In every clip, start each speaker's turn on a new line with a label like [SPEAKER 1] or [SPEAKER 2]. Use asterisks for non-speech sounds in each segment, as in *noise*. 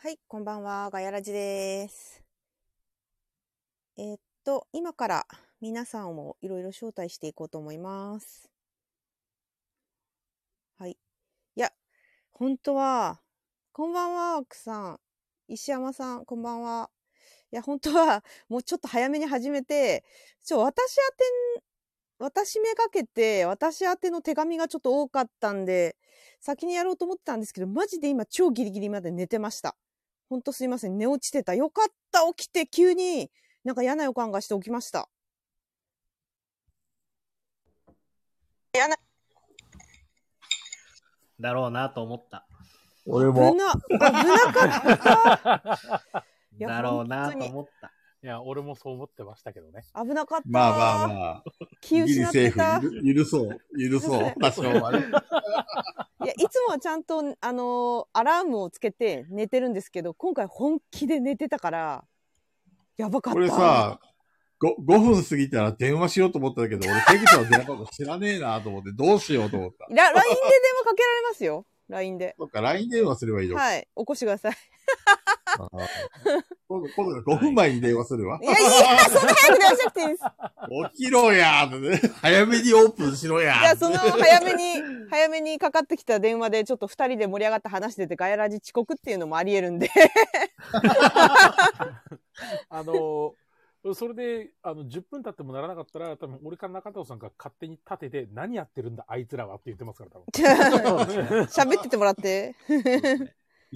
[SPEAKER 1] はい、こんばんは、ガヤラジです。えーっと、今から皆さんをいろいろ招待していこうと思います。はい。いや、本当は、こんばんは、奥さん。石山さん、こんばんは。いや、本当は、もうちょっと早めに始めて、ちょ、私宛てん、私めがけて、私宛ての手紙がちょっと多かったんで、先にやろうと思ってたんですけど、マジで今超ギリギリまで寝てました。ほんとすいません。寝落ちてた。よかった。起きて急になんか嫌な予感がして起きました。
[SPEAKER 2] だろうなと思った。
[SPEAKER 3] 俺
[SPEAKER 1] 危
[SPEAKER 3] も。
[SPEAKER 1] な、危なか
[SPEAKER 3] *laughs*
[SPEAKER 1] った。いや
[SPEAKER 2] だろうな
[SPEAKER 1] 本
[SPEAKER 2] と
[SPEAKER 1] 当に
[SPEAKER 2] 思った。
[SPEAKER 4] いや、俺もそう思ってましたけどね。
[SPEAKER 1] 危なかった。
[SPEAKER 3] まあまあ
[SPEAKER 1] あ。
[SPEAKER 3] まあ。
[SPEAKER 1] 気失ってた。
[SPEAKER 3] ギリセーフ。許
[SPEAKER 1] *laughs*
[SPEAKER 3] そう。許そう。多少はね。
[SPEAKER 1] いや、いつもはちゃんと、あのーアラームをつけて寝てるんですけど、今回本気で寝てたから、やばかった。
[SPEAKER 3] 俺さ、ご 5, 分過ぎたら電話しようと思ったんだけど、俺、ペグさんの電話番号知らねえなと思って、どうしようと思った。 *laughs*
[SPEAKER 1] ラ、LINE で電話かけられますよ。LINE で。
[SPEAKER 3] そっか、LINE 電話すればいいのか。
[SPEAKER 1] はい。起こしてください。
[SPEAKER 3] あー *laughs* 今度、今度5分前に電話するわ
[SPEAKER 1] い。や、いや、そんな早く電話しなくていいです。
[SPEAKER 3] 起きろやーってね。早めにオープンしろや
[SPEAKER 1] じゃ
[SPEAKER 3] ー
[SPEAKER 1] あその早めに、早めにかかってきた電話でちょっと二人で盛り上がって話しててガヤラジ遅刻っていうのもあり得るんで。
[SPEAKER 4] *laughs* あのー、それで、あの、10分経ってもならなかったら、多分俺か中藤さんが勝手に立てて、何やってるんだ、あいつらはって言ってますから、多分。 *laughs*
[SPEAKER 1] 喋っててもらって。
[SPEAKER 2] *laughs*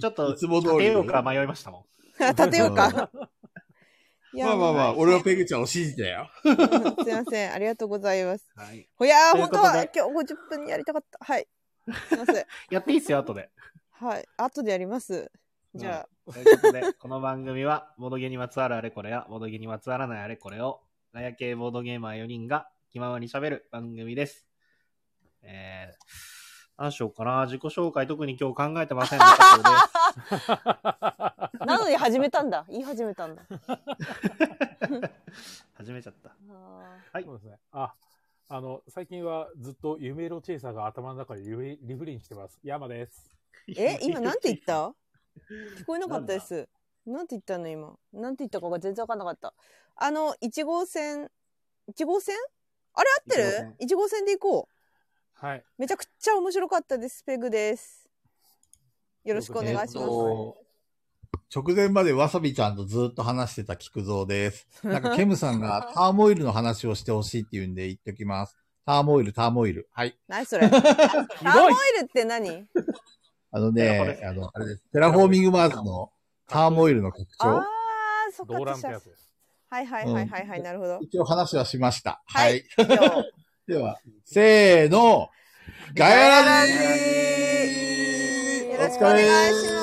[SPEAKER 2] ちょっと、
[SPEAKER 3] いつも通
[SPEAKER 2] 立
[SPEAKER 3] り
[SPEAKER 2] てようか迷いましたもん。
[SPEAKER 1] 立てようか。い
[SPEAKER 3] まあまあまあ、
[SPEAKER 1] もう
[SPEAKER 3] 俺はペグちゃんを信じたよ。
[SPEAKER 1] うん *laughs* すいません。ありがとうございます。
[SPEAKER 2] はい、
[SPEAKER 1] いやー、
[SPEAKER 2] とい
[SPEAKER 1] 本
[SPEAKER 2] うこと
[SPEAKER 1] 当
[SPEAKER 2] で
[SPEAKER 1] は今日50分やりたかった。はい。すいません。
[SPEAKER 2] やっていいっすよ、後
[SPEAKER 3] *laughs*
[SPEAKER 2] で。
[SPEAKER 1] はい。後でやります。じゃあ、
[SPEAKER 2] ということで、この番組は、ボードゲーにまつわるあれこれや、ボードゲーにまつわらないあれこれを、ガヤ系ボードゲーマー4人が気ままに喋る番組です。えー、何しようかな。自己紹介、特に今日考えてません。中藤です
[SPEAKER 1] なのに始めたんだ。言い始めたん *laughs* だ。 *laughs*
[SPEAKER 2] 始めちゃった。
[SPEAKER 1] あ
[SPEAKER 2] はい
[SPEAKER 4] そうですね。あ、あの、最近はずっと夢色チェイサーが頭の中でリフレリフレインしてます。山です。
[SPEAKER 1] ーえ、
[SPEAKER 4] *laughs*
[SPEAKER 1] 今なんて言った聞こえなかったです。なんて言ったの今。なんて言ったかが全然わかんなかった。あの、1号線、1号線あれ合ってる ?1 号線で行こ
[SPEAKER 4] はい。
[SPEAKER 1] う。めちゃくちゃ面白かったです。ペグです。よろしくお願いし
[SPEAKER 4] え
[SPEAKER 1] ま
[SPEAKER 4] っと
[SPEAKER 3] 直前までわさびちゃんとずっと話してた菊蔵
[SPEAKER 1] *laughs*
[SPEAKER 3] です。なんかケムさんがターモイルの話をしてほしいって言うんで言っときます。ターモイル、ターモイル。はい。
[SPEAKER 1] す。何そ
[SPEAKER 4] *laughs*
[SPEAKER 1] れター
[SPEAKER 4] ひ
[SPEAKER 1] モ
[SPEAKER 4] どい
[SPEAKER 1] イルって何
[SPEAKER 3] あの
[SPEAKER 2] テラフォで
[SPEAKER 3] ね
[SPEAKER 2] す、ね
[SPEAKER 3] あの、あれです。テラフォーミングマーズのターモイルの拡
[SPEAKER 1] あー
[SPEAKER 3] 張。、
[SPEAKER 1] そっか。
[SPEAKER 4] 動乱ってや
[SPEAKER 1] 私
[SPEAKER 4] つです。
[SPEAKER 1] はいはいはいはいはい。
[SPEAKER 3] うん
[SPEAKER 1] なるほ
[SPEAKER 4] *laughs*
[SPEAKER 1] ど。
[SPEAKER 3] 一応話はしました。
[SPEAKER 1] は
[SPEAKER 3] はいい。
[SPEAKER 1] 以上
[SPEAKER 3] では、せーの、ガヤラジー
[SPEAKER 1] よろしくお願いします。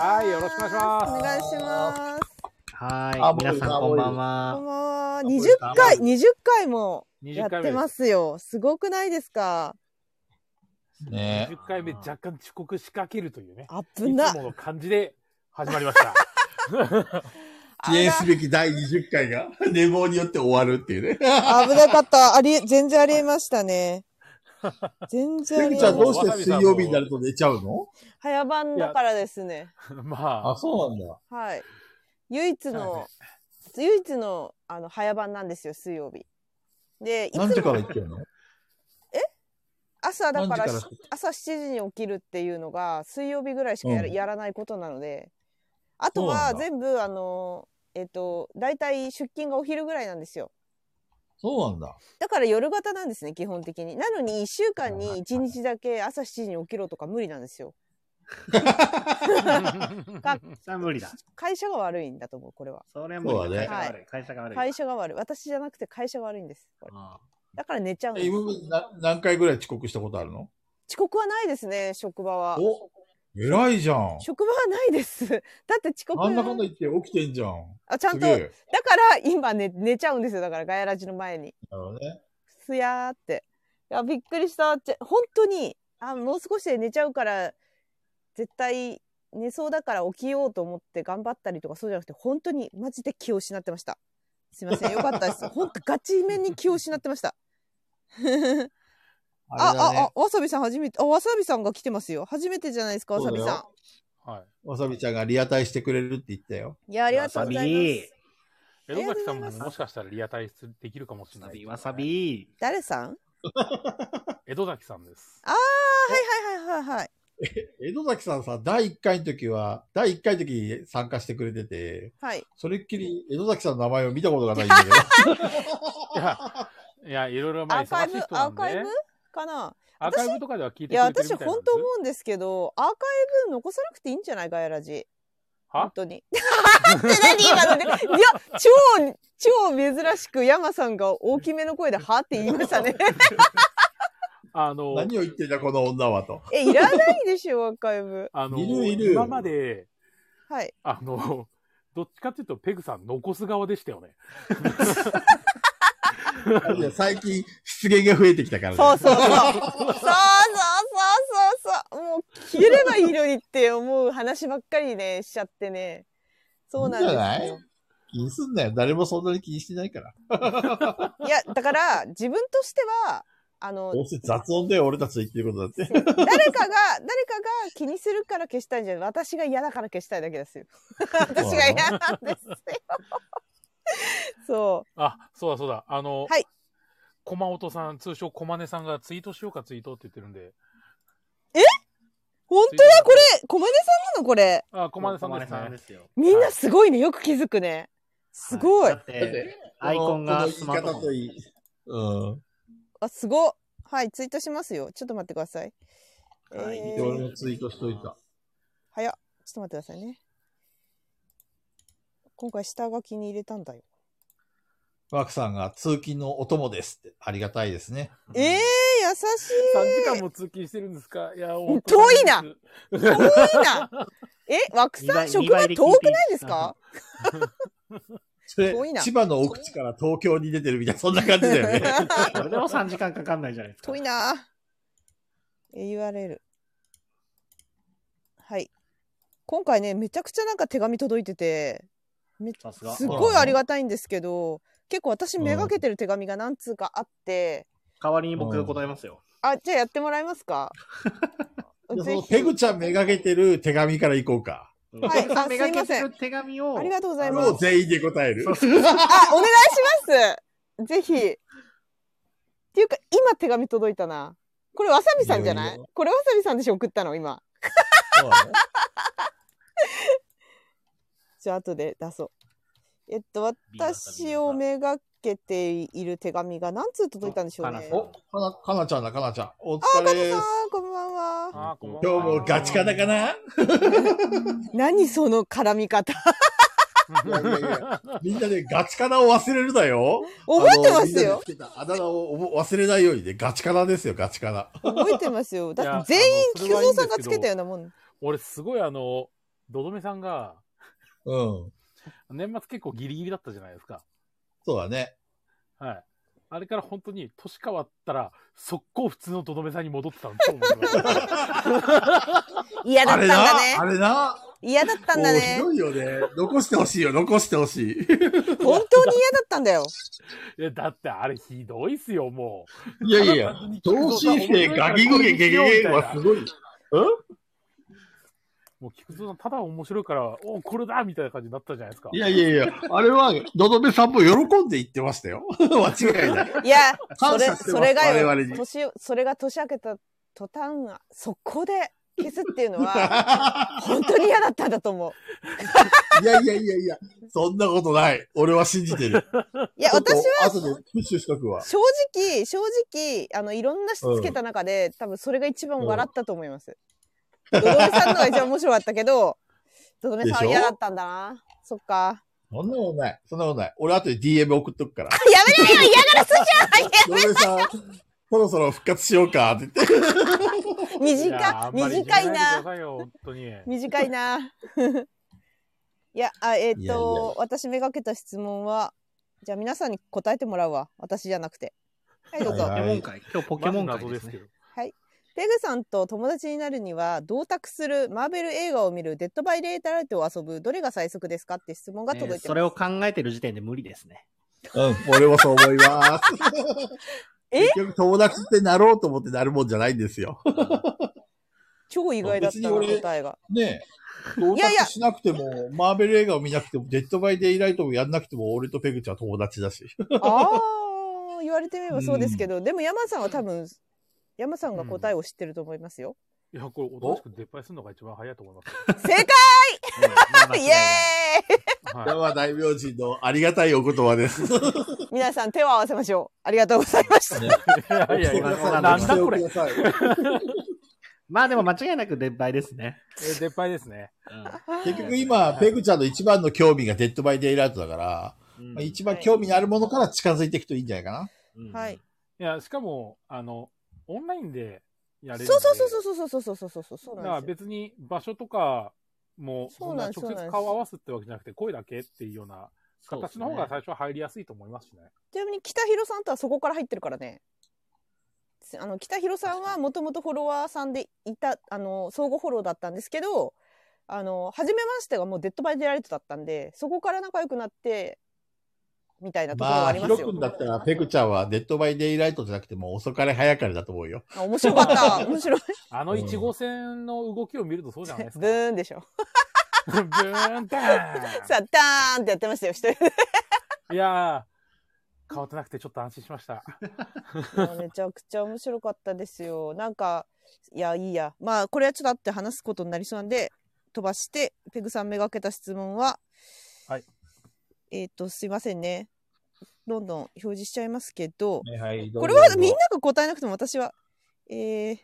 [SPEAKER 4] はいよろしくお願いします
[SPEAKER 1] お願いします。
[SPEAKER 2] *laughs* は
[SPEAKER 3] あ
[SPEAKER 2] ーい。
[SPEAKER 3] もう
[SPEAKER 2] 皆さんこんばん
[SPEAKER 1] こん
[SPEAKER 2] は。
[SPEAKER 1] ばんは。20回、20回もや
[SPEAKER 4] 20
[SPEAKER 1] っ
[SPEAKER 4] 回
[SPEAKER 1] て
[SPEAKER 4] 目
[SPEAKER 1] ま
[SPEAKER 4] です。
[SPEAKER 1] すよ。すごくないですか
[SPEAKER 3] ね
[SPEAKER 4] 20回目若干遅刻しかけるというね。
[SPEAKER 1] 危ない
[SPEAKER 4] つ。もの感じで始まりました。 *laughs*
[SPEAKER 3] 記念す
[SPEAKER 1] 危
[SPEAKER 3] べき第20回が *laughs* 寝坊によって終わるっていうね。
[SPEAKER 1] なかった。あり、全然ありえました
[SPEAKER 3] *laughs*
[SPEAKER 1] ね。全然あ
[SPEAKER 3] ペ
[SPEAKER 1] りえ
[SPEAKER 3] グちゃん
[SPEAKER 1] ま
[SPEAKER 3] ど
[SPEAKER 1] し
[SPEAKER 3] う
[SPEAKER 1] た。
[SPEAKER 3] して水曜日になると寝ちゃうの
[SPEAKER 1] 早番だからですね。
[SPEAKER 4] まあ、
[SPEAKER 3] そうなん *laughs* だ。
[SPEAKER 1] はい。唯一の、唯一の、あの、早番なんですよ、水曜日。で、いつ
[SPEAKER 3] 何時か
[SPEAKER 1] も
[SPEAKER 3] ら行ってんの *laughs*
[SPEAKER 1] 朝だ
[SPEAKER 3] 何時
[SPEAKER 1] か
[SPEAKER 3] からら
[SPEAKER 1] 朝7時に起きるっていうのが水曜日ぐらいしかやら,、
[SPEAKER 3] うん
[SPEAKER 1] やらないことなのであと
[SPEAKER 3] そうな
[SPEAKER 1] は
[SPEAKER 3] んだ
[SPEAKER 1] 全部あのえっ、と大体出勤がお昼ぐらいなんですよ
[SPEAKER 3] そうなんだ。
[SPEAKER 1] だから夜型なんですね基本的になのに1週間に1日だけ朝7時に起きろとか無理なんですよ
[SPEAKER 2] さあ無理だ。
[SPEAKER 1] 会社が悪いんだと思うこれは
[SPEAKER 2] それは無理だ。
[SPEAKER 1] そうだね
[SPEAKER 2] 会社が悪い。
[SPEAKER 1] 会
[SPEAKER 2] 会社
[SPEAKER 1] 社が悪い私じゃなくて会社が悪いんですこれ
[SPEAKER 2] が悪い。うん
[SPEAKER 1] だから寝ちゃうん
[SPEAKER 3] え、
[SPEAKER 1] です
[SPEAKER 3] 今までな何回ぐらい遅刻したことあるの
[SPEAKER 1] 遅刻はないですね職場は
[SPEAKER 3] お偉いじゃん。
[SPEAKER 1] 職場はないです *laughs* だって遅刻
[SPEAKER 3] あんなかんだ言って起きてんじゃん。
[SPEAKER 1] あちゃ
[SPEAKER 3] す
[SPEAKER 1] ん
[SPEAKER 3] げ
[SPEAKER 1] と
[SPEAKER 3] え
[SPEAKER 1] だ。から今寝寝ちゃうんですよだからガヤラジの前に
[SPEAKER 3] なるほどね。
[SPEAKER 1] すやーって。いや、びっくりしたって、本当に、あ、もう少しで寝ちゃうから、絶対寝そうだから起きようと思って頑張ったりとかそうじゃなくて、本当にマジで気を失ってました。すいません、よかったです。
[SPEAKER 4] *laughs*
[SPEAKER 1] 本当ガチめに気を失ってました。
[SPEAKER 3] あ
[SPEAKER 1] あ、
[SPEAKER 3] れだね。
[SPEAKER 1] あ、あ、わさびさん初めて、あ、わさびさんが来てますよ。初めてじゃないですか、わさびさん。
[SPEAKER 4] *laughs* はい。
[SPEAKER 3] わさびちゃんがリアタイしてくれるって言ったよ。
[SPEAKER 1] いや、ありがとうございま
[SPEAKER 2] わ
[SPEAKER 1] す
[SPEAKER 2] さ。
[SPEAKER 4] 江戸崎さ
[SPEAKER 1] ありがとうござ
[SPEAKER 4] んも
[SPEAKER 1] います
[SPEAKER 4] もしかしたらリアタイできるかもしれ
[SPEAKER 2] わ
[SPEAKER 4] な
[SPEAKER 2] さ
[SPEAKER 4] い、
[SPEAKER 2] び、わさ。び。
[SPEAKER 1] 誰さん
[SPEAKER 4] 江戸崎さんです。
[SPEAKER 1] ああ、はいはいはいはいはい。
[SPEAKER 3] 江戸崎さんさ、第1回の時は、第1回の時参加してくれてて、
[SPEAKER 1] はい。
[SPEAKER 3] それっきり江戸崎さんの名前を見たことがない
[SPEAKER 1] *laughs*
[SPEAKER 3] んだけど。
[SPEAKER 4] いや、いや、いろいろまあ
[SPEAKER 1] アーカイ
[SPEAKER 4] 忙し
[SPEAKER 1] ブ
[SPEAKER 4] い人、な
[SPEAKER 1] ア
[SPEAKER 4] ん
[SPEAKER 1] ー
[SPEAKER 4] で。
[SPEAKER 1] カイブかな
[SPEAKER 4] アーカイブとかでは聞い
[SPEAKER 1] い
[SPEAKER 4] て
[SPEAKER 1] や、
[SPEAKER 4] くれてるみ
[SPEAKER 1] 私
[SPEAKER 4] たいなん
[SPEAKER 1] 本
[SPEAKER 4] です
[SPEAKER 1] 当思うんですけど、アーカイブ残さなくていいんじゃないガヤラジ。本
[SPEAKER 4] は
[SPEAKER 1] 当に。って何今ので。いや、超、超珍しく山さんが大きめの声で、はって言いましたね。
[SPEAKER 4] あの、
[SPEAKER 3] 何を言ってんだ、この女は
[SPEAKER 1] *laughs*
[SPEAKER 3] と。
[SPEAKER 1] え、いらないでしょ、アーカイブ。
[SPEAKER 4] あの
[SPEAKER 3] いるいる
[SPEAKER 4] 今まで、 *laughs*
[SPEAKER 1] はい。
[SPEAKER 4] あの、どっちかっていうと、ペグさん残す側でしたよね。
[SPEAKER 3] いや最近、失言が増えてきたからね。
[SPEAKER 1] そうそうそう。そうそうそうそうそう。もう、消えればいいのにって思う話ばっかりね、しちゃってね。そうなんですよ。
[SPEAKER 3] いいんじゃない気にすんなよ。誰もそんなに気にしてないから。
[SPEAKER 1] いや、だから、自分としては、あの、
[SPEAKER 3] どうせ雑音だよ、俺たちの言ってることだって。
[SPEAKER 1] 誰かが、誰かが気にするから消したいんじゃない。私が嫌だから消したいだけです
[SPEAKER 2] *laughs*
[SPEAKER 1] よ。私が嫌なんですよ。そ
[SPEAKER 4] あ、そうだそうだ。あの、
[SPEAKER 1] はい。
[SPEAKER 4] 駒音さん、通称駒根さんがツイートしようかツイートって言ってるんで。
[SPEAKER 1] う。本当だこれ、小金さんなのこれ。
[SPEAKER 4] あ、駒根さん
[SPEAKER 2] 小
[SPEAKER 4] で
[SPEAKER 2] 金
[SPEAKER 4] すね。
[SPEAKER 2] ですよ。
[SPEAKER 1] みんなすごいね。よく気づくね。すごい
[SPEAKER 2] だっ。て、アイコンがスマートフォン。
[SPEAKER 3] いい。うん。
[SPEAKER 1] あ、すごい。はい、ツイートしますよ。ちょっと待ってください。
[SPEAKER 2] は
[SPEAKER 1] えー
[SPEAKER 3] で俺もツイートしといた。
[SPEAKER 1] 早っ。ちょっと待ってくださいね。今回下書きに入れたんだよ。
[SPEAKER 3] ワクさんが通勤のお供ですって。ありがたいですね。
[SPEAKER 1] ええー、優しい。
[SPEAKER 4] 3時間も通勤してるんですかいや、本当
[SPEAKER 1] 遠いな
[SPEAKER 4] です
[SPEAKER 1] 遠い
[SPEAKER 2] *laughs*
[SPEAKER 1] な。え、枠
[SPEAKER 2] 二
[SPEAKER 1] さん
[SPEAKER 2] 倍
[SPEAKER 1] 職
[SPEAKER 2] 二
[SPEAKER 1] 場
[SPEAKER 2] 倍
[SPEAKER 1] 遠
[SPEAKER 2] で聞いていい
[SPEAKER 1] くないですか？
[SPEAKER 3] それ
[SPEAKER 1] 遠いな
[SPEAKER 3] 千葉の奥地から東京に出てるみたいな、そんな感じだ
[SPEAKER 1] *laughs*
[SPEAKER 3] よね。
[SPEAKER 2] *laughs* それでも3時間かかんないじゃないですか。
[SPEAKER 1] 遠いな。え URL。はい。今回ねめちゃくちゃなんか手紙届いてて、め
[SPEAKER 2] さすが。
[SPEAKER 1] すっごいありがたいんですけど、結構私めがけてる手紙が何通かあって、
[SPEAKER 2] 代わりに僕が答えますよ。
[SPEAKER 1] あじゃあやってもらえますか？
[SPEAKER 3] そ
[SPEAKER 1] ぜ
[SPEAKER 3] の
[SPEAKER 1] ひ
[SPEAKER 3] ペグちゃんめがけてる手紙から行こうか。
[SPEAKER 1] い
[SPEAKER 2] 小金さ
[SPEAKER 1] あ
[SPEAKER 2] んめが
[SPEAKER 1] す
[SPEAKER 2] け
[SPEAKER 1] い
[SPEAKER 2] て
[SPEAKER 1] ま
[SPEAKER 2] る手紙を。
[SPEAKER 1] ありがとうございま
[SPEAKER 3] も
[SPEAKER 1] す
[SPEAKER 3] う。全員で答える
[SPEAKER 2] そ。うそうそ
[SPEAKER 1] あ、
[SPEAKER 2] う
[SPEAKER 1] お願いします。ぜひ。っていうか、今手紙届いたな。これわさびさんじゃない
[SPEAKER 3] いよいよ
[SPEAKER 1] これわさびさんでしょ送ったの今。
[SPEAKER 3] そうだね
[SPEAKER 1] じゃあ後で出そう。えっと、
[SPEAKER 2] ビーバーさん
[SPEAKER 1] 私をめがけている手紙が何通届いたんでしょう
[SPEAKER 2] かな
[SPEAKER 1] ね
[SPEAKER 2] さ。ん
[SPEAKER 3] お、かな、かなちゃんだ、かなちゃん。お疲れです
[SPEAKER 1] あ。ーこんばんは。
[SPEAKER 4] あーこんばんは
[SPEAKER 3] 今日もガチカナかな
[SPEAKER 1] 何その絡み方。
[SPEAKER 3] いやいやいやみんなでガチカナを忘れるだよ。
[SPEAKER 1] 覚えてます
[SPEAKER 3] あのみんなで *laughs*
[SPEAKER 1] よ
[SPEAKER 3] つ。けたあだ名を覚忘れないようにね、ガチカナですよ、ガチカナ。
[SPEAKER 1] 覚えてますよ。
[SPEAKER 4] いや
[SPEAKER 1] だって全員菊
[SPEAKER 4] あのそれはいい
[SPEAKER 1] 蔵さ
[SPEAKER 4] んですけど
[SPEAKER 1] んがつけたようなもん。
[SPEAKER 4] 俺、すごいあの、どどめさんが、
[SPEAKER 3] うん。
[SPEAKER 4] 年末結構ギリギリだったじゃないですか。
[SPEAKER 3] そうだね。
[SPEAKER 4] はい。あれから本当に、年変わったら、速攻普通のどどめさんに戻ってたのと思いました。
[SPEAKER 1] 嫌だ
[SPEAKER 3] あ
[SPEAKER 1] った
[SPEAKER 3] れ
[SPEAKER 1] ん
[SPEAKER 3] な、
[SPEAKER 1] だ
[SPEAKER 3] あ
[SPEAKER 1] ね。
[SPEAKER 3] れな。
[SPEAKER 1] 嫌だったんだね
[SPEAKER 3] も。うひどいよね。残してほしいよ、残してほしい。
[SPEAKER 1] 本当に嫌だったんだよ。
[SPEAKER 4] いや、だってあれひどいっすよ、も
[SPEAKER 3] いやいやいや、同心生ガギグゲゲゲゲはすごい。ん
[SPEAKER 4] う。もう菊蔵さん、ただ面白いから、おこれだみたいな感じになったじゃないですか。
[SPEAKER 3] いやいやいや、あれは、のどめさんも喜んで言ってましたよ。間違いない。
[SPEAKER 1] いや、そ
[SPEAKER 3] *laughs* 感
[SPEAKER 1] れ、
[SPEAKER 3] 謝してます
[SPEAKER 1] それがよ
[SPEAKER 3] 我々に
[SPEAKER 1] 年を、それが年明けた途端は、そこで消すっていうのは、本当に嫌だったんだと思う。
[SPEAKER 3] いやいやいやいや、そんなことない。俺は信じてる。
[SPEAKER 1] いや、私は、
[SPEAKER 3] ちょっと後でプッシュしとくわ。
[SPEAKER 1] 正直、正直、あの、いろんなしつけた中で、多分それが一番笑ったと思います。ドドメさんのが一番面白かったけど、
[SPEAKER 4] *laughs*
[SPEAKER 1] ドドメさんは
[SPEAKER 3] でしょ
[SPEAKER 1] 嫌だったんだな。そっか。
[SPEAKER 3] そんなことない。そんなことない。俺後で DM 送っとくから。
[SPEAKER 1] やめなよ
[SPEAKER 3] のどめさん、そろそろ復活しようかって言って。
[SPEAKER 4] いや
[SPEAKER 1] 短
[SPEAKER 4] あん
[SPEAKER 1] い、
[SPEAKER 4] まり
[SPEAKER 1] 短い
[SPEAKER 4] じゃでくだ
[SPEAKER 1] な。
[SPEAKER 4] さいよ本当に。
[SPEAKER 1] 短いな。 *laughs* いや、あ、えーっと、
[SPEAKER 3] いやいや
[SPEAKER 1] 私めがけた質問は、じゃあ皆さんに答えてもらうわ。私じゃなくて。はい、どうぞ。
[SPEAKER 3] はい
[SPEAKER 2] ポケモン会。今日ポケモン会ですね。
[SPEAKER 1] ペグさんと友達になるには、同卓する、マーベル映画を見る、デッドバイレイタライトを遊ぶ、どれが最速ですかって質問が届いて
[SPEAKER 2] ね
[SPEAKER 1] ます。
[SPEAKER 2] それを考えてる時点で無理で
[SPEAKER 1] *laughs*
[SPEAKER 2] すね。
[SPEAKER 3] うん、俺もそう思います。
[SPEAKER 1] え
[SPEAKER 3] 結局友達ってなろうと思ってなるもんじゃないんですよ。
[SPEAKER 1] 超意外だったな、
[SPEAKER 3] 別に俺
[SPEAKER 1] 答えが。
[SPEAKER 3] ねえ。到
[SPEAKER 1] いやいや
[SPEAKER 3] 達しなくても、マーベル映画を見なくても、デッドバイデイライトをやんなくても、俺とペグちゃんは友達だし。
[SPEAKER 1] ああ、言われてみればそうですけど、でも山さんは多分、山さんが答えを知ってると思いますよ。
[SPEAKER 4] いや、これ、おとなしく出っ張りするのが一番早いと思いますよ。
[SPEAKER 1] 正解
[SPEAKER 2] まあ
[SPEAKER 1] イ
[SPEAKER 2] 間違い
[SPEAKER 1] エ
[SPEAKER 2] な
[SPEAKER 1] ーイ
[SPEAKER 2] い
[SPEAKER 4] は
[SPEAKER 3] 山大明神のありがたいお言葉です。
[SPEAKER 1] 皆さん手を合わせましょう。ありがとうございました。
[SPEAKER 4] い。いやいや、
[SPEAKER 2] 今
[SPEAKER 4] なんだ
[SPEAKER 2] なんだ
[SPEAKER 4] これ。え
[SPEAKER 3] ご指摘ください
[SPEAKER 2] まあでも間違いなく伝配ですね。
[SPEAKER 4] 出っ張りですね。
[SPEAKER 3] 結局今、ペグちゃんの一番の興味がデッドバイデイライトだから、
[SPEAKER 2] うん
[SPEAKER 3] まあ一番興味のあるものから近づいていくといいんじゃないかな。
[SPEAKER 2] うん
[SPEAKER 1] はい
[SPEAKER 4] いや、しかも、あの、オンラインでやれるんで。
[SPEAKER 1] そうそうそうそうそうそうそうそうそうそう
[SPEAKER 4] だ
[SPEAKER 1] なん
[SPEAKER 4] から
[SPEAKER 1] ですよ。
[SPEAKER 4] 別に場所とかも、
[SPEAKER 1] そ
[SPEAKER 4] そうう
[SPEAKER 1] な
[SPEAKER 4] なん
[SPEAKER 1] です
[SPEAKER 4] 直接顔合わすってわけじゃなくて、声だけっていうような形の方が最初は入りやすいと思いますしね。
[SPEAKER 1] ちなみに北広さんとはそこから入ってるからね。あの北広さんはもともとフォロワーさんでいたあの相互フォローだったんですけど、あの初めましてがもうデッドバイデイライトだったんで、そこから仲良くなってみたいなところ
[SPEAKER 3] ま
[SPEAKER 1] はあ
[SPEAKER 3] あ、
[SPEAKER 1] り
[SPEAKER 3] ヒ
[SPEAKER 1] ま
[SPEAKER 3] ロ
[SPEAKER 1] すよ。
[SPEAKER 3] 君だったら、ペグちゃんはデッドバイデイライトじゃなくても遅かれ早かれだと思うよ。
[SPEAKER 1] あ面白かった。面白い。
[SPEAKER 4] あの1号線の動きを見るとそうじゃないです
[SPEAKER 1] ブ
[SPEAKER 4] か。
[SPEAKER 1] ーンでしょ。
[SPEAKER 4] ブーンダーン
[SPEAKER 1] *laughs* さあダーンってやってましたよ。一人で
[SPEAKER 4] いやー、変わってなくてちょっと安心しました。
[SPEAKER 1] もうめちゃくちゃ面白かったですよ。なんか、いや、いいや。まあ、これはちょっとあって話すことになりそうなんで、飛ばして、ペグさんめがけた質問は、
[SPEAKER 4] はい。
[SPEAKER 1] えっ、と、すいませんね。どんどん表示しちゃいますけど、
[SPEAKER 3] はい、
[SPEAKER 1] これはみんなが答えなくても私は、えー、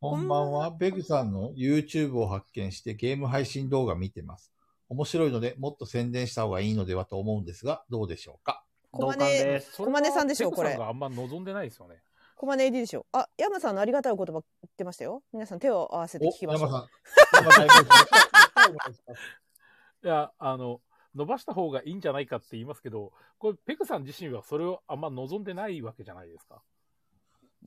[SPEAKER 3] こんばんは。ペグさんの YouTube を発見してゲーム配信動画見てます。面白いので、もっと宣伝した方がいいのではと思うんですが、どうでしょうか
[SPEAKER 1] 小
[SPEAKER 2] 同感
[SPEAKER 1] 金、
[SPEAKER 2] です。
[SPEAKER 1] 小金さんでしょ
[SPEAKER 4] ペグ
[SPEAKER 1] こ
[SPEAKER 4] さ
[SPEAKER 1] れ
[SPEAKER 4] があんま望んでないですよね。
[SPEAKER 1] 小金 AD でしょ。あ、山さんのありがたいお言葉言ってましたよ。皆さん手を合わせて
[SPEAKER 3] お
[SPEAKER 1] 聞きましょう。
[SPEAKER 3] 山さん。山大明神
[SPEAKER 4] いや、あの、伸ばした方がいいんじゃないかって言いますけど、これ、ペグさん自身はそれをあんま望んでないわけじゃないですか。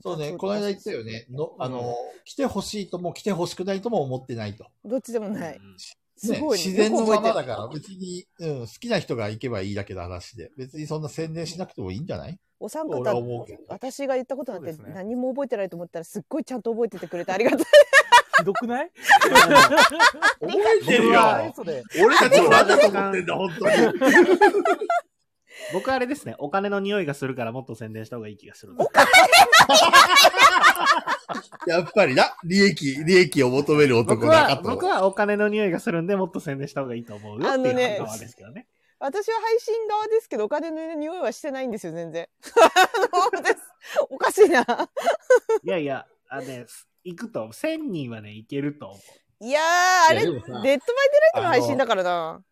[SPEAKER 3] そうね、この間言ったよね。のあ
[SPEAKER 4] うん
[SPEAKER 3] の、来てほしいとも来てほしくないとも思ってないと。
[SPEAKER 1] どっちでもない。
[SPEAKER 2] うん
[SPEAKER 1] すごい、ね。
[SPEAKER 3] 自然のままだ
[SPEAKER 1] よく覚えてる
[SPEAKER 3] から、別に、うん、好きな人が行けばいいだけの話で、別にそんな宣伝しなくてもいいんじゃない
[SPEAKER 1] お三
[SPEAKER 3] 俺は
[SPEAKER 1] 方
[SPEAKER 3] 思うけど。
[SPEAKER 1] 私が言ったことなんて
[SPEAKER 4] そうですね
[SPEAKER 1] 何も覚えてないと思ったらすっごいちゃんと覚えててくれてありがとう。 *laughs*
[SPEAKER 4] ひどくない
[SPEAKER 3] 覚えてる
[SPEAKER 2] い
[SPEAKER 3] よ
[SPEAKER 2] や
[SPEAKER 4] 何それ
[SPEAKER 3] 俺たちも何だと思ってんだ、本当に。
[SPEAKER 2] 僕はあれですね、お金の匂いがするからもっと宣伝した方がいい気がする。
[SPEAKER 3] *laughs* やっぱりな、利益、利益を求める男
[SPEAKER 2] 僕
[SPEAKER 3] なか
[SPEAKER 2] は、
[SPEAKER 3] と。
[SPEAKER 2] 僕はお金の匂いがするんでもっと宣伝した方がいいと思うよっていう
[SPEAKER 1] あのね
[SPEAKER 2] 判断はですけどね。
[SPEAKER 1] 私は配信側ですけどお金の匂いはしてないんですよ、全然。あのですおかしいな。
[SPEAKER 2] いやいや、あのね、行くと、1000人はね、行けると思う。
[SPEAKER 1] いやー、あれ、
[SPEAKER 3] いや
[SPEAKER 1] デ
[SPEAKER 3] で
[SPEAKER 1] ッド
[SPEAKER 3] も
[SPEAKER 1] バイデラ
[SPEAKER 3] さ
[SPEAKER 1] イトの配信だからな。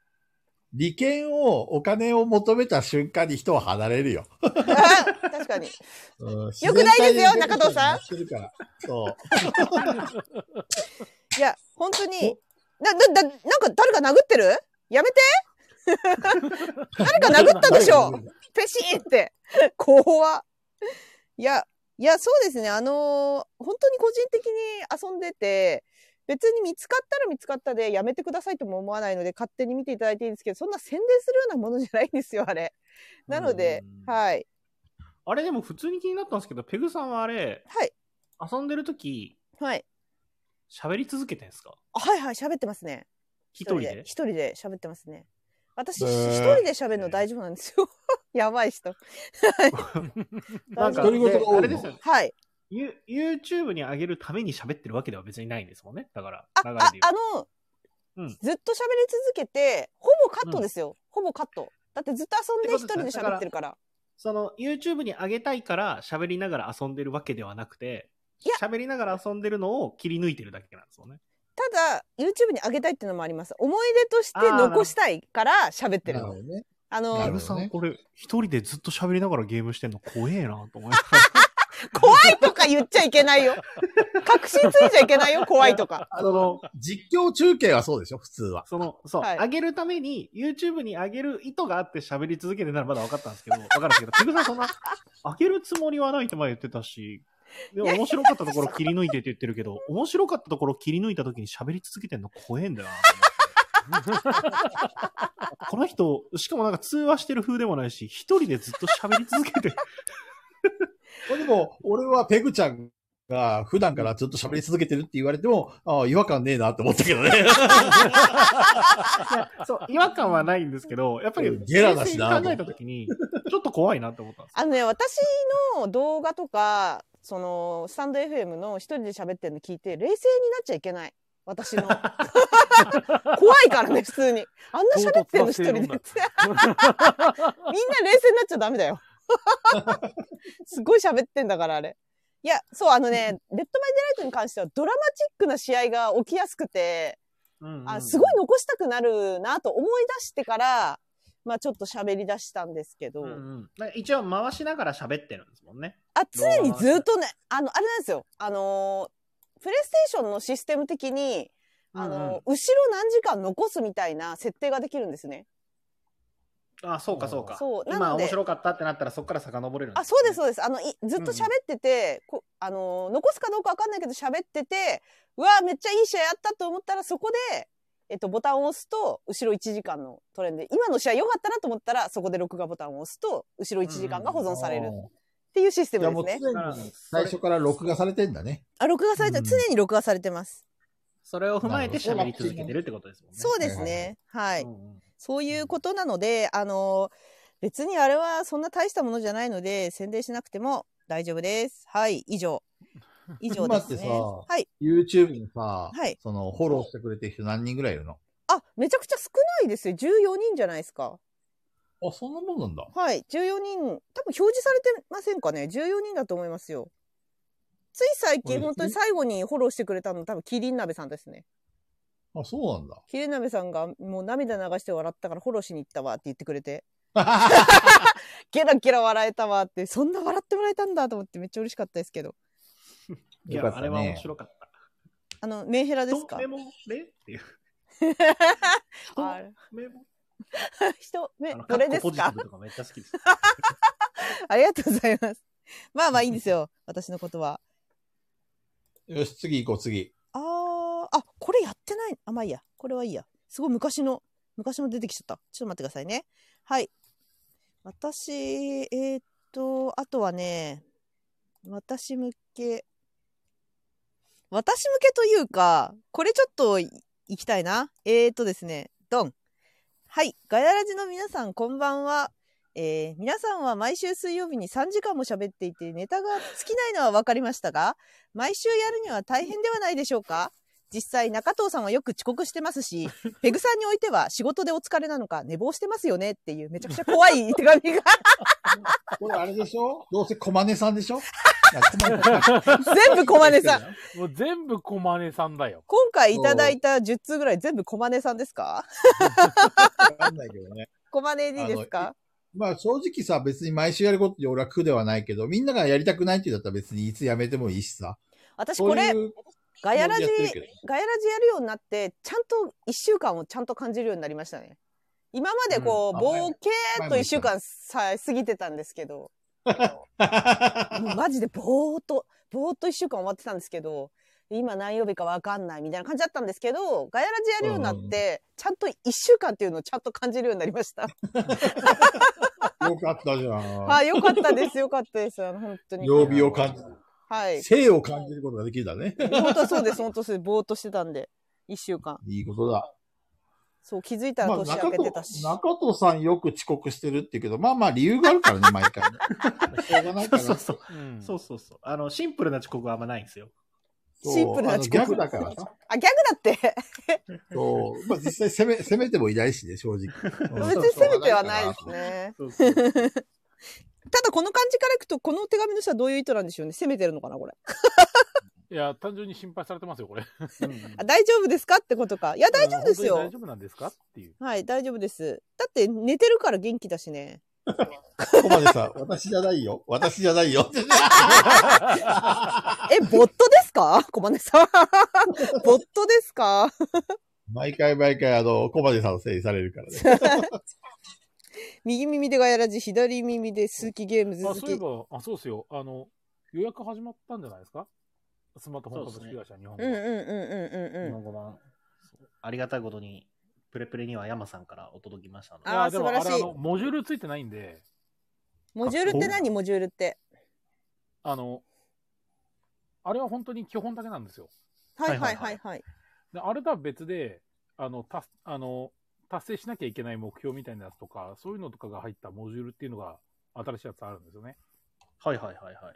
[SPEAKER 3] 利権を、お金を求めた瞬間に人は離れるよ。
[SPEAKER 1] あ *laughs* 確かに。
[SPEAKER 3] よ
[SPEAKER 1] 良くないですよ中藤さん
[SPEAKER 3] そう。
[SPEAKER 1] いや、本当に。な、な、な、なんか誰か殴ってるやめて誰か殴ったでしょペシーって。怖っいや、いや、そうですね。あのー本当に個人的に遊んでて、別に見つかったら見つかったでやめてくださいとも思わないので、勝手に見ていただいていいんですけど、そんな宣伝するようなものじゃないんですよ、あれ。なので
[SPEAKER 2] うん、
[SPEAKER 1] はい。
[SPEAKER 2] あれでも普通に気になったんですけど、ペグさんはあれ、
[SPEAKER 1] はい。
[SPEAKER 2] 遊んでる時
[SPEAKER 1] はい。
[SPEAKER 2] 喋り続けて
[SPEAKER 1] *laughs*
[SPEAKER 2] んですか
[SPEAKER 1] あはいはい、喋ってますね。
[SPEAKER 2] 一人で
[SPEAKER 1] 一人で喋ってますね。私、
[SPEAKER 3] へ
[SPEAKER 1] 一
[SPEAKER 3] ー
[SPEAKER 1] 人で喋るの大丈夫なんですよ。 *laughs* やばい人。
[SPEAKER 2] なんか、
[SPEAKER 3] 独り言
[SPEAKER 2] で
[SPEAKER 3] が多いの
[SPEAKER 2] あれですよね。
[SPEAKER 1] はい。
[SPEAKER 2] ユ YouTube に上げるために喋ってるわけでは別にないんですもんね。だから、
[SPEAKER 1] あ、
[SPEAKER 2] 流れ
[SPEAKER 1] あ
[SPEAKER 2] で言うと
[SPEAKER 1] あの、
[SPEAKER 2] うん
[SPEAKER 1] ずっと喋り続けて、ほぼカットですよ。ほぼカット。だってずっと遊んで一人で喋ってるから。
[SPEAKER 2] その YouTube に上げたいから喋りながら遊んでるわけではなくて
[SPEAKER 1] いや、
[SPEAKER 2] 喋りながら遊んでるのを切り抜いてるだけなんですもんね。
[SPEAKER 1] ただ、YouTube に上げたいっていうのもあります。思い出として
[SPEAKER 2] あーなるほど
[SPEAKER 1] 残したいから喋ってる
[SPEAKER 3] なるほ
[SPEAKER 1] の。
[SPEAKER 3] どね。
[SPEAKER 1] あ
[SPEAKER 3] な
[SPEAKER 2] ペ
[SPEAKER 3] る
[SPEAKER 1] の、
[SPEAKER 2] グ
[SPEAKER 3] ほ
[SPEAKER 2] さ
[SPEAKER 3] どね
[SPEAKER 2] ん、これ、一人でずっと喋りながらゲームしてんの怖えなと思いまし
[SPEAKER 1] 怖いとか言っちゃいけないよ。確信ついちゃいけないよ、怖いとか。
[SPEAKER 2] た。その、
[SPEAKER 3] 実況中継はそうでしょ、普通は。
[SPEAKER 2] その、そう、
[SPEAKER 1] はい
[SPEAKER 2] 上げるために、YouTube に上げる意図があって喋り続けてならまだ分かったんですけど、分かるんですけど、ペグさんそんな、上げるつもりはないって前言ってたし、でも面白かったところ切り抜いてって言ってるけど、面白かったところ切り抜いた時に喋り続けてんの怖えんだよなと思って。この人、しかもなんか通話してる風でもないし、一人でずっと喋り続けて、
[SPEAKER 3] でも、俺はペグちゃんが、普段からずっと喋り続けてるって言われても、ああ、違和感ねえなって思ったけどね。
[SPEAKER 2] そう、違和感はないんですけど、やっぱり、
[SPEAKER 3] ゲラだしな
[SPEAKER 2] 冷静に考えたときに、ちょっと怖いなって思ったんです
[SPEAKER 1] あのね、私の動画とか、その、スタンド FM の一人で喋ってるの聞いて、冷静になっちゃいけない。私の。怖いからね、普通に。あんな喋ってるの一人で。みんな冷静になっちゃダメだよ。すごい喋ってんだから、あれ。いや、そう、あのね、デッドバイデライトに関してはドラマチックな試合が起きやすくて、
[SPEAKER 2] うんうん
[SPEAKER 1] あすごい残したくなるなと思い出してから、まあちょっと喋り出したんですけど、
[SPEAKER 2] うんうんだから一応回しながら喋ってるんですもんね。
[SPEAKER 1] あ、常にずっとね、あの、あれなんですよ。あのー、プレイステーションのシステム的に、あのー
[SPEAKER 2] うん
[SPEAKER 1] 後
[SPEAKER 2] うん
[SPEAKER 1] ろ何時間残すみたいな設定ができるんですね。
[SPEAKER 2] あ、そうかそうか。
[SPEAKER 1] そうなので
[SPEAKER 2] 今面白かったってなったらそこから遡れるん
[SPEAKER 1] あ、そうです、
[SPEAKER 2] ね。
[SPEAKER 1] そうです。あの、いずっと喋ってて、こあのー、残すかどうかわかんないけど喋ってて、うわーめっちゃいい試合やったと思ったら、そこで、えっと、ボタンを押すと、後ろ1時間のトレンドで、今の試合良かったなと思ったら、そこで録画ボタンを押すと、後ろ1時間 *laughs* が保存されるっていうシステム
[SPEAKER 3] じゃあ
[SPEAKER 1] で
[SPEAKER 3] も
[SPEAKER 1] す
[SPEAKER 3] う
[SPEAKER 1] ね。
[SPEAKER 3] 常に最初から録画されてんだね。
[SPEAKER 1] あ、録画されて、
[SPEAKER 3] うん
[SPEAKER 1] 常に録画されてます。
[SPEAKER 2] それを踏まえて喋り続けてるってことですもんね。
[SPEAKER 1] そうですね。はい。そういうことなので、あの、別にあれはそんな大したものじゃないので、宣伝しなくても大丈夫です。はい、以上。以上ですね。
[SPEAKER 3] 今ってさ
[SPEAKER 1] はい。
[SPEAKER 3] YouTube にさ、
[SPEAKER 1] はい
[SPEAKER 3] その、フォローしてくれてる人何人ぐらいいるの
[SPEAKER 1] あ、めちゃくちゃ少ないですよ。14人じゃないですか。
[SPEAKER 3] あ、そんなもんなんだ。
[SPEAKER 1] はい、14人、多分表示されてませんかね。14人だと思いますよ。つい最
[SPEAKER 3] そうです
[SPEAKER 1] 近、
[SPEAKER 3] ね
[SPEAKER 1] 本当に最後にフォローしてくれたの、多分キリン鍋さんですね。
[SPEAKER 3] あ、そうなんだ。
[SPEAKER 1] キリン鍋さんがもう涙流して笑ったからフォローしに行ったわって言ってくれて、
[SPEAKER 3] *laughs*
[SPEAKER 1] ゲラゲラ笑えたわって、そんな笑ってもらえたんだと思ってめっちゃ嬉しかったですけど。
[SPEAKER 2] いや、
[SPEAKER 3] よかった
[SPEAKER 2] あ
[SPEAKER 3] ね
[SPEAKER 2] れは面白かった。
[SPEAKER 1] あの、メンヘラです
[SPEAKER 2] 人
[SPEAKER 1] か
[SPEAKER 2] メモレっ
[SPEAKER 1] *laughs*
[SPEAKER 2] ていう。人
[SPEAKER 1] あれ
[SPEAKER 2] メモ
[SPEAKER 1] 人、め、
[SPEAKER 2] あの
[SPEAKER 1] これです
[SPEAKER 2] ポジティ
[SPEAKER 1] か
[SPEAKER 2] ブとかめっちゃ好
[SPEAKER 1] *laughs*
[SPEAKER 2] きです。
[SPEAKER 1] ありがとうございます。まあまあいいんですよ。私のことは。
[SPEAKER 3] よし、次行こう、次。
[SPEAKER 1] あー、あ、これやってない。あ、まあいいや。これはいいや。すごい昔の、昔の出てきちゃった。ちょっと待ってくださいね。はい。私、えーっと、あとはね、私向け。私向けというか、これちょっとい行きたいな。えーっとですね、ドン。はい。ガヤラジの皆さん、こんばんは。えー皆さんは毎週水曜日に3時間も喋っていて、ネタが尽きないのは分かりましたが、毎週やるには大変ではないでしょうか実際、中藤さんはよく遅刻してます
[SPEAKER 3] *laughs*
[SPEAKER 1] し、ペグさんにおいては仕事でお疲れなのか寝坊してますよねっていうめちゃくちゃ怖い手紙
[SPEAKER 3] *laughs*
[SPEAKER 1] が
[SPEAKER 3] これあれでしょどうせ小金さんでしょ
[SPEAKER 1] *laughs*
[SPEAKER 3] なんか小金さん
[SPEAKER 1] 全部小金さん。
[SPEAKER 4] *laughs* もう全部小金さんだよ。
[SPEAKER 1] 今回いただいた10通ぐらい全部小金さんですか
[SPEAKER 3] わかんないけどね。
[SPEAKER 1] 小金 D ですか
[SPEAKER 3] まあ正直さ、別に毎週やることで俺は苦ではないけど、みんながやりたくないって言うんだったら別にいつやめてもいいしさ。
[SPEAKER 1] 私
[SPEAKER 3] そう
[SPEAKER 1] これ、
[SPEAKER 3] いう
[SPEAKER 1] ガヤラジ
[SPEAKER 3] やっ、てるけど
[SPEAKER 1] ガヤラジやるようになって、ちゃんと1週間をちゃんと感じるようになりましたね。今までこう、
[SPEAKER 3] うんあ前
[SPEAKER 1] ぼーけーっと1週間さ過ぎてたんですけど、もうマジでぼーっと、ぼーっと一週間終わってたんですけど、今何曜日かわかんないみたいな感じだったんですけど、ガヤラジやるようになって、ちゃんと一週間っていうのをちゃんと感じるようになりました。
[SPEAKER 3] よかったじゃん。
[SPEAKER 1] はい、よかったです。よかったです。あの、本当に。
[SPEAKER 3] 曜日を感じる。
[SPEAKER 1] はい。
[SPEAKER 3] 生を感じることができるんだね。
[SPEAKER 1] 本当そうです。本当そうです。ぼーっとしてたんで、一週間。
[SPEAKER 3] いいことだ。
[SPEAKER 1] そう、気づいたら年明けてたし。
[SPEAKER 3] まあ、中藤中藤さんよく遅刻してるって言うけど、まあまあ理由があるからね、毎回ね。しょうがないか
[SPEAKER 2] そう
[SPEAKER 3] ら。
[SPEAKER 2] そうそう。
[SPEAKER 4] うん
[SPEAKER 2] そうそうそう。あの、シンプルな遅刻はあんまないんですよ。
[SPEAKER 3] そう
[SPEAKER 1] シンプルな
[SPEAKER 3] あの
[SPEAKER 1] 遅刻
[SPEAKER 3] ギャグだからさ。
[SPEAKER 1] あ、ギャグだって。
[SPEAKER 3] そう。まあ実際攻め、攻めてもいないし
[SPEAKER 1] *laughs*
[SPEAKER 3] ね、正直。
[SPEAKER 1] 別に攻めてはないです。ね。
[SPEAKER 2] そうそうそう
[SPEAKER 1] ただこの感じからいくと、この手紙の人はどういう意図なんでしょうね。攻めてるのかな、これ。
[SPEAKER 4] いや、単純に心配されてますよ、これ。
[SPEAKER 2] うんうん
[SPEAKER 1] あ大丈夫ですかってことか。いや、大丈夫ですよ。
[SPEAKER 4] 本当に大丈夫なんですかっていう。
[SPEAKER 1] はい、大丈夫です。だって寝てるから元気だしね。
[SPEAKER 3] ここまでさ、私じゃないよ。私じゃないよってね。
[SPEAKER 1] え、ボットですか *laughs* 小金さん。ボットですか
[SPEAKER 3] 毎回毎回、あの、小林さんのせいにされるからね。
[SPEAKER 1] 右耳でガヤラジ、左耳でスーキゲームズ
[SPEAKER 4] あ、
[SPEAKER 1] 好
[SPEAKER 4] そういえ
[SPEAKER 1] き。
[SPEAKER 4] ば、あ、そうですよ。あの、予約始まったんじゃないですかスマートフォン株式会社、日本語
[SPEAKER 1] うんうんうんうんうん
[SPEAKER 2] 日
[SPEAKER 1] うん。
[SPEAKER 2] 本語版。そうありがたいことに、プレプレには山さんからお届きましたので
[SPEAKER 1] あ
[SPEAKER 4] いや
[SPEAKER 1] ー素晴らしい
[SPEAKER 4] でもあれあの、モジュールついてないんで、
[SPEAKER 1] モジュールって何モジュールって。
[SPEAKER 4] あの、あれは本当に基本だけなんですよ。
[SPEAKER 1] は
[SPEAKER 2] はいい
[SPEAKER 1] は
[SPEAKER 2] はいい
[SPEAKER 1] は
[SPEAKER 2] はいい
[SPEAKER 1] はい。
[SPEAKER 4] であれとは別で、あの、たあの達成しなきゃいけない目標みたいなやつとか、そういうのとかが入ったモジュールっていうのが新しいやつあるんですよね。
[SPEAKER 2] はいはいはいはい。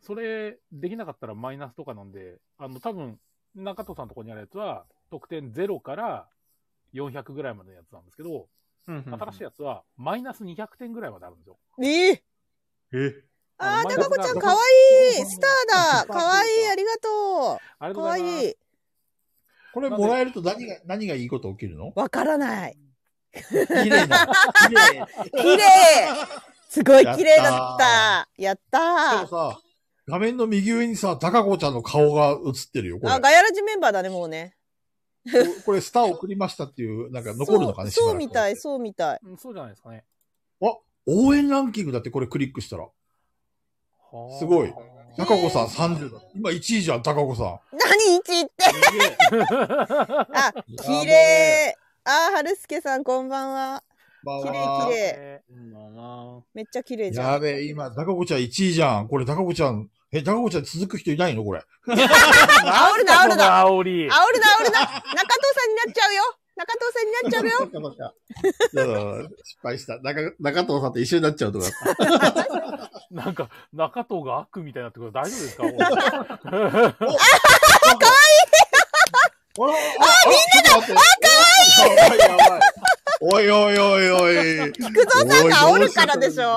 [SPEAKER 4] それできなかったらマイナスとかなんで、あの、多分、中藤さんのところにあるやつは、得点0から400ぐらいまでのやつなんですけど、新しい
[SPEAKER 2] や
[SPEAKER 4] やつはマイナス200点ぐらいまであるんですよ。
[SPEAKER 1] ええ
[SPEAKER 2] つ。え
[SPEAKER 1] あー、
[SPEAKER 4] あ
[SPEAKER 1] 中子ちゃん
[SPEAKER 4] まだ
[SPEAKER 1] かわいいスターだかわいいありがと
[SPEAKER 4] あ
[SPEAKER 1] うかわ
[SPEAKER 4] れがとうござ
[SPEAKER 1] い
[SPEAKER 4] い
[SPEAKER 1] い
[SPEAKER 3] これもらえると何が、何がいいこと起き
[SPEAKER 1] *laughs*
[SPEAKER 3] るの
[SPEAKER 1] わから
[SPEAKER 4] *laughs*
[SPEAKER 1] ない。
[SPEAKER 3] 綺麗 *laughs* だ。綺
[SPEAKER 1] *laughs*
[SPEAKER 3] 麗。
[SPEAKER 1] 綺麗すごい綺麗だったやった
[SPEAKER 3] で
[SPEAKER 1] ー
[SPEAKER 3] もさ、画面の右上にさ、高子ちゃんの顔が映ってるよ、これ
[SPEAKER 1] あ、。ガヤラジメンバーだね、もうね。
[SPEAKER 3] ここれ、スター送りましたっていう、なんか残るのかね、
[SPEAKER 1] そうそう
[SPEAKER 3] しばらく
[SPEAKER 1] みたい、そうみたい。 *laughs*
[SPEAKER 4] ますうんそうじゃないですかね。
[SPEAKER 3] 応援ランキングだって、これクリックしたら。
[SPEAKER 4] はあ
[SPEAKER 3] す
[SPEAKER 1] *laughs*
[SPEAKER 3] ごい。
[SPEAKER 1] えー
[SPEAKER 3] 高子さん30だ。今1位じゃん、高子さん。
[SPEAKER 1] 何一位ってあ、綺麗あー、はるすけさんこんばんは。
[SPEAKER 3] まあ
[SPEAKER 1] 綺麗綺麗
[SPEAKER 4] え
[SPEAKER 1] めっちゃ綺麗じゃん。
[SPEAKER 3] やべえ、今、高子ちゃん1位じゃん。これ、高子ちゃん、え、高子ちゃん続く人いないのこれ。
[SPEAKER 1] 煽るな、煽るな。煽る
[SPEAKER 4] 煽り。
[SPEAKER 1] な、煽るな。中藤さんになっちゃうよ。中藤さんになっちゃうよ。
[SPEAKER 3] そっかそっかだから失敗した。中、中藤さんと一緒になっちゃうとか。
[SPEAKER 4] なんか、中藤が悪みたいになってくる大丈夫ですか
[SPEAKER 3] ああ、みんなだあ、かわいいやばいやばい。おいおいおい *laughs* おい。
[SPEAKER 1] *laughs* 菊蔵さんが煽るからでしょ。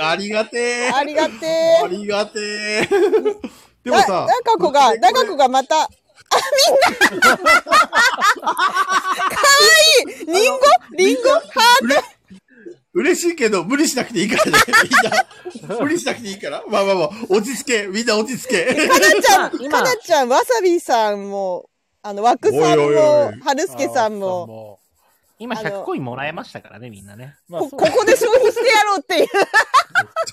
[SPEAKER 3] ありがてえ。
[SPEAKER 1] ありがて
[SPEAKER 3] あ
[SPEAKER 1] え。
[SPEAKER 3] りがて
[SPEAKER 1] *laughs*
[SPEAKER 3] え。 *laughs* でも
[SPEAKER 1] な
[SPEAKER 3] さ、
[SPEAKER 1] 中子が、中子がまた、あ、 *laughs* みんなかわいいリンゴリンゴハー
[SPEAKER 3] 嬉しいけど、無理しなくていいからね。みんな、無理しなくていいから。まあまあまあ、落ち着け。みんな落ち着け。
[SPEAKER 1] トかなちゃん、
[SPEAKER 4] 今
[SPEAKER 1] かなちゃん、わさびさんも、あの、枠さん
[SPEAKER 3] おいおいお
[SPEAKER 1] も
[SPEAKER 3] い、
[SPEAKER 1] はるすけさんも、
[SPEAKER 4] も。
[SPEAKER 2] 今
[SPEAKER 1] あの
[SPEAKER 2] 100コインもらえましたからね、みんなね。
[SPEAKER 4] まあ
[SPEAKER 1] こ
[SPEAKER 4] そ
[SPEAKER 1] こ
[SPEAKER 4] うです
[SPEAKER 1] こで消費してやろうっていう。
[SPEAKER 3] ち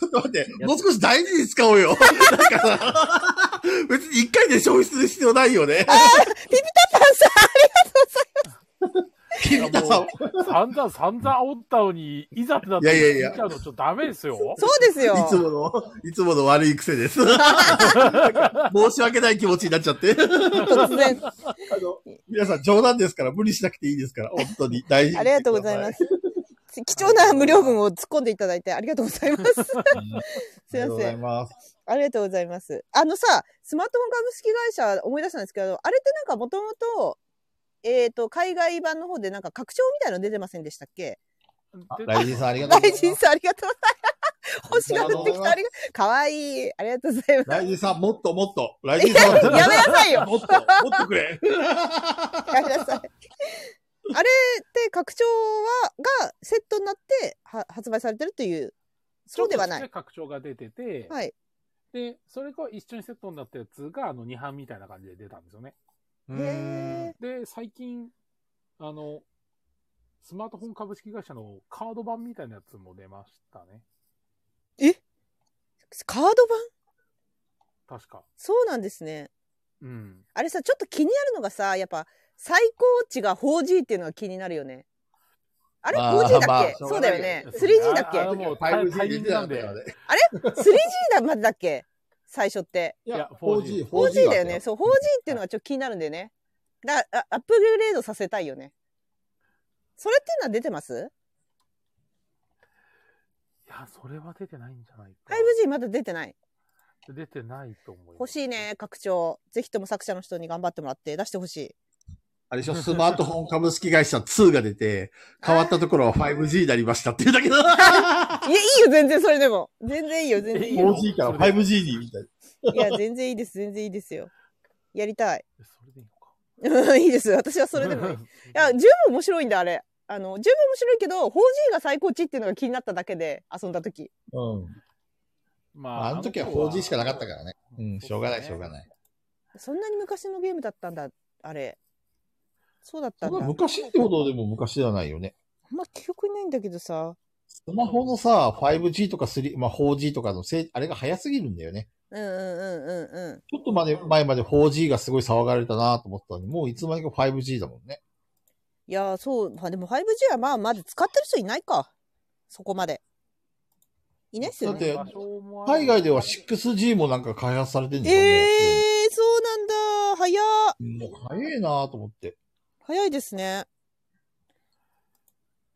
[SPEAKER 3] ょっと待って、もう少し大事に使おうよ。なんかさ、別に一回で消費する必要ないよね。
[SPEAKER 1] パンさん
[SPEAKER 3] 君田さん。
[SPEAKER 4] 散々、散々煽ったのに、いざってなっ
[SPEAKER 3] いやいやい
[SPEAKER 4] て、
[SPEAKER 3] や
[SPEAKER 4] ちゃうのちょっとダメですよ。
[SPEAKER 1] そうですよ。
[SPEAKER 3] いつもの、いつもの悪い癖です。申し訳ない気持ちになっちゃって。
[SPEAKER 1] 突然。
[SPEAKER 3] あの、皆さん冗談ですから、無理しなくていいですから、本当に大事。
[SPEAKER 1] ありがとうございますす。貴重な無料分を突っ込んでいただいてありがとうございます。すい
[SPEAKER 3] ありがと
[SPEAKER 1] ま
[SPEAKER 3] うござ
[SPEAKER 1] せ
[SPEAKER 3] い
[SPEAKER 1] ん。
[SPEAKER 3] ます。
[SPEAKER 1] ありがとうございます。あのさ、スマートフォン株式会社思い出したんですけど、あれってなんかもともと、えっ、と、海外版の方でなんか拡張みたいなの出てませんでしたっけ
[SPEAKER 4] で
[SPEAKER 3] 大臣さんありがとうござ
[SPEAKER 1] 大
[SPEAKER 3] います。
[SPEAKER 1] 臣さんありがとうご
[SPEAKER 3] *laughs*
[SPEAKER 1] ざいます。星が降ってきたありがかわいい。ありがとうございます。
[SPEAKER 3] ライジンさん、もっともっと。ライジンさんもっと、
[SPEAKER 1] やめなさいよ
[SPEAKER 3] もっと、もっとくれ。
[SPEAKER 1] や
[SPEAKER 4] *laughs*
[SPEAKER 1] めなさい。あれって拡張は、がセットになっては発売されてるという、そうではな
[SPEAKER 4] ちょっ
[SPEAKER 1] い。
[SPEAKER 4] と拡張が出てて、
[SPEAKER 1] はい。
[SPEAKER 4] で、それが一緒にセットになったやつが、あの、2版みたいな感じで出たんですよね。
[SPEAKER 2] うーん
[SPEAKER 1] へ
[SPEAKER 4] で、最近、あの、スマートフォン株式会社のカード版みたいなやつも出ましたね。
[SPEAKER 1] ーカード版
[SPEAKER 4] 確か。
[SPEAKER 1] そうなんですね。
[SPEAKER 4] うん。
[SPEAKER 1] あれさ、ちょっと気になるのがさ、やっぱ、最高値が 4G っていうのが気になるよね。あれ
[SPEAKER 3] まあ
[SPEAKER 1] ?4G だっけ
[SPEAKER 3] まあ
[SPEAKER 1] そうだよね。
[SPEAKER 4] しょう
[SPEAKER 1] 3G
[SPEAKER 4] がな
[SPEAKER 1] だ
[SPEAKER 4] い
[SPEAKER 1] っけ
[SPEAKER 4] ああもうタイ
[SPEAKER 3] 5G
[SPEAKER 4] タイミングなんで。
[SPEAKER 3] で
[SPEAKER 1] ?3G だまでだっけ最初って。
[SPEAKER 3] い
[SPEAKER 4] いや
[SPEAKER 3] や、4G、
[SPEAKER 1] 4G だよね。
[SPEAKER 3] った
[SPEAKER 1] そう、4G っていうのがちょっと気になるんだよね。だから、あアップグレードさせたいよね。それっていうのは出てます
[SPEAKER 4] いや、それは出てないんじゃないか。
[SPEAKER 1] ?5G まだ出てない。
[SPEAKER 4] 出てないと思います。
[SPEAKER 1] 欲しいね、拡張。ぜひとも作者の人に頑張ってもらって出してほしい。
[SPEAKER 3] あれでしょ、スマートフォン株式会社2が出て、変わったと
[SPEAKER 1] *laughs*
[SPEAKER 3] ころは 5G になりましたっていうだけだ。
[SPEAKER 1] いや、いいよ、全然それでも。全然いいよ、全然いいよ。
[SPEAKER 3] 4G から 5G にみたいな。
[SPEAKER 1] いや、全然いいです、全然いいですよ。やりたい。 *laughs*
[SPEAKER 4] え。それでいいのか。
[SPEAKER 1] うんいいです、私はそれで *laughs*
[SPEAKER 4] *laughs*
[SPEAKER 1] もいい。いや、十分面白いんだ、あれ。あの、十分面白いけど、4G が最高値っていうのが気になっただけで遊んだ時
[SPEAKER 3] うん。
[SPEAKER 4] ま
[SPEAKER 3] あの時は 4G しかなかったからね。うん、しょうがない、しょうが
[SPEAKER 4] い。
[SPEAKER 3] ない。
[SPEAKER 1] そんなに昔のゲームだったんだ、あれ。そうだったんだ。あん
[SPEAKER 3] 昔ってほどでも昔ではないよね。
[SPEAKER 1] ま記憶にないんだけどさ。
[SPEAKER 3] スマホのさ、5G とか3、まあ、4G とかのせい、あれが早すぎるんだよね。
[SPEAKER 1] うんうんうんうんうん。
[SPEAKER 3] ちょっとまで前まで 4G がすごい騒がれたなと思ってたのに、もういつまでか 5G だもんね。
[SPEAKER 1] いやー、そう、まあでも 5G はまあ、まだ使ってる人いないか。そこまで。いないっすよね。
[SPEAKER 3] だ
[SPEAKER 4] 場
[SPEAKER 3] って
[SPEAKER 4] 所もある
[SPEAKER 3] 海外では 6G もなんか開発されてるん
[SPEAKER 1] え
[SPEAKER 3] ですよね。
[SPEAKER 1] えー、そうなんだ。早っ
[SPEAKER 3] もう早いなと思って。
[SPEAKER 1] 早いですね。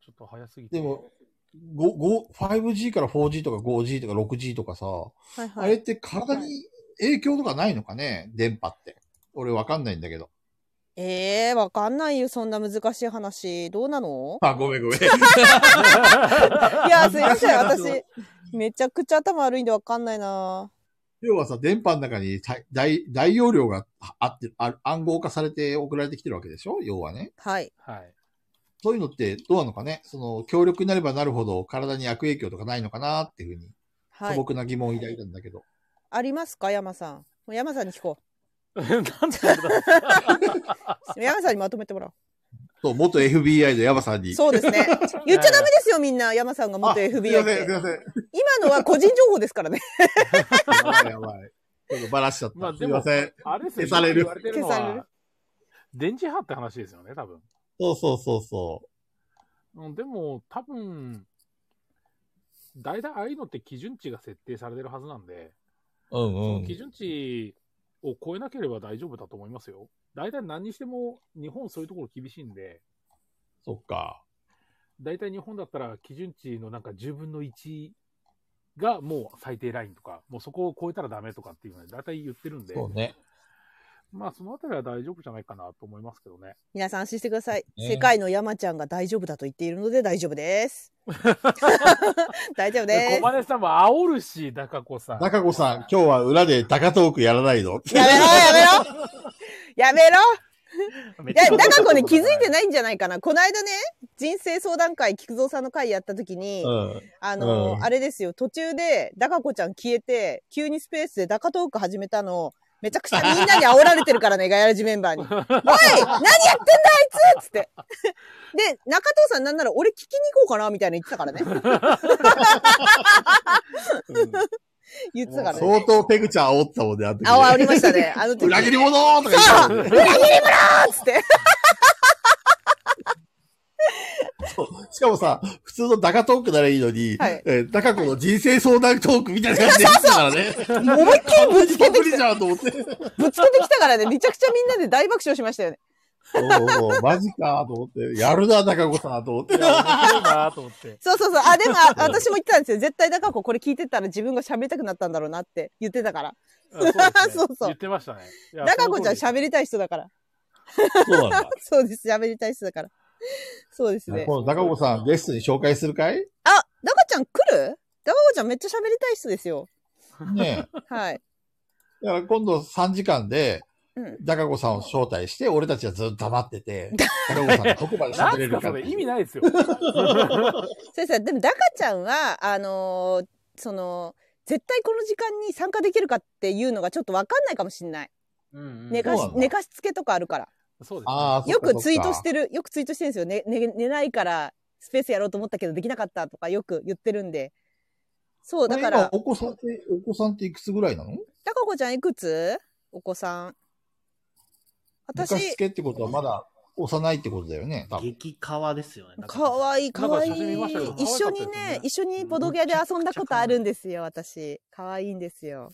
[SPEAKER 4] ちょっと早すぎて。
[SPEAKER 3] でも、5 5G から 4G とか 5G とか 6G とかさ、
[SPEAKER 1] はい
[SPEAKER 3] あ
[SPEAKER 1] は
[SPEAKER 3] れっ
[SPEAKER 1] い。
[SPEAKER 3] て体に影響とかないのかね電波って。俺わかんないんだけど。
[SPEAKER 1] ええー、わかんないよ。そんな難しい話。どうな
[SPEAKER 3] *laughs*
[SPEAKER 1] の
[SPEAKER 3] *laughs* あ、ごめんごめん。
[SPEAKER 1] いや、すいません。
[SPEAKER 3] 難しい話
[SPEAKER 1] 私、めちゃくちゃ頭悪いんでわかんないな。
[SPEAKER 3] 要はさ、電波の中に大大大容量があってあ、暗号化されて送られてきてるわけでしょ要はね。
[SPEAKER 1] はい。
[SPEAKER 4] はい。
[SPEAKER 3] そういうのってどうなのかねその、強力になればなるほど体に悪影響とかないのかなっていうふうに、
[SPEAKER 1] は
[SPEAKER 3] 素
[SPEAKER 1] い。
[SPEAKER 3] 朴な疑問を抱いたんだけど。
[SPEAKER 1] ありますか山さん。もう山さんに聞こ
[SPEAKER 2] *laughs*
[SPEAKER 4] なんでだ
[SPEAKER 1] う。山さんにまとめてもらおう。
[SPEAKER 3] そう、元 FBI のヤバさんに。
[SPEAKER 1] そうですね。言っちゃダメですよ、みんな。山さんが
[SPEAKER 3] あ
[SPEAKER 1] 元 FBI っ
[SPEAKER 3] すいません、すい
[SPEAKER 1] て。
[SPEAKER 3] ません。
[SPEAKER 1] 今のは個人情報ですからね。
[SPEAKER 3] やばいやばい。ちょっとバラしちゃった。
[SPEAKER 4] まあ
[SPEAKER 3] す
[SPEAKER 4] で
[SPEAKER 3] い
[SPEAKER 4] も
[SPEAKER 3] ません。
[SPEAKER 4] あれですよ
[SPEAKER 3] 消される
[SPEAKER 4] よく言われてるの
[SPEAKER 1] 消される
[SPEAKER 4] は、電磁波って話ですよね、多分。
[SPEAKER 3] そうそうそうそ
[SPEAKER 4] うん、でも、多分、大体ああいうのって基準値が設定されてるはずなんで、
[SPEAKER 3] う。うん
[SPEAKER 4] そうの基準値を超えなければ大丈夫だと思いますよ。大体何にしても、日本そういうところ厳しいんで、
[SPEAKER 3] そっか。
[SPEAKER 4] 大体日本だったら基準値のなんか10分の1がもう最低ラインとか、もうそこを超えたらダメとかっていうのは大体言ってるんで、
[SPEAKER 3] そうね。
[SPEAKER 4] まあそのあたりは大丈夫じゃないかなと思いますけどね。
[SPEAKER 1] 皆さん安心してください。
[SPEAKER 3] ね
[SPEAKER 1] 世界の山ちゃんが大丈夫だと言っているので大丈夫
[SPEAKER 3] *laughs*
[SPEAKER 1] です。大丈夫で
[SPEAKER 4] 小金さんも煽るし、高子さん。
[SPEAKER 3] 中子さん、今日は裏でダカトークやらないの
[SPEAKER 1] す。やめろ
[SPEAKER 3] *laughs*
[SPEAKER 1] やめろやめろ
[SPEAKER 2] めっ
[SPEAKER 1] いや、
[SPEAKER 2] ちゃ
[SPEAKER 1] だからこれ気づいて
[SPEAKER 2] い。
[SPEAKER 1] ないんじゃないかな。この間ね、人生相談会、菊蔵さんの会やった時に、
[SPEAKER 3] うん。
[SPEAKER 1] あの、
[SPEAKER 3] うん
[SPEAKER 1] あれですよ、途中で、ダカ子ちゃん消えて、急にスペースでダカトーク始めたの、めちゃくちゃみんなに煽られてるからね、ガヤラジメンバー
[SPEAKER 3] *laughs*
[SPEAKER 1] に。おい何やってんだあいつつって。で、中藤さんなんなら俺聞きに行こうかな、みたいな言ってたからね。言ってたからね。
[SPEAKER 3] 相当ペグちゃん煽ってたもんね、あの時ね
[SPEAKER 1] あ、煽りましたね。あの時。
[SPEAKER 3] *laughs* 裏切り者とか言ってたもんね
[SPEAKER 1] あーっつ
[SPEAKER 3] *laughs*
[SPEAKER 1] って。
[SPEAKER 3] そうしかもさ、普通のダカトークならいいのに、
[SPEAKER 1] はい
[SPEAKER 3] えーダカ子の人生相談トークみたいな感じでやってたからね。
[SPEAKER 1] 思いっきりぶつけ
[SPEAKER 3] パ
[SPEAKER 1] てき
[SPEAKER 3] クリ
[SPEAKER 1] た。
[SPEAKER 3] じゃんと思って。
[SPEAKER 1] ぶつけてきたからね、めちゃくちゃみんなで大爆笑しましたよね。
[SPEAKER 3] おおマジかと思って。やるな、ダカ子さんと思って
[SPEAKER 4] い。や、面白いなと
[SPEAKER 1] *laughs*
[SPEAKER 4] 思って。
[SPEAKER 1] そうそうそう。あ、でも、
[SPEAKER 3] *laughs*
[SPEAKER 1] あ私も言ってたんですよ。絶対ダカ子これ聞いてたら自分が喋りたくなったんだろうなって言ってたから。
[SPEAKER 4] あそうですね
[SPEAKER 1] そうそう
[SPEAKER 4] 言ってましたね。いや
[SPEAKER 1] ダカ子ちゃん
[SPEAKER 4] その
[SPEAKER 1] 喋
[SPEAKER 4] 通り
[SPEAKER 1] りたい人だから。
[SPEAKER 3] そうなんだ。
[SPEAKER 1] *laughs* そうです。喋りたい人だから。そうですね。
[SPEAKER 3] このダカ子さん、ゲストに紹介するかい
[SPEAKER 1] あ、ダカちゃん来るダカ子ちゃんめっちゃ喋りたい人ですよ。
[SPEAKER 3] ねえ。
[SPEAKER 1] はい。
[SPEAKER 3] だから今度3時間で、
[SPEAKER 1] うん。
[SPEAKER 3] ダカ子さんを招待して、俺たちはずっと黙ってて、ダカ子さんがどこまで
[SPEAKER 4] な
[SPEAKER 3] 喋
[SPEAKER 4] ん
[SPEAKER 3] れ
[SPEAKER 4] すか
[SPEAKER 3] るか
[SPEAKER 4] そ
[SPEAKER 3] って
[SPEAKER 4] れ
[SPEAKER 3] いう
[SPEAKER 4] 意味ないですよ。
[SPEAKER 1] それさ、でもダカちゃんは、あのーその、絶対この時間に参加できるかっていうのがちょっとわかんないかもしんない。
[SPEAKER 2] うん
[SPEAKER 1] 寝かし
[SPEAKER 3] そうな、の
[SPEAKER 1] 寝かしつけとかあるから。
[SPEAKER 4] そうですね。
[SPEAKER 3] ああ、。
[SPEAKER 1] よくツイートしててる、よくツイートしてるんですよ。ね、寝、寝ないからスペースやろうと思ったけどできなかったとかよく言ってるんで。そう、
[SPEAKER 3] だ
[SPEAKER 1] だ
[SPEAKER 3] か。
[SPEAKER 1] からら、
[SPEAKER 3] お子さんって、お子さんっていくつぐらいなの
[SPEAKER 1] ダカ子ちゃんいくつお子さん。私、
[SPEAKER 3] 昔つけってことはまだ幼いってことだよね、多分。
[SPEAKER 2] 激川ですよね。
[SPEAKER 1] かわいい、かわいい。
[SPEAKER 4] なんか写真見ましたけど
[SPEAKER 1] 一緒に
[SPEAKER 4] 可愛かったです
[SPEAKER 1] ね
[SPEAKER 4] よね、
[SPEAKER 1] 一緒にボドゲ屋で遊んだことあるんですよ、私。かわいいんですよ。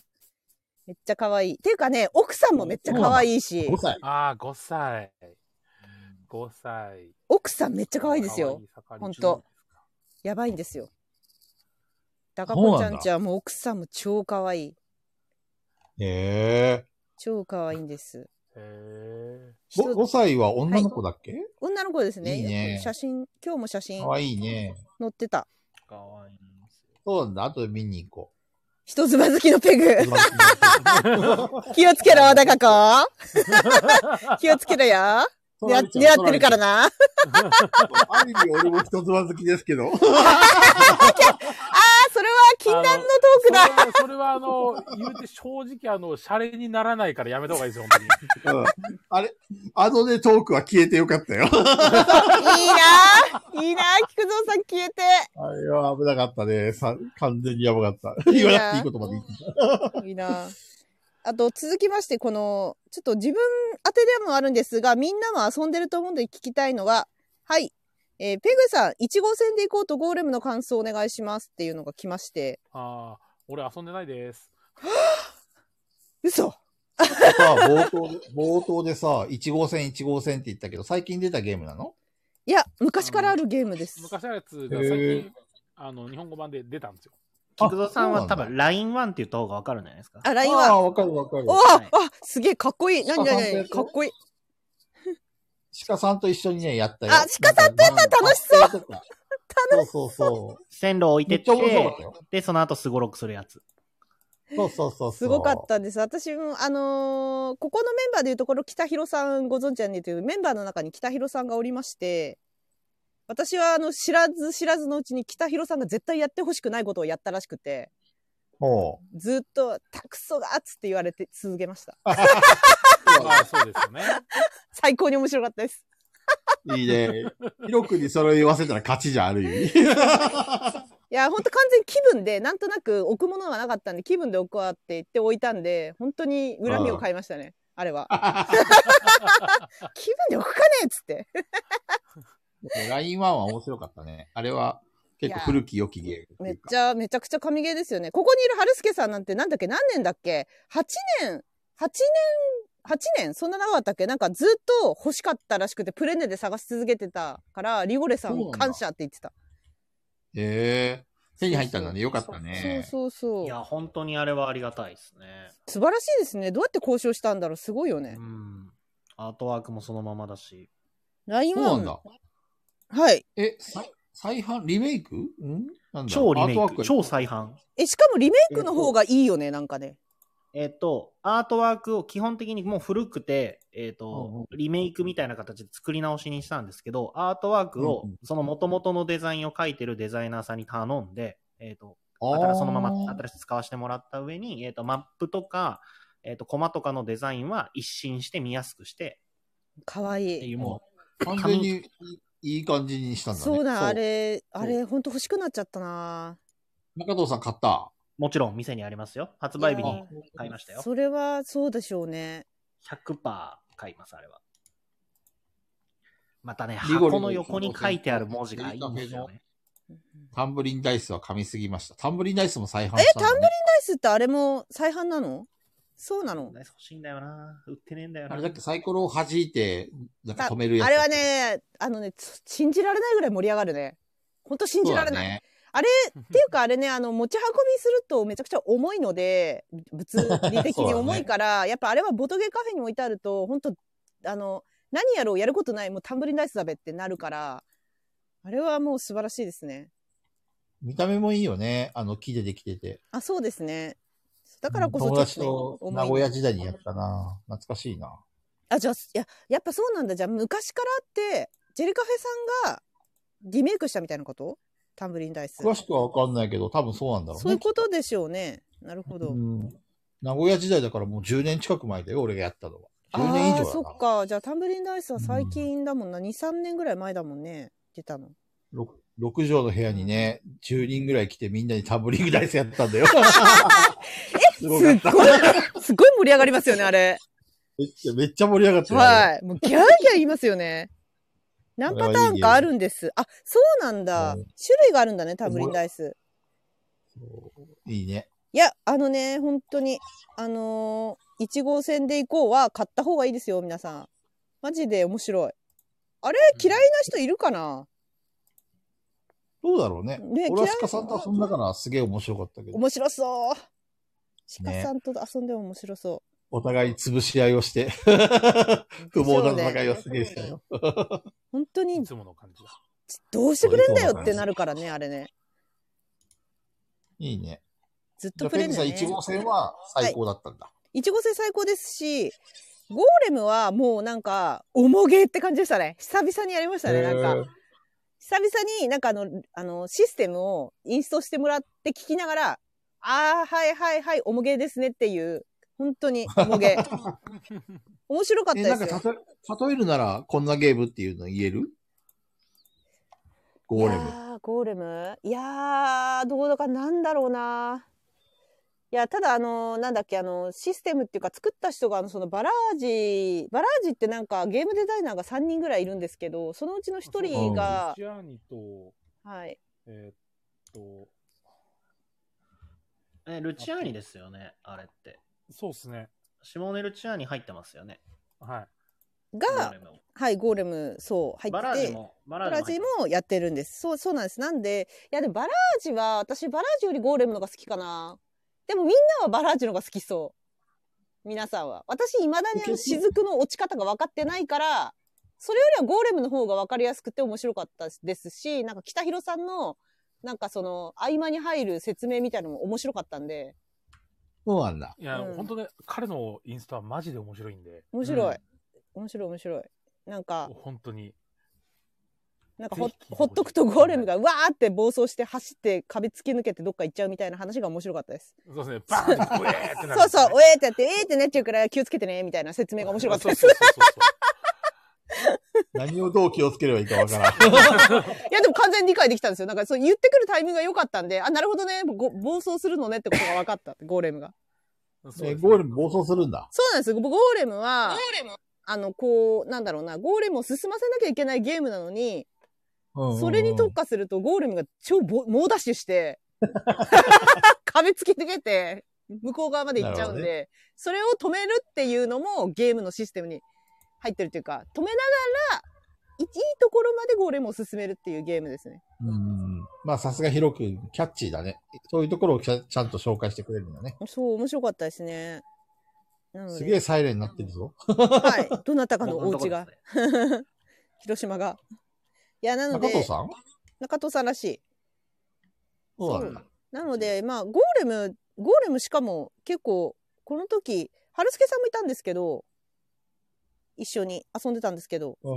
[SPEAKER 1] めっちゃかわいい。っていうかね、奥さんもめっちゃかわいいし
[SPEAKER 3] 5、歳。
[SPEAKER 4] ああ、5歳。5歳。
[SPEAKER 1] 奥さんめっちゃかわいいですよ。。ほんと。やばいんですよ。ダカ子ちゃんちはもう奥さんも超かわいい。
[SPEAKER 3] へえ。
[SPEAKER 1] 超かわいいんです。
[SPEAKER 4] へえ。
[SPEAKER 1] 人
[SPEAKER 3] 5, 歳は女の子だっけ、
[SPEAKER 1] 女の子ですね。
[SPEAKER 3] いいね
[SPEAKER 1] よく写真、今日も写真
[SPEAKER 3] かわいいね。
[SPEAKER 1] 載ってた。
[SPEAKER 2] かわいいんですよ。
[SPEAKER 3] そうなんだ。後で見に行こ
[SPEAKER 1] 人妻好きのペ
[SPEAKER 3] う。
[SPEAKER 1] グ。 *laughs* 気をつけろ、ダカ
[SPEAKER 4] *laughs*
[SPEAKER 1] 子。気をつけろよ。狙狙ってるから
[SPEAKER 3] な。
[SPEAKER 1] な。
[SPEAKER 3] ある意味俺も人妻好きですけ
[SPEAKER 1] あ、
[SPEAKER 3] ど。
[SPEAKER 1] *laughs* それは禁断のトークだ。
[SPEAKER 4] それそれはあの、言うて正直あの、シャレにならないからやめた方がいいですよ、本
[SPEAKER 1] *laughs*
[SPEAKER 3] うんあれ、あのね、トークは消えてよかったよ。
[SPEAKER 1] いいなぁいいなぁ菊蔵さん消えて。
[SPEAKER 3] あれは危なかったね。さ完全にやばかった。言わなくていいことまで言ってた。
[SPEAKER 1] いいなぁあと、続きまして、この、ちょっと自分宛てでもあるんですが、みんなも遊んでると思うんで聞きたいのが、はい。えーペグさん、1号線で行こうとゴーレムの感想お願いしますっていうのが来まして。
[SPEAKER 4] ああ、俺遊んでないです。
[SPEAKER 1] 嘘
[SPEAKER 3] さあ、冒頭で、冒頭でさ、1号線1号線って言ったけど、最近出たゲームなの
[SPEAKER 1] いや、昔からあるゲームです。
[SPEAKER 4] 昔のやつが最
[SPEAKER 3] へ
[SPEAKER 4] 近
[SPEAKER 3] ー、
[SPEAKER 4] あの、日本語版で出たんですよ。
[SPEAKER 3] あ
[SPEAKER 2] 菊蔵さんは多
[SPEAKER 3] そう
[SPEAKER 2] 分 LINE1 って言った方がわかるんじゃないですか。
[SPEAKER 1] あ、ライン
[SPEAKER 3] あ
[SPEAKER 1] は。
[SPEAKER 3] あ、わかるわかる
[SPEAKER 1] お。お
[SPEAKER 2] はい
[SPEAKER 1] あ、すげえ、かっこいい。なになにな
[SPEAKER 3] 鹿さんとやっ
[SPEAKER 1] に
[SPEAKER 3] た
[SPEAKER 1] かっこいい。
[SPEAKER 3] 鹿さんと一緒にね、やったよ。
[SPEAKER 1] あ鹿さんとやったら楽しそう
[SPEAKER 3] なんかまあ楽しそう。そうそうそう。
[SPEAKER 2] 線路置い
[SPEAKER 3] め
[SPEAKER 2] て
[SPEAKER 3] っ
[SPEAKER 2] っ
[SPEAKER 3] ちゃ面白かってた、よ。
[SPEAKER 2] で、その後すごろくするやつ。
[SPEAKER 3] そうそうそうそう。
[SPEAKER 1] すごかったです。私も、あのーここのメンバーでいうところ、北広さんご存知なんでという、メンバーの中に北広さんがおりまして、私は、あの、知らず知らずのうちに北広さんが絶対やってほしくないことをやったらしくて、
[SPEAKER 3] ほう。
[SPEAKER 1] ずっと、たくそがっつって言われて続けました。
[SPEAKER 4] ああ、そうですよね。
[SPEAKER 1] 最高に面白かったです。
[SPEAKER 3] いいね。広くにそれを言わせたら勝ちじゃん、ある意 *laughs* 味。
[SPEAKER 1] いや、本当完全に気分で、なんとなく置くものはなかったんで、気分で置くわって言って置いたんで、本当に恨みを買いましたね。あれ *laughs* は。気分で置くかねえっつって。
[SPEAKER 3] LINE1 は面白かったね。あれは結構古き良きゲームって
[SPEAKER 1] め
[SPEAKER 3] い
[SPEAKER 1] っ
[SPEAKER 3] うか。
[SPEAKER 1] ちゃ、めちゃくちゃ神ゲーですよね。ここにいる春助さんなんて、なんだっけ、何年だっけ ?8 年、8年、8年そんな長かったっけなんかずっと欲しかったらしくて、プレネで探し続けてたから、リゴレさ
[SPEAKER 3] そうなん
[SPEAKER 1] ん
[SPEAKER 3] だ
[SPEAKER 1] 感謝って言ってた。
[SPEAKER 3] へえ手に入ったんだね。よかった
[SPEAKER 1] そう
[SPEAKER 3] ね。
[SPEAKER 1] そうそう
[SPEAKER 2] いや、本当にあれはありがたいですね。
[SPEAKER 1] 素晴らしいですね。どうやって交渉したんだろうすごいよね
[SPEAKER 2] う。ん。アートワークもそのままだし。
[SPEAKER 1] LINE
[SPEAKER 3] そう
[SPEAKER 1] は、
[SPEAKER 3] なんだ。
[SPEAKER 1] はい。
[SPEAKER 3] え、再再販リメイクんなんだ
[SPEAKER 2] 超リメイ
[SPEAKER 3] アートワー
[SPEAKER 2] ク、超再販。
[SPEAKER 1] え、しかもリメイクの方がいいよね、なんかね。
[SPEAKER 2] えっ、と、アートワークを基本的にもう古くて、えっ、
[SPEAKER 3] うんうん
[SPEAKER 2] と、リメイクみたいな形で作り直しにしたんですけど、アートワークを
[SPEAKER 3] うんうん、
[SPEAKER 2] その元々のデザインを描いてるデザイナーさんに頼んで、えっ、と、
[SPEAKER 3] あー
[SPEAKER 2] 新そのまま新しく使わせてもらった上に、えっ、と、マップとか、えっ、と、コマとかのデザインは一新して見やすくして、
[SPEAKER 1] かわい
[SPEAKER 2] って
[SPEAKER 1] い。
[SPEAKER 2] いうも
[SPEAKER 3] 完全にいい感じにしたんだね。
[SPEAKER 1] そうだ、あ。れ、あ
[SPEAKER 3] そ
[SPEAKER 1] れ、ほんと欲しくなっちゃったな
[SPEAKER 3] 中藤さん買った。
[SPEAKER 2] う、もちろん店にありますよ。発売日
[SPEAKER 1] い
[SPEAKER 2] に
[SPEAKER 1] や
[SPEAKER 2] 買いましたよ。
[SPEAKER 1] それはそうでしょうね。
[SPEAKER 2] 100%買います、あれは。またね、
[SPEAKER 3] リゴリ
[SPEAKER 2] 箱の横に書いてある文字がいいんですよね。
[SPEAKER 3] タンブリンダイスは噛みすぎました。タンブリンダイスも再販
[SPEAKER 1] え
[SPEAKER 3] したんだ、ね。
[SPEAKER 1] タンブリンダイスってあれも再販なのそうなの
[SPEAKER 2] ダイス欲しいんだよな。売ってねえんだよな。
[SPEAKER 3] あれだっけサイコロを弾いて、なんか止めるやつ。
[SPEAKER 1] あれは、ね、あのね、つ信じられないぐらい盛り上がるね。ほんと信じられない。
[SPEAKER 3] い。
[SPEAKER 1] あれ、っていうかあれね、あの、持ち運びするとめちゃくちゃ重いので、物理的に重いから、やっぱあれはボトゲカフェに置いてあると、ほんと、あの、何やろう、やることない、もうタンブリンダイスだべってなるから、あれはもう素晴らしいですね。
[SPEAKER 3] 見た目もいいよね。あの木でできてて。
[SPEAKER 1] あ、そうですね。だからこそ
[SPEAKER 3] 友達
[SPEAKER 1] ちょ
[SPEAKER 3] と
[SPEAKER 1] っとね
[SPEAKER 3] 名
[SPEAKER 1] 重
[SPEAKER 3] 古
[SPEAKER 1] い
[SPEAKER 3] 屋時代にやったな。懐かしいな。
[SPEAKER 1] あ、じゃあ、いや、やっぱそうなんだ。じゃあ、昔からあって、ジェリカフェさんがリメイクしたみたいなことタンブリンダイス。
[SPEAKER 3] 詳しくはわかんないけど、多分そうなんだろうね。
[SPEAKER 1] そういうことでしょうね。なるほど。
[SPEAKER 3] うん。名古屋時代だからもう10年近く前だよ、俺がやったのは。10年以
[SPEAKER 1] あ
[SPEAKER 3] 上
[SPEAKER 1] あ、
[SPEAKER 3] だな。
[SPEAKER 1] そっか。じゃあ、タンブリンダイスは最近だもんな。2、3年ぐらい前だもんね。出たの。
[SPEAKER 3] 6, 畳の部屋にね、10人ぐらい来てみんなにタンブリングダイスやった
[SPEAKER 1] *laughs*
[SPEAKER 3] んだよ。
[SPEAKER 1] す
[SPEAKER 3] す
[SPEAKER 1] っ
[SPEAKER 3] ご
[SPEAKER 1] ご
[SPEAKER 3] か
[SPEAKER 1] い
[SPEAKER 3] った、
[SPEAKER 1] すっごい盛り上がりますよね、あ
[SPEAKER 3] *laughs*
[SPEAKER 1] れ。
[SPEAKER 3] めっちゃめっちゃ盛り上がってたよ
[SPEAKER 1] はい。もうギャーギャー言いますよね。何パターンかあるんです。あ、そうなんだ。
[SPEAKER 3] うん
[SPEAKER 1] 種類があるんだね、タンブリンダイス。
[SPEAKER 3] そういいね。
[SPEAKER 1] いや、あのね、本当に、あのー、1号線で行こうは買った方がいいですよ、皆さん。マジで面白い。あれ、嫌いな人いるかな、
[SPEAKER 3] どうだろうね。
[SPEAKER 1] ね
[SPEAKER 3] 俺は
[SPEAKER 1] 嫌い
[SPEAKER 3] 鹿さんと遊んだからすげえ面白かったけど、
[SPEAKER 1] 面白そう。鹿
[SPEAKER 3] ね
[SPEAKER 1] さんと遊んでも面白そ
[SPEAKER 3] お互い潰し合いをして、 *laughs*
[SPEAKER 1] う。
[SPEAKER 3] 不毛な
[SPEAKER 1] でしょう
[SPEAKER 3] 戦い
[SPEAKER 1] ね
[SPEAKER 3] をすげえしたよ。
[SPEAKER 1] *laughs* 本当
[SPEAKER 4] い
[SPEAKER 1] に、
[SPEAKER 4] つもの感じだ。
[SPEAKER 1] どうしてくれんだよってなるからね、あれね。
[SPEAKER 3] いいね。
[SPEAKER 1] ずっ
[SPEAKER 3] じ
[SPEAKER 1] と
[SPEAKER 3] ゃあ、
[SPEAKER 1] プレ
[SPEAKER 3] ペ
[SPEAKER 1] イ
[SPEAKER 3] グ
[SPEAKER 1] だ
[SPEAKER 3] さん
[SPEAKER 1] ね。
[SPEAKER 3] 1号線は最高だったんだ。
[SPEAKER 1] 1号線最高ですし、ゴーレムはもうなんか、重げって感じでしたね。久々にやりましたね、なんか。久々になんかあの、あの、システムをインストしてもらって聞きながら、ああ、はいはいはい、おもげですねっていう、本当におも
[SPEAKER 3] *laughs*
[SPEAKER 1] げ。面白かっ
[SPEAKER 3] え
[SPEAKER 1] た
[SPEAKER 3] なん
[SPEAKER 1] で
[SPEAKER 3] か
[SPEAKER 1] すよ。
[SPEAKER 3] たと、例えるなら、こんなゲームっていうの言えるゴーレ
[SPEAKER 1] い
[SPEAKER 3] ム。
[SPEAKER 1] やーゴーレムいやー、どうだかなんだろうな。いや、ただあの、なんだっけ、あの、システムっていうか作った人が、あの、そのバラージ、バラージってなんかゲームデザイナーが3人ぐらいいるんですけど、そのうちの1人
[SPEAKER 4] ル
[SPEAKER 1] が、
[SPEAKER 4] チアーニと、
[SPEAKER 1] はい。
[SPEAKER 4] えーっと、
[SPEAKER 2] え、ルチアーニですよね、あれって。
[SPEAKER 4] そうですね。
[SPEAKER 2] シモーネ・ルチアーニ入ってますよね。
[SPEAKER 4] はい。
[SPEAKER 1] が
[SPEAKER 2] ゴーレ、ムも
[SPEAKER 1] はい、ゴーレム、そう、入ってて。
[SPEAKER 2] バラージも、バ
[SPEAKER 1] バラージもやってるんです。そう、そうなんです。なんで、いや、でもバラージは、私バラージよりゴーレムのが好きかな。でもみんなはバラージのが好きそう。皆さんは。私、未だにあの、雫の落ち方が分かってないから、それよりはゴーレムの方が分かりやすくて面白かったですし、なんか北広さんの、なんかその、合間に入る説明みたいなのも面白かったんで、
[SPEAKER 3] そうなんだ。
[SPEAKER 4] いや、
[SPEAKER 1] うん
[SPEAKER 4] 本当ね、彼のインスタはマジで面白いんで、
[SPEAKER 1] 面白い。
[SPEAKER 2] う
[SPEAKER 1] 面白い面白い。なんか、
[SPEAKER 4] 本当に。
[SPEAKER 1] なんかほ
[SPEAKER 4] ぜひ聞いてほしい
[SPEAKER 1] ほっとくとゴーレムがうわーって暴走して走って壁突き抜けてどっか行っちゃうみたいな話が面白かったです。
[SPEAKER 4] そうですね、バーンって、ブエーってなる、
[SPEAKER 1] そうそう、
[SPEAKER 4] う、
[SPEAKER 1] おえーってやって、えーってなっちゃうから気をつけてね、みたいな説明が面白かったです。
[SPEAKER 4] そう
[SPEAKER 1] い
[SPEAKER 4] そうそうそう
[SPEAKER 3] 何をどう気をつければいいかわか
[SPEAKER 1] や、
[SPEAKER 3] らん。
[SPEAKER 1] でも完全に理解できたんですよ。なんかそう言ってくるタイミングが良かったんで、あ、なるほどね、ご暴走するのねってことが分かった、 *laughs* ゴーレムが。
[SPEAKER 4] そう
[SPEAKER 3] *laughs*
[SPEAKER 4] ですね
[SPEAKER 3] えゴーレム暴走するんだ。
[SPEAKER 1] そうなんですよ。ゴーレムは、あの、こう、なんだろうな、ゴーレムを進ませなきゃいけないゲームなのに、
[SPEAKER 3] うんうんうん
[SPEAKER 1] それに特化するとゴーレムが超ぼ猛ダッシュして、壁突き抜けて、向こう側まで行っちゃうんで、
[SPEAKER 3] なる
[SPEAKER 1] それを止めるっていうのもゲームのシステムに入ってるというか、止めながら、いいいところまでゴーレムを進めるっていうゲームですね。
[SPEAKER 3] うんうん。まあさすが広くキャッチーだね。そういうところをちゃちゃんと紹介してくれるんだね。
[SPEAKER 1] そう、面白かったですね。なのです
[SPEAKER 3] げえサイレンになってるぞ。
[SPEAKER 1] はい。どなたかの
[SPEAKER 2] 僕
[SPEAKER 1] お
[SPEAKER 2] *laughs* のとこ
[SPEAKER 1] 家
[SPEAKER 2] で
[SPEAKER 1] が
[SPEAKER 2] す、ね
[SPEAKER 1] 広島が。いや、なの
[SPEAKER 3] 中
[SPEAKER 1] で、
[SPEAKER 3] 藤さん
[SPEAKER 1] 中藤さんらしい。
[SPEAKER 3] そうなんだ。
[SPEAKER 1] なので、まあ、ゴーレム、ゴーレムしかも結構、この時、春助さんもいたんですけど、一緒に遊んでたんですけど、
[SPEAKER 3] う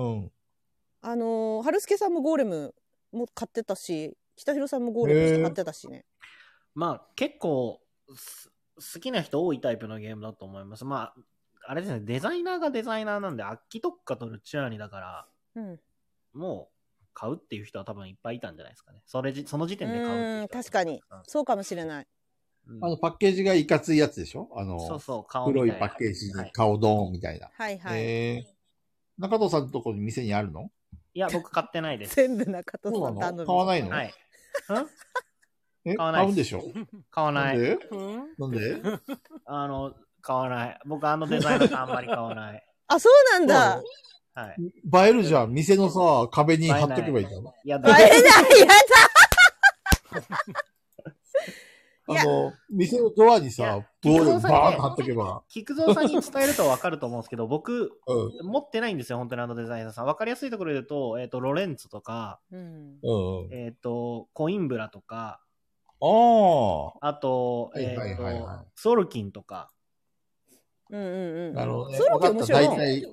[SPEAKER 3] ん。うん。
[SPEAKER 1] あのー春助さんもゴーレムも買ってたし、北広さんもゴーレ
[SPEAKER 3] へ
[SPEAKER 1] ム
[SPEAKER 3] ー
[SPEAKER 1] 買ってたしね。
[SPEAKER 2] まあ、結構す、好きな人多いタイプのゲームだと思います。まあ、あれですね、デザイナーがデザイナーなんで、アッキ特化とルチアーニだから、
[SPEAKER 1] うん。
[SPEAKER 2] もう、買うっていう人は多分いっぱいいたんじゃないですかね。それじ、その時
[SPEAKER 1] う
[SPEAKER 2] 点で買うってい
[SPEAKER 1] ー、
[SPEAKER 2] うん人は
[SPEAKER 1] 確かに。そうかもしれない。
[SPEAKER 2] うん
[SPEAKER 3] あのパッケージがいかついやつでしょあの、
[SPEAKER 2] そうそう、顔みた
[SPEAKER 3] 黒
[SPEAKER 2] い
[SPEAKER 3] い
[SPEAKER 2] な
[SPEAKER 3] パッケージ
[SPEAKER 2] は
[SPEAKER 3] に
[SPEAKER 2] い、
[SPEAKER 3] 顔ドーンみたいな。
[SPEAKER 1] はいはい。
[SPEAKER 3] えー、中藤さんのとこに店にあるの
[SPEAKER 2] いや、僕買ってない
[SPEAKER 3] *laughs*
[SPEAKER 2] です。
[SPEAKER 1] 全部中藤さん頼
[SPEAKER 3] 買わ
[SPEAKER 1] み。
[SPEAKER 3] ないの、
[SPEAKER 2] はい。ん
[SPEAKER 3] え
[SPEAKER 2] 買わ
[SPEAKER 3] 買
[SPEAKER 2] ない
[SPEAKER 3] うん
[SPEAKER 2] で
[SPEAKER 3] ですしょ
[SPEAKER 2] 買わ
[SPEAKER 3] な
[SPEAKER 2] なんい。
[SPEAKER 3] で
[SPEAKER 4] うん
[SPEAKER 3] なんで
[SPEAKER 2] あの、買わない。僕、あのデザイナーあんまり買わない。
[SPEAKER 1] あ、そうなんだ。
[SPEAKER 2] はい。
[SPEAKER 3] 映えるじゃん。店のさ、壁に貼っとけばいいじゃ
[SPEAKER 1] *laughs*
[SPEAKER 3] ん。
[SPEAKER 2] いや、
[SPEAKER 1] 会えない、や
[SPEAKER 3] *laughs*
[SPEAKER 1] だいや
[SPEAKER 3] あの、店のドアに
[SPEAKER 2] い
[SPEAKER 3] さ
[SPEAKER 2] や、
[SPEAKER 3] ボール
[SPEAKER 2] 菊蔵さんね
[SPEAKER 3] バーンと貼っとけば。
[SPEAKER 2] 菊蔵さんに伝えるとわかると思うんですけど、僕、
[SPEAKER 3] うん。
[SPEAKER 2] 持ってないんですよ、本当にあのデザイナーさん。わかりやすいところで言うと、えっ、と、ロレンツとか、
[SPEAKER 1] うん。
[SPEAKER 3] うんうん。
[SPEAKER 2] えっ、と、コインブラとか、
[SPEAKER 3] あ
[SPEAKER 2] あと、
[SPEAKER 3] はい
[SPEAKER 2] えっ、と、
[SPEAKER 3] はいはいはい
[SPEAKER 2] ソルキンとか、
[SPEAKER 1] うんうんう
[SPEAKER 3] あ。
[SPEAKER 1] ん。
[SPEAKER 3] なるほどね。
[SPEAKER 1] ソロ
[SPEAKER 3] わ
[SPEAKER 1] キ
[SPEAKER 3] か
[SPEAKER 1] 面
[SPEAKER 3] った。
[SPEAKER 1] 白い
[SPEAKER 3] 大。体、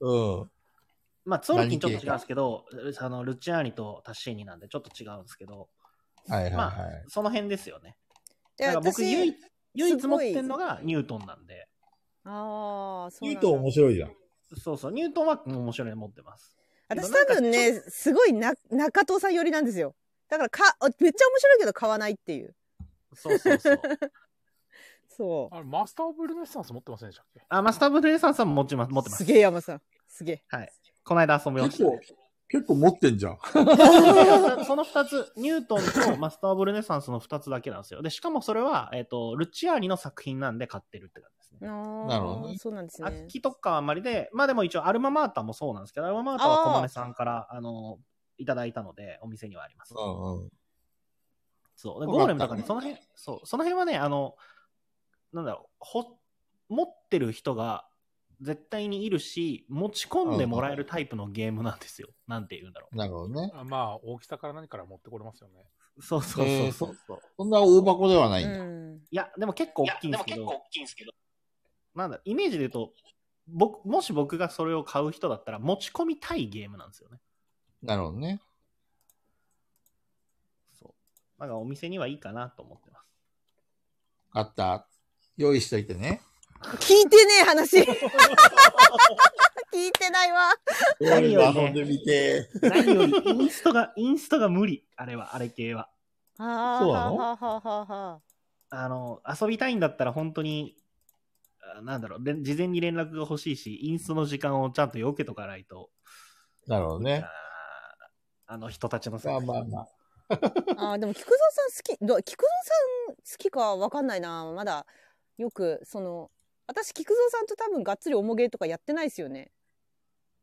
[SPEAKER 3] うん。
[SPEAKER 2] まあ、ソルキンちょっと違うんですけど、あの、ルチアーニとタッシーニなんでちょっと違うんですけど、
[SPEAKER 3] はいはい
[SPEAKER 2] ま
[SPEAKER 3] はい。
[SPEAKER 2] その辺ですよね。
[SPEAKER 1] いや
[SPEAKER 2] だから僕
[SPEAKER 1] 私
[SPEAKER 2] 唯一、唯一
[SPEAKER 1] す
[SPEAKER 2] 持っ
[SPEAKER 1] ごい
[SPEAKER 2] てんのがニュートンなんで、
[SPEAKER 1] ああ、そう
[SPEAKER 3] 言
[SPEAKER 1] なん
[SPEAKER 3] う
[SPEAKER 1] だ
[SPEAKER 3] と面白いじゃん。
[SPEAKER 2] そうそう、ニュートンは面白いの持ってます。
[SPEAKER 1] 私
[SPEAKER 2] な
[SPEAKER 1] 多
[SPEAKER 2] んか
[SPEAKER 1] 分ね、すごいな中藤さん寄りなんですよ。だからか、あめっちゃ面白いけど買わないっていう。
[SPEAKER 2] そうそうそう。
[SPEAKER 1] そ
[SPEAKER 4] あれ、マスター・オブ・ルネッサンス持ってませんでしたっけ
[SPEAKER 2] あ、マスターブルーサンさんも持ちます、
[SPEAKER 1] う。
[SPEAKER 2] 持ってます。
[SPEAKER 1] すげえ山さん。すげえ。
[SPEAKER 2] この間遊びまし
[SPEAKER 3] 結
[SPEAKER 2] た、
[SPEAKER 3] 構
[SPEAKER 2] ね。、
[SPEAKER 3] 結構持ってんじゃん。
[SPEAKER 2] その二つ、ニュートンとマスター・オブ・ルネサンスの二つだけなんですよ。で、しかもそれは、えっ、と、ルチアーニの作品なんで買ってるって感じですね。
[SPEAKER 1] な
[SPEAKER 3] なるほどね
[SPEAKER 1] そうなんです
[SPEAKER 2] ア
[SPEAKER 1] ね
[SPEAKER 2] ッ。キとかはあんまりで、まあでも一応、アルママータもそうなんですけど、アルママータは小豆さんから、あの、いただいたので、お店にはあります。
[SPEAKER 3] うんうん。
[SPEAKER 2] そう。で
[SPEAKER 3] よかった
[SPEAKER 2] ゴーレムとかね、その辺、そう、その辺はね、あの、なんだろう、ほ、持ってる人が絶対にいるし、持ち込んでもらえるタイプのゲームなんですよ。なんて言うんだろ
[SPEAKER 3] なるほどね。
[SPEAKER 4] あまあ、大きさから何から持ってこれますよね。
[SPEAKER 2] う。そうそうそう。
[SPEAKER 3] えーそそんな大箱ではないんだ。
[SPEAKER 1] うん
[SPEAKER 2] いや、でも結構大きいんですけど、なんだ、イメージで言うと、僕、もし僕がそれを買う人だったら、持ち込みたいゲームなんですよね。
[SPEAKER 3] なるほどね。
[SPEAKER 2] そう。なんかお店にはいいかなと思って *laughs* ます。
[SPEAKER 3] あった。用意しといてね。
[SPEAKER 1] 聞いてねえ話。 *laughs* 聞いてないわ。
[SPEAKER 2] 何よりね
[SPEAKER 3] 遊んでみて。
[SPEAKER 2] 何より、インストが、インストが無理。あれは、あれ系は。
[SPEAKER 1] はあ
[SPEAKER 3] そうなの
[SPEAKER 1] はあはあはあはあ。
[SPEAKER 2] あの、遊びたいんだったら本当に、あなんだろう、れん事前に連絡が欲しいし、インストの時間をちゃんと避けとかないと、
[SPEAKER 3] なるほどね。
[SPEAKER 2] あーあの人たちのせい
[SPEAKER 3] まあまあまあ。
[SPEAKER 1] あーでも菊蔵さん好きど菊蔵さん好きかわかんないなまだよくその私菊蔵さんと多分がっつりおもげとかやってないですよね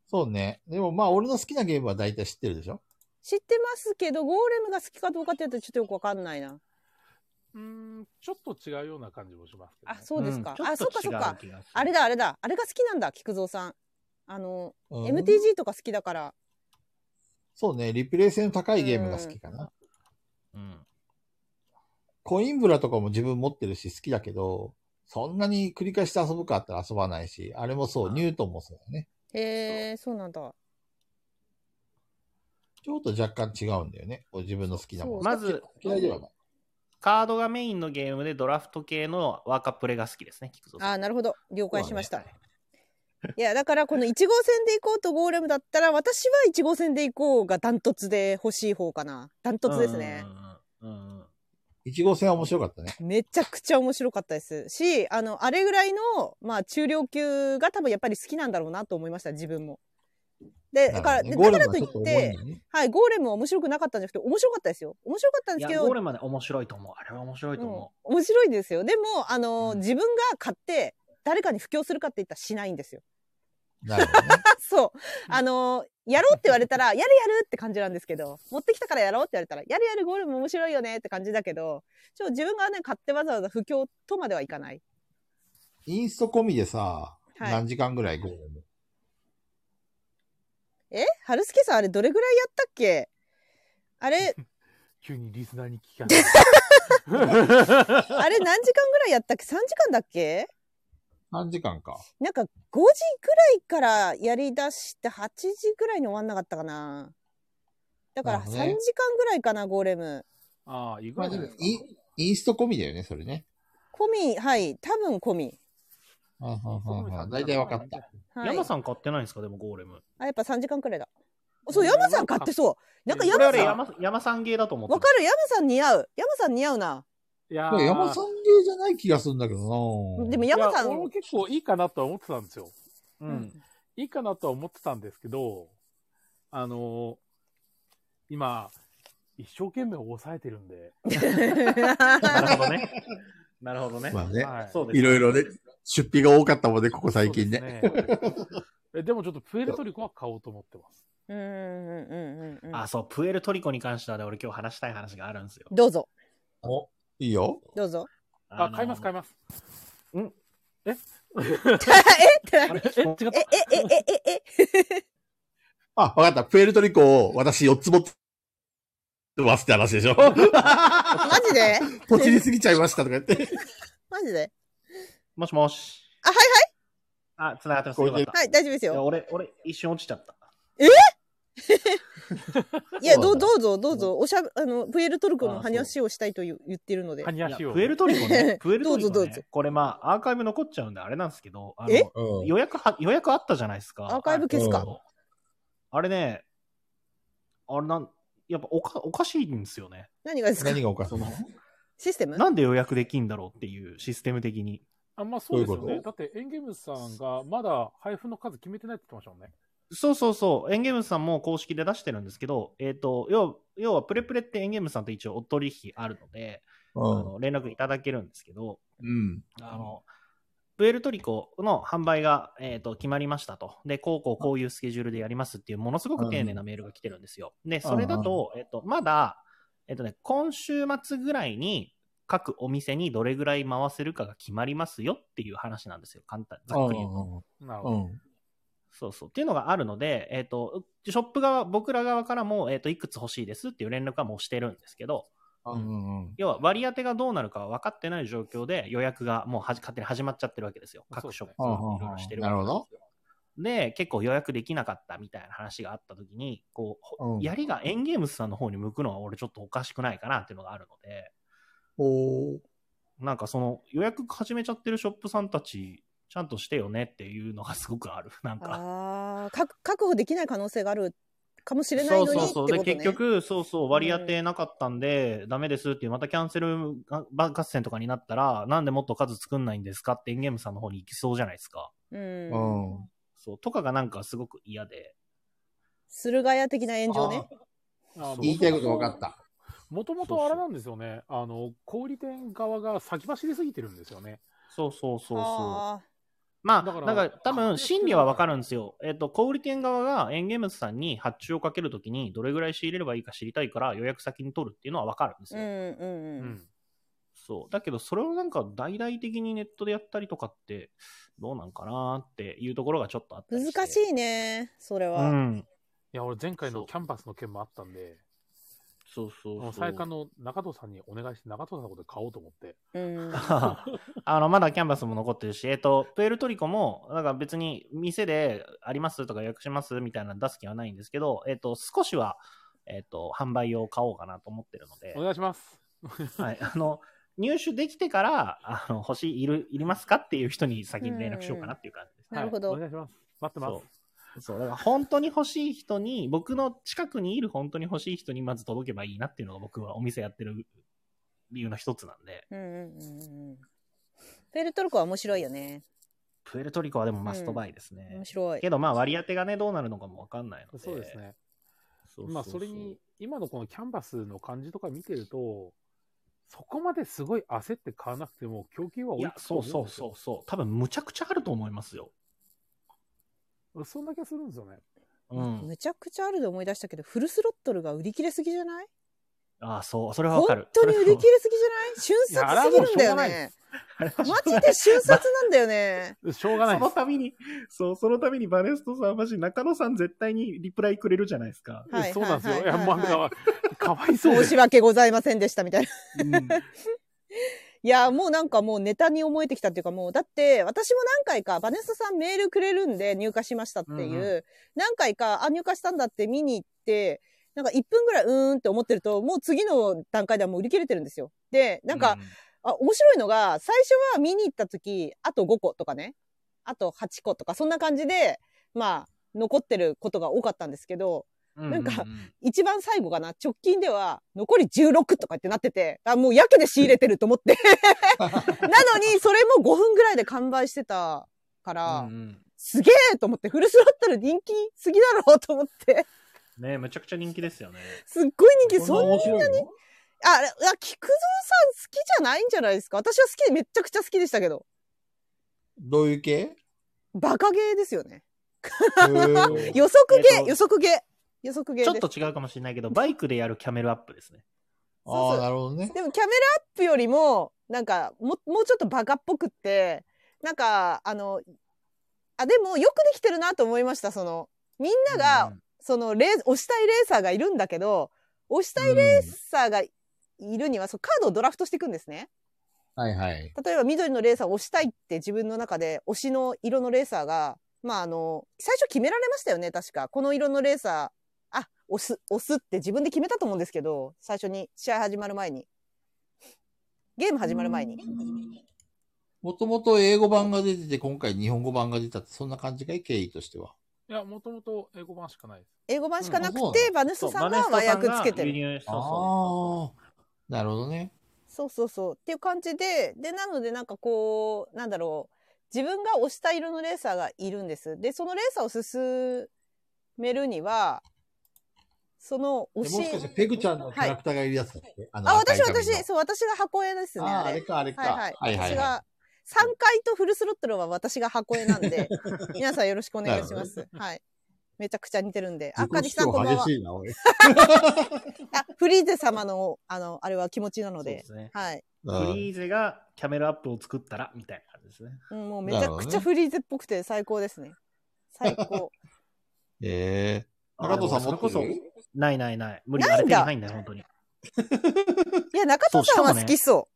[SPEAKER 3] そうね。でもまあ、俺の好きなゲームは大体知ってるでしょ
[SPEAKER 1] 知ってますけどゴーレムが好きかどうかってやったらちょっとよくわかんないな
[SPEAKER 4] うーん、ちょっと違うような感じもしますけど、ね。
[SPEAKER 1] あそうですか、
[SPEAKER 2] ん
[SPEAKER 1] あそっかそっか。
[SPEAKER 2] ちょと違う気がする
[SPEAKER 1] あれだあれだあれが好きなんだ菊蔵さんあの、
[SPEAKER 3] うん
[SPEAKER 1] MTG とか好きだから
[SPEAKER 3] そうね。リプレイ性の高いゲームが好きかな。
[SPEAKER 2] うん。
[SPEAKER 3] コインブラとかも自分持ってるし好きだけど、そんなに繰り返して遊ぶかあったら遊ばないし、あれもそう、
[SPEAKER 2] うん
[SPEAKER 3] ニュートンもそうだね。
[SPEAKER 1] へえそうなんだ
[SPEAKER 3] ちょっと若干違うんだよね。自分の好きなもの。
[SPEAKER 2] まず、
[SPEAKER 3] 嫌いではない。
[SPEAKER 2] カードがメインのゲームでドラフト系のワーカープレが好きですね、菊蔵
[SPEAKER 1] あ
[SPEAKER 2] さん。
[SPEAKER 1] ーなるほど了解しました、
[SPEAKER 2] そうだ
[SPEAKER 1] いやだからこの1号線で行こうとゴーレムだったら私は1号線で行こうがダントツで欲しい方かなダントツですね、
[SPEAKER 2] うんうんうん。うん
[SPEAKER 3] 1号線は面白かったね。
[SPEAKER 1] めちゃくちゃ面白かったですしあのあれぐらいの、まあ、中量級が多分やっぱり好きなんだろうなと思いました自分も。でだから,、
[SPEAKER 3] な
[SPEAKER 1] だ
[SPEAKER 3] るほどね
[SPEAKER 1] からとい
[SPEAKER 3] ゴーレムはち
[SPEAKER 1] っ
[SPEAKER 3] ょ
[SPEAKER 1] て
[SPEAKER 3] と重いんだよね
[SPEAKER 1] はい、ゴーレムは面白くなかったんじゃなくて面白かったですよ面白かったん
[SPEAKER 2] い
[SPEAKER 1] ですけ、
[SPEAKER 2] や
[SPEAKER 1] ど
[SPEAKER 2] ゴーレムはね、面白いと思う。あれは面白いと思
[SPEAKER 1] うん面白いですよでもあの、
[SPEAKER 2] うん
[SPEAKER 1] 自分が買って誰かに布教するかって言ったらしないんですよ。 *laughs*
[SPEAKER 3] なるほどね。
[SPEAKER 1] そう。あのーやろうって言われたら、や *laughs* るやるって感じなんですけど、持ってきたからやろうって言われたら、やるやるゴールも面白いよねって感じだけど、ちょ、自分がね、買ってわざわざ布教とまではいかない。
[SPEAKER 3] インスト込みでさ、
[SPEAKER 1] はい
[SPEAKER 3] 何時間ぐらいゴーレム
[SPEAKER 1] え春月さんあれどれぐらいやったっけあれ、
[SPEAKER 4] 急にリスナーに聞かない。
[SPEAKER 1] *laughs* あれ何時間ぐらいやったっけ ?3 時間だっけ
[SPEAKER 3] 何時間か。
[SPEAKER 1] なんか5時ぐらいからやり出して8時ぐらいに終わんなかったかな。だから
[SPEAKER 3] な
[SPEAKER 1] 3
[SPEAKER 3] るほ
[SPEAKER 1] 時
[SPEAKER 3] ど
[SPEAKER 1] 間
[SPEAKER 3] ね
[SPEAKER 1] ぐらいかな、ゴーレム。
[SPEAKER 4] ああ、意
[SPEAKER 3] まあ
[SPEAKER 4] 外
[SPEAKER 3] で
[SPEAKER 4] じゃ
[SPEAKER 3] も
[SPEAKER 4] ないです、か。
[SPEAKER 3] インインスト込みだよね、それね。
[SPEAKER 1] 込み、はい、多分込み。
[SPEAKER 3] うんうんうんうん大体分かった。。
[SPEAKER 2] う。
[SPEAKER 1] はい、
[SPEAKER 2] 山さん買ってないんですか、でもゴーレム。
[SPEAKER 1] あ、やっぱ3時間くらいだ。そう、山さん買ってそう。なんか
[SPEAKER 2] これあ
[SPEAKER 1] 山さ
[SPEAKER 2] れ
[SPEAKER 1] ん、
[SPEAKER 2] 山、山さんゲーだと思って
[SPEAKER 1] わかる山さん似合う。山さん似合うな。
[SPEAKER 4] いや
[SPEAKER 3] これ山
[SPEAKER 4] ー
[SPEAKER 3] さんゲーじゃない気がするんだけどな
[SPEAKER 1] でも山さ
[SPEAKER 4] い
[SPEAKER 1] ん
[SPEAKER 4] や、俺も結構いいかなとは思ってたんですよ。
[SPEAKER 2] る。うん。
[SPEAKER 4] いいかなとは思ってたんですけど、あのー今、一生懸命抑えてるんで。
[SPEAKER 2] なるほどね。なるほどね。
[SPEAKER 3] まあね
[SPEAKER 4] はい
[SPEAKER 2] そうです。
[SPEAKER 3] いろいろね、出費が多かったもんね、ここ最近ね。
[SPEAKER 4] そうですねえでもちょっとプエルトリコは買おうと思ってます。
[SPEAKER 1] うんうんうんうんうん。
[SPEAKER 2] あ、そう、プエルトリコに関してはね、俺今日話したい話があるんですよ。
[SPEAKER 1] どうぞ、
[SPEAKER 3] お、いいよ。
[SPEAKER 1] どうぞ。
[SPEAKER 4] あ、買います、買
[SPEAKER 2] い
[SPEAKER 4] います。
[SPEAKER 1] えってなにえ、え、
[SPEAKER 4] あれえ、違った
[SPEAKER 1] え、え、え、え、
[SPEAKER 3] あ、わかった。プエルトリコを私4つ持ってますって話でしょ。
[SPEAKER 1] マジで
[SPEAKER 3] ポチりすぎちゃいましたとか言って。
[SPEAKER 1] マジで
[SPEAKER 2] もしもし。
[SPEAKER 1] あはい
[SPEAKER 2] はい。あ、繋がってます。よかった。
[SPEAKER 1] はい、大丈夫です
[SPEAKER 2] いや
[SPEAKER 1] よ。
[SPEAKER 2] 俺、俺、一瞬落ちちゃった。
[SPEAKER 1] *laughs* いや、
[SPEAKER 3] そう
[SPEAKER 1] ど
[SPEAKER 3] な
[SPEAKER 1] うんどう
[SPEAKER 3] だ
[SPEAKER 1] ぞ、どうぞ、おしゃ、あの、プエルトルコの
[SPEAKER 2] あそう
[SPEAKER 1] 話をしたいという言ってるので。
[SPEAKER 4] ハ。ニ
[SPEAKER 2] い
[SPEAKER 4] ヤ
[SPEAKER 2] や
[SPEAKER 4] しよう。
[SPEAKER 2] プエルトリコねプエルト
[SPEAKER 1] *laughs* ど
[SPEAKER 2] リコ、ね、
[SPEAKER 1] うぞどうぞ
[SPEAKER 2] これまあ、アーカイブ残っちゃうんであれなんですけど、あの
[SPEAKER 1] え
[SPEAKER 3] うん
[SPEAKER 2] 予約は、予約あったじゃないですか。
[SPEAKER 1] アーカイブ消すか
[SPEAKER 2] あのあれね、あれなん、やっぱおかおかしいんですよね。
[SPEAKER 1] 何がですか
[SPEAKER 3] 何がおかしい
[SPEAKER 2] その、
[SPEAKER 1] システム
[SPEAKER 2] なんで予約できんだろうっていうシステム的に。
[SPEAKER 4] あんまあそうですよ
[SPEAKER 3] どうい
[SPEAKER 4] ね。
[SPEAKER 3] う
[SPEAKER 4] だって、エンゲームズさんがまだ配布の数決めてないって言ってましたもんね。
[SPEAKER 2] そうそうそう、エンゲームズさんも公式で出してるんですけど、えっ、と、要は、要はプレプレってエンゲームズさんと一応お取引あるので、
[SPEAKER 3] う
[SPEAKER 2] あ
[SPEAKER 3] ん。
[SPEAKER 2] の連絡いただけるんですけど、
[SPEAKER 3] うん。
[SPEAKER 2] あの、プエルトリコの販売が、えー、と決まりましたと。で、こうこうこういうスケジュールでやりますっていう、ものすごく丁寧なメールが来てるんですよ。で、それだと、えっ、と、まだ、えっ、とね、今週末ぐらいに、各お店にどれぐらい回せるかが決まりますよっていう話なんですよ。簡単、ざっくり言うと。
[SPEAKER 4] なるほ
[SPEAKER 3] う
[SPEAKER 4] ど。
[SPEAKER 3] ん。
[SPEAKER 2] そうそう。っていうのがあるので、えっ、と、ショップ側、僕ら側からも、えっ、と、いくつ欲しいですっていう連絡はもうしてるんですけど、
[SPEAKER 3] うん。うん。
[SPEAKER 2] 要は割り当てがどうなるかは分かってない状況で予約がもうはじ勝手に始まっちゃってるわけですよ。
[SPEAKER 4] そう
[SPEAKER 2] 各
[SPEAKER 4] です
[SPEAKER 2] ショッ
[SPEAKER 4] ね
[SPEAKER 2] プがいろいろしてるわけんですよで、結構予約できなかったみたいな話があった時に、こう、
[SPEAKER 3] うん
[SPEAKER 2] 槍がエンゲームスさんの方に向くのは俺ちょっとおかしくないかなっていうのがあるので、
[SPEAKER 3] おー
[SPEAKER 2] なんかその予約始めちゃってるショップさんたち、ちゃんとしてよねっていうのがすごくある。なんか、
[SPEAKER 1] ああ、か確保できない可能性があるかもしれない
[SPEAKER 2] そ
[SPEAKER 1] の
[SPEAKER 2] う
[SPEAKER 1] に
[SPEAKER 2] そ
[SPEAKER 1] っ
[SPEAKER 2] う
[SPEAKER 1] て
[SPEAKER 2] そ
[SPEAKER 1] こ
[SPEAKER 2] う。
[SPEAKER 1] と
[SPEAKER 2] で、
[SPEAKER 1] ね。
[SPEAKER 2] 結局、そうそう、割り当てなかったんで、ダメですっていう、またキャンセルが合戦とかになったら、なんでもっと数作んないんですかってエンゲームさんの方に行きそうじゃないですか。
[SPEAKER 1] うん、
[SPEAKER 3] うん。
[SPEAKER 2] そう、とかがなんかすごく嫌で。
[SPEAKER 1] 駿河屋的な炎上ね。
[SPEAKER 4] あの
[SPEAKER 3] 言いたいこと分かった。
[SPEAKER 4] もともとあれなんですよね。あの、小売店側が先走りすぎてるんですよね。
[SPEAKER 2] そうそうそうそう。
[SPEAKER 1] あ
[SPEAKER 2] まあ、だ
[SPEAKER 4] だか
[SPEAKER 2] から
[SPEAKER 4] ら
[SPEAKER 2] 多分、心理はわかるんですよ。えっ、と、小売店側がエンゲームズさんに発注をかけるときに、どれぐらい仕入れればいいか知りたいから、予約先に取るっていうのはわかるんです
[SPEAKER 1] ーう
[SPEAKER 2] よ。
[SPEAKER 1] んうん
[SPEAKER 4] う
[SPEAKER 1] うん。
[SPEAKER 4] ん。
[SPEAKER 2] そう。だけど、それをなんか大々的にネットでやったりとかって、どうなんかなっていうところがちょっとあったりして。
[SPEAKER 1] 難しいね、それ
[SPEAKER 2] う
[SPEAKER 1] は。
[SPEAKER 2] *laughs* ん。
[SPEAKER 4] いや、俺前回
[SPEAKER 2] そ
[SPEAKER 4] の
[SPEAKER 2] う
[SPEAKER 4] キャンパスの件もあったんで、
[SPEAKER 2] そうそう
[SPEAKER 4] も
[SPEAKER 2] そうう。
[SPEAKER 4] 最下の中藤さんにお願いして、中藤さんのことで買おうと思って。
[SPEAKER 1] うん。
[SPEAKER 2] あの、まだキャンバスも残ってるし、えっと、プエルトリコも、なんか別に店でありますとか予約しますみたいなの出す気はないんですけど、えっと、少しは、えっと、販売用買おうかなと思ってるので
[SPEAKER 4] お、願いします。
[SPEAKER 2] はい、あの、入手できてから、あの、欲しい、いる、いりますかっていう人に先に連絡しようかなっていう感じで
[SPEAKER 1] *laughs*
[SPEAKER 2] す。
[SPEAKER 1] なるほど
[SPEAKER 4] はいお願いします。待ってま
[SPEAKER 2] そ
[SPEAKER 4] す。
[SPEAKER 2] う。そう、だから *laughs* 本当に欲しい人に、僕の近くにいる本当に欲しい人にまず届けばいいなっていうのが僕はお店やってる理由の一つなんで、
[SPEAKER 1] うんうんうんうん。ペルトルコは面白いよね。
[SPEAKER 2] プエルトリコはでもマストバイですね。
[SPEAKER 1] 面白い。
[SPEAKER 2] けどまあ割り当てがね、どうなるのかもわかんないので。
[SPEAKER 4] そうですね。
[SPEAKER 2] そうそうそう。
[SPEAKER 4] まあ、それに、今のこのキャンバスの感じとか見てると、そこまですごい焦って買わなくても、供給はい追い
[SPEAKER 2] や、そうそうそうそう。多分むちゃくちゃあると思いますよ。
[SPEAKER 4] う。そんな気がするんですよね。
[SPEAKER 2] うん。
[SPEAKER 1] むちゃくちゃあるで思い出したけど、フルスロットルが売り切れすぎじゃない
[SPEAKER 2] ああ、そう。それはわか
[SPEAKER 1] 本
[SPEAKER 2] る。
[SPEAKER 1] 当に売り切
[SPEAKER 2] る。
[SPEAKER 1] れすぎじゃない
[SPEAKER 2] *laughs*
[SPEAKER 1] 瞬殺すぎるんだよ
[SPEAKER 4] いやあれ
[SPEAKER 1] ね。
[SPEAKER 2] あれは
[SPEAKER 1] マジで瞬殺なんだよ
[SPEAKER 2] *laughs*
[SPEAKER 1] ね。
[SPEAKER 4] しょうがな
[SPEAKER 2] そ
[SPEAKER 4] いで
[SPEAKER 2] の
[SPEAKER 4] す。
[SPEAKER 2] ために、そう、そのためにバネストさん、マジ中野さん絶対にリプライくれるじゃないですか。
[SPEAKER 4] *laughs*
[SPEAKER 1] はい
[SPEAKER 4] そうなんですよ。
[SPEAKER 1] はいいは
[SPEAKER 4] や、
[SPEAKER 1] いはい
[SPEAKER 4] もうなんか、かわいそう
[SPEAKER 1] 申
[SPEAKER 4] で
[SPEAKER 1] し訳ございませんでしたみたいな。
[SPEAKER 2] うん、
[SPEAKER 1] *laughs* いや、もうなんかもうネタに思えてきたっていうかもう、だって私も何回かバネストさんメールくれるんで入荷しましたっていう、
[SPEAKER 2] うん
[SPEAKER 1] 何回か、あ、入荷したんだって見に行って、なんか1分ぐらいうーんって思ってると、もう次の段階ではもう売り切れてるんですよ。で、なんか、あ、面白いのが、最初は見に行った時、あと5個とかね、あと8個とか、そんな感じで、まあ、残ってることが多かったんですけど、
[SPEAKER 2] うん、
[SPEAKER 1] なんか
[SPEAKER 2] うう
[SPEAKER 1] 一番最後かな、直近では、残り16とかってなってて、あ、もうやけで仕入れてると思
[SPEAKER 2] *laughs*
[SPEAKER 1] って。なのに、それも5分ぐらいで完売してたから、
[SPEAKER 2] うんうん
[SPEAKER 1] すげえと思って、フルスロットル人気すぎだろうと思って、
[SPEAKER 2] ねめちゃくちゃ人気ですよね。
[SPEAKER 1] すっごい人気、そんな、あ、あ
[SPEAKER 3] 面白いの
[SPEAKER 1] 菊蔵さん好きじゃないんじゃないですか私は好き、めっちゃくちゃ好きでしたけど、
[SPEAKER 3] どういう系
[SPEAKER 1] バカゲーですよね。
[SPEAKER 3] へ *laughs* ー
[SPEAKER 1] 予測ゲー、
[SPEAKER 2] えっと
[SPEAKER 1] 予測ゲー。予測ゲー
[SPEAKER 2] ち
[SPEAKER 1] で
[SPEAKER 2] ょ
[SPEAKER 1] す
[SPEAKER 2] っと違うかもしれないけど、バイクでやるキャメルアップですね。
[SPEAKER 3] ああ、なるほどね。
[SPEAKER 1] でもキャメラアップよりも、なんか、も、もうちょっとバカっぽくって、なんか、あの、あ、でもよくできてるなと思いました、その、みんなが、その、レー、押したいレーサーがいるんだけど、押したいレーサーがいるには、そう、カードをドラフトしていくんですね。
[SPEAKER 3] はいはい。
[SPEAKER 1] 例えば緑のレーサーを押したいって自分の中で推しの色のレーサーが、まああの、最初決められましたよね、確か。この色のレーサー、あ、押す、押すって自分で決めたと思うんですけど、最初に、試合始まる前に。ゲーム始まる前に。
[SPEAKER 3] もともと英語版が出てて、今回日本語版が出たって、そんな感じかい経緯としては。
[SPEAKER 4] いや、もともと英語版しかないです。
[SPEAKER 1] 英語版しかなく
[SPEAKER 3] うんそう
[SPEAKER 1] て、
[SPEAKER 3] な
[SPEAKER 1] バネストさんが和訳つけて
[SPEAKER 2] る。
[SPEAKER 1] る。
[SPEAKER 2] 輸入そう
[SPEAKER 3] ああ、なるほどね。
[SPEAKER 1] そうそうそう。っていう感じで、で、なのでなんかこう、なんだろう。自分が押した色のレーサーがいるんです。で、そのレーサーを進めるには、その
[SPEAKER 3] で
[SPEAKER 1] 推し。
[SPEAKER 3] もしかして、ペグちゃんのキャラクターがいるやつだっけ、あの
[SPEAKER 1] あ、私、
[SPEAKER 3] 赤い髪の
[SPEAKER 1] 私、そう、私が箱絵ですね、
[SPEAKER 3] ああ
[SPEAKER 1] あ
[SPEAKER 3] ー、あれ
[SPEAKER 1] れ。
[SPEAKER 3] か、あれか。
[SPEAKER 1] はいはい。
[SPEAKER 3] はいはい
[SPEAKER 1] 私
[SPEAKER 3] は
[SPEAKER 1] が、3階とフルスロットルは私が箱絵なんで、皆さんよろしくお願いします。はい。めちゃくちゃ似てるんで。
[SPEAKER 3] い。
[SPEAKER 1] あ、かじきさんこんばんは
[SPEAKER 3] 自己主張。激しいな、俺。
[SPEAKER 1] あ、フリーゼ様の、あの、あれは気持ちなの
[SPEAKER 2] そうで
[SPEAKER 1] で。
[SPEAKER 2] すね。
[SPEAKER 1] はい。
[SPEAKER 2] フ
[SPEAKER 3] うん
[SPEAKER 2] リーゼがキャメルアップを作ったら、みたいな感じですね。
[SPEAKER 1] うん、もうめちゃくちゃフリーゼっぽくて最高ですね。最
[SPEAKER 2] *laughs*
[SPEAKER 1] 高。
[SPEAKER 3] ええ中藤さん
[SPEAKER 2] で
[SPEAKER 3] 持
[SPEAKER 2] も
[SPEAKER 3] って
[SPEAKER 2] それこ
[SPEAKER 3] る
[SPEAKER 2] そ、ないないない。無理。
[SPEAKER 1] な
[SPEAKER 2] あ
[SPEAKER 1] い
[SPEAKER 2] れ
[SPEAKER 1] ん
[SPEAKER 2] 手に
[SPEAKER 1] だ
[SPEAKER 2] 入んない、本当に。い
[SPEAKER 1] いや、中藤さんは好きそ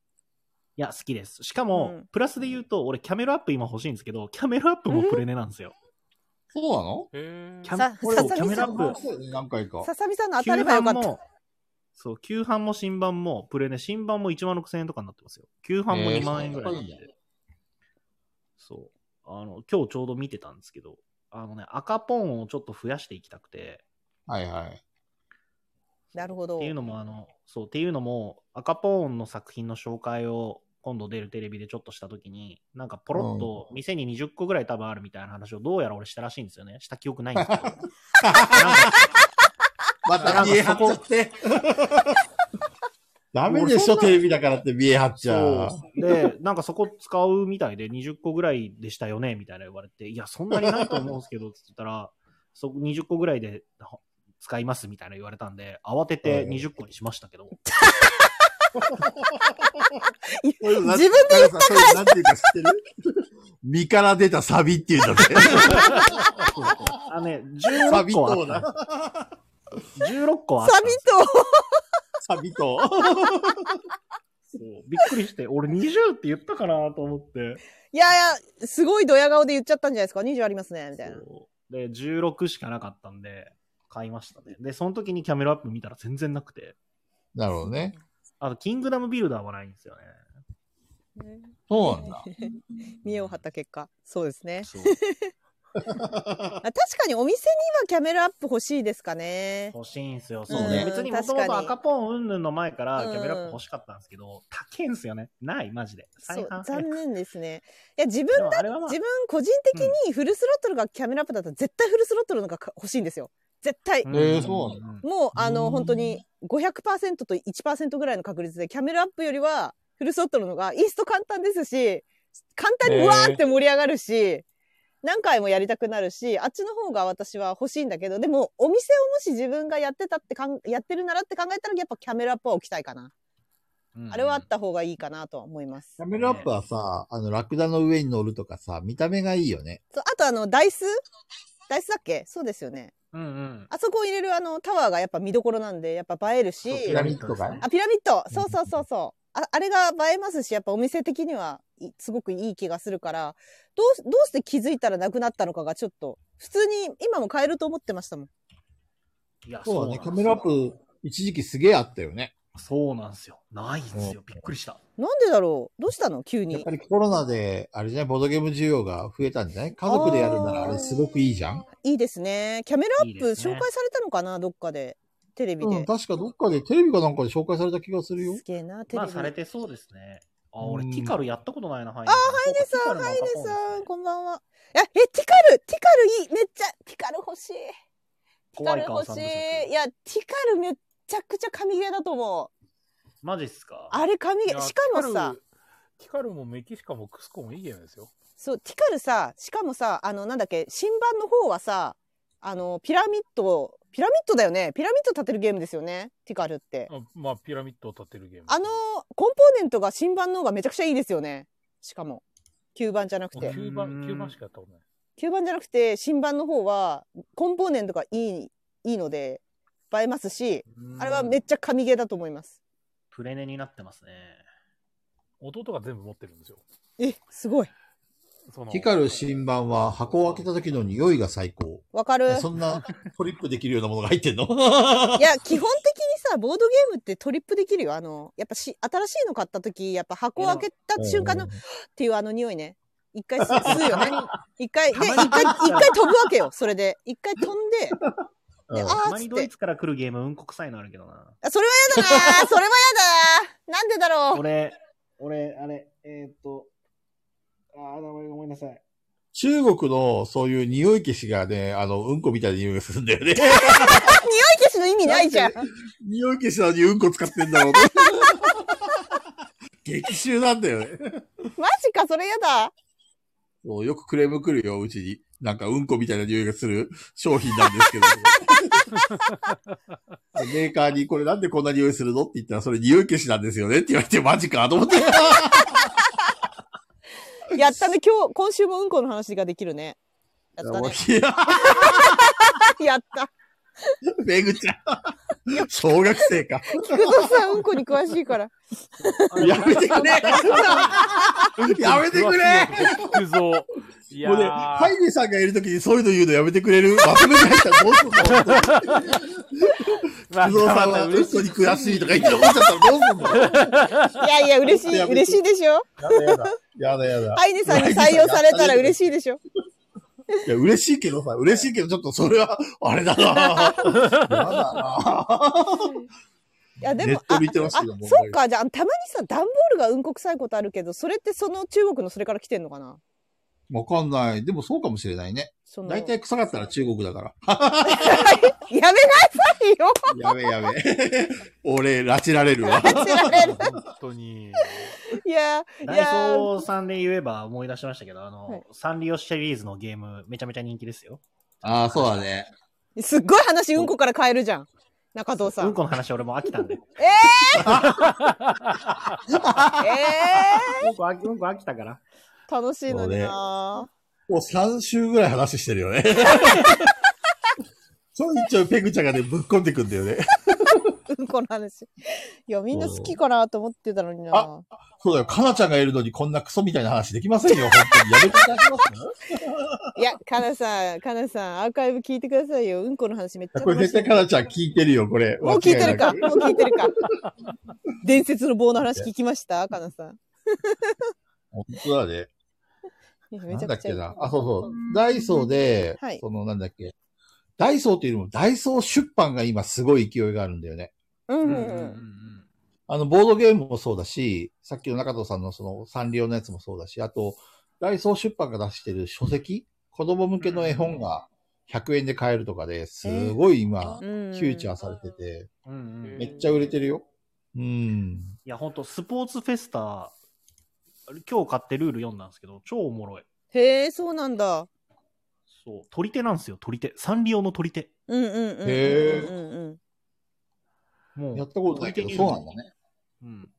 [SPEAKER 2] や、好きです。しかも、
[SPEAKER 1] うん
[SPEAKER 2] プラスで言うと、俺、キャメルアップ今欲しいんですけど、キャメルアップもプレネなんですよ。
[SPEAKER 3] そうなの
[SPEAKER 4] へ
[SPEAKER 2] キ
[SPEAKER 4] ー
[SPEAKER 2] ャ
[SPEAKER 1] さ
[SPEAKER 2] メこれキ
[SPEAKER 1] ささみさん
[SPEAKER 2] ャメルア
[SPEAKER 1] カ
[SPEAKER 2] ップ、
[SPEAKER 3] プ。何回か
[SPEAKER 1] う。。ささみさんの当たれ
[SPEAKER 2] 旧
[SPEAKER 1] ばよ
[SPEAKER 2] 版
[SPEAKER 1] かった。
[SPEAKER 2] も、そう、旧版も新版もプレネ、新版も1万6000円とかになってますよ。旧版も2万円ぐらいなんで
[SPEAKER 3] えーそうなんだ
[SPEAKER 2] そう。あの、今日ちょうど見てたんですけど、あのね、赤ポンをちょっと増やしていきたくて、
[SPEAKER 3] はいはい。
[SPEAKER 1] なるほど。
[SPEAKER 2] っていうのも、あの、そう、っていうのも、赤ポーンの作品の紹介を今度出るテレビでちょっとしたときに、なんかポロッと店に20個ぐらい多分あるみたいな話をどうやら俺したらしいんですよね。した記憶ないんですけど。なんか
[SPEAKER 3] また見え張っちゃって。 *laughs* ダメでしょ、テレビだからって見え張っちゃう。
[SPEAKER 2] そう *laughs* で、なんかそこ使うみたいで20個ぐらいでしたよねみたいな言われて、いや、そんなにないと思うんですけど、つって言ったら、そこ20個ぐらいでほ使いますみたいな言われたんで、慌てて20個にしましたけ *laughs* ど。
[SPEAKER 3] 自
[SPEAKER 1] 自
[SPEAKER 3] 分
[SPEAKER 1] 分で
[SPEAKER 3] 言ったから。なんていうか知ってる身から出たサビっていうんだって。
[SPEAKER 2] あのね、
[SPEAKER 3] *laughs* サビ
[SPEAKER 2] 16個あ
[SPEAKER 3] と
[SPEAKER 2] ったんです。
[SPEAKER 3] な。
[SPEAKER 2] 16個あった
[SPEAKER 1] サ
[SPEAKER 2] ん
[SPEAKER 1] ビ
[SPEAKER 2] です
[SPEAKER 1] と、
[SPEAKER 3] *laughs* サビと。
[SPEAKER 2] そうびっくりして、俺20って言ったかなと思って。
[SPEAKER 1] いやいや、すごいドヤ顔で言っちゃったんじゃないですか。20ありますね、みたいな。
[SPEAKER 2] そうで、16しかなかったんで、買いましたね。で、その時にキャメラアップ見たら全然なくて。
[SPEAKER 3] なるほどね。
[SPEAKER 2] あと、キングダムビルダーはないんですよね。
[SPEAKER 1] ね
[SPEAKER 3] そうなん *laughs* だ。
[SPEAKER 1] 見栄を張った結果。そうですね。
[SPEAKER 3] *laughs*
[SPEAKER 2] そう。
[SPEAKER 1] あ確かにお店にはキャメルアップ欲しいですかね。
[SPEAKER 2] 欲しいん
[SPEAKER 1] *laughs*
[SPEAKER 2] すよ。
[SPEAKER 3] そう
[SPEAKER 2] そうね。
[SPEAKER 3] うん
[SPEAKER 2] 別にもとも
[SPEAKER 1] 確
[SPEAKER 2] と
[SPEAKER 1] かに
[SPEAKER 2] 赤ポンうんぬんの前からキャメラアップ
[SPEAKER 1] うん
[SPEAKER 2] 欲しかったんですけど、高いんすよね。ない、マジで。
[SPEAKER 1] そ
[SPEAKER 2] 再
[SPEAKER 1] う
[SPEAKER 2] 販、
[SPEAKER 1] 残
[SPEAKER 2] で
[SPEAKER 1] 念ですね。いや、自分
[SPEAKER 2] もあれはまあ
[SPEAKER 1] 自分個人的にフルスロットルがキャメラアップだったら絶対フルスロットルのが欲しいんですよ。絶対。
[SPEAKER 2] うん
[SPEAKER 3] えーそう
[SPEAKER 1] もうあ
[SPEAKER 3] う
[SPEAKER 1] の
[SPEAKER 3] ん
[SPEAKER 1] 本当に500%と1%ぐらいの確率でキャメルアップよりはフルスロットルのがインスト簡単ですし、簡単に
[SPEAKER 3] へー
[SPEAKER 1] うわーって盛り上がるし、何回もやりたくなるし、あっちの方が私は欲しいんだけど、でもお店をもし自分がやってたってかん、やってるならって考えたらやっぱキャメルアップは置きたいかな。あれはあっ。た方がいいかなとは思います。
[SPEAKER 3] キャメルアップはさ、あの、ラクダの上に乗るとかさ、見た目がいいよね。
[SPEAKER 1] そうあとあの、ダイスダイスだっけそうですよね。
[SPEAKER 2] うんうん。
[SPEAKER 1] あそこを入れるあのタワーがやっぱ見どころなんで、やっぱ映えるし
[SPEAKER 2] そ。う
[SPEAKER 3] ピラミッドかい
[SPEAKER 1] あ、ピラミッドそうそうそうそう。ああれが映えますし、やっぱお店的にはいすごくいい気がするから、どうし、どうして気づいたらなくなったのかがちょっと、普通に今も買えると思ってましたもん。
[SPEAKER 2] いや、
[SPEAKER 3] そうだね。
[SPEAKER 2] なん
[SPEAKER 3] カ
[SPEAKER 2] すよ
[SPEAKER 3] メラアップ、一時期すげえあったよね。
[SPEAKER 2] そうなんですよ。ないんですよ。びっくりした。
[SPEAKER 1] なんでだろうどうしたの急
[SPEAKER 3] やっ
[SPEAKER 1] に
[SPEAKER 3] ぱ。りコロナで、あれじゃない、ボードゲーム需要が増えたんじゃない家族でやるならあれすごくいいじゃん
[SPEAKER 1] いいですね。キャメラア
[SPEAKER 2] い
[SPEAKER 1] ッ
[SPEAKER 2] い
[SPEAKER 1] プ
[SPEAKER 2] です
[SPEAKER 1] 紹
[SPEAKER 2] ね
[SPEAKER 1] 介されたのかなどっかで。テレビ
[SPEAKER 3] う
[SPEAKER 1] で
[SPEAKER 3] ん、。確かどっかでテレビかなんかで紹介された気がするよ
[SPEAKER 1] す。げえな、テレ
[SPEAKER 2] ま
[SPEAKER 1] ビ。
[SPEAKER 2] あ、されてそうですね。あ、俺、
[SPEAKER 3] うん
[SPEAKER 2] ティカルやったことないな、ハイ
[SPEAKER 1] あ
[SPEAKER 2] ハイ
[SPEAKER 1] ハイネさん、ハイネさん、こんばんは。え、え、ティカルティカルいいめっちゃ、ティカル欲しい。ティカ
[SPEAKER 2] 怖
[SPEAKER 1] ル
[SPEAKER 2] い顔
[SPEAKER 1] 欲
[SPEAKER 2] さん
[SPEAKER 1] し
[SPEAKER 2] で
[SPEAKER 1] い。
[SPEAKER 2] すね
[SPEAKER 1] いや、ティカルめっちゃくちゃ神ゲーだと思う。
[SPEAKER 2] マジっすか
[SPEAKER 1] あれ神
[SPEAKER 4] い
[SPEAKER 1] ゲ
[SPEAKER 4] や
[SPEAKER 1] ーしかもさ、
[SPEAKER 4] ティカル、ティカルもメキシカもクスコもいいゲームですよ。
[SPEAKER 1] そう、ティカルさ、しかもさ、あの、なんだっけ、新版の方はさ、あの、ピラミッド、ピラミッドだよね。ピラミッド立てるゲームですよね。ティカルって。
[SPEAKER 4] あまあ、ピラミッドを立てるゲーム。
[SPEAKER 1] あの、コンポーネントが新版の方がめちゃくちゃいいですよね。しかも。旧版じゃなくて。
[SPEAKER 4] 9
[SPEAKER 2] うん
[SPEAKER 4] 番、九番しかやったことない。
[SPEAKER 1] 旧版じゃなくて、新版の方は、コンポーネントがいい、いいので、映えますし、あれはめっちゃ神ゲーだと思います。
[SPEAKER 2] プレネになってますね。
[SPEAKER 4] 弟が全部持ってるんですよ。
[SPEAKER 1] え、すごい。
[SPEAKER 4] その
[SPEAKER 3] ティカル新版は箱を開けた時の匂いが最高。
[SPEAKER 1] わかる。
[SPEAKER 3] そんなトリップできるようなものが入 *laughs* ってんの
[SPEAKER 1] いや、基本的にさ、ボードゲームってトリップできるよ。あの、やっぱし、新しいの買った時、やっぱ箱を開けた瞬間の、っ
[SPEAKER 3] うん
[SPEAKER 1] ていうあの匂いね。一回吸吸
[SPEAKER 2] *laughs*
[SPEAKER 1] うよね。一回、で、
[SPEAKER 2] た
[SPEAKER 1] 一
[SPEAKER 2] ま
[SPEAKER 1] 回、
[SPEAKER 2] に
[SPEAKER 1] 一回飛ぶわけよ。それで。一回飛んで、で、あ
[SPEAKER 2] た
[SPEAKER 1] ー
[SPEAKER 2] ま
[SPEAKER 1] っつ
[SPEAKER 2] に
[SPEAKER 1] っ
[SPEAKER 2] ドイ
[SPEAKER 1] て。
[SPEAKER 2] ツから来るゲーム、うんこ臭いのあるけどな。
[SPEAKER 1] あそれはやだ
[SPEAKER 2] *laughs*
[SPEAKER 1] なーそれはやだなーなんでだろう
[SPEAKER 2] 俺、俺、あれ、えーっと、ああ、名前ごめんなさい。
[SPEAKER 3] 中国のそういう匂い消しがね、あの、うんこみたいな匂いがするんだ *laughs* よね。
[SPEAKER 1] 大消しの意味ないじゃん。
[SPEAKER 3] 匂い消しなのにうんこ使ってんだろうと。 *laughs* 激臭なんだよね。
[SPEAKER 1] マジか、それやだ。
[SPEAKER 3] そうよくクレーム来るよ、うちに。なんかうんこみたいな匂いがする *laughs* 商品なんですけど。 *laughs* メーカーにこれなんでこんな匂いするのって言ったら、それ匂い消しなんですよねって言われて、マジかと思って。
[SPEAKER 1] やったね。今日、今週もうんこの話ができるね。やったね。
[SPEAKER 3] いや、
[SPEAKER 1] やった。
[SPEAKER 3] めぐちゃん。小学生か。
[SPEAKER 1] 菊蔵さん、うんこに詳しいから。
[SPEAKER 3] やめてくれやめてくれ
[SPEAKER 4] 福蔵。いや
[SPEAKER 3] もうね、
[SPEAKER 4] ー、
[SPEAKER 3] ハイネさんがいるときにそういうの言うのやめてくれるまとめて入ったらどうすんの
[SPEAKER 4] まあ
[SPEAKER 3] 不動
[SPEAKER 4] まあ
[SPEAKER 3] 産
[SPEAKER 4] まあ
[SPEAKER 3] は
[SPEAKER 4] 嬉
[SPEAKER 3] うん
[SPEAKER 4] しい
[SPEAKER 3] こに悔しいとか言って思っちゃったらどうすんの
[SPEAKER 1] いやいや、嬉しい、
[SPEAKER 3] やめて
[SPEAKER 1] 嬉しいでしょ
[SPEAKER 3] やだやだ。やだやだ。 *laughs*
[SPEAKER 1] ハイネさんに採用されたら嬉しいでしょ。
[SPEAKER 3] いや、嬉しいけどさ、嬉しいけど、ちょっと
[SPEAKER 1] *laughs*
[SPEAKER 3] それは、あれだなやだな
[SPEAKER 1] いや、で
[SPEAKER 3] *laughs* ネッ
[SPEAKER 1] も、
[SPEAKER 3] ト見てま
[SPEAKER 1] あ、
[SPEAKER 3] す
[SPEAKER 1] あ
[SPEAKER 3] けど、問題
[SPEAKER 1] そうか、じゃあ、たまにさ、段ボールがうんこ臭いことあるけど、それってその中国のそれから来てんのかな
[SPEAKER 3] わかんない。でもそうかもしれないね。
[SPEAKER 1] その。
[SPEAKER 3] 大体臭かったら中国
[SPEAKER 1] *laughs*
[SPEAKER 3] だから。
[SPEAKER 1] やめなさいよ
[SPEAKER 3] やべえやべえ。 *laughs* 俺、拉致られ
[SPEAKER 1] *laughs*
[SPEAKER 3] るわ。
[SPEAKER 1] 間違える
[SPEAKER 4] 本当に。
[SPEAKER 1] いや、い
[SPEAKER 2] ダイ
[SPEAKER 1] や、
[SPEAKER 2] ソーさんで言えば思い出しましたけど、あの、
[SPEAKER 1] はい
[SPEAKER 2] サンリオシリーズのゲーム、めちゃめちゃ人気ですよ。
[SPEAKER 3] ああ、そうだね。
[SPEAKER 1] すっごい話、うんこから変えるじゃん。中藤さ
[SPEAKER 2] うん
[SPEAKER 1] ん。
[SPEAKER 2] この話俺もう飽き
[SPEAKER 1] *laughs*
[SPEAKER 2] たんで。
[SPEAKER 1] ええ
[SPEAKER 2] うんこ飽きうんこ飽きたから。
[SPEAKER 1] ー、楽しいのにな
[SPEAKER 3] もう3週ぐらい話してる *laughs* よね。ちょいちょいペグちゃんがね、ぶっこんでくんだよね。
[SPEAKER 1] うんこの話。いや、みんな好きかなと思ってたのにな
[SPEAKER 3] そうだよ、かなちゃんがいるのにこんなクソみたいな話できませんよ、本当に。やめていた
[SPEAKER 1] *laughs*
[SPEAKER 3] だけます
[SPEAKER 1] いや、かなさん、かなさん、アーカイブ聞いてくださいよ。うんこの話めっちゃ
[SPEAKER 3] これ
[SPEAKER 1] 楽し
[SPEAKER 3] 絶
[SPEAKER 1] い
[SPEAKER 3] 対。かなちゃん聞いてるよ、これ。
[SPEAKER 1] もう聞いてるか。
[SPEAKER 3] 間違
[SPEAKER 1] もう聞いてるか。伝説の棒の話聞きましたかなさん。
[SPEAKER 3] いなく。本当だね。
[SPEAKER 1] いやめ
[SPEAKER 3] な
[SPEAKER 1] ち
[SPEAKER 3] ん
[SPEAKER 1] ゃ
[SPEAKER 3] だ
[SPEAKER 1] く
[SPEAKER 3] っ
[SPEAKER 1] ちゃ
[SPEAKER 3] けな。あ、そうそう。ダイソーで、
[SPEAKER 1] はい
[SPEAKER 3] そのなんだっけ。ダイソーっていうよりも、ダイソー出版が今すごい勢いがあるんだよね。
[SPEAKER 1] うん
[SPEAKER 2] う
[SPEAKER 1] うんん
[SPEAKER 2] う
[SPEAKER 1] うん
[SPEAKER 2] うん
[SPEAKER 1] ん。
[SPEAKER 3] あの、ボードゲームもそうだし、さっきの中藤さんのそのサンリオのやつもそうだし、あと、ダイソー出版が出してる書籍、子供向けの絵本が100円で買えるとかですごい今、
[SPEAKER 1] うん
[SPEAKER 3] フューチャーされてて、
[SPEAKER 2] うんうんうん
[SPEAKER 4] えー
[SPEAKER 3] めっちゃ売れてるよ。うん。
[SPEAKER 2] いや、ほんと、スポーツフェスタ、あれ今日買ってルール読んだんですけど、超おもろい。
[SPEAKER 1] へえ、そうなんだ。
[SPEAKER 2] そう、取り手なんですよ、取り手。サンリオの取り手。
[SPEAKER 1] うんうんうんうんうんうん。
[SPEAKER 3] へえ
[SPEAKER 2] もう、
[SPEAKER 3] やったことないけど、
[SPEAKER 2] 取り手
[SPEAKER 3] そうなんだね。
[SPEAKER 2] うん。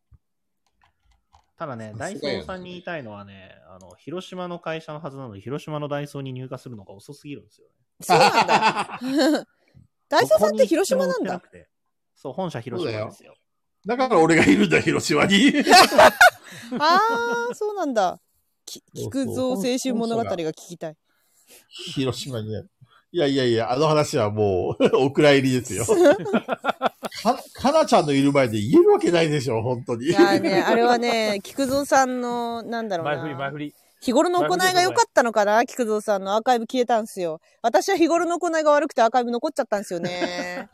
[SPEAKER 2] ただね、
[SPEAKER 3] さ
[SPEAKER 2] ダイ
[SPEAKER 3] す
[SPEAKER 2] ソ
[SPEAKER 3] がよね
[SPEAKER 2] ーさんに言いたいのはね、あの、広島の会社のはずなので、広島のダイソーに入荷するのが遅すぎるんですよね。
[SPEAKER 1] そうなん
[SPEAKER 3] *laughs*
[SPEAKER 1] だ。ダイソーさんって広島なんだ
[SPEAKER 2] どこ。に行っても売ってなくて。そう、本社広島なんですよ。
[SPEAKER 3] だから俺がいるんだよ、広島に。
[SPEAKER 1] ああ、そうなんだ。き
[SPEAKER 3] そう
[SPEAKER 1] 菊蔵青春物語が聞きたい。
[SPEAKER 3] 広島にある。いやいやいや、あの話はもう、 *laughs* お蔵入りですよ。か、かなちゃんのいる前で言えるわけないでしょ、本当に。
[SPEAKER 1] いやーね、あれはね、菊蔵さんの、なんだろう
[SPEAKER 4] *laughs* 前振り、前
[SPEAKER 1] な。
[SPEAKER 4] 振り。
[SPEAKER 1] 日頃の行いが良かったのかな菊蔵さんのアーカイブ消えたんすよ。私は日頃の行いが悪くてアーカイブ残っちゃったんすよね。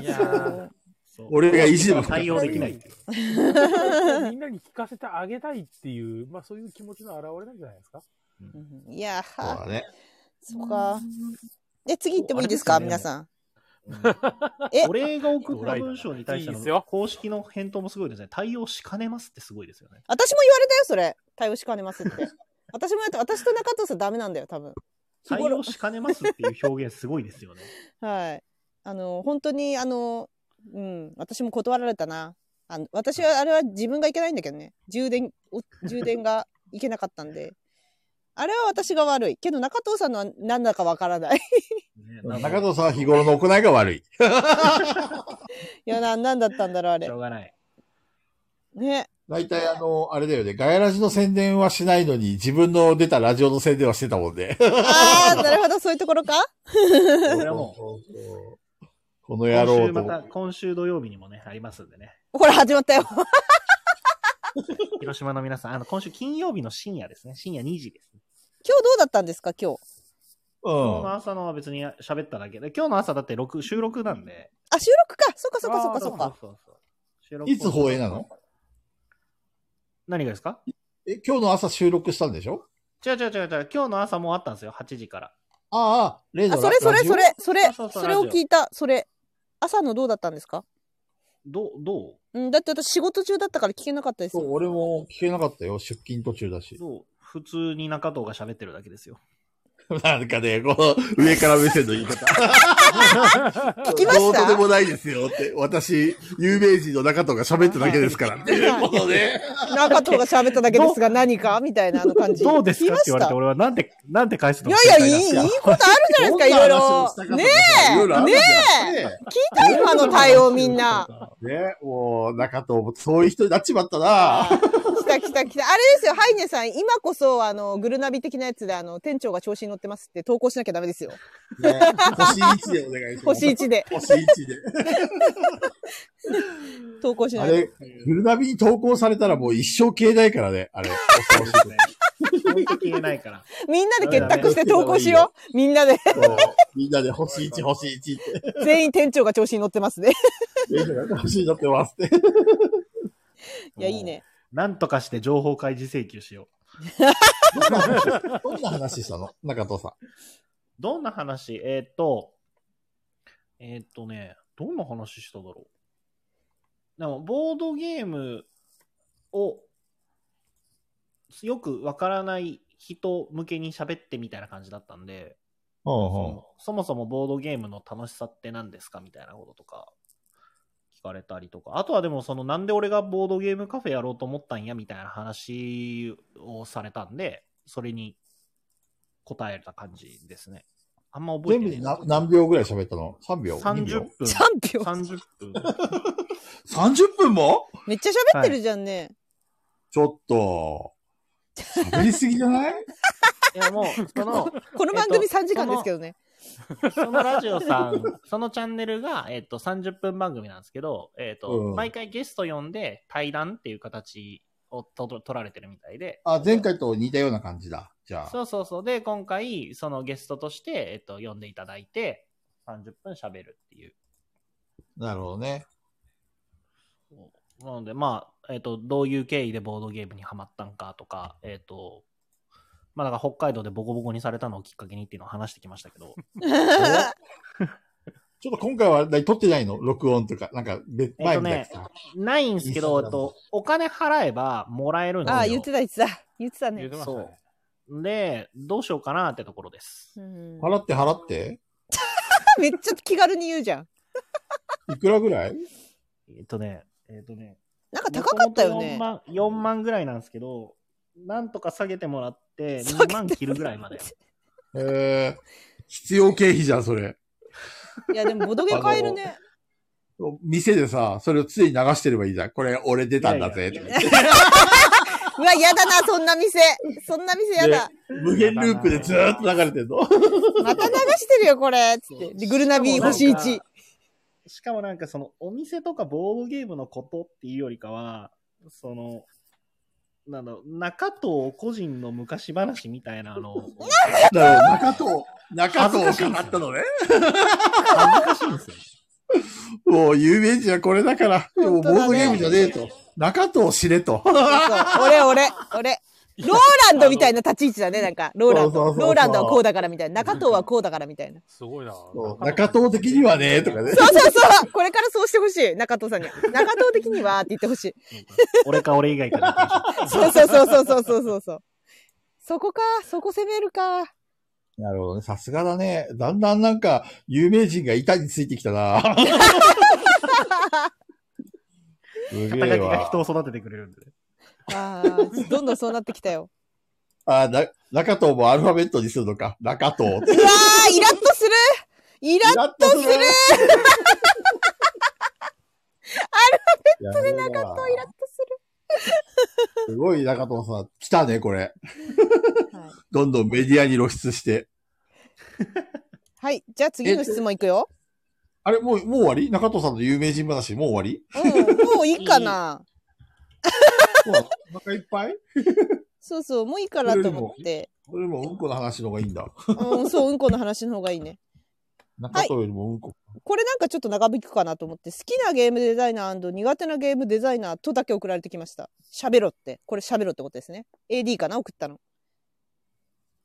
[SPEAKER 2] いやーそう
[SPEAKER 3] 俺が意地でも
[SPEAKER 2] 対応できないっていう。
[SPEAKER 4] みんなに聞かせてあげたいっていう、まあそういう気持ちの表れなんじゃないですか。
[SPEAKER 1] うんいや
[SPEAKER 3] そう
[SPEAKER 1] ー、
[SPEAKER 3] だね。
[SPEAKER 1] そっか。え、次行ってもいいですか
[SPEAKER 2] あれで
[SPEAKER 1] 皆
[SPEAKER 2] す
[SPEAKER 1] さん。え
[SPEAKER 2] お礼が送った文章に対して
[SPEAKER 4] いいですよ
[SPEAKER 2] の公式の返答もすごいですね。対応しかねますってすごいですよね。
[SPEAKER 1] 私も言われたよ、それ。対応しかねますって。私もやった。私と中藤さんダメなんだよ、多分。日
[SPEAKER 2] 対
[SPEAKER 1] 頃
[SPEAKER 2] 応しかねますっていう表現すごいですよね。
[SPEAKER 1] はい。あの、本当に、あの、うん、私も断られたな。あの私は、あれは自分がいけないんだけどね。充電、お充電がいけなかったんで。あれは私が悪い。けど中藤さんのは何だかわからない。い
[SPEAKER 2] ね
[SPEAKER 3] 中藤さんは日頃の行いが悪い。
[SPEAKER 1] や、な、何だったんだろう、あ
[SPEAKER 2] し
[SPEAKER 1] れ
[SPEAKER 2] ょ。うがない。
[SPEAKER 1] ね。
[SPEAKER 3] 大体あの、あれだよね、ガヤラジの宣伝はしないのに、自分の出たラジオの宣伝はしてたもんね。
[SPEAKER 1] ああ、なるほど、そういうところか
[SPEAKER 2] 俺はもう
[SPEAKER 3] この野
[SPEAKER 2] 今
[SPEAKER 3] 郎
[SPEAKER 2] 週
[SPEAKER 3] と
[SPEAKER 2] また、今週土曜日にもね、ありますんでね。
[SPEAKER 1] ほら、始まったよ。
[SPEAKER 2] 広島の皆さん、あの、今週金曜日の深夜ですね。深夜2時です、ね。
[SPEAKER 1] 今日どうだったんですか、今日。
[SPEAKER 2] 今日
[SPEAKER 3] う
[SPEAKER 2] の
[SPEAKER 3] ん。
[SPEAKER 2] 朝のは別に喋っただけで、今日の朝だって録収録なんで。
[SPEAKER 1] あ、収録か。そっかそっかそっかそっ
[SPEAKER 2] あー
[SPEAKER 1] か。
[SPEAKER 2] そうそうそう収録
[SPEAKER 3] いつ放映なの
[SPEAKER 2] 何がですか
[SPEAKER 3] え、今日の朝収録したんでしょ
[SPEAKER 2] 違う違う違う違う。今日の朝もうあったんですよ。8時から。
[SPEAKER 3] ああ、例の
[SPEAKER 1] あ、それそれそ。
[SPEAKER 3] ラジ
[SPEAKER 1] れ、それ
[SPEAKER 2] あそう、そう
[SPEAKER 1] それを聞いた、それ。朝のどうだったんですか
[SPEAKER 2] どう、ど
[SPEAKER 1] うん、だって私仕事中だったから聞けなかったです
[SPEAKER 3] オ
[SPEAKER 1] よ
[SPEAKER 3] そう、俺も聞けなかったよ。出勤途中だ
[SPEAKER 2] う
[SPEAKER 3] し。
[SPEAKER 2] どう普通に中藤が喋ってるだけですよ。
[SPEAKER 3] *laughs* なんかね、こう、上から目線の言い方。
[SPEAKER 1] 聞きま
[SPEAKER 3] ど
[SPEAKER 1] し
[SPEAKER 3] うと
[SPEAKER 1] た
[SPEAKER 3] でもないですよって、私、有名人の中とか喋っただけですから
[SPEAKER 1] *laughs*
[SPEAKER 3] っていうことで。
[SPEAKER 1] 中藤が喋っただけですが何かみたいなあの感じ。
[SPEAKER 2] どうですか
[SPEAKER 1] 聞きま
[SPEAKER 2] って
[SPEAKER 1] し
[SPEAKER 2] 言われ
[SPEAKER 1] た
[SPEAKER 2] て、俺はなんて、なんて返す
[SPEAKER 1] い
[SPEAKER 2] の
[SPEAKER 1] やいや、いい、いいことあるじゃないですか、いろいろ。ねえ、ねえ、
[SPEAKER 3] え
[SPEAKER 1] 聞いた今の対応みんな。
[SPEAKER 3] ね、もう、中藤もそういう人になっちまったな。
[SPEAKER 1] 来た来た来た。あれですよ、ハイネさん、今こそ、あの、グルナビ的なやつで、あの、店長が調子に乗ってますって投稿しなきゃダメですよ。
[SPEAKER 3] ね、星1でお願いします。
[SPEAKER 1] 星1で
[SPEAKER 3] 星1で。
[SPEAKER 1] 投稿し
[SPEAKER 3] あ
[SPEAKER 1] ないと。
[SPEAKER 3] れ、グルナビに投稿されたらもう一生消えないからね、あれ。恐ろしいことね
[SPEAKER 2] 本当消えないから。
[SPEAKER 1] みんなで結託して投稿しよう。みんなで。 *laughs*
[SPEAKER 3] そうみんなで星1、星1って。
[SPEAKER 1] 全員店長が調子に乗ってますね。
[SPEAKER 3] みんなが星に乗ってますって。
[SPEAKER 1] いや、いいね。
[SPEAKER 2] なんとかして情報開示請求しよう。
[SPEAKER 3] どんな話どんな話したの中藤さ
[SPEAKER 2] どんな話えーっと、えーっとね、どんな話しただろう。でも、ボードゲームをよくわからない人向けに喋ってみたいな感じだったんで、
[SPEAKER 3] ん。うん
[SPEAKER 2] そのそもそもボードゲームの楽しさって何ですかみたいなこととか聞かれたりとか、あとはでもそのなんで俺がボードゲームカフェやろうと思ったんやみたいな話をされたんで、それに答えた感じですね。あんま覚え
[SPEAKER 3] 全
[SPEAKER 2] て
[SPEAKER 3] 部
[SPEAKER 2] ない。
[SPEAKER 3] で何何秒ぐらい喋ったの ?3 秒 ?2
[SPEAKER 2] 30
[SPEAKER 3] 秒
[SPEAKER 2] 分。
[SPEAKER 1] 3票。
[SPEAKER 2] 30分。
[SPEAKER 3] ?30 分も
[SPEAKER 1] めっちゃ喋ってるじゃんね。
[SPEAKER 3] ちょっと、喋りすぎじゃない
[SPEAKER 2] いやもう、その、
[SPEAKER 1] この番組3時間ですけどね。
[SPEAKER 2] そのラジオさん、そのチャンネルが、えっと、30分番組なんですけど、えっと、
[SPEAKER 3] うん
[SPEAKER 2] 毎回ゲスト呼んで対談っていう形をとと取られてるみたいで、
[SPEAKER 3] *laughs* あ、前回と似たような感じだ。じゃあ。
[SPEAKER 2] そうそうそう。で、今回、そのゲストとして、えっと、呼んでいただいて、30分喋るっていう。
[SPEAKER 3] なるほどね。
[SPEAKER 2] なので、まあ、えっと、どういう経緯でボードゲームにはまったんかとか、えっと、まあ、だから北海道でボコボコにされたのをきっかけにっていうのを話してきましたけ *laughs* ど、
[SPEAKER 3] ちょっと今回は何撮ってないの録音とか。なんか、
[SPEAKER 2] え
[SPEAKER 3] べ
[SPEAKER 2] っ
[SPEAKER 3] 前
[SPEAKER 2] と
[SPEAKER 3] み
[SPEAKER 2] ね
[SPEAKER 3] たいなやつか。
[SPEAKER 2] ないんですけど、えっと、お金払えばもらえるんです
[SPEAKER 1] *laughs*
[SPEAKER 2] よ。
[SPEAKER 1] ああ、言ってた言ってた。言ってた
[SPEAKER 4] *laughs* 言
[SPEAKER 1] ね
[SPEAKER 4] って。ましたね。
[SPEAKER 2] で、どうしようかなってところです。
[SPEAKER 1] うん
[SPEAKER 3] 払って払って
[SPEAKER 1] めっちゃ気軽に言うじゃん。
[SPEAKER 3] いくらぐらい
[SPEAKER 2] えっとね、えっとね、
[SPEAKER 1] なんか高かったよ
[SPEAKER 2] 4
[SPEAKER 1] ね。
[SPEAKER 2] 万 ,4 万ぐらいなんですけど、なんとか下げてもらって、
[SPEAKER 1] 下げ
[SPEAKER 2] 2
[SPEAKER 1] て
[SPEAKER 2] 万切るぐらいまで。
[SPEAKER 3] えー、必要経費じゃん、それ。
[SPEAKER 1] いや、でもボドゲ買えるね。
[SPEAKER 3] 店でさ、それを常に流してればいいじゃん。これ、俺出たんだぜ。
[SPEAKER 2] いやいや
[SPEAKER 1] うわ、やだな、そんな店。そんな店やだ。
[SPEAKER 3] 無限ループでずーっと流れてんの
[SPEAKER 1] また流してるよ、これ。つって。でグルナビー星1。
[SPEAKER 2] しかもなんかそのお店とかボードゲームのことっていうよりかは、その、なんだろう、中藤個人の昔話みたいな *laughs* のを、
[SPEAKER 3] なるほど。中藤、中藤を語ったのね。
[SPEAKER 2] 恥ずかしいんですよ。
[SPEAKER 3] もう有名人はこれだから、で
[SPEAKER 1] 本
[SPEAKER 3] もボ
[SPEAKER 1] 当
[SPEAKER 3] ー
[SPEAKER 1] だね
[SPEAKER 3] ドゲームじゃねえと。中藤を知れと。
[SPEAKER 1] そう俺、俺、俺。ローランドみたいな立ち位置だね、なんか。ローラン
[SPEAKER 3] そうそ
[SPEAKER 1] ド。
[SPEAKER 3] うそうそう
[SPEAKER 1] ローランドはこうだからみたいな。中藤はこうだからみたいな。
[SPEAKER 4] すごいな。
[SPEAKER 3] そう中藤的にはね、とかね。
[SPEAKER 1] そうそうそう。これからそうしてほしい。中藤さんには。中藤的にはって言ってほしい。
[SPEAKER 2] 俺か俺以外かだけでしょ
[SPEAKER 1] そうそうそうそうそうそうそうそう。そこか、そこ攻めるか。
[SPEAKER 3] なるほどね。さすがだね。だんだんなんか、有名人が板についてきたな。 *laughs*
[SPEAKER 2] 肩 *laughs*
[SPEAKER 3] すげ
[SPEAKER 2] 書
[SPEAKER 3] え
[SPEAKER 2] きが
[SPEAKER 3] わ
[SPEAKER 2] 人。を育ててくれるんでね。
[SPEAKER 1] ああ、どんどんそうなってきたよ。
[SPEAKER 3] あ、な、中藤もアルファベットにするのか。中藤っ
[SPEAKER 1] う
[SPEAKER 3] て。
[SPEAKER 1] わー、イラッとするイラッ
[SPEAKER 3] ラッとするアルファベットで中藤イラッとする。すごい中藤さん。来たね、これ。
[SPEAKER 1] と、はい、
[SPEAKER 3] どんどんメディアに露出して。
[SPEAKER 1] はい、じゃあ次の質問いくよ。
[SPEAKER 3] あれ、もう、もう終わり中藤さんの有名人話、もう終わり
[SPEAKER 1] うん、もういいかな。
[SPEAKER 3] もうお腹いっぱい
[SPEAKER 1] そうそう、もういいかなと思って。
[SPEAKER 3] それもうんこの話の方がいいんだ。
[SPEAKER 1] うん、そう、うんこの話の方がいいね。
[SPEAKER 3] 中藤よりもうんこ。
[SPEAKER 1] これなんかちょっと長引くかなと思って、好きなゲームデザイナー苦手なゲームデザイナーとだけ送られてきました。喋ろって。これ喋ろってことですね。AD かな送ったの。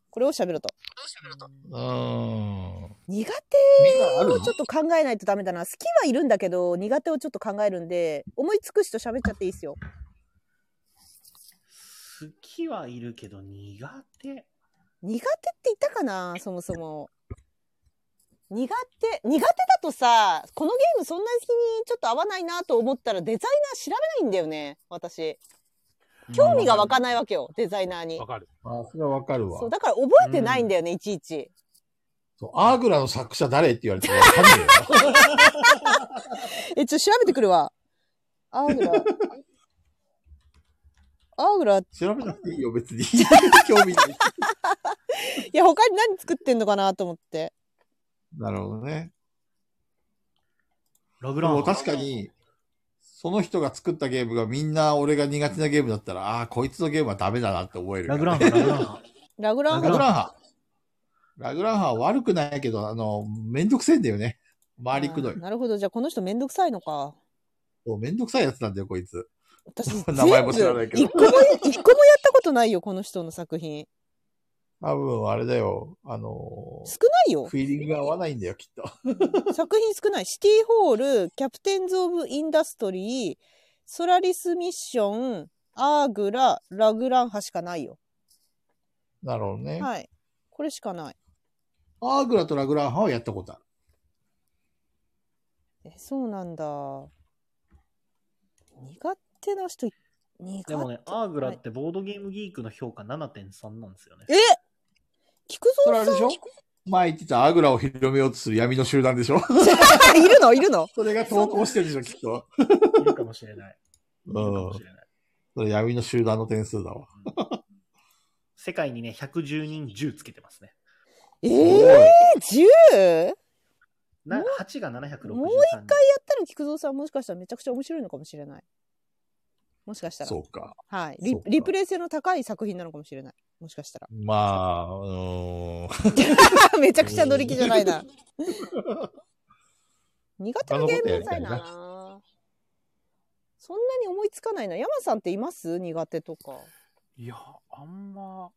[SPEAKER 1] これを喋ろと。
[SPEAKER 3] うーん。
[SPEAKER 1] 苦
[SPEAKER 3] みんなあ
[SPEAKER 1] 手
[SPEAKER 3] る
[SPEAKER 1] を
[SPEAKER 3] の
[SPEAKER 1] ちょっと考えないとダメだな。好きはいるんだけど、苦手をちょっと考えるんで、思いつく人喋っちゃっていいですよ。
[SPEAKER 2] 好きはいるけど苦手。
[SPEAKER 1] 苦手って言ったかなそもそも。苦手苦手だとさ、このゲームそんなにちょっと合わないなと思ったらデザイナー調べないんだよね、私。興味が湧かないわけよ、デザイナーに
[SPEAKER 4] わ。かる。
[SPEAKER 3] あ、それはわかるわ
[SPEAKER 1] そう、。だから覚えてないんだよね、いちいち。
[SPEAKER 3] そうアーグラの作者誰って言われてもわかんねえよ。
[SPEAKER 1] え、ちょ、調べてくるわ。アーグラ。アーグラ、い
[SPEAKER 3] 調べなくていいよ、別に。 *laughs* 興味ない。
[SPEAKER 1] や、他に何作ってんのかなと思って。
[SPEAKER 3] なるほどね。
[SPEAKER 2] ラグ
[SPEAKER 3] で
[SPEAKER 2] ラン
[SPEAKER 3] も確かに、その人が作ったゲームがみんな俺が苦手なゲームだったら、ああ、こいつのゲームはダメだなって思える。
[SPEAKER 2] ラグランハ、ラグランハ。
[SPEAKER 1] ラグラン
[SPEAKER 3] ラグ
[SPEAKER 1] ハ。
[SPEAKER 3] ランハ。ラグランハは悪くないけど、あの、めんどくせえんだよね。周りくどい
[SPEAKER 1] あー。なるほど。じゃあこの人めんどくさいのか。
[SPEAKER 3] そうめんどくさいやつなんだよ、こいつ。
[SPEAKER 1] 私、全部
[SPEAKER 3] *laughs* 名前も知らないけど
[SPEAKER 1] 一個も、一個もやったことないよ、この人の作品。
[SPEAKER 3] 多分、あれだよ。あの
[SPEAKER 1] 少ない
[SPEAKER 3] *laughs*
[SPEAKER 1] よ。
[SPEAKER 3] フィーリングが合わないんだよ、きっと。
[SPEAKER 1] 作品少ない。シティホール、キャプテンズ・オブ・インダストリー、ソラリス・ミッション、アーグラ、ラグランハしかないよ。
[SPEAKER 3] なるほどね。
[SPEAKER 1] はい。これしかない。
[SPEAKER 3] アーグラとラグランハはやったことある。
[SPEAKER 1] え、そうなんだ。苦手な人い、苦手。
[SPEAKER 2] *laughs* でもね、アーグラってボードゲームギークの評価7.3なんです *laughs* よね。
[SPEAKER 1] え菊
[SPEAKER 3] それ
[SPEAKER 1] 蔵
[SPEAKER 3] あれでしょ前言ってたアーグラを広めようとする闇の集団でしょ *laughs*
[SPEAKER 1] さん *laughs* いるのいるの
[SPEAKER 3] それが投稿してるでしょ、きっと。
[SPEAKER 2] いるかもしれない。いるか
[SPEAKER 3] うん
[SPEAKER 2] もし。れない。
[SPEAKER 3] それ闇の集団の点数だわ。
[SPEAKER 2] 世界にね、110人10つけてますね。
[SPEAKER 1] え
[SPEAKER 3] すごい
[SPEAKER 1] えー、10? やっ
[SPEAKER 2] な
[SPEAKER 1] も
[SPEAKER 2] 8が763人。
[SPEAKER 1] もう
[SPEAKER 2] 一回
[SPEAKER 1] たら菊蔵さんもしかしたらめちゃくちゃ面白いのかもしれない。もしかしたら。
[SPEAKER 3] そうか。
[SPEAKER 1] はいリ
[SPEAKER 3] そう。か
[SPEAKER 1] リプレイ性の高い作品なのかもしれない。もしかしたら。
[SPEAKER 3] まあ、うー
[SPEAKER 1] *laughs*
[SPEAKER 3] ん。
[SPEAKER 1] めちゃくちゃ乗り気じゃないな。苦手なゲームデザイナー
[SPEAKER 3] 他のこ
[SPEAKER 1] な。そんなに思いつかないな。山さんっています苦手とか。
[SPEAKER 4] いや、あんま、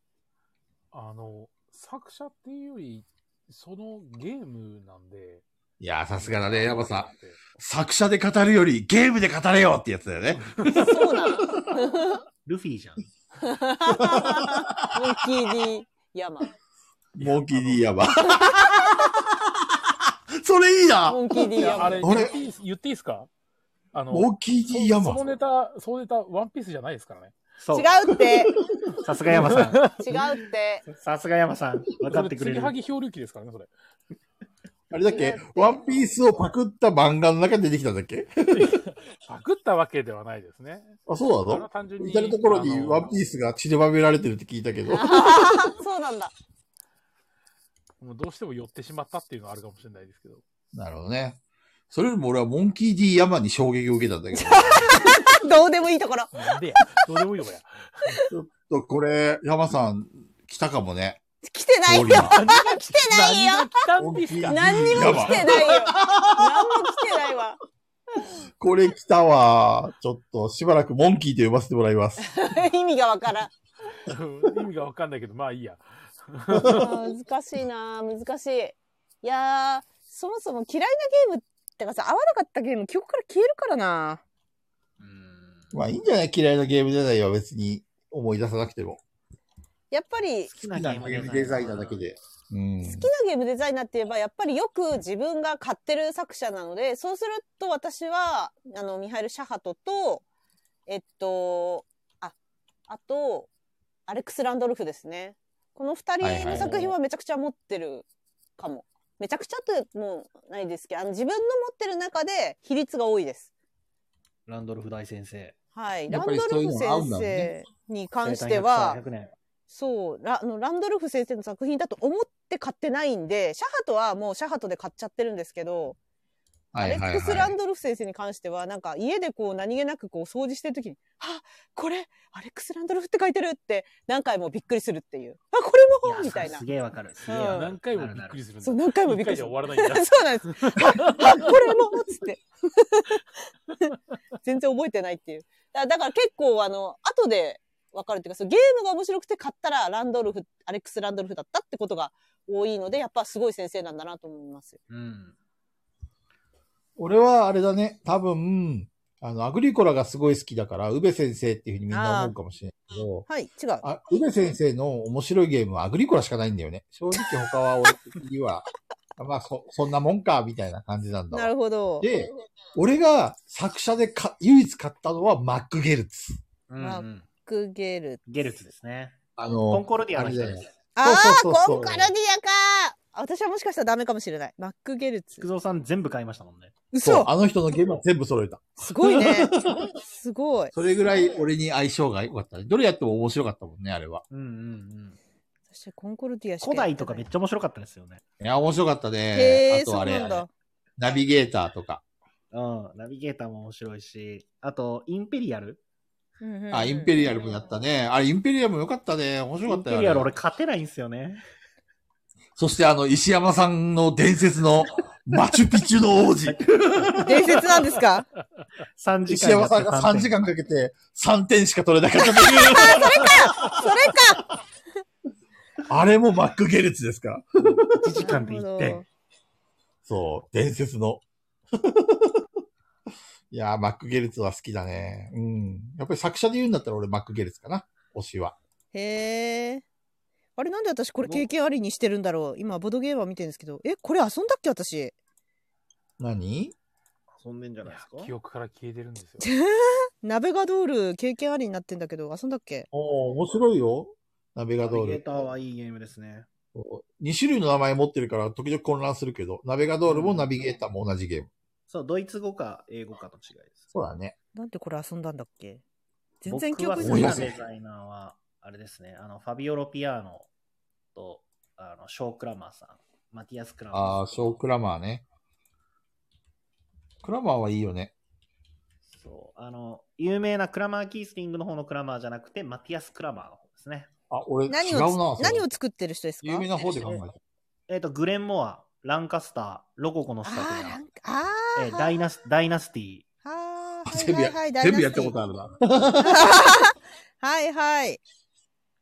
[SPEAKER 4] あの、作者っていうより、そのゲームなんで。
[SPEAKER 3] いや、さすがだね、ヤマさん。
[SPEAKER 4] ん。
[SPEAKER 3] 作者で語るよりゲームで語れよってやつだよね。
[SPEAKER 1] そうなの。
[SPEAKER 2] ルフィじゃん。
[SPEAKER 1] モンキー D 山。
[SPEAKER 3] モンキー D ヤマ。 *laughs* それいいな
[SPEAKER 1] モンキー D
[SPEAKER 4] いや、あ
[SPEAKER 1] 山。
[SPEAKER 4] れ、言っ
[SPEAKER 3] あれ
[SPEAKER 4] ていいです言っていいですかあの、
[SPEAKER 3] モンキー D ヤ
[SPEAKER 4] そ
[SPEAKER 3] マ
[SPEAKER 4] の。ネタ、そのネタ、ワンピースじゃないですからね。
[SPEAKER 2] そう。
[SPEAKER 1] 違う
[SPEAKER 3] *laughs*
[SPEAKER 1] って。
[SPEAKER 2] さすが山さん。
[SPEAKER 1] 違うって。
[SPEAKER 2] *laughs* さすが山さん。分かってくれ
[SPEAKER 4] そ継ぎ
[SPEAKER 2] る
[SPEAKER 4] は。ぎ漂流記ですからね、それ。
[SPEAKER 3] あれだっけワンピースをパクった漫画の中で出てきたんだっけ
[SPEAKER 4] パクったわけではないですね。
[SPEAKER 3] あ、そう
[SPEAKER 4] あ
[SPEAKER 3] な
[SPEAKER 4] れは
[SPEAKER 3] の
[SPEAKER 4] 単純に。
[SPEAKER 3] 至るところにワン
[SPEAKER 4] ー
[SPEAKER 3] ピースが散りばめられてるって聞いたけど。
[SPEAKER 1] そうなん
[SPEAKER 3] *laughs*
[SPEAKER 1] だ。
[SPEAKER 4] ス。もうどうしても寄ってしまったっていうのはあるかもしれないですけど。
[SPEAKER 3] なるほどね。それよりも俺はモンキー D ヤマに衝撃を受けたんだけど。
[SPEAKER 1] どうでもいいところ。
[SPEAKER 4] なんでや。どうでもいいのかや。
[SPEAKER 3] ちょっとこれ、ヤマさん来たかもね。
[SPEAKER 1] 来てないよ。
[SPEAKER 3] 通りが
[SPEAKER 1] 来て *laughs* ないよ
[SPEAKER 4] 何が来たんですか
[SPEAKER 1] 何にも来てないよ。何も来てないわ。
[SPEAKER 3] これ来たわ。ちょっとしばらくモンキーと呼ばせてもらいます。
[SPEAKER 1] *laughs*
[SPEAKER 3] *laughs*
[SPEAKER 1] 意味がわからん。
[SPEAKER 4] 意味がわかんないけど、まあいいや。
[SPEAKER 1] あー難しいなー難しいいやーそもそも嫌いなゲームってかさ合わなかったゲーム記憶から消えるからな
[SPEAKER 2] うん
[SPEAKER 3] まあいいんじゃない嫌いなゲームデザインは別に思い出さなくても。
[SPEAKER 1] やっぱり好
[SPEAKER 2] 好き
[SPEAKER 3] 好きなゲームデザイナーだけ。で。うん。
[SPEAKER 1] きなゲームデザイナーって言えばやっぱりよく自分が買ってる作者なのでそうすると私はあのミハイル・シャハトとえっとああとアレックス・ランドルフですねこの2人の作品はめちゃくちゃ持ってるかも、めちゃくちゃってもうないですけどあの自分の持ってる中で比率が多いです
[SPEAKER 2] ランドルフ大先生。
[SPEAKER 1] はい。ラ
[SPEAKER 3] やっ
[SPEAKER 1] ン
[SPEAKER 3] ぱ
[SPEAKER 1] ド
[SPEAKER 3] り
[SPEAKER 1] ル
[SPEAKER 3] そういう
[SPEAKER 1] フ
[SPEAKER 3] のが合うん
[SPEAKER 1] 先
[SPEAKER 3] だろうね
[SPEAKER 1] 生に関しては
[SPEAKER 2] 生、誕100年
[SPEAKER 1] そうラあの、ランドルフ先生の作品だと思って買ってないんで、シャハトはもうシャハトで買っちゃってるんですけど、
[SPEAKER 3] は
[SPEAKER 1] ア
[SPEAKER 3] い
[SPEAKER 1] レ
[SPEAKER 3] は
[SPEAKER 1] ッ
[SPEAKER 3] い
[SPEAKER 1] クス・ラ
[SPEAKER 3] はい
[SPEAKER 1] ン。ドルフ先生に関しては、なんか家でこう何気なくこう掃除してる時に、あ、これ、アレックス・ランドルフって書いてるって何回もびっくりするっていう。あ、これも
[SPEAKER 2] いや
[SPEAKER 1] みたいな
[SPEAKER 2] す。げえわかる。すげえ
[SPEAKER 1] うん
[SPEAKER 2] わかる
[SPEAKER 4] 何回もびっくりするんだ。
[SPEAKER 1] そう、何回もび
[SPEAKER 4] 一
[SPEAKER 1] っくり
[SPEAKER 4] 回
[SPEAKER 1] す
[SPEAKER 4] じゃ
[SPEAKER 1] る。
[SPEAKER 4] 終。わらないんだ
[SPEAKER 1] *laughs* そうなんです。あ、あこれもつって。 *laughs* 全然覚えてないっていう。だだから結構あの、後で分かるっていうか、そのゲームが面白くて買ったらランドルフ、アレックス・ランドルフだったってことが多いので、やっぱすごい先生なんだなと思いますよ。
[SPEAKER 2] うん。
[SPEAKER 3] 俺はあれだね。多分、あの、アグリコラがすごい好きだから、宇部先生っていうふうにみんな思うかもしれないけど、
[SPEAKER 1] はい、違う。
[SPEAKER 3] あ、宇部先生の面白いゲームはアグリコラしかないんだよね。正直他は俺的には、 *laughs* まあそ、そんなもんか、みたいな感じなんだわ
[SPEAKER 1] なるほど。
[SPEAKER 3] で、俺が作者でか唯一買ったのはマック・ゲルツ。
[SPEAKER 2] うん
[SPEAKER 1] まあ
[SPEAKER 2] うん
[SPEAKER 1] クゲル。
[SPEAKER 2] ゲルツですね。
[SPEAKER 3] あ
[SPEAKER 2] コン
[SPEAKER 3] の、
[SPEAKER 2] コルディアの人
[SPEAKER 3] あれ
[SPEAKER 2] で
[SPEAKER 3] だ
[SPEAKER 2] す。
[SPEAKER 1] ああ、
[SPEAKER 3] そうそうそうそ
[SPEAKER 1] コ
[SPEAKER 3] う
[SPEAKER 1] ンカルディアかあ私はもしかしたらダメかもしれない。マック・ゲルツ
[SPEAKER 2] 菊。蔵さん全部買いましたもんね。
[SPEAKER 3] そう
[SPEAKER 1] 嘘、
[SPEAKER 3] あの人のゲームは全部揃えた。
[SPEAKER 1] すごい
[SPEAKER 3] *laughs*
[SPEAKER 1] ね。すごい。
[SPEAKER 3] それぐらい俺に相性が良かったね。どれやっても面白かったもんね、あれは。
[SPEAKER 2] うんうんうん。
[SPEAKER 1] 私コンコルディアしか
[SPEAKER 2] 古代とかめ
[SPEAKER 1] め
[SPEAKER 2] っちゃ面白かったですよね。
[SPEAKER 3] いや、面白かった
[SPEAKER 1] へ
[SPEAKER 3] ね。
[SPEAKER 1] え、
[SPEAKER 3] あと
[SPEAKER 1] そ
[SPEAKER 3] あ
[SPEAKER 1] うなん
[SPEAKER 3] れ、
[SPEAKER 1] だ。
[SPEAKER 3] ナビゲーターとか。
[SPEAKER 2] うん、ナビゲーターも面白いし、あと、インペリアル
[SPEAKER 1] うんうんうん
[SPEAKER 3] あ、インペリアルもやったね。あれ、インペリアルもよかったね。面白
[SPEAKER 2] イ
[SPEAKER 3] か
[SPEAKER 2] ン
[SPEAKER 3] った
[SPEAKER 2] ペ
[SPEAKER 3] よ。
[SPEAKER 2] リアル
[SPEAKER 3] あれ
[SPEAKER 2] 俺勝てないんすよね。
[SPEAKER 3] そして、あの、石山さんの伝説
[SPEAKER 1] *laughs*
[SPEAKER 3] のマチュピチュの王子。
[SPEAKER 1] 伝説なんです
[SPEAKER 2] *laughs*
[SPEAKER 1] か
[SPEAKER 2] 3時間
[SPEAKER 3] 石
[SPEAKER 2] や
[SPEAKER 3] 山
[SPEAKER 2] って3点。
[SPEAKER 3] さんが3時間かけて3点しか取れなかったとい
[SPEAKER 1] *laughs*
[SPEAKER 3] う。
[SPEAKER 1] それか
[SPEAKER 3] あれもマックゲルツですか
[SPEAKER 2] 1時間で1
[SPEAKER 1] なるほ
[SPEAKER 2] 点
[SPEAKER 1] ど。
[SPEAKER 3] そう、伝説の。 *laughs* いやー、マック・ゲルツは好きだね。うん。やっぱり作者で言うんだったら俺マック・ゲルツかな。推しは。
[SPEAKER 1] へえ。あれなんで私これ経験ありにしてるんだろう今ボードゲーマー見てるんですけど。え、これ遊んだっけ私。 *laughs*
[SPEAKER 3] 何
[SPEAKER 2] 遊んでんじゃ
[SPEAKER 4] いや記憶から消えてるんですよ。
[SPEAKER 1] ナベガドール経験ありになってんだけど、遊んだっけ
[SPEAKER 3] おお面白いよ。ナビガ
[SPEAKER 2] ナ
[SPEAKER 3] ド
[SPEAKER 2] ビ
[SPEAKER 3] ー
[SPEAKER 2] ゲー
[SPEAKER 3] ル。
[SPEAKER 2] ターはいいゲームですね。
[SPEAKER 3] 2種類の名前持ってるから時々混乱するけど、ナビガドールもナビゲーターも同じゲーム。
[SPEAKER 2] そう、ドイツ語か英語かの違いです。
[SPEAKER 3] そうだね。
[SPEAKER 1] なんでこれ遊んだんだっけ全然記憶
[SPEAKER 2] 僕
[SPEAKER 1] に
[SPEAKER 2] は
[SPEAKER 1] な
[SPEAKER 2] 好
[SPEAKER 1] い
[SPEAKER 2] き
[SPEAKER 3] 思
[SPEAKER 2] な
[SPEAKER 3] 出せ
[SPEAKER 2] デザイナーは、あれですね、あの、ファビオ・ロピアーノと、あの、ショー・クラマーさん、マティアス・クラマーさん。
[SPEAKER 3] ああ、ショー・クラマーね。クラマーはいいよね。
[SPEAKER 2] そう、あの、有名なクラマー・キースティングの方のクラマーじゃなくて、マティアス・クラマーの方ですね。
[SPEAKER 3] あ、俺、違うな
[SPEAKER 1] 何を
[SPEAKER 3] そ
[SPEAKER 1] つ、
[SPEAKER 3] れ
[SPEAKER 1] 何を作ってる人ですか
[SPEAKER 3] 有名な方で考えた。
[SPEAKER 2] えっ、と、グレン・モア、ランカスター、ロココの仕
[SPEAKER 1] あ
[SPEAKER 2] 掛
[SPEAKER 1] ー
[SPEAKER 2] け
[SPEAKER 1] な
[SPEAKER 2] が
[SPEAKER 1] んか、あー、
[SPEAKER 2] えーダイナス、ダイナスティ
[SPEAKER 1] はー
[SPEAKER 3] 全部や、
[SPEAKER 1] はいはいはい
[SPEAKER 3] 全部やったことあるな。
[SPEAKER 1] *laughs* はいはい。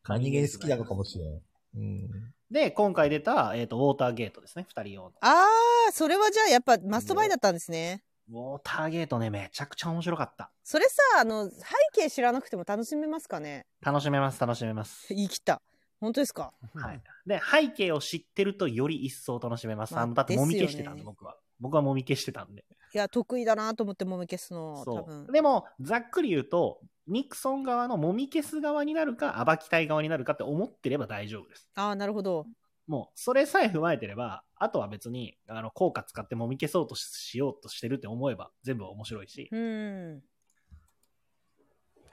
[SPEAKER 3] 何気に好きなのかもしれん。うん。
[SPEAKER 2] で、今回出た、えっ、と、ウォーターゲートですね、二人用の。
[SPEAKER 1] あー、それはじゃあやっぱマストバイだったんですね。
[SPEAKER 2] ウォーターゲートね、めちゃくちゃ面白かった。
[SPEAKER 1] それさ、あの、背景知らなくても楽しめますかね
[SPEAKER 2] 楽しめます、楽しめます。
[SPEAKER 1] 言い切った。本当ですか
[SPEAKER 2] はい。で、背景を知ってるとより一層楽しめます。
[SPEAKER 1] まあ
[SPEAKER 2] あの、だってもみ消してたん
[SPEAKER 1] ですよ
[SPEAKER 2] で、
[SPEAKER 1] ね
[SPEAKER 2] 僕は。僕はもみ消してたんで。
[SPEAKER 1] いや、得意だなと思ってもみ消すの、多
[SPEAKER 2] そ
[SPEAKER 1] 分
[SPEAKER 2] う。。でも、ざっくり言うと、ニクソン側のもみ消す側になるか、暴きたい側になるかって思ってれば大丈夫です。
[SPEAKER 1] ああ、なるほど。
[SPEAKER 2] もう、それさえ踏まえてれば、あとは別に、あの、効果使ってもみ消そうとししようとしてるって思えば、全部面白いし
[SPEAKER 1] う。ん。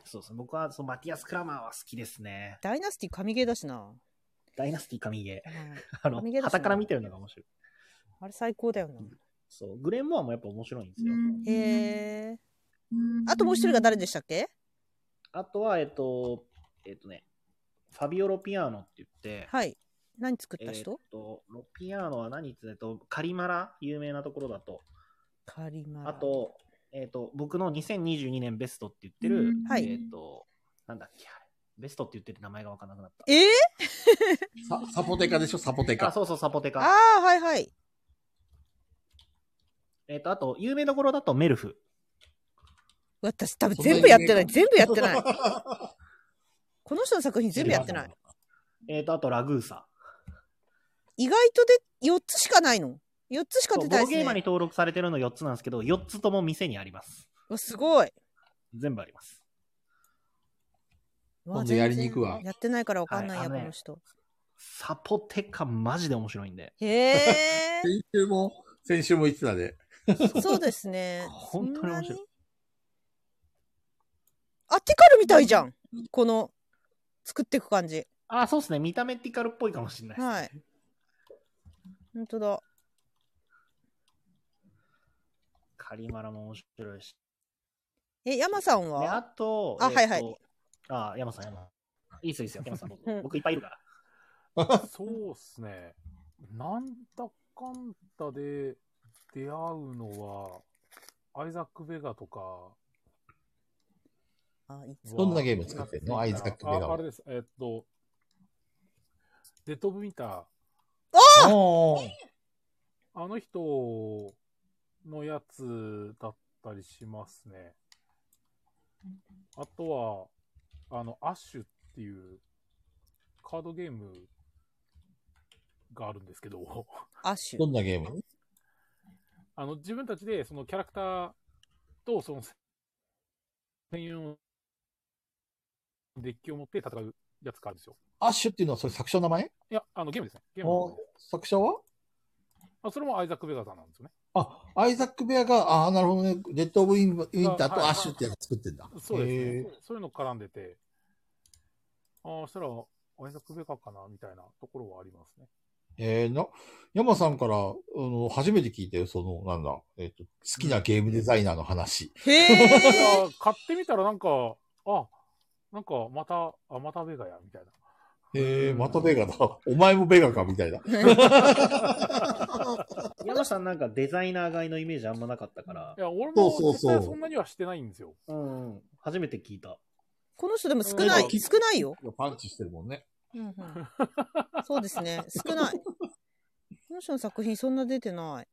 [SPEAKER 2] そうですね。僕は、そのマティアス・クラマーは好きですね。
[SPEAKER 1] ダイナスティ神ゲーだしな。
[SPEAKER 2] ダイナスティ神ゲ
[SPEAKER 1] う
[SPEAKER 2] ー。
[SPEAKER 1] ん
[SPEAKER 2] あの
[SPEAKER 1] 神ゲー、ですね
[SPEAKER 2] 旗から見てるのが面白い。
[SPEAKER 1] あれ最高だよな。
[SPEAKER 2] そう。グレンモアもやっぱ面白いんですよ。
[SPEAKER 1] へえ。あともう一人が誰でしたっけ
[SPEAKER 2] あとは、えっと、えっとね、ファビオ・ロピアーノって言って、
[SPEAKER 1] はい。何作っ
[SPEAKER 2] え
[SPEAKER 1] た
[SPEAKER 2] っ
[SPEAKER 1] 人
[SPEAKER 2] と、ロピアーノは何って言うと、カリマラ、有名なところだと、
[SPEAKER 1] カリマラ。
[SPEAKER 2] あ、と、えっと、僕の2022年ベストって言ってる、
[SPEAKER 1] はい
[SPEAKER 2] えっと、なんだっけ、あれベストって言ってる名前がわかんなくなっ
[SPEAKER 1] えー、
[SPEAKER 3] ササポテカでしょサポテ
[SPEAKER 2] た。あ、
[SPEAKER 3] カ。
[SPEAKER 2] そうそう、サポテ
[SPEAKER 1] あ
[SPEAKER 2] カ。
[SPEAKER 1] あ、はいはい。
[SPEAKER 2] えっと、あと、有名どころだとメルフ。
[SPEAKER 1] 私多分
[SPEAKER 3] そんな
[SPEAKER 1] 全部やってな
[SPEAKER 3] 有
[SPEAKER 1] い。
[SPEAKER 3] 名
[SPEAKER 1] 全部やってない。
[SPEAKER 3] *laughs*
[SPEAKER 1] この人の作品全部やってない。
[SPEAKER 2] えっと、あと、ラグーサ。
[SPEAKER 1] 意外とで4つしかないの。4つしか
[SPEAKER 2] そう
[SPEAKER 1] 出
[SPEAKER 2] ボ
[SPEAKER 1] たい
[SPEAKER 2] ー
[SPEAKER 1] で
[SPEAKER 2] ド
[SPEAKER 1] す
[SPEAKER 2] ゲーマーに
[SPEAKER 1] ね。
[SPEAKER 2] 登録されてるの4つなんですけど、4つとも店にあります。
[SPEAKER 1] うわすごい。
[SPEAKER 2] 全部あります。
[SPEAKER 1] うわ
[SPEAKER 3] 今度やりに行くわ
[SPEAKER 1] 全然やってないからわかんない
[SPEAKER 2] は
[SPEAKER 1] や、
[SPEAKER 2] いあ
[SPEAKER 1] こ
[SPEAKER 2] のね
[SPEAKER 1] の人。
[SPEAKER 2] サポテカマジで面白いんで。
[SPEAKER 1] へえ。
[SPEAKER 3] *laughs* 先週も、先週も言ってたで。
[SPEAKER 1] そうです
[SPEAKER 3] *laughs*
[SPEAKER 1] ね。
[SPEAKER 2] 本当に面白
[SPEAKER 1] そん
[SPEAKER 2] い
[SPEAKER 1] なあ、ティカルみたいじゃん。この、作っていく感じ。
[SPEAKER 2] あ、そうですね。見た目ティカルっぽいかもしれないです、ね。
[SPEAKER 1] はい。本当だ。
[SPEAKER 2] カリマラも面白いし。
[SPEAKER 1] え、山さん
[SPEAKER 2] で、あ
[SPEAKER 1] は
[SPEAKER 2] と、
[SPEAKER 1] あ
[SPEAKER 2] えーと
[SPEAKER 1] はいはい。
[SPEAKER 2] あ、山さん、山さん。いいっすよ、いいっすよ、山さん。僕
[SPEAKER 1] うん
[SPEAKER 2] 僕いっぱいい
[SPEAKER 1] *laughs*
[SPEAKER 2] るから。
[SPEAKER 4] そうっすね。なんだかんだで出会うのは、アイザック・ベガとかは。
[SPEAKER 1] あいつ
[SPEAKER 3] どんなゲーム作ってんの
[SPEAKER 4] あ
[SPEAKER 3] アイザックベガは
[SPEAKER 4] ああれです。えっと、デッド・オブ・ミター。
[SPEAKER 3] お
[SPEAKER 4] あの人のやつだったりしますね。あとは、あの、アッシュっていうカードゲームがあるんですけど、 *laughs*
[SPEAKER 1] アッシ
[SPEAKER 3] ーど
[SPEAKER 1] ュ。
[SPEAKER 3] んなゲーム
[SPEAKER 4] あの、自分たちでそのキャラクターとその専用のデッキを持って戦うやつがあるんですよ。
[SPEAKER 3] アッシュっていうのはそれ作者の名前
[SPEAKER 4] いや、あの、ゲームですね。ゲームの名
[SPEAKER 3] お
[SPEAKER 4] 前
[SPEAKER 3] 作者は
[SPEAKER 4] あそれもアイザック・ベガさんなんですよね。
[SPEAKER 3] あ、アイザック・ベアが、ああ、なるほどね。デッド・オブ・インインタ
[SPEAKER 4] あ
[SPEAKER 3] ー
[SPEAKER 4] はい
[SPEAKER 3] とアッシュってやつ作ってんだ。
[SPEAKER 4] そう
[SPEAKER 3] へ
[SPEAKER 4] です
[SPEAKER 3] ー
[SPEAKER 4] ね。そういうの絡んでて、
[SPEAKER 3] *laughs*
[SPEAKER 4] ああ、そしたら、アイザック・ベガかなみたいなところはありますね。
[SPEAKER 3] えー、な、山さんから、あの、初めて聞いたよ、その、なんだ、えっ、と、好きなゲームデザイナーの話。 *laughs*
[SPEAKER 1] へ
[SPEAKER 4] い
[SPEAKER 1] え。 *laughs*
[SPEAKER 4] や買ってみたらなんか、あ、なんかまた、あ、またベガや、みたいな。
[SPEAKER 3] えー、またベガだ。お前もベガか、みたいな。
[SPEAKER 2] 山さんなんかデザイナー買いのイメージあんまなかったから
[SPEAKER 4] い、や、俺
[SPEAKER 3] そ
[SPEAKER 4] も
[SPEAKER 3] うそうそう
[SPEAKER 4] 絶対そんなにはしてないんですよ。
[SPEAKER 2] うんうん、初めて聞いた。
[SPEAKER 1] この人でも少ない、
[SPEAKER 3] うん
[SPEAKER 1] 少ないよ。
[SPEAKER 3] パンチしてるもん *laughs* ね。
[SPEAKER 1] うんうん、 *laughs* そうですね、少ない。この人の作品そんな出てない。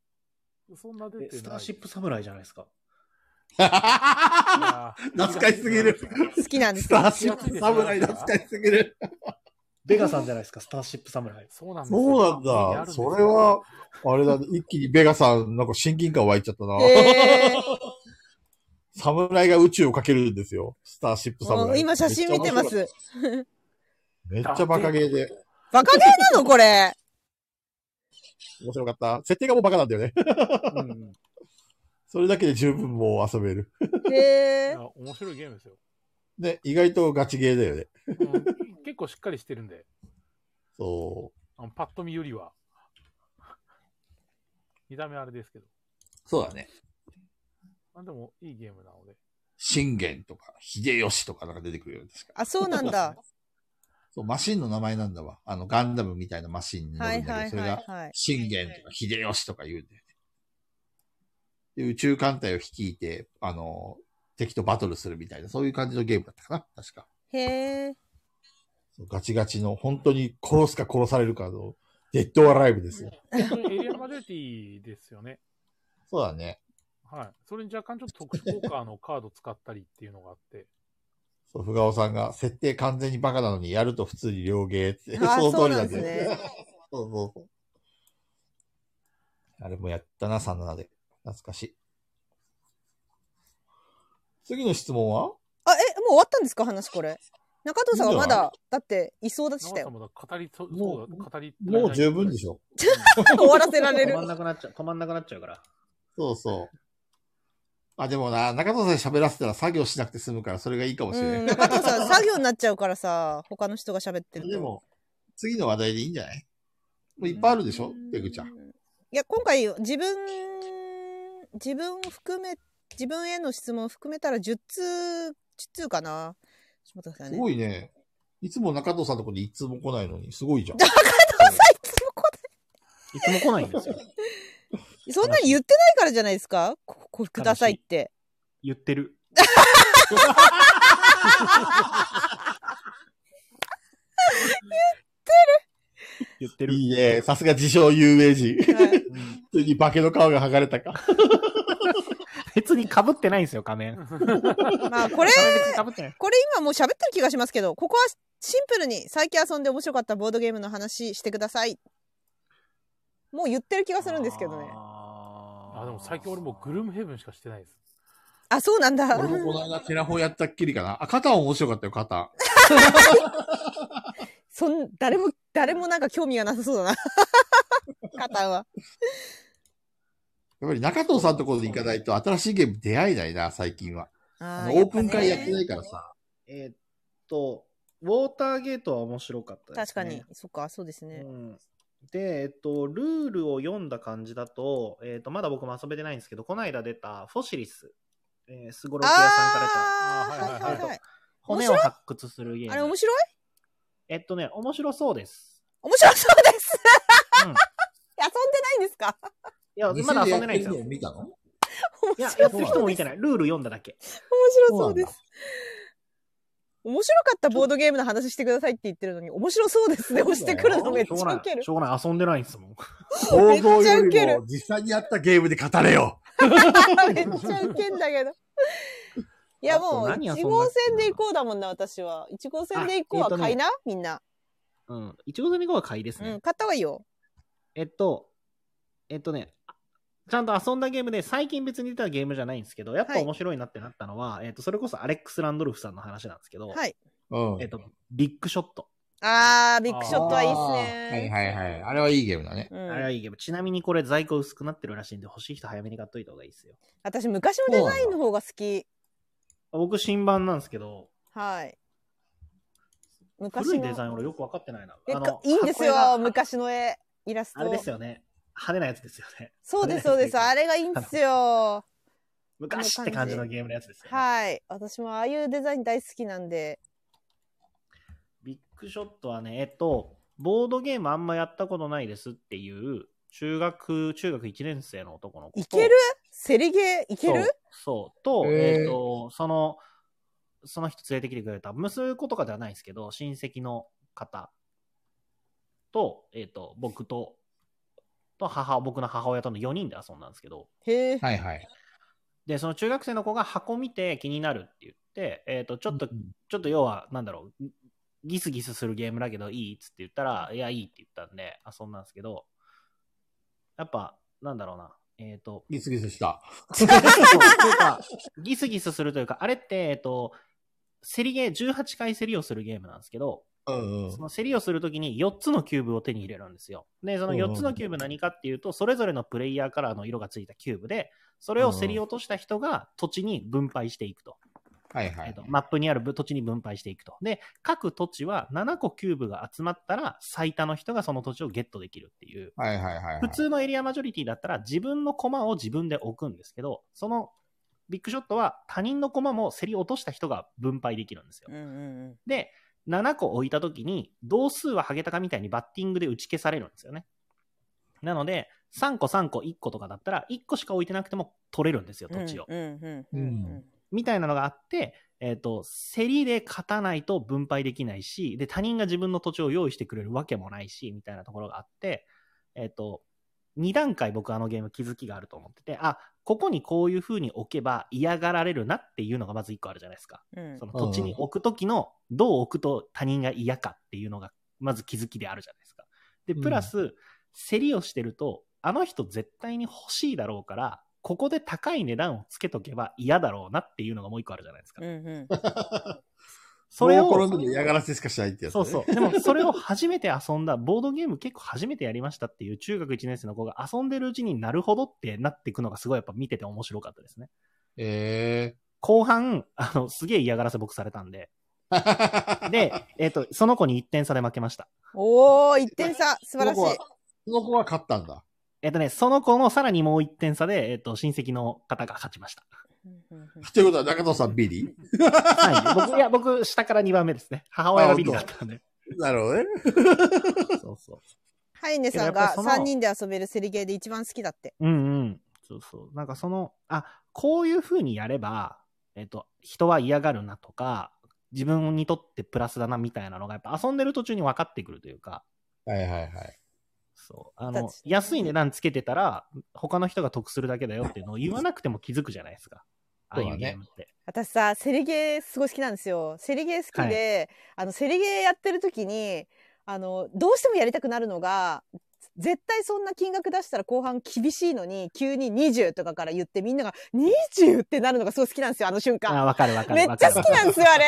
[SPEAKER 4] そんな出て
[SPEAKER 2] え
[SPEAKER 4] ない。
[SPEAKER 2] スターシップサムライじゃないですか。
[SPEAKER 4] いや
[SPEAKER 3] 懐かし
[SPEAKER 1] *laughs*
[SPEAKER 3] すぎる。
[SPEAKER 1] 好きなんで
[SPEAKER 3] ス
[SPEAKER 1] す
[SPEAKER 3] タ
[SPEAKER 1] よ。
[SPEAKER 3] *laughs* ーシップ侍懐かしすぎる。
[SPEAKER 2] ベガさんじゃないですか、スターシップサムライ。
[SPEAKER 4] *laughs* そうなんですよ
[SPEAKER 3] そうな
[SPEAKER 4] や
[SPEAKER 3] ん
[SPEAKER 4] る
[SPEAKER 3] だ。
[SPEAKER 4] です
[SPEAKER 3] そ
[SPEAKER 4] よ
[SPEAKER 3] れは、あれだ、一気にベガさん、なんか親近感湧いちゃったな。
[SPEAKER 1] へー
[SPEAKER 3] 侍が宇宙をかけるんですよ。スターシップ
[SPEAKER 1] もう
[SPEAKER 3] 侍。
[SPEAKER 1] 今写真見てます。
[SPEAKER 3] めっちゃ面白かった。めっちゃバカゲーで。
[SPEAKER 1] バカゲーなのこ
[SPEAKER 3] *laughs*
[SPEAKER 1] れ。
[SPEAKER 3] 面白かった。設定がもうバカなんだよね。 *laughs*
[SPEAKER 2] うん、
[SPEAKER 3] それだけで十分もう遊べる。
[SPEAKER 1] へ
[SPEAKER 4] い
[SPEAKER 1] え
[SPEAKER 4] や。面白いゲームですよ。
[SPEAKER 3] ね、意外とガチゲーだよね。
[SPEAKER 4] うん結構しっかりしてるんで、
[SPEAKER 3] そう。
[SPEAKER 4] あのパッと見よりは。見た目あれですけど。
[SPEAKER 3] そうだね。
[SPEAKER 4] まあでも、いいゲームなので。
[SPEAKER 1] *laughs*
[SPEAKER 3] 信玄とか、秀吉とかなんか出てくるよね。確か
[SPEAKER 1] あ、そうなん
[SPEAKER 3] *laughs*
[SPEAKER 1] だ。
[SPEAKER 3] そう、マシンの名前なんだわ。あの、ガンダムみたいなマシンに乗
[SPEAKER 1] は
[SPEAKER 3] る
[SPEAKER 1] い
[SPEAKER 3] んだ
[SPEAKER 1] は
[SPEAKER 3] け
[SPEAKER 1] い
[SPEAKER 3] ど、それ
[SPEAKER 1] はい、
[SPEAKER 3] が
[SPEAKER 1] はい。
[SPEAKER 3] 信玄とか秀吉とか言うんだよね。で、宇宙艦隊を率いて、あの、敵とバトルするみたいな、そういう感じのゲームだったかな。確か。
[SPEAKER 1] へえ。
[SPEAKER 3] そうガチガチの、本当に殺すか殺されるかの、デッドアライブですよ。
[SPEAKER 4] 本当にエリアマジョリティですよね。
[SPEAKER 3] そうだね。
[SPEAKER 4] はい。それに若干ちょっと特殊効果のカード使ったりっていうのがあって。
[SPEAKER 3] そう、ふがおさんが、設定完全にバカなのに、やると普通に両ゲーって、
[SPEAKER 1] あー
[SPEAKER 3] *laughs* その通りなん
[SPEAKER 1] そうなんですす
[SPEAKER 3] でね。そうそうそう。あれもやったな、37で。懐かしい。次の質問は
[SPEAKER 1] あ、え、もう終わったんですか話これ。中藤さんはま
[SPEAKER 3] いいんじゃな
[SPEAKER 1] だ、だって、いそうだし
[SPEAKER 4] 長
[SPEAKER 1] た
[SPEAKER 4] さ
[SPEAKER 3] *laughs*
[SPEAKER 1] よ。
[SPEAKER 4] もだ語りそ、
[SPEAKER 3] も
[SPEAKER 4] そううだ、語り。
[SPEAKER 3] もう十分で
[SPEAKER 1] *laughs*
[SPEAKER 3] し
[SPEAKER 4] ょ。
[SPEAKER 3] ょ。
[SPEAKER 1] 終わらせられ
[SPEAKER 2] 止
[SPEAKER 3] *laughs*
[SPEAKER 1] る
[SPEAKER 2] ま。んなくなっちゃう、止まんなくなっちゃうから。
[SPEAKER 3] そうそう。あ、でもな、中藤さんに喋らせたら作業しなくて済むから、それがいいかもしれ
[SPEAKER 1] うん、
[SPEAKER 3] ない。
[SPEAKER 1] 中藤さん、作業になっちゃうからさ、他の人が喋ってると。
[SPEAKER 3] でも、次の話題でいいんじゃないもういっぱいあるでしょ出口ちゃん。
[SPEAKER 1] いや、今回、自分、自分を含め、自分への質問を含めたら10通、10通かな。ちょっと待ってください
[SPEAKER 3] す
[SPEAKER 1] ね。
[SPEAKER 3] ごいね。いつも中藤さんのとこにいつも来ないのに、すごいじゃん。
[SPEAKER 1] あいつも答
[SPEAKER 2] いつも来ないんですよ。
[SPEAKER 1] え *laughs* そんなに言ってないからじゃないですかここくださいって。
[SPEAKER 2] 言っ
[SPEAKER 1] *laughs*
[SPEAKER 2] てる。言ってる。
[SPEAKER 3] いいね。さすが自称有名人。 *laughs*
[SPEAKER 1] はい
[SPEAKER 2] うん
[SPEAKER 3] 普通に化けの皮が剥がれたか。
[SPEAKER 2] 別に被ってないんですよ、仮面。
[SPEAKER 1] まあ、これ、
[SPEAKER 2] 仮面別に被ってない。
[SPEAKER 1] これ今もう喋ってる気がしますけど、ここはシンプルに最近遊んで面白かったボードゲームの話してください。もう言ってる気がするんですけどね。
[SPEAKER 2] あー
[SPEAKER 4] あ、でも最近俺もうグルームヘブンしかしてないです。
[SPEAKER 1] あ、そうなんだ。
[SPEAKER 3] 俺もこの間テラフォやったっきりかな。あ、肩は面白かったよ、肩。
[SPEAKER 1] そん、誰も、誰もなんか興味がなさそうだな。 *laughs* 肩は。
[SPEAKER 3] やっぱり中藤さんのところに行かないと新しいゲーム出会えないな、最近は。
[SPEAKER 1] あ
[SPEAKER 3] あのオープン会やって
[SPEAKER 1] る。
[SPEAKER 3] ないからさ。
[SPEAKER 2] えーっと、ウォーターゲートは面白かったです、ね。
[SPEAKER 1] 確かに。そっか、そうですね。
[SPEAKER 2] うんで、えっと、ルールを読んだ感じだと、えっと、まだ僕も遊べてないんですけど、この間出たフォシリス、えー、スゴロク屋さんから出た
[SPEAKER 1] ああ、
[SPEAKER 4] あ
[SPEAKER 1] は
[SPEAKER 4] ー
[SPEAKER 1] いはい
[SPEAKER 2] はい
[SPEAKER 1] は
[SPEAKER 2] はいい。骨を
[SPEAKER 1] 面白
[SPEAKER 2] 発掘するゲーム。
[SPEAKER 1] あれ面白い
[SPEAKER 2] えっとね、面白そうです。
[SPEAKER 1] 面白そうです。 *laughs*
[SPEAKER 2] うん
[SPEAKER 1] 遊んでないんですか
[SPEAKER 2] いや、まだ遊んでないんですよ。
[SPEAKER 3] 店でやってるのを見たの
[SPEAKER 1] 面
[SPEAKER 2] いや
[SPEAKER 1] 白、
[SPEAKER 2] やっ
[SPEAKER 1] そ
[SPEAKER 2] て
[SPEAKER 1] う
[SPEAKER 2] る人も見てない。ルール読んだだけ。
[SPEAKER 1] 面白そうです。面白かったボードゲームの話してくださいって言ってるのに、面白そうですね。押してくるのめっちゃ
[SPEAKER 2] しょうが
[SPEAKER 1] ウ
[SPEAKER 2] な
[SPEAKER 1] ケる
[SPEAKER 2] い。し。ょうがない。遊んでないんですもん。
[SPEAKER 3] 想像よ
[SPEAKER 1] めっちゃウケ
[SPEAKER 3] り
[SPEAKER 1] る
[SPEAKER 3] も実際にやったゲームで語れよ。
[SPEAKER 1] *laughs* めっちゃウケんだけど。いやもう、
[SPEAKER 2] あと何遊んだっけ
[SPEAKER 1] 1
[SPEAKER 2] な
[SPEAKER 1] 号線で行こうだもんな、私は。1号線で行こうは買いな、みんな。
[SPEAKER 2] うん。一応ゼミコは買いですね。
[SPEAKER 1] うん、買った方がいいよ。
[SPEAKER 2] えっと、えっとね、あちゃんと遊んだゲームで、最近別に出たゲームじゃないんですけど、やっぱ
[SPEAKER 1] はい
[SPEAKER 2] 面白いなってなったのは、えっと、それこそアレックス・ランドルフさんの話なんですけど、
[SPEAKER 1] はい。
[SPEAKER 3] うん。
[SPEAKER 2] えっと、ビッグショット。
[SPEAKER 1] あー、ビッグショットはいいっす
[SPEAKER 3] はい
[SPEAKER 1] ね。
[SPEAKER 3] はいはい。あれはいいゲームだね。
[SPEAKER 1] う
[SPEAKER 2] あれは
[SPEAKER 1] ん、
[SPEAKER 2] いいゲーム。ちなみにこれ在庫薄くなってるらしいんで、欲しい人早めに買っといた方がいいですよ。
[SPEAKER 1] 私、昔のデザインの方が好き。
[SPEAKER 2] 僕、新版なんですけど、
[SPEAKER 1] はい。昔
[SPEAKER 2] 古
[SPEAKER 1] の
[SPEAKER 2] いデザイン俺よくわかってないな。
[SPEAKER 1] え
[SPEAKER 2] あ
[SPEAKER 1] か
[SPEAKER 2] の
[SPEAKER 1] いいんです
[SPEAKER 2] 箱絵
[SPEAKER 1] よ、
[SPEAKER 2] が
[SPEAKER 1] 昔の絵。イラス
[SPEAKER 2] あれで
[SPEAKER 1] ト
[SPEAKER 2] す。よね。派手なやつですよね。
[SPEAKER 1] そうです、そうです。あれがいいんですよ。
[SPEAKER 2] 昔って感じのゲームのやつですよね。
[SPEAKER 1] はい。私もああいうデザイン大好きなんで。
[SPEAKER 2] ビッグショットはね、えっと、ボードゲームあんまやったことないですっていう、中学、中学1年生の男の子と。
[SPEAKER 1] いけるセリゲーいける
[SPEAKER 2] そうそう。と、
[SPEAKER 3] へー
[SPEAKER 2] えっ、と、その、その人連れてきてくれた、息子とかではないですけど、親戚の方と、えっ、と、僕と、と母、僕の母親との4人で遊んだんですけど、
[SPEAKER 1] へえ。
[SPEAKER 3] はいはい。
[SPEAKER 2] で、その中学生の子が箱見て気になるって言って、えっ、と、ち
[SPEAKER 3] ち、
[SPEAKER 2] ょっとちょっと要は、なんだろう、ギスギスするゲームだけどいいっつって言ったら、いや、いいって言ったんで遊んだんですけど、やっぱ、なんだろうな、えっ、と *laughs*
[SPEAKER 3] ギスギスした。
[SPEAKER 2] そうというかギスギスするというか、あれって、えっ、と、競りゲー、18回競りをするゲームなんですけど、
[SPEAKER 3] うんうん
[SPEAKER 2] そ。の競りをするときに4つのキューブを手に入れるんですよ。で、その4つのキューブ何かっていうと、それぞれのプレイヤーカラーの色がついたキューブで、それを競り落とした人が土地に分配していくと。
[SPEAKER 3] はいは
[SPEAKER 2] えっ
[SPEAKER 3] い
[SPEAKER 2] と。マップにある部土地に分配していくと。で、各土地は7個キューブが集まったら、最多の人がその土地をゲットできるっていう。
[SPEAKER 3] はいはいはいはい。
[SPEAKER 2] 普通のエリアマジョリティだったら、自分の駒を自分で置くんですけど、そのビッグショットは他人の駒も競り落とした人が分配できるんですよ
[SPEAKER 1] うん。うんうん。
[SPEAKER 2] で、7個置いたときに、同数はハゲタカみたいにバッティングで打ち消されるんですよね。なので、3個3個1個とかだったら、1個しか置いてなくても取れるんですよ、土地を。
[SPEAKER 1] うんうんうんう
[SPEAKER 3] うんん
[SPEAKER 2] みたいなのがあって、えっ、と、競りで勝たないと分配できないし、で、他人が自分の土地を用意してくれるわけもないし、みたいなところがあって、えっ、と、2段階僕あのゲーム気づきがあると思ってて、あ、ここにこういう風に置けば嫌がられるなっていうのがまず1個あるじゃないですか。
[SPEAKER 1] うん
[SPEAKER 2] その土地に置く時の、どう置くと他人が嫌かっていうのが、まず気づきであるじゃないですか。で、プラス、競りをしてると、あの人絶対に欲しいだろうから、ここで高い値段をつけとけば嫌だろうなっていうのがもう一個あるじゃないです
[SPEAKER 1] う
[SPEAKER 2] か。
[SPEAKER 1] んうん。
[SPEAKER 2] それ
[SPEAKER 3] 棒
[SPEAKER 2] を、
[SPEAKER 3] 転んで嫌がらせしかしないってやつ、
[SPEAKER 2] そ
[SPEAKER 3] ね。
[SPEAKER 2] うそう。でも、それを初めて遊んだ、ボードゲーム結構初めてやりましたっていう中学1年生の子が遊んでるうちになるほどってなっていくのがすごいやっぱ見てて面白かったですね。
[SPEAKER 3] え
[SPEAKER 2] 後半、あの、すげえ嫌がらせ僕されたんで。
[SPEAKER 3] えー。
[SPEAKER 2] *laughs* で、えっ、と、その子に1点差で負けました。
[SPEAKER 1] おー、一点差。素晴らしい
[SPEAKER 3] その子。はその子は勝ったんだ。
[SPEAKER 2] えっとね、その子のさらにもう1点差で、えっと、親戚の方が勝ちま
[SPEAKER 1] *laughs*
[SPEAKER 2] した。
[SPEAKER 1] うんうんうん
[SPEAKER 3] ということは中藤さんビリ
[SPEAKER 2] はい。僕、いや、僕、下から2番目ですね。母親がビリだったんで。
[SPEAKER 3] なるほどね。
[SPEAKER 2] そうそ
[SPEAKER 1] ハイネさん
[SPEAKER 2] いややっぱ
[SPEAKER 1] が
[SPEAKER 2] その
[SPEAKER 1] 3人で遊べるセリゲーで一番好きだって。
[SPEAKER 2] う。うんうん。そうそう。なんかその、あ、こういう風にやれば、えっと、人は嫌がるなとか、自分にとってプラスだなみたいなのが、やっぱ遊んでる途中に分かってくるというか、
[SPEAKER 3] はいはいはい。
[SPEAKER 2] そう。あ
[SPEAKER 1] だっ
[SPEAKER 2] の
[SPEAKER 1] て、
[SPEAKER 2] 安い値段つけてたら、他の人が得するだけだよっていうのを言わなくても気づくじゃないですか。ああいうゲームって。
[SPEAKER 1] 私さ、セリゲーすごい好きなんですよ。セリゲー好きで、あの、セリゲーやってる時に、あの、どうしてもやりたくなるのが、絶対そんな金額出したら後半厳しいのに、急に20とかから言ってみんなが20ってなるのがすごい好きなんですよ、あの瞬
[SPEAKER 2] あ
[SPEAKER 1] 間。
[SPEAKER 2] あ、分かる分かる。
[SPEAKER 1] めっちゃ好きなんですよ、
[SPEAKER 2] *laughs*
[SPEAKER 1] あれ。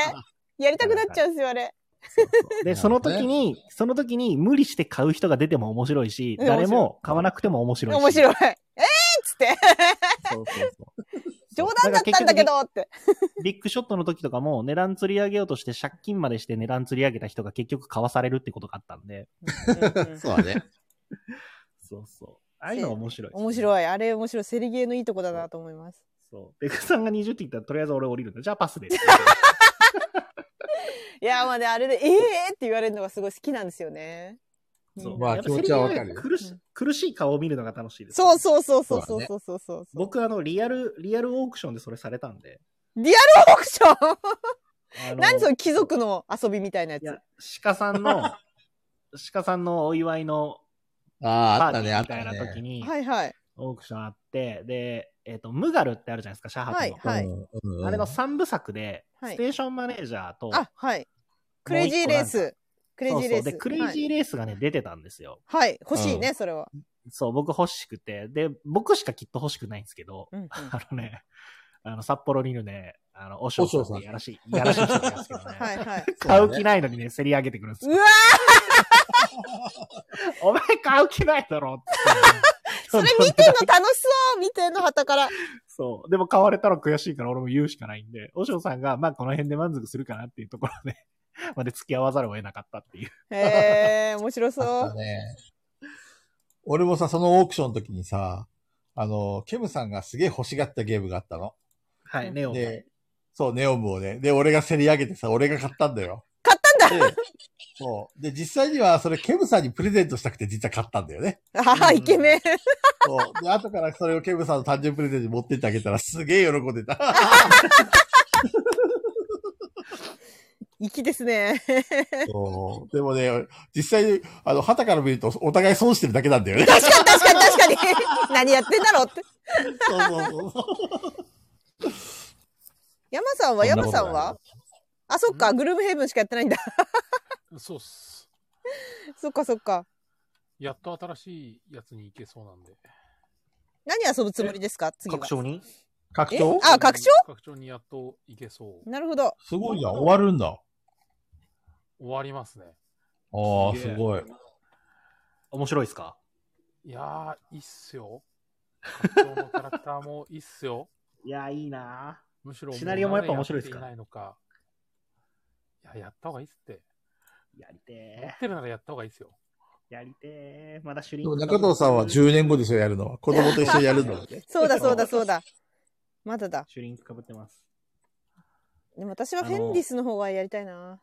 [SPEAKER 1] やりたくなっちゃうんですよ、あれ。
[SPEAKER 2] で、
[SPEAKER 3] なるほどね
[SPEAKER 2] その時に、その時に無理して買う人が出ても面白いし、
[SPEAKER 1] うん
[SPEAKER 2] 誰も買わなくても面白いし。
[SPEAKER 1] 面白い。えーっつって。
[SPEAKER 2] そうそう *laughs* そう
[SPEAKER 1] *laughs* 冗談だったんだけどって。
[SPEAKER 2] ビッグショットの時とかも値段釣り上げようとして借金までして値段釣り上げた人が結局買わされるってことがあったんで。
[SPEAKER 1] うんうん
[SPEAKER 3] そう
[SPEAKER 1] *laughs*
[SPEAKER 3] だね。
[SPEAKER 2] そうそう。ああいうのが面白い、
[SPEAKER 1] 面
[SPEAKER 2] い。
[SPEAKER 1] 白い。あれ面白い。セリゲーのいいとこだなと思います。
[SPEAKER 2] そう。ペクさんが20って言ったら、とりあえず俺降りるんだ。じゃあパス
[SPEAKER 1] *laughs*
[SPEAKER 2] で。
[SPEAKER 1] いや、まあね、あれで、ええって言われるのがすごい好きなんですよね。
[SPEAKER 2] そう。
[SPEAKER 3] ま
[SPEAKER 2] や
[SPEAKER 3] あ
[SPEAKER 2] っぱ
[SPEAKER 3] 気持ちはわかるよ
[SPEAKER 2] 苦し苦しい顔を見るのが楽しいです。
[SPEAKER 1] そうそうそうそうそ
[SPEAKER 3] そううだね
[SPEAKER 1] そうそうそう。
[SPEAKER 2] 僕、あの、リアル、リアルオークションでそれされたんで。
[SPEAKER 1] リアルオークション
[SPEAKER 2] あの
[SPEAKER 1] 何その貴族の遊びみたいなやつ。
[SPEAKER 2] いや、鹿さ
[SPEAKER 1] *laughs*
[SPEAKER 2] んの、鹿さんのお祝いの
[SPEAKER 3] ああ、あ
[SPEAKER 2] パ
[SPEAKER 3] っ
[SPEAKER 2] ー
[SPEAKER 3] た
[SPEAKER 2] ティ
[SPEAKER 3] ね、
[SPEAKER 2] ー
[SPEAKER 3] あ
[SPEAKER 2] み
[SPEAKER 3] った
[SPEAKER 2] い
[SPEAKER 3] た
[SPEAKER 2] な時
[SPEAKER 3] ね。
[SPEAKER 2] に
[SPEAKER 1] はいはい。
[SPEAKER 2] オークションあって、で、えっ、と、ムガルってあるじゃないですか、シャハトの。
[SPEAKER 1] はいはい
[SPEAKER 3] うんうんうん
[SPEAKER 2] あれの3部作で、
[SPEAKER 1] はい
[SPEAKER 2] ステーションマネージャーと、
[SPEAKER 1] あ、はい。クレイジーレース。ク
[SPEAKER 2] ク
[SPEAKER 1] レイジーレース。
[SPEAKER 2] で、クレイジ
[SPEAKER 1] はい
[SPEAKER 2] ーレースがね、出てたんですよ。
[SPEAKER 1] はい。欲しいね、それは。
[SPEAKER 2] そう、僕欲しくて、で、僕しかきっと欲しくないんですけど、
[SPEAKER 1] うんうん
[SPEAKER 2] あのね、あの、札幌にいるね、あの、おしょう
[SPEAKER 3] 和尚
[SPEAKER 2] さ
[SPEAKER 3] さ
[SPEAKER 2] ん
[SPEAKER 3] ん
[SPEAKER 2] ってやらしい、やらしい人なんですけどね。
[SPEAKER 1] *laughs* はいはい。
[SPEAKER 2] 買う気ないのにね、競り上げてくるんです
[SPEAKER 1] う
[SPEAKER 2] よ。
[SPEAKER 1] わー
[SPEAKER 2] お前買う気ないだろって。
[SPEAKER 1] それ見てんの楽しそう見てんの旗から。
[SPEAKER 2] そう。でも買われたら悔しいから俺も言うしかないんで、おしょうさんが、まあこの辺で満足するかなっていうところで *laughs* 、まで付き合わざるを得なかったっていう。
[SPEAKER 1] へえ、面白
[SPEAKER 3] あ
[SPEAKER 1] そ
[SPEAKER 3] った
[SPEAKER 1] う。
[SPEAKER 3] ね。俺もさ、そのオークションの時にさ、あの、ケムさんがすげえ欲しがったゲームがあったの。
[SPEAKER 2] はい、ネオン。
[SPEAKER 3] で、そう、ネオムをね。で、俺が競り上げてさ、俺が買ったんだよ。
[SPEAKER 1] 買ったんだ
[SPEAKER 3] で、そう。で、実際にはそれケムさんにプレゼントしたくて実は買ったんだよね。
[SPEAKER 1] ああ、イケメン。
[SPEAKER 3] そう。で、後からそれをケムさんの誕生日プレゼントに持ってってあげたらすげえ喜んで
[SPEAKER 1] *laughs*
[SPEAKER 3] た。
[SPEAKER 1] 粋ですね。
[SPEAKER 3] そう。でもね、実際に、あの、旗から見るとお互い損してるだけなんだよね。
[SPEAKER 1] 確かに確かに確かに。何やってんだろうって。
[SPEAKER 3] そうそうそうそう。
[SPEAKER 1] 山さんは山さんはあ、そっか。グルーブヘイブンしかやってないんだ。
[SPEAKER 4] そうっす。
[SPEAKER 1] そっかそっか。
[SPEAKER 4] やっと新しいやつに行けそうなんで。
[SPEAKER 1] 何遊ぶつもりですか次は
[SPEAKER 2] 確。証人
[SPEAKER 3] 格
[SPEAKER 1] え
[SPEAKER 3] 闘
[SPEAKER 1] あ、拡張
[SPEAKER 4] 拡張にやっと行けそう。
[SPEAKER 1] なるほど。
[SPEAKER 3] すごいじゃん。終わるんだ。あ
[SPEAKER 4] 終わりますね。
[SPEAKER 3] あ、
[SPEAKER 4] すげ
[SPEAKER 3] す
[SPEAKER 4] え
[SPEAKER 3] ごい。
[SPEAKER 2] 面白いですか
[SPEAKER 4] いやー、いいっすよ。拡張のキャラクターもいいっすよ。
[SPEAKER 2] いや、いいな
[SPEAKER 4] むしろ
[SPEAKER 2] シナリオもやっぱ面白いっすか
[SPEAKER 4] もうなぜやっていないのか。いや、やった方がいいっすって。
[SPEAKER 2] やり
[SPEAKER 4] 持
[SPEAKER 2] て
[SPEAKER 4] ってるならやった方がいいっすよ。
[SPEAKER 2] ー。やりてー。まだ主
[SPEAKER 3] で
[SPEAKER 2] 任。
[SPEAKER 3] も中藤さんは10年後ですすよ、やるのは。子供と一緒にやる
[SPEAKER 2] *laughs*
[SPEAKER 3] のはね。
[SPEAKER 1] そうだそうだそうだ。まだだ。
[SPEAKER 2] シュリンクかぶってます。
[SPEAKER 1] でも私はフェンリスの方がやりたいな。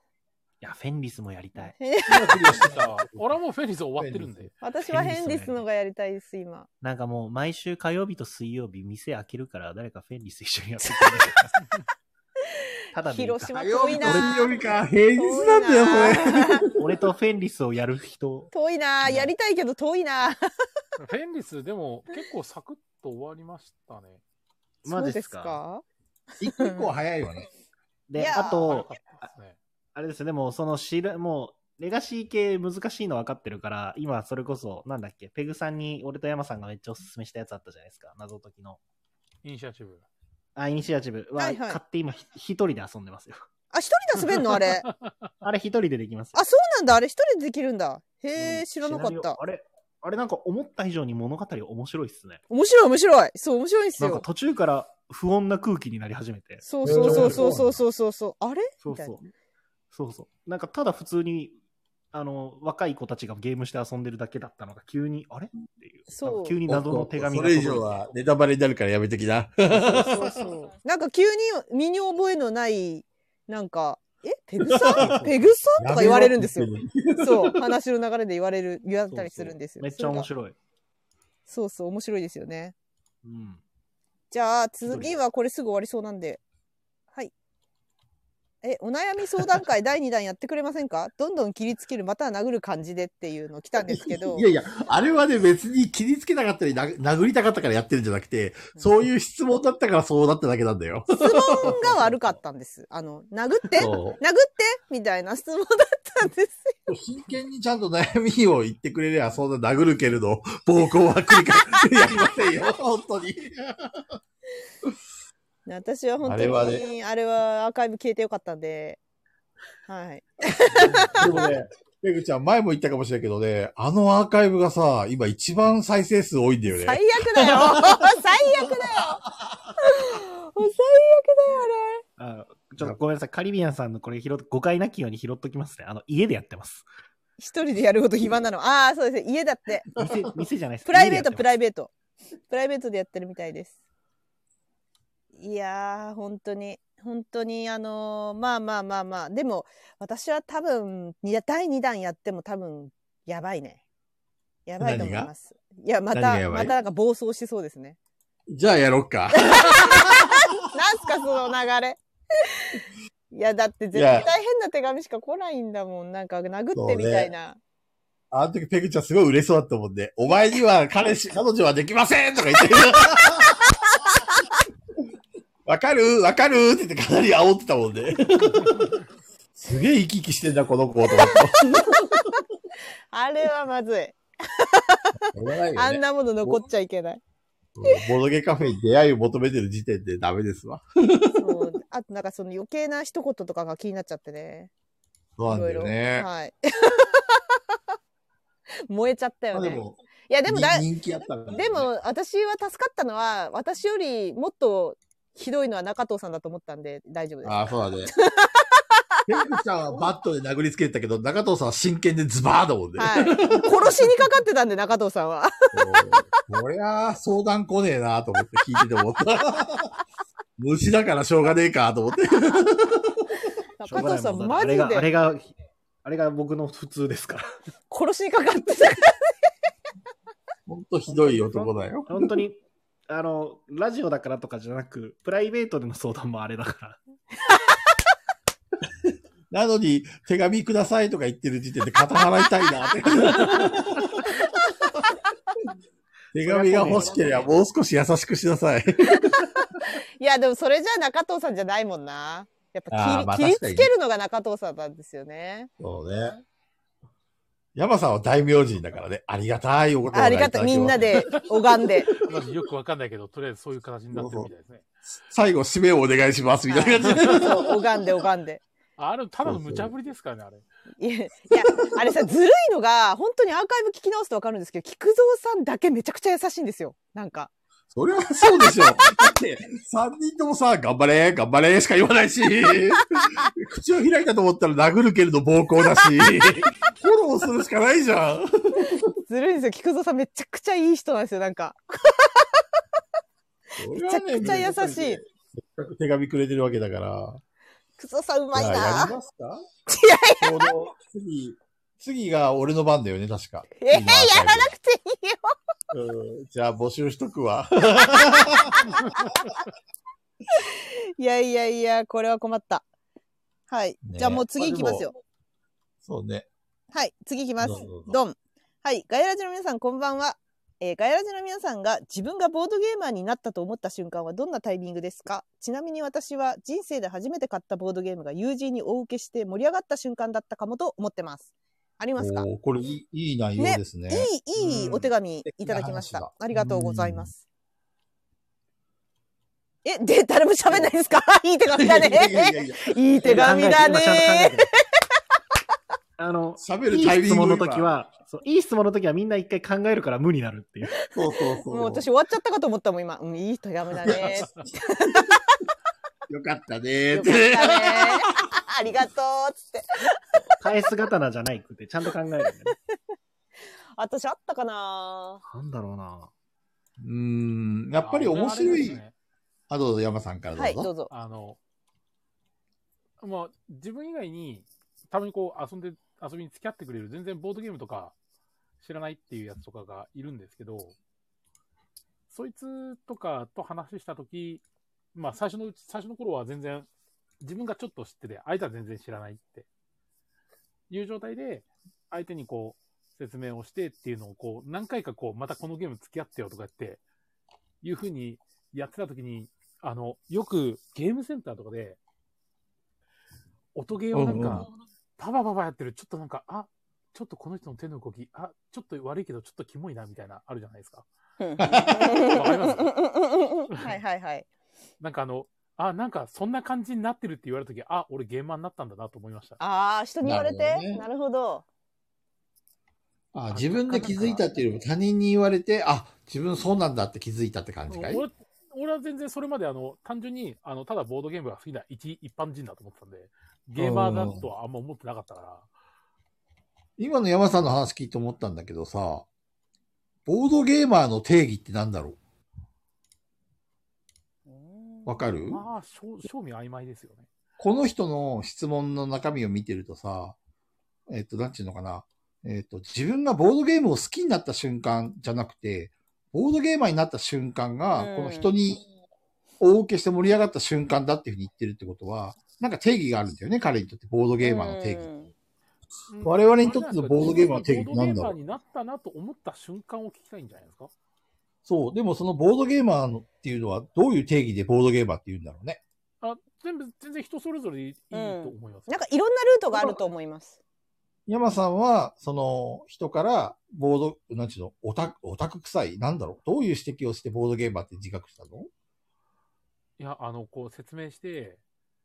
[SPEAKER 2] いや、フェンリスもやりたい。
[SPEAKER 1] え
[SPEAKER 4] 今クリアしてた。俺はもうフェニス終わってるんで。
[SPEAKER 1] *laughs* 私はフェンリスの方がやりたいです、今。
[SPEAKER 2] なんかもう、毎週火曜日と水曜日、店開けるから、誰かフェンリス一緒にやってくれ *laughs* ただでいい
[SPEAKER 1] 広島
[SPEAKER 2] か
[SPEAKER 1] 遠いな。
[SPEAKER 3] 俺曜日か。平日なんだよ、それ。
[SPEAKER 1] 遠いな
[SPEAKER 2] 俺とフェンリスをやる人、
[SPEAKER 1] *laughs* 遠いなやりたいけど遠いな
[SPEAKER 4] フェンリス、でも結構サクッと終わりましたね。
[SPEAKER 2] ま
[SPEAKER 1] そ
[SPEAKER 2] あ
[SPEAKER 1] う
[SPEAKER 2] で
[SPEAKER 1] ですす
[SPEAKER 2] か
[SPEAKER 1] か
[SPEAKER 3] 一個一個は早いわね。
[SPEAKER 1] い
[SPEAKER 2] で、
[SPEAKER 1] やー
[SPEAKER 2] あ
[SPEAKER 4] 早
[SPEAKER 2] と
[SPEAKER 4] か、ったですね。
[SPEAKER 2] あれですよね、もうその知ら、もう、レガシー系難しいの分かってるから、今それこそ、なんだっけ、ペグさんに俺と山さんがめっちゃおすすめしたやつあったじゃないですか、謎解きの。
[SPEAKER 4] イニシアチブ。
[SPEAKER 2] あ、イニシアチブは、
[SPEAKER 1] はいはい
[SPEAKER 2] 買って今ひ一人で遊んでますよ。 *laughs*
[SPEAKER 1] あ、一人で滑る
[SPEAKER 4] *laughs*
[SPEAKER 1] のあれ。あ、
[SPEAKER 2] あれ一人でできますよ。
[SPEAKER 1] そうなんだ。あれ一人でできるんだ。へ
[SPEAKER 2] う
[SPEAKER 1] え、
[SPEAKER 2] ん
[SPEAKER 1] 知らなかっ
[SPEAKER 2] シナリ
[SPEAKER 1] た
[SPEAKER 2] オ。あれ、あれなんか思った以上に物語面白いっすね。
[SPEAKER 1] 面白い面白い。そう、面白いんです
[SPEAKER 2] なんか
[SPEAKER 1] よ。
[SPEAKER 2] 途中から不穏な空気になり始めて。
[SPEAKER 1] そうそうそうそうそうそうそうそう。あれ
[SPEAKER 2] そう
[SPEAKER 1] みたい
[SPEAKER 2] そ
[SPEAKER 1] な
[SPEAKER 2] う。。そうそう。なんかただ普通に、あの、若い子たちがゲームして遊んでるだけだったのが急に、あれっていう。
[SPEAKER 1] そう
[SPEAKER 2] なんか急に *laughs* 謎の手紙
[SPEAKER 3] そ
[SPEAKER 2] が届
[SPEAKER 3] れ
[SPEAKER 2] い
[SPEAKER 3] 以
[SPEAKER 2] て。
[SPEAKER 3] 上はネタバレになるからやめてきな。
[SPEAKER 1] そうそう。なんか急に身に覚えのない、なんか、え、ペ
[SPEAKER 2] *laughs*
[SPEAKER 1] グさんペグさんとか言われるんですよ。そう。話の流れで言われる、言われたりするんですよ。
[SPEAKER 2] めっちゃ面白い。
[SPEAKER 1] そうそう、面白いですよね。
[SPEAKER 2] うん。
[SPEAKER 1] じゃあ、次はこれすぐ終わりそうなんで。はい。え、お悩み相談会 *laughs* 第2弾やってくれませんかどんどん切りつける、または殴る感じでっていうの来たんですけど
[SPEAKER 3] い。やいや、あれはね、別に切りつけなかったり、な殴りたかったからやってるんじゃなくて、そういう質問だったからそうなっただけなんだよ。
[SPEAKER 1] 質問が悪かったんです。あの、殴って殴って
[SPEAKER 3] そ
[SPEAKER 1] みたいな質問だったんです。
[SPEAKER 3] う真剣にちゃんと悩みを言ってくれれば、そんな殴るけれど、暴行は繰り返
[SPEAKER 2] *laughs*
[SPEAKER 3] しやりませんよ、本当に。
[SPEAKER 1] 私は本当に
[SPEAKER 3] あ
[SPEAKER 1] あ
[SPEAKER 3] れ
[SPEAKER 1] れは、
[SPEAKER 3] はね
[SPEAKER 1] アーカイブ消えてよかったんで、はい。
[SPEAKER 3] でもね、ペグちゃん前も言ったかもしれないけどね、あのアーカイブがさ、今一番再生数多いんだよね。
[SPEAKER 1] 最悪だよ *laughs* 最悪だよもう最悪だよ、
[SPEAKER 2] あちょっとごめんなさい。カリビアンさんのこれ拾っ誤解なきように拾っときますね。あの、家でやってます。
[SPEAKER 1] あれ。一人でやること暇なの。ああ、そうですね。家だって。 *laughs*
[SPEAKER 2] 店、店じゃないです。
[SPEAKER 1] プライベート、プ
[SPEAKER 2] イ
[SPEAKER 1] ライベート。プライベートでやってるみたいです。いやー、本当に。本当に、あのーまあまあまあまあ。でも、私は多分、いや第2弾やっても多分、やばいね。やばいと思います。いや、ま
[SPEAKER 3] 何が
[SPEAKER 1] た、
[SPEAKER 3] やばい
[SPEAKER 1] またなんか暴走しそうですね。
[SPEAKER 3] じゃあやろっか。
[SPEAKER 1] なんすか、その流れ。 *laughs* いや、だって絶対変な手紙しか来ないんだもん。なんか、殴ってみたいな。
[SPEAKER 3] *laughs* あの時ペグちゃんすごい嬉しそうだったもんで、お前には彼 *laughs* 氏、彼女はできませんとか言ってる。 *laughs* わかるわかるって言ってかなり煽ってたもん *laughs* で。すげえ生き生きしてんだ、この子と思って。
[SPEAKER 1] あれはまずい。
[SPEAKER 3] しょうがないよね
[SPEAKER 1] あんなもの残っちゃいけない。
[SPEAKER 3] うんボドゲカフェに出会いを求めてる時点でダメですわ。
[SPEAKER 1] そう。あとなんかその余計な一言とかが気になっちゃってね。
[SPEAKER 3] そうなんだよ
[SPEAKER 1] いろい
[SPEAKER 3] ね
[SPEAKER 1] ろ。はい。 *laughs* 燃えちゃったよ
[SPEAKER 3] まあで
[SPEAKER 1] ね。
[SPEAKER 3] も、
[SPEAKER 1] いやでもだ、
[SPEAKER 3] 人気あったからね、
[SPEAKER 1] でも私は助かったのは、私よりもっとひどいのは中藤さんだと思ったんで大丈夫です。 *laughs*
[SPEAKER 3] ああ、そうだね。ペグちゃんはバットで殴りつけてたけど、中藤さんは真剣でズバーだもんね。
[SPEAKER 1] はい。殺しにかかってたんで、中藤さんは。
[SPEAKER 3] こりゃ、相談来ねえなと思って聞いてて思った。 *laughs* 虫だからしょうがねえかと思って。
[SPEAKER 1] 中藤さん、
[SPEAKER 2] しょう
[SPEAKER 1] マ
[SPEAKER 2] がな
[SPEAKER 1] ジ
[SPEAKER 2] いもんだってあ
[SPEAKER 1] で
[SPEAKER 2] れが、あれが、あれが僕の普通ですから。 *laughs*
[SPEAKER 1] 殺しにかかって *laughs* た。
[SPEAKER 3] ほんとひどい男だよ。
[SPEAKER 2] 本当に、あの、ラジオだからとかじゃなく、プライベートでの相談もあれだから。
[SPEAKER 3] なのに、手紙くださいとか言ってる時点で肩払いたい
[SPEAKER 1] *laughs*
[SPEAKER 3] なって。手紙が欲しければもう少し優しくしなさい。
[SPEAKER 1] いや、でもそれじゃ中藤さんじゃないもんな。やっぱ切
[SPEAKER 3] あ
[SPEAKER 1] り,、
[SPEAKER 3] ーまあ
[SPEAKER 1] 切り
[SPEAKER 3] 確かに
[SPEAKER 1] つけるのが中藤さんなんですよね。
[SPEAKER 3] そうね。山さんは大名人だからね、ありがたいお言葉
[SPEAKER 1] ありがたい。みんな。で拝んで。
[SPEAKER 4] まずよくわかんないけど、とりあえずそういう形になってるみたいですね。
[SPEAKER 3] 最後、締めをお願いします、みたいな感 *laughs* じで。
[SPEAKER 1] そう拝んで拝んで。
[SPEAKER 4] あれ、ただの無茶ぶりですからね、あれ。
[SPEAKER 1] いや、いやあれさ、ずるいのが、本当にアーカイブ聞き直すとわかるんですけど、菊蔵さんだけめちゃくちゃ優しいんですよ。なんか。
[SPEAKER 3] そりゃそうでしょ。だって、三人ともさ、頑張れ、頑張れしか言わない *laughs* し、口を開いたと思ったら殴るけれど暴行だし、フォローするしかないじゃん。
[SPEAKER 1] ずるいんですよ。菊蔵さんめちゃくちゃいい人なんですよ、なんか。
[SPEAKER 3] め
[SPEAKER 1] ちゃくちゃ優しい
[SPEAKER 3] せっかく手紙くれてるわけだから。
[SPEAKER 1] 菊蔵さんうまいな
[SPEAKER 3] じゃあや
[SPEAKER 1] *laughs*
[SPEAKER 3] り
[SPEAKER 1] ぁ。
[SPEAKER 3] ますか
[SPEAKER 1] いや
[SPEAKER 3] ちょうど次、次が俺の番だよね、確か。
[SPEAKER 1] えー、やらなくていいよ。
[SPEAKER 3] うんじゃあ募集しとくわ。
[SPEAKER 1] いやいやいや、これは困った。はい。
[SPEAKER 3] ね
[SPEAKER 1] じゃあもう次行きますよ。
[SPEAKER 3] そうね。
[SPEAKER 1] はい、次行きます
[SPEAKER 3] どうぞどう。ぞ
[SPEAKER 1] ドン。はい、ガヤラジの皆さん、こんばんは。えーガヤラジの皆さんが自分がボードゲーマーになったと思った瞬間はどんなタイミングですかちなみに私は人生で初めて買ったボードゲームが友人にお受けして盛り上がった瞬間だったかもと思ってます。ありますか
[SPEAKER 3] おーこれいいいい内容
[SPEAKER 1] ね
[SPEAKER 3] ですね。
[SPEAKER 1] いい、いい
[SPEAKER 2] うん
[SPEAKER 1] お手紙いただきまし
[SPEAKER 3] 素敵な
[SPEAKER 1] た
[SPEAKER 3] 話。だ
[SPEAKER 1] ありがとうございます。え、で、誰も喋んないですか *laughs* いい手紙だ
[SPEAKER 3] *laughs* いやいやいや
[SPEAKER 1] ね。
[SPEAKER 3] いや
[SPEAKER 1] いい手紙だ
[SPEAKER 2] 今ちゃんと考え
[SPEAKER 1] ね
[SPEAKER 2] て。る。あ
[SPEAKER 3] *laughs*
[SPEAKER 2] の、
[SPEAKER 3] 喋
[SPEAKER 2] い
[SPEAKER 3] る
[SPEAKER 2] い
[SPEAKER 3] タイミング
[SPEAKER 2] 質問の
[SPEAKER 3] 今
[SPEAKER 2] 時は、そういい質問の時はみんな一回考えるから無になるっていう。
[SPEAKER 3] そうそうそう。
[SPEAKER 1] もう私終わっちゃったかと思ったもん、今。うん、いい手紙だね。
[SPEAKER 3] よかったねー
[SPEAKER 1] よか
[SPEAKER 3] っ
[SPEAKER 1] ってたね
[SPEAKER 3] ね。。
[SPEAKER 1] ありがとうっつって。
[SPEAKER 2] 返す刀じゃないくて、ちゃんと考えるんだ
[SPEAKER 3] *laughs*
[SPEAKER 2] よね。
[SPEAKER 1] 私あったかな
[SPEAKER 2] なんだろうな。
[SPEAKER 3] うーん、やっぱり面白
[SPEAKER 4] あれで
[SPEAKER 3] い
[SPEAKER 4] す。ね
[SPEAKER 3] あ、どうぞ、山さんからど
[SPEAKER 1] は
[SPEAKER 3] う
[SPEAKER 1] い、
[SPEAKER 3] ぞ。
[SPEAKER 1] どうぞ。
[SPEAKER 4] あの、まあ、自分以外に、たまにこう遊んで、遊びに付き合ってくれる、全然ボードゲームとか知らないっていうやつとかがいるんですけど、そいつとかと話したとき、まあ最初のうち、最初の頃は全然、自分がちょっと知ってて、相手は全然知らないっていう状態で、相手にこう、説明をしてっていうのをこう、何回かこう、またこのゲーム付き合ってよとかって、いうふうにやってたときに、あの、よくゲームセンターとかで、音ゲーをなん
[SPEAKER 3] うんうん
[SPEAKER 4] か、パパパパやってる、ちょっとなんか、あ、ちょっとこの人の手の動き、あ、ちょっと悪いけど、ちょっとキモいな、みたいな、あるじゃないですか。ります
[SPEAKER 1] はいはいはい。
[SPEAKER 4] なんかあの、あ、なんかそんな感じになってるって言われた時、あ、俺ゲーマーになったんだなと思いました。
[SPEAKER 1] ああ、人に言われ
[SPEAKER 3] なるほど
[SPEAKER 1] て。
[SPEAKER 3] ね
[SPEAKER 1] なるほど。
[SPEAKER 3] あ、自分で気づいたっていうよりも他人に言われて、あ、自分そうなんだって気づいたって感じかい
[SPEAKER 4] 俺俺は全然それまであの、単純に、あの、ただボードゲームが好きな一一般人だと思ってたんで、ゲーマーだとはあんま思ってなかったから、
[SPEAKER 3] 今の山さんの話聞いて思ったんだけどさ、ボードゲーマーの定義ってなんだろうわかる
[SPEAKER 4] まあ、正正味曖昧ですよね。
[SPEAKER 3] この人の質問の中身を見てるとさ、えっと、なんちゅうのかな。えっと、自分がボードゲームを好きになった瞬間じゃなくて、ボードゲーマーになった瞬間が
[SPEAKER 1] うん、
[SPEAKER 3] この人にお受けして盛り上がった瞬間だっていうふうに言ってるってことは、なんか定義があるんだよね、彼にとって、ボードゲーマーの定義。
[SPEAKER 1] 義。
[SPEAKER 3] 我々にとってのボードゲームの定義って
[SPEAKER 4] ボードゲー
[SPEAKER 3] 何だ
[SPEAKER 4] マ
[SPEAKER 3] ろ
[SPEAKER 4] ー
[SPEAKER 3] う
[SPEAKER 4] になったなと思った瞬間を聞きたいんじゃないですか
[SPEAKER 3] そう、でもそのボードゲーマーのっていうのは、どういう定義でボードゲーマーって言うんだろうね。
[SPEAKER 4] あ、全部、全然人それぞれでいいと思います。
[SPEAKER 1] なんかいろんなルートがあると思います。
[SPEAKER 3] 山さんは、その、人から、ボード、なんちゅうの、オタク、オタク臭い、なんだろう、どういう指摘をしてボードゲーマーって自覚したの
[SPEAKER 4] いや、あの、こう説明して、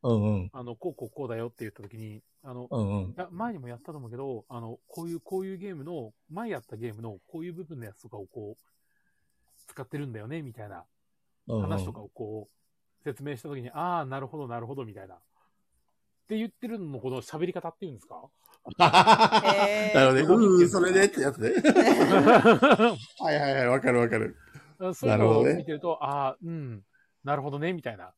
[SPEAKER 3] うんうん、
[SPEAKER 4] あの、こうこうこうだよって言った時に、あの、
[SPEAKER 3] うんうん
[SPEAKER 4] い。や前にもやったと思うけど、あの、こういう、こういうゲームの、前やったゲームの、こういう部分のやつとかをこう、使ってるんだよね、みたいな
[SPEAKER 3] うんうん
[SPEAKER 4] 話とかをこう、説明したときに、ああ、なるほど、なるほど、みたいな。って言ってるのもこの喋り方っていうんですか
[SPEAKER 1] へー
[SPEAKER 3] *laughs* なるほどね。うん、それでって
[SPEAKER 4] *laughs*
[SPEAKER 3] やつね。はいはいはい、わかるわかる。
[SPEAKER 4] そういう
[SPEAKER 3] なる
[SPEAKER 4] の
[SPEAKER 3] ほ
[SPEAKER 4] を
[SPEAKER 3] どね
[SPEAKER 4] 見てると、ああ、うん、なるほどね、みたいな。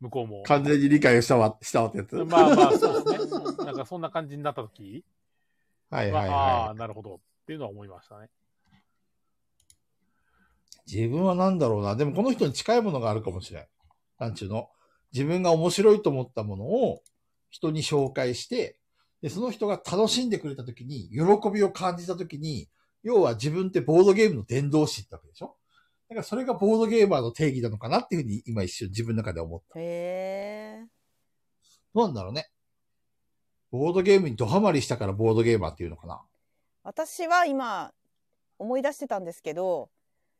[SPEAKER 4] 向こうも。
[SPEAKER 3] 完全に理解をしたわ、したわってやつ。
[SPEAKER 4] まあまあ、そうですね。なんかそんな感じになった時
[SPEAKER 3] はい
[SPEAKER 4] は、
[SPEAKER 3] はい
[SPEAKER 4] ああ
[SPEAKER 3] は
[SPEAKER 4] ー、なるほど。っていうのは思いましたね。
[SPEAKER 3] い。自分は何だろうな。でもこの人に近いものがあるかもしれん。なんちゅうの。自分が面白いと思ったものを人に紹介して、で、その人が楽しんでくれた時に、喜びを感じた時に、要は自分ってボードゲームの伝道師ってわけでしょだからそれがボードゲーマーの定義なのかなっていうふうに今一瞬自分の中で思った。
[SPEAKER 1] へえ。
[SPEAKER 3] どうなんだろうね。ボードゲームにドハマりしたからボードゲーマーっていうのかな。
[SPEAKER 1] 私は今、思い出してたんですけど、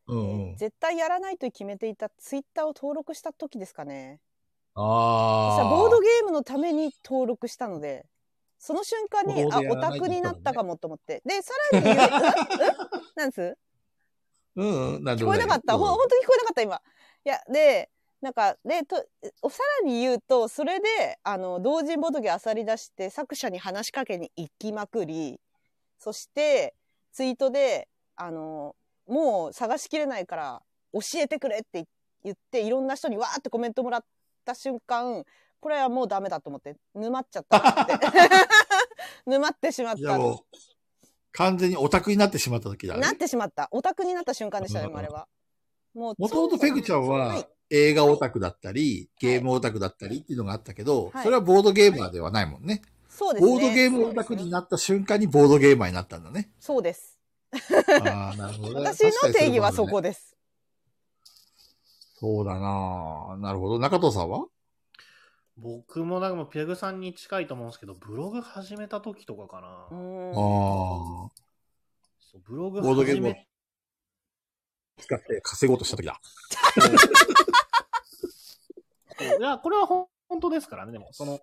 [SPEAKER 3] うん、う
[SPEAKER 1] えー
[SPEAKER 3] ん。
[SPEAKER 1] 絶対やらないと決めていたツイッターを登録した時ですかね。
[SPEAKER 3] あ
[SPEAKER 1] 私
[SPEAKER 3] あ。
[SPEAKER 1] はボードゲームのために登録したので、その瞬間に、
[SPEAKER 3] ボ
[SPEAKER 1] あ
[SPEAKER 3] ード、や
[SPEAKER 1] オ
[SPEAKER 3] らな
[SPEAKER 1] タ
[SPEAKER 3] い
[SPEAKER 1] クになったかもと思って。で、さらに
[SPEAKER 3] *laughs*
[SPEAKER 1] 言う、うんうんなんです
[SPEAKER 3] うんうん、なんで
[SPEAKER 1] 聞
[SPEAKER 3] も
[SPEAKER 1] こえ
[SPEAKER 3] い
[SPEAKER 1] なかった。ほん、
[SPEAKER 3] うん
[SPEAKER 1] 本当に聞こえなかった、今。いや、で、なんか、で、と、おさらに言うと、それで、あの、同人ボトゲあさり出して、作者に話しかけに行きまくり、そして、ツイートで、あの、もう探しきれないから、教えてくれって言って、いろんな人にわーってコメントもらった瞬間、これはもうダメだと思って、沼っちゃったなって。 *laughs* 沼ってしまっ
[SPEAKER 3] いや
[SPEAKER 1] た。
[SPEAKER 3] もう、完全にオタクになってしまった時だ
[SPEAKER 1] なっ
[SPEAKER 3] ね。
[SPEAKER 1] てしまった。オタクになった瞬間でしたね、
[SPEAKER 3] うん
[SPEAKER 1] あれは。もう、
[SPEAKER 3] もともとペグちゃん
[SPEAKER 1] は
[SPEAKER 3] はい映画オタクだったり、ゲームオタクだったりっていうのがあったけど、
[SPEAKER 1] はい
[SPEAKER 3] それはボードゲーマーではないもんね。
[SPEAKER 1] そうですね。
[SPEAKER 3] ボードゲームオタクになった瞬間にボードゲーマーになったんだね。
[SPEAKER 1] そうです。
[SPEAKER 3] ああ、なるほどね、
[SPEAKER 1] 私の定義はそこ
[SPEAKER 3] で。
[SPEAKER 1] です。
[SPEAKER 3] そうだなぁなるほど。中藤さんは
[SPEAKER 2] 僕もなんかもうペグさんに近いと思うんですけど、ブログ始めた時とかかな。
[SPEAKER 1] うーん
[SPEAKER 3] あ
[SPEAKER 2] そうブログ
[SPEAKER 3] ボードゲー
[SPEAKER 2] 始
[SPEAKER 3] ムを
[SPEAKER 2] め
[SPEAKER 3] あ。使って稼ごうとした時だ。
[SPEAKER 2] いや、これはほん本当ですからね、でも、その、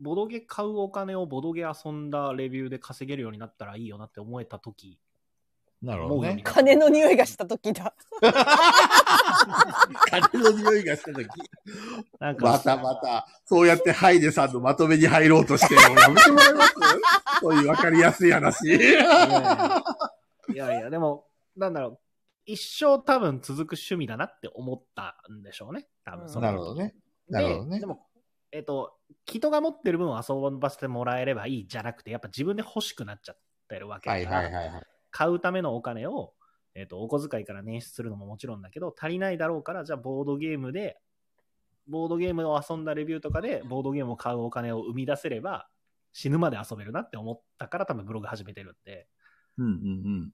[SPEAKER 2] ボドゲ買うお金をボドゲ遊んだレビューで稼げるようになったらいいよなって思えた時
[SPEAKER 3] なる
[SPEAKER 2] ほどね
[SPEAKER 1] 金の匂いがした時だ。
[SPEAKER 3] 金の匂いがした時。
[SPEAKER 2] なんか、
[SPEAKER 3] *laughs* またまた、そうやってハイデさんのまとめに入ろうとして、もうやめてもらえます *laughs* そういうわかりやすい話。
[SPEAKER 2] いやいやいやいや、でも、なんだろう、一生多分続く趣味だなって思ったんでしょうね、多分その
[SPEAKER 3] なるほどね。なるほどね
[SPEAKER 2] ででも、えっ、と、人が持ってる分を遊ばせてもらえればいいじゃなくて、やっぱ自分で欲しくなっちゃってるわけ
[SPEAKER 3] は
[SPEAKER 2] だ
[SPEAKER 3] い
[SPEAKER 2] から、
[SPEAKER 3] はいはいはい。
[SPEAKER 2] 買うためのお金を、えっとお小遣いから捻出するのももちろんだけど足りないだろうからじゃあボードゲームでボードゲームを遊んだレビューとかでボードゲームを買うお金を生み出せれば死ぬまで遊べるなって思ったから多分ブログ始めてるんで
[SPEAKER 3] うんうん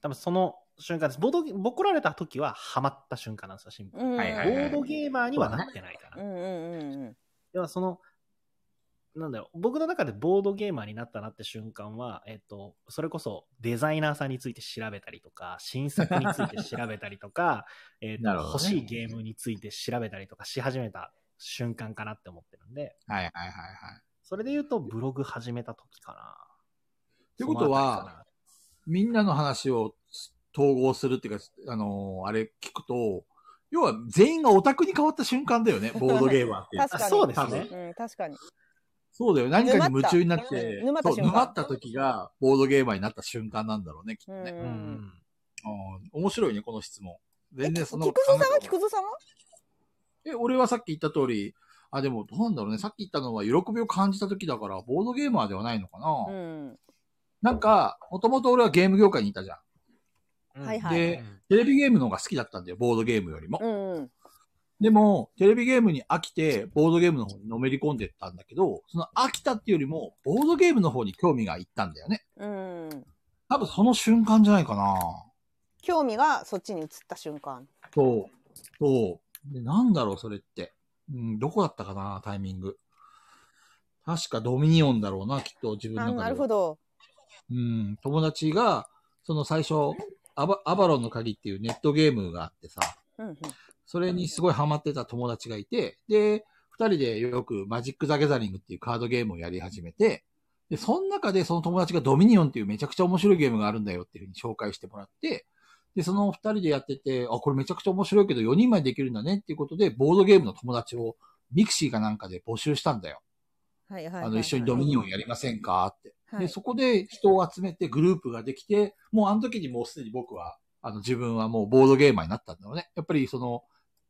[SPEAKER 2] 多分その瞬間ですボードゲ僕られた時はハマった瞬間なんですよシンプルに
[SPEAKER 1] うん
[SPEAKER 3] はい
[SPEAKER 2] ボ
[SPEAKER 3] はいはい
[SPEAKER 2] ードゲーマーにはなってないから、
[SPEAKER 1] うんうんうんうん。
[SPEAKER 2] ではその、なんだろう、僕の中でボードゲーマーになったなって瞬間は、えっと、それこそデザイナーさんについて調べたりとか、新作について調べたりとか、 *laughs* えっと
[SPEAKER 3] なるほどね
[SPEAKER 2] 欲しいゲームについて調べたりとかし始めた瞬間かなって思ってるんで、
[SPEAKER 3] うん。はいはいはいはい。
[SPEAKER 2] それで言うとブログ始めた時かな。
[SPEAKER 3] ってことは、みんなの話を統合するっていうか、あのーあれ聞くと、要は全員がオタクに変わった瞬間だよね、ボードゲーマーっていうの
[SPEAKER 1] *laughs* 確
[SPEAKER 3] は
[SPEAKER 1] かに。
[SPEAKER 2] あそうです
[SPEAKER 3] ね
[SPEAKER 1] うん、確かに。
[SPEAKER 3] そうだよ。何かに夢中になって、
[SPEAKER 1] 沼った
[SPEAKER 3] そう
[SPEAKER 1] 沼った瞬間
[SPEAKER 3] 沼った時がボードゲーマーになった瞬間なんだろうね、きっ
[SPEAKER 1] うんう
[SPEAKER 3] とね。
[SPEAKER 2] そ
[SPEAKER 1] ん。
[SPEAKER 2] のあたりかなうん
[SPEAKER 3] うん面白いね、この質問。全然その。
[SPEAKER 1] 菊蔵さんは
[SPEAKER 3] 考えた
[SPEAKER 1] 菊蔵さんは
[SPEAKER 3] え、俺はさっき言った通り、あ、でもどうなんだろうね。さっき言ったのは喜びを感じた時だから、ボードゲーマーではないのかな。
[SPEAKER 1] うん。
[SPEAKER 3] なんか、もともと俺はゲーム業界にいたじゃん。
[SPEAKER 2] うん
[SPEAKER 1] はいはい
[SPEAKER 3] で、
[SPEAKER 4] *laughs*
[SPEAKER 3] テレビゲームの方が好きだったんだよ、ボードゲームよりも。
[SPEAKER 1] うんうん。
[SPEAKER 3] でも、テレビゲームに飽きて、ボードゲームの方にのめり込んでったんだけど、その飽きたっていうよりも、ボードゲームの方に興味がいったんだよね。
[SPEAKER 1] うん。
[SPEAKER 3] 多分その瞬間じゃないかな。
[SPEAKER 1] 興味がそっちに移った瞬間。
[SPEAKER 3] そう。そう。で、なんだろう、それって。うん、どこだったかな、タイミング。確かドミニオンだろうな、きっと自分の
[SPEAKER 1] あ
[SPEAKER 3] 中では。
[SPEAKER 1] なるほど。
[SPEAKER 3] うん、友達が、その最初、アバアバロンの鍵っていうネットゲームがあってさ、
[SPEAKER 1] うんうん。
[SPEAKER 3] それにすごいハマってた友達がいて、で、二人でよくマジック・ザ・ギャザリングっていうカードゲームをやり始めて、で、その中でその友達がドミニオンっていうめちゃくちゃ面白いゲームがあるんだよっていうふうに紹介してもらって、で、その二人でやってて、あ、これめちゃくちゃ面白いけど4人までできるんだねっていうことで、ボードゲームの友達をミクシーかなんかで募集したんだよ。
[SPEAKER 1] はいはいはい、はい。
[SPEAKER 3] あの、一緒にドミニオンやりませんかって。
[SPEAKER 1] はい、
[SPEAKER 3] で、そこで人を集めてグループができて、もうあの時にもうすでに僕は、あの自分はもうボードゲーマーになったんだよね。やっぱりその、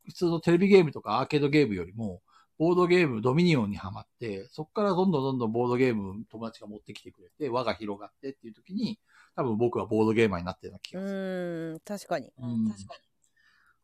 [SPEAKER 3] 普通のテレビゲームとかアーケードゲームよりも、ボードゲーム、ドミニオンにはまって、そこからどんどんどんどんボードゲーム友達が持ってきてくれて、輪が広がってっていう時に、多分僕はボードゲーマーになってるような気
[SPEAKER 1] う
[SPEAKER 3] がす
[SPEAKER 1] ー
[SPEAKER 3] る。
[SPEAKER 1] ん、確かに。
[SPEAKER 3] うん確か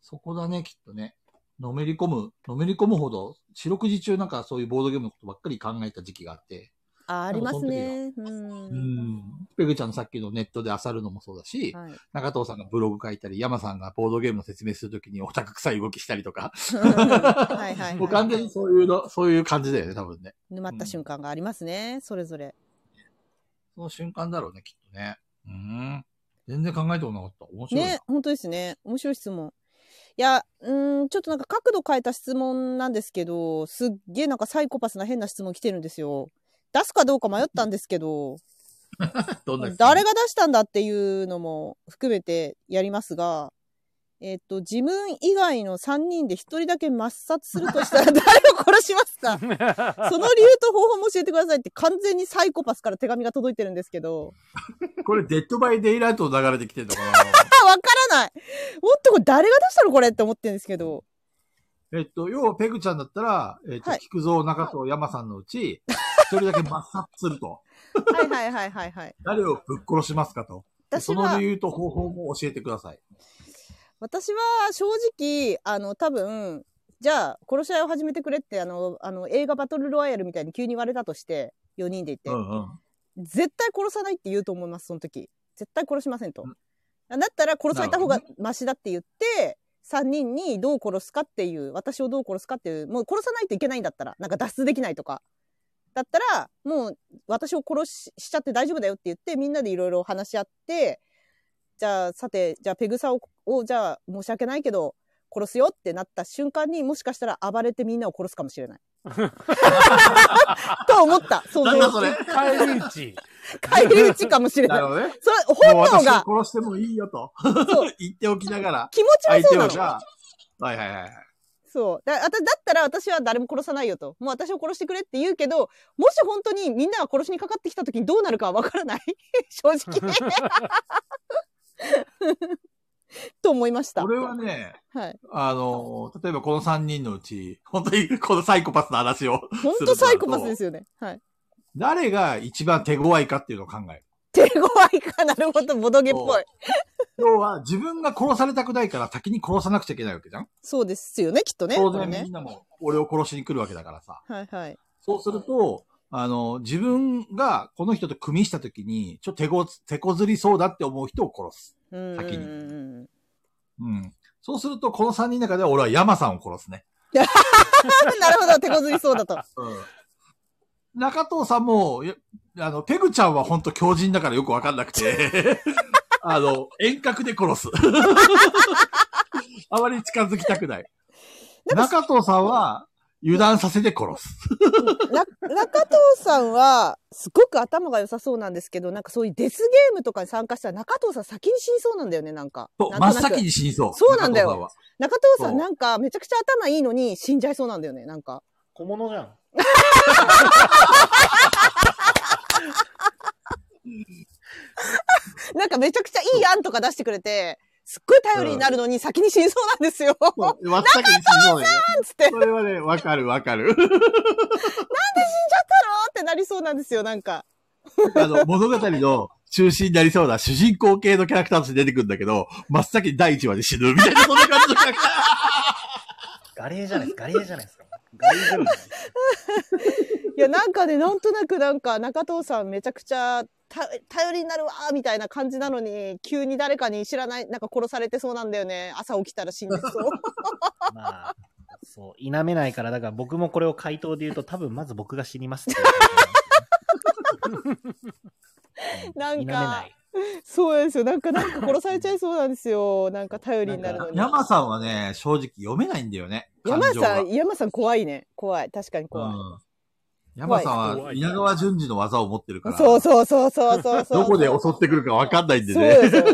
[SPEAKER 3] そこだね、きっとね。のめり込む、のめり込むほど、四六時中なんかそういうボードゲームのことばっかり考えた時期があって、
[SPEAKER 1] あ、ありますね。う。
[SPEAKER 3] うんん。ペグちゃんのさっきのネットで漁るのもそうだし、
[SPEAKER 1] はい。 *laughs*
[SPEAKER 3] 中藤さんがブログ書いたり、山さんがボードゲームの説明するときにオタク臭い動きしたりとか、
[SPEAKER 1] はいはいはい。
[SPEAKER 3] もう完全にそういうの、そういう感じだよね、多分ね。
[SPEAKER 1] 沼った瞬間がありますね、それぞれ。
[SPEAKER 3] その瞬間だろうね、きっとね。うん。全然考えてもなかった。面白いな。
[SPEAKER 1] ね、本当ですね。面白い質問。いや、うーん、ちょっとなんか角度変えた質問なんですけど、すっげえなんかサイコパスな変な質問来てるんですよ。出すかどうか迷ったんですけど、
[SPEAKER 3] どんな
[SPEAKER 1] 誰が出したんだっていうのも含めてやりますが、えっと、自分以外の3人で1人だけ抹殺すると *laughs* したら誰を殺します *laughs* かその理由と方法も教えてくださいって完全にサイコパスから手紙が届いてるんですけど。
[SPEAKER 3] これ、デッドバイデイライト流れてきてるの
[SPEAKER 1] *laughs*
[SPEAKER 3] か
[SPEAKER 1] あ、わからない。もっとこれ誰が出したのこれって思ってるんですけど。
[SPEAKER 3] なえっと、要はペグちゃんだったら、えっと、
[SPEAKER 1] はい
[SPEAKER 3] 菊蔵、中藤、山さんのうち、一人だけ抹殺すると。
[SPEAKER 1] はいはいはいはいはい。
[SPEAKER 3] 誰をぶっ殺しますかと。で
[SPEAKER 1] 私
[SPEAKER 3] その
[SPEAKER 1] は
[SPEAKER 3] 理、由と方法も教えてください。
[SPEAKER 1] 私は正直、あの、多分、じゃあ、殺し合いを始めてくれって、あの、あの、映画バトルロワイヤルみたいに急に言われたとして、4人で言って、
[SPEAKER 3] うんうん。
[SPEAKER 1] 絶対殺さないって言うと思います、その時。絶対殺しませんと。だったら殺された方が
[SPEAKER 3] なる
[SPEAKER 1] マシだって言って、3人にどう殺すかっていう、私をどう殺すかっていう、もう殺さないといけないんだったら、なんか脱出できないとか。だったら、もう私を殺ししちゃって大丈夫だよって言って、みんなでいろいろ話し合って、じゃあ、さて、じゃあペグサを、をじゃあ申し訳ないけど、殺すよってなった瞬間にもしかしたら暴れてみんなを殺すかもしれ
[SPEAKER 3] *laughs*
[SPEAKER 1] ない。と思った。想
[SPEAKER 3] なん
[SPEAKER 1] 像
[SPEAKER 3] だ
[SPEAKER 1] *laughs*
[SPEAKER 3] それ
[SPEAKER 4] 返り討ち。
[SPEAKER 1] 返り討ちかもしれな
[SPEAKER 3] ないる。ほどね。
[SPEAKER 1] それ、
[SPEAKER 3] もう
[SPEAKER 1] 本能
[SPEAKER 3] 私
[SPEAKER 1] が、
[SPEAKER 3] を殺してもいいよと
[SPEAKER 1] そう、
[SPEAKER 3] *laughs* 言っておきながら、
[SPEAKER 1] 気持ちは
[SPEAKER 3] 相
[SPEAKER 1] そ
[SPEAKER 3] 手
[SPEAKER 1] うな
[SPEAKER 3] を
[SPEAKER 1] の。
[SPEAKER 3] じゃあ、はいはいはい。
[SPEAKER 1] そうだあただったら私は誰も殺さないよと。もう私を殺してくれって言うけど、もし本当にみんなが殺しにかかってきた時にどうなるかはわからない。 *laughs* 正直ね。と思いました。
[SPEAKER 3] 俺はね、
[SPEAKER 1] はい。
[SPEAKER 3] あの、例えばこの3人のうち、本当にこのサイコパスの話を、
[SPEAKER 1] 本当サイコパスですよね。はい。
[SPEAKER 3] 誰が一番手強いかっていうのを考える。
[SPEAKER 1] 手強いかなるほど、ボドゲっぽい。
[SPEAKER 3] 要は、自分が殺されたくないから先に殺さなくちゃいけないわけじゃん
[SPEAKER 1] そうですよね、きっとね。
[SPEAKER 3] 当
[SPEAKER 1] これ
[SPEAKER 3] 然み
[SPEAKER 1] ね
[SPEAKER 3] ん。なも俺を殺しに来るわけだからさ。
[SPEAKER 1] はいはい。
[SPEAKER 3] そうすると、あの、自分がこの人と組みしたときに、ちょっと手こ、手こずりそうだって思う人を殺す。
[SPEAKER 1] うん
[SPEAKER 3] 先
[SPEAKER 1] う
[SPEAKER 3] に
[SPEAKER 1] んうん
[SPEAKER 3] うん。そうすると、この3人の中では俺は山さんを殺すね。
[SPEAKER 1] うん。なるほど、手こずりそうだと。
[SPEAKER 3] うん。中藤さんも、やあの、ペグちゃんは本当強人だからよくわかんな
[SPEAKER 1] *laughs*
[SPEAKER 3] くて、あの、遠隔で殺す。あまり近づきたくない。中藤さんは、油断させて殺す。
[SPEAKER 1] な中藤さんはすごく頭が良さそうなんですけどなんかそういうデスゲームとかに参加したら中藤さん先に死にそうなんだよねなんか
[SPEAKER 3] そう真
[SPEAKER 1] な
[SPEAKER 3] っ
[SPEAKER 1] んとなく
[SPEAKER 3] 先に死にそう。
[SPEAKER 1] そうなんだよ
[SPEAKER 3] 中藤さは
[SPEAKER 1] 中藤さ
[SPEAKER 3] そ
[SPEAKER 1] ん
[SPEAKER 3] う
[SPEAKER 1] なんかめちゃくちゃ頭いいのに死んじゃいそうなんだよねなんか
[SPEAKER 2] 小物じゃん。
[SPEAKER 1] *laughs* なんかめちゃくちゃいい案とか出してくれてすっごい頼りになるのに先に死にそう *laughs* なんですよ、
[SPEAKER 3] そう真っ先に死にそうだよね。
[SPEAKER 1] なんつって「なんで死んじゃっ
[SPEAKER 3] それはね、わかるわかる。
[SPEAKER 1] たの?」ってなりそうなんですよなんか
[SPEAKER 3] あの、物語の中心になりそうな主人公系のキャラクターとして出てくるんだけど、真っ先に第1話で死ぬみたいな、そんな感じのキャラクター。
[SPEAKER 2] ガレーじゃないですか。ガレーじゃないですか。ガレーじゃないですか。
[SPEAKER 1] いやなんかねなんとなくなんか中藤さんめちゃくちゃた頼りになるわーみたいな感じなのに急に誰かに知らないなんか殺されてそうなんだよね朝起きたら死んでそう。。
[SPEAKER 3] *laughs*
[SPEAKER 2] まあ、そう、否めないから、だから僕もこれを回答で言うと、多分まず僕が死にますっていう
[SPEAKER 1] なんか
[SPEAKER 2] 否めない。
[SPEAKER 1] そうですよ。なんか、なんか殺されちゃいそうなんですよ。なんか頼りになるのに。
[SPEAKER 3] 山さんはね、正直読めないんだよね。
[SPEAKER 1] 山さ
[SPEAKER 3] 感
[SPEAKER 1] ん、山さん怖いね。怖い。確かに
[SPEAKER 3] 情
[SPEAKER 1] 怖
[SPEAKER 3] が
[SPEAKER 1] い。
[SPEAKER 3] うん山さんは
[SPEAKER 4] 怖い
[SPEAKER 3] 稲川淳二の技を持ってるから、
[SPEAKER 1] そうそうそうそうそうそう。
[SPEAKER 3] どこで襲ってくるかわかんないんで
[SPEAKER 1] そうで
[SPEAKER 3] ね。
[SPEAKER 1] すよ。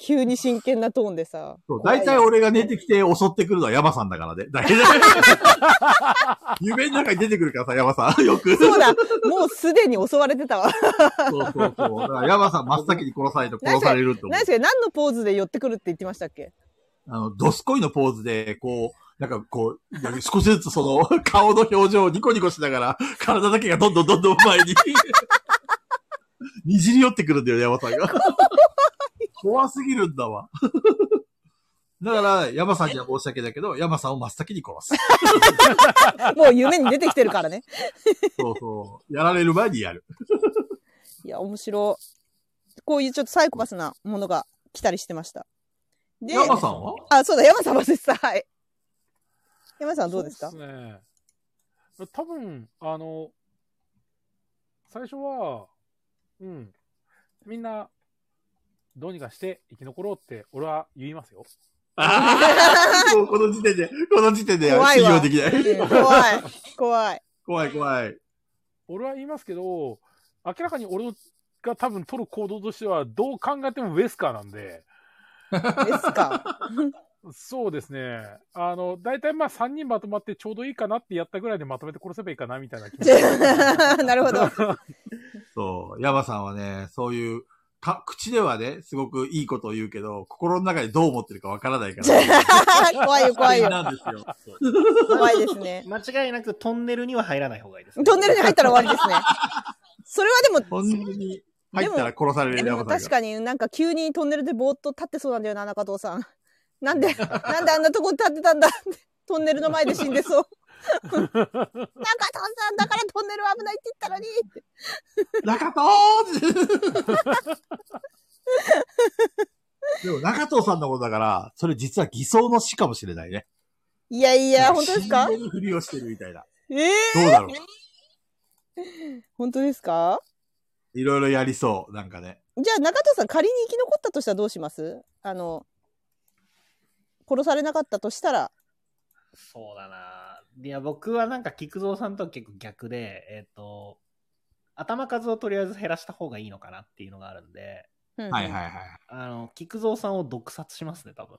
[SPEAKER 1] 急に真剣なトーンでさ。
[SPEAKER 3] そう大体俺が寝てきて襲ってくるのは山さんだからね。大体
[SPEAKER 1] *laughs*
[SPEAKER 3] 夢の中に出てくるからさ、山さん。よく。
[SPEAKER 1] そうだ、もうすでに襲われてたわ。
[SPEAKER 3] そうそうそう。だから山さん真っ先に殺されると殺されると思う
[SPEAKER 1] 何。ですか何のポーズで寄ってくるって言ってましたっけ
[SPEAKER 3] あの、ドスコイのポーズで、こう、なんかこう、少しずつその *laughs* 顔の表情をニコニコしながら、体だけがどんどんどんどん前に、 *laughs* にじり寄ってくるんだよね、山さん
[SPEAKER 1] *laughs*
[SPEAKER 3] が。怖すぎるんだわ。だから、山さんには申し訳ないけど、山さんを真っ先に殺す。 *laughs*
[SPEAKER 1] もう夢に出てきてるからね。
[SPEAKER 3] そうそう。やられる前にやる。
[SPEAKER 1] いや、面白い。こういうちょっとサイコパスなものが来たりしてました。で、
[SPEAKER 3] 山さんは
[SPEAKER 1] あ、そうだ、山さん忘れてた。はい。山さんはどうですか
[SPEAKER 4] そうっすね。多分、あの、最初は、うん、みんな、どうにかして生き残ろうって、俺は言いますよ。
[SPEAKER 3] ああもうこの時点で、この時点で
[SPEAKER 1] 怖い
[SPEAKER 3] 信用
[SPEAKER 1] わ
[SPEAKER 3] できない。
[SPEAKER 1] うん怖い。怖い。
[SPEAKER 3] 怖い怖い。
[SPEAKER 4] 俺は言いますけど、明らかに俺が多分取る行動としては、どう考えてもウェスカーなんで、
[SPEAKER 1] ですか。 *laughs*
[SPEAKER 4] そうですね。あの、大体まあ3人まとまってちょうどいいかなってやったぐらいでまとめて殺せばいいかなみたいな気持ち。
[SPEAKER 1] なるほど。
[SPEAKER 3] そう、ヤマさんはね、そういう、か口ではね、すごくいいことを言うけど、心の中でどう思ってるかわからないから。
[SPEAKER 1] 怖いよ、怖いよ。
[SPEAKER 3] なんですよ。
[SPEAKER 1] 怖いですね。
[SPEAKER 2] 間違いなくトンネルには入らない方がいいです、
[SPEAKER 1] トンネルに入ったら終わりですね。それはでも、
[SPEAKER 3] 本当に入ったら殺される
[SPEAKER 1] で
[SPEAKER 3] ヤ
[SPEAKER 1] も
[SPEAKER 3] マさん
[SPEAKER 1] 確
[SPEAKER 3] が。
[SPEAKER 1] かになんか急にトンネルでぼーっと立ってそうなんだよな、中藤さん。なんで、なんであんなとこに立ってたんだってトンネルの前で死んでそう。中藤さんだからトンネルは危ないって言ったのにって
[SPEAKER 3] 中藤ってでも中藤さんのことだから、それ実は偽装の死かもしれないね。
[SPEAKER 1] いやいや、本当ですか
[SPEAKER 3] 死んでるふりをしてるみたいな。
[SPEAKER 1] ええ
[SPEAKER 3] どうだろう。
[SPEAKER 1] 本当ですか
[SPEAKER 3] いろいろやりそう。なんかね。
[SPEAKER 1] じゃあ中藤さん仮に生き残ったとしたらどうしますあの、殺されなかったとしたら。
[SPEAKER 2] そうだな。いや、僕はなんか菊蔵さんとは結構逆で、えっ、と、頭数をとりあえず減らした方がいいのかなっていうのがあるんで、
[SPEAKER 3] はいはい
[SPEAKER 1] い。
[SPEAKER 3] はい。
[SPEAKER 2] あの、菊蔵さんを毒殺しますね、多分。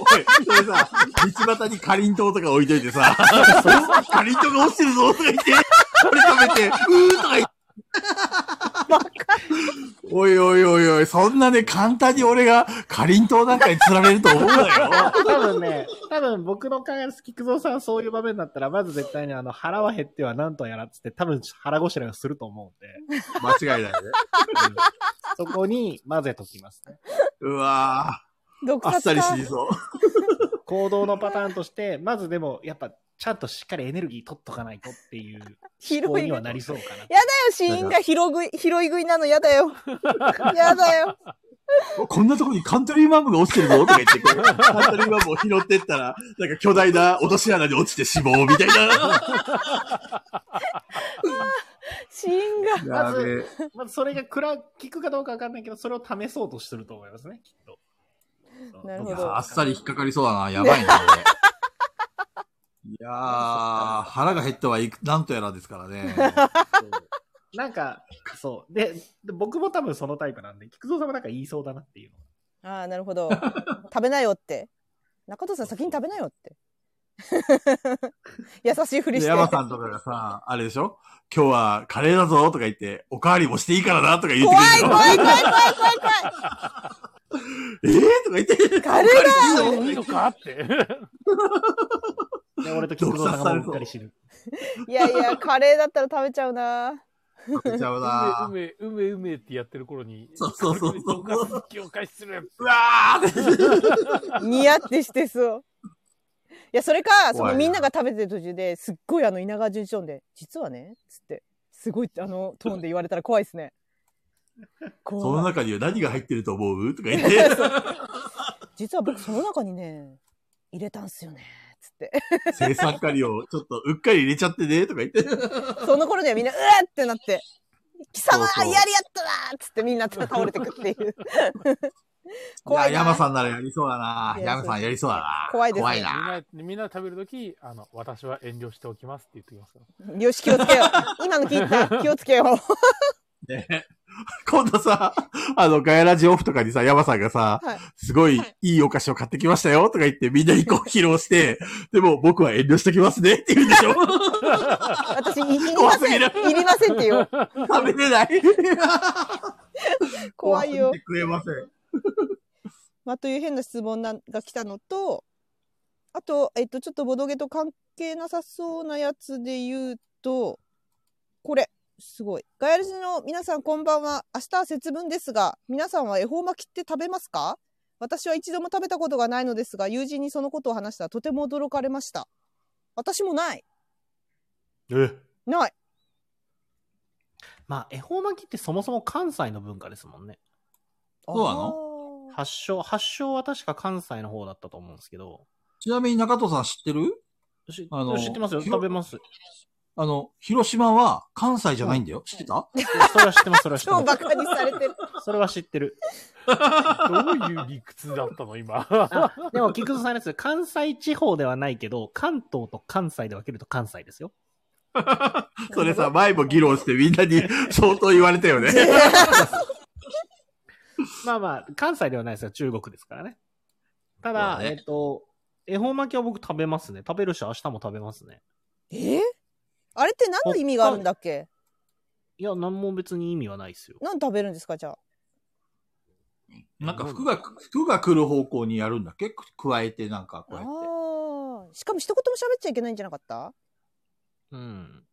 [SPEAKER 3] おい、それさ、道端にかりんとうとか置いといて *laughs* さ、かりんとうが落ちてるぞとか言って、これ食べて、うーとか言って。おいおいおいおい、そんなね、簡単に俺がかりんとうなんかに釣られると思うなよ。
[SPEAKER 2] 多分ね、多分僕の考えです菊蔵さんそういう場面だったら、まず絶対にあの、腹は減ってはなんとやらっつって、多分腹ごしらえをすると思う
[SPEAKER 1] *laughs*
[SPEAKER 2] んで、
[SPEAKER 3] 間違いないね。
[SPEAKER 2] そこに混ぜときますね。
[SPEAKER 3] うわ
[SPEAKER 1] 毒
[SPEAKER 3] ぁ、あっさ
[SPEAKER 1] 殺
[SPEAKER 3] り
[SPEAKER 1] か
[SPEAKER 3] 死にそう。
[SPEAKER 2] 行動のパターンとして、まずでも、やっぱ、ちゃんとしっかりエネルギー取っとかないとっていう思考
[SPEAKER 1] 広い
[SPEAKER 2] に
[SPEAKER 1] ね
[SPEAKER 2] は。なりそうかな。
[SPEAKER 1] 死因が拾い食い、拾い食いなの嫌だよ。嫌だよ。
[SPEAKER 3] こんなとこにカントリーマームが落ちてるぞとか言って、 *laughs* こうカントリーマームを拾ってったら、なんか巨大な落とし穴に落ちて死亡みたいな。
[SPEAKER 1] 死因が。
[SPEAKER 2] まず
[SPEAKER 3] やべえ
[SPEAKER 2] まずそれがくら、効くかどうかわかんないけど、それを試そうとしてると思いますね、きっと。そう
[SPEAKER 1] なる
[SPEAKER 3] い
[SPEAKER 1] ほ
[SPEAKER 3] や
[SPEAKER 1] ど
[SPEAKER 3] ーあっさり引っかかりそうだな。やばいな、俺。
[SPEAKER 1] *laughs*
[SPEAKER 3] いやー、腹が減ってはいく、なんとやらですか
[SPEAKER 1] *laughs*
[SPEAKER 3] らね。
[SPEAKER 2] そうなんか、そう。で、で僕も多分そのタイプなんで、菊蔵さんもなんか言いそうだなっていうのが。
[SPEAKER 1] ああ、なるほ
[SPEAKER 3] *laughs*
[SPEAKER 1] ど。食べなよって。中藤さん先に食べなよ
[SPEAKER 3] *laughs*
[SPEAKER 1] って。優しいふり
[SPEAKER 3] で、
[SPEAKER 1] して。
[SPEAKER 3] 山さんとかがさ、あれでしょ今日はカレーだぞとか言って、おかわりもしていいからなとか言って
[SPEAKER 1] 怖い
[SPEAKER 3] くるの。
[SPEAKER 1] 怖い怖い怖い怖い怖い。
[SPEAKER 3] えーとか言っ
[SPEAKER 1] *laughs*
[SPEAKER 3] て、
[SPEAKER 1] カレ
[SPEAKER 3] ーだ
[SPEAKER 4] いいのかって。
[SPEAKER 2] で、俺と菊蔵さんがもううっかり死ぬ。
[SPEAKER 1] いやいや、カレーだったら食べちゃうな。
[SPEAKER 3] 言っちゃう
[SPEAKER 4] う
[SPEAKER 3] な
[SPEAKER 4] めうめうめうめってやってる頃に、
[SPEAKER 3] そうそうそうそう
[SPEAKER 4] これに毒殺を開始する。
[SPEAKER 3] うわーって。
[SPEAKER 1] ニヤってしてそう。いや、それか、そ
[SPEAKER 3] 怖い
[SPEAKER 1] の
[SPEAKER 3] な
[SPEAKER 1] みんなが食べてる途中ですっごいあの稲川淳一音で、実はね、つって、すごいあのトーンで言われたら怖いですね。
[SPEAKER 3] その
[SPEAKER 1] 怖い。
[SPEAKER 3] 中には何が入ってると思うとか言って。
[SPEAKER 1] *laughs* 実は僕その中にね、入れたんすよね。つって。
[SPEAKER 3] 生産カリをちょっとうっかり入れちゃってねとか言って。
[SPEAKER 1] その頃にはみんな、うわーってなって、貴様、
[SPEAKER 3] そうそう
[SPEAKER 1] やりやったなーっつってみんな倒れてくっていう。怖い
[SPEAKER 3] い
[SPEAKER 1] な
[SPEAKER 3] や、山さんならやりそうだな。
[SPEAKER 1] やりそう
[SPEAKER 3] 山さんやりそうだな。
[SPEAKER 1] 怖いですね
[SPEAKER 3] 怖い
[SPEAKER 4] みん
[SPEAKER 3] な。
[SPEAKER 4] な、みんな食べるとき、あの、私は遠慮し
[SPEAKER 1] *laughs*
[SPEAKER 4] ておきますって言ってきますから。
[SPEAKER 1] よし、気をつけよう。今の聞いた。気をつけよう。
[SPEAKER 3] ね今度さ、あの、ガヤラジオフとかにさ、山さんがさ、
[SPEAKER 1] はい
[SPEAKER 3] すごい
[SPEAKER 5] はい
[SPEAKER 3] いいお菓子を買ってきましたよとか言ってみんなにこう披露 *laughs* して、でも僕は遠慮しときますねって言うんでし *laughs* ょ
[SPEAKER 1] 私、いりま
[SPEAKER 3] 怖す
[SPEAKER 1] せ
[SPEAKER 3] ぎ
[SPEAKER 1] ん。
[SPEAKER 3] る
[SPEAKER 1] いりませんってよ。
[SPEAKER 3] 食べれない
[SPEAKER 1] 怖いよ
[SPEAKER 3] 食べ。てくれません。
[SPEAKER 1] まあ、という変な質問なんが来たのと、あと、えっと、ちょっとボドゲと関係なさそうなやつで言うと、これ、すごい。ガヤルジの皆さんこんばんは。明日は節分ですが、皆さんは恵方巻きって食べますか私は一度も食べたことがないのですが、友人にそのことを話したらとても驚かれました。私もない。
[SPEAKER 2] え
[SPEAKER 1] ない。
[SPEAKER 2] まあ、恵方巻きってそもそも関西の文化ですもんね。
[SPEAKER 3] そうな
[SPEAKER 1] の
[SPEAKER 2] 発祥、発祥は確か関西の方だったと思うんですけど。
[SPEAKER 3] ちなみに中藤さん知ってる
[SPEAKER 2] し
[SPEAKER 3] あの
[SPEAKER 2] 知ってますよ。
[SPEAKER 3] ひろ
[SPEAKER 2] 食べます。
[SPEAKER 3] あの、広島は関西じゃないんだよ。知ってた
[SPEAKER 2] それは知ってます。それは知って
[SPEAKER 1] 超
[SPEAKER 2] ま
[SPEAKER 1] バ
[SPEAKER 2] す。
[SPEAKER 1] カにされてる。
[SPEAKER 2] それは知ってる。
[SPEAKER 4] どういう理屈だったの、
[SPEAKER 3] *laughs*
[SPEAKER 4] 今。
[SPEAKER 2] あでも、菊蔵さんのやつ、関西地方ではないけど、関東と関西で分けると関西ですよ。
[SPEAKER 3] *laughs* それさ、前も議論してみんなに相当言われたよね。 *laughs*
[SPEAKER 2] まあまあ、関西ではないですよ。中国ですからね。ただ、
[SPEAKER 3] そうだね
[SPEAKER 2] えっと、恵方巻きは僕食べますね。食べるし、明日も食べますね。
[SPEAKER 1] *laughs* えあれって何の意味があるんだっけ
[SPEAKER 2] いや、何も別に意味はないですよ。
[SPEAKER 1] 何食べるんですかじゃあ。
[SPEAKER 3] なんか服が、服が来る方向にやるんだっけく加えてなんかこうやって。
[SPEAKER 1] ああ。しかも一言も喋っちゃいけないんじゃなかった
[SPEAKER 2] うん。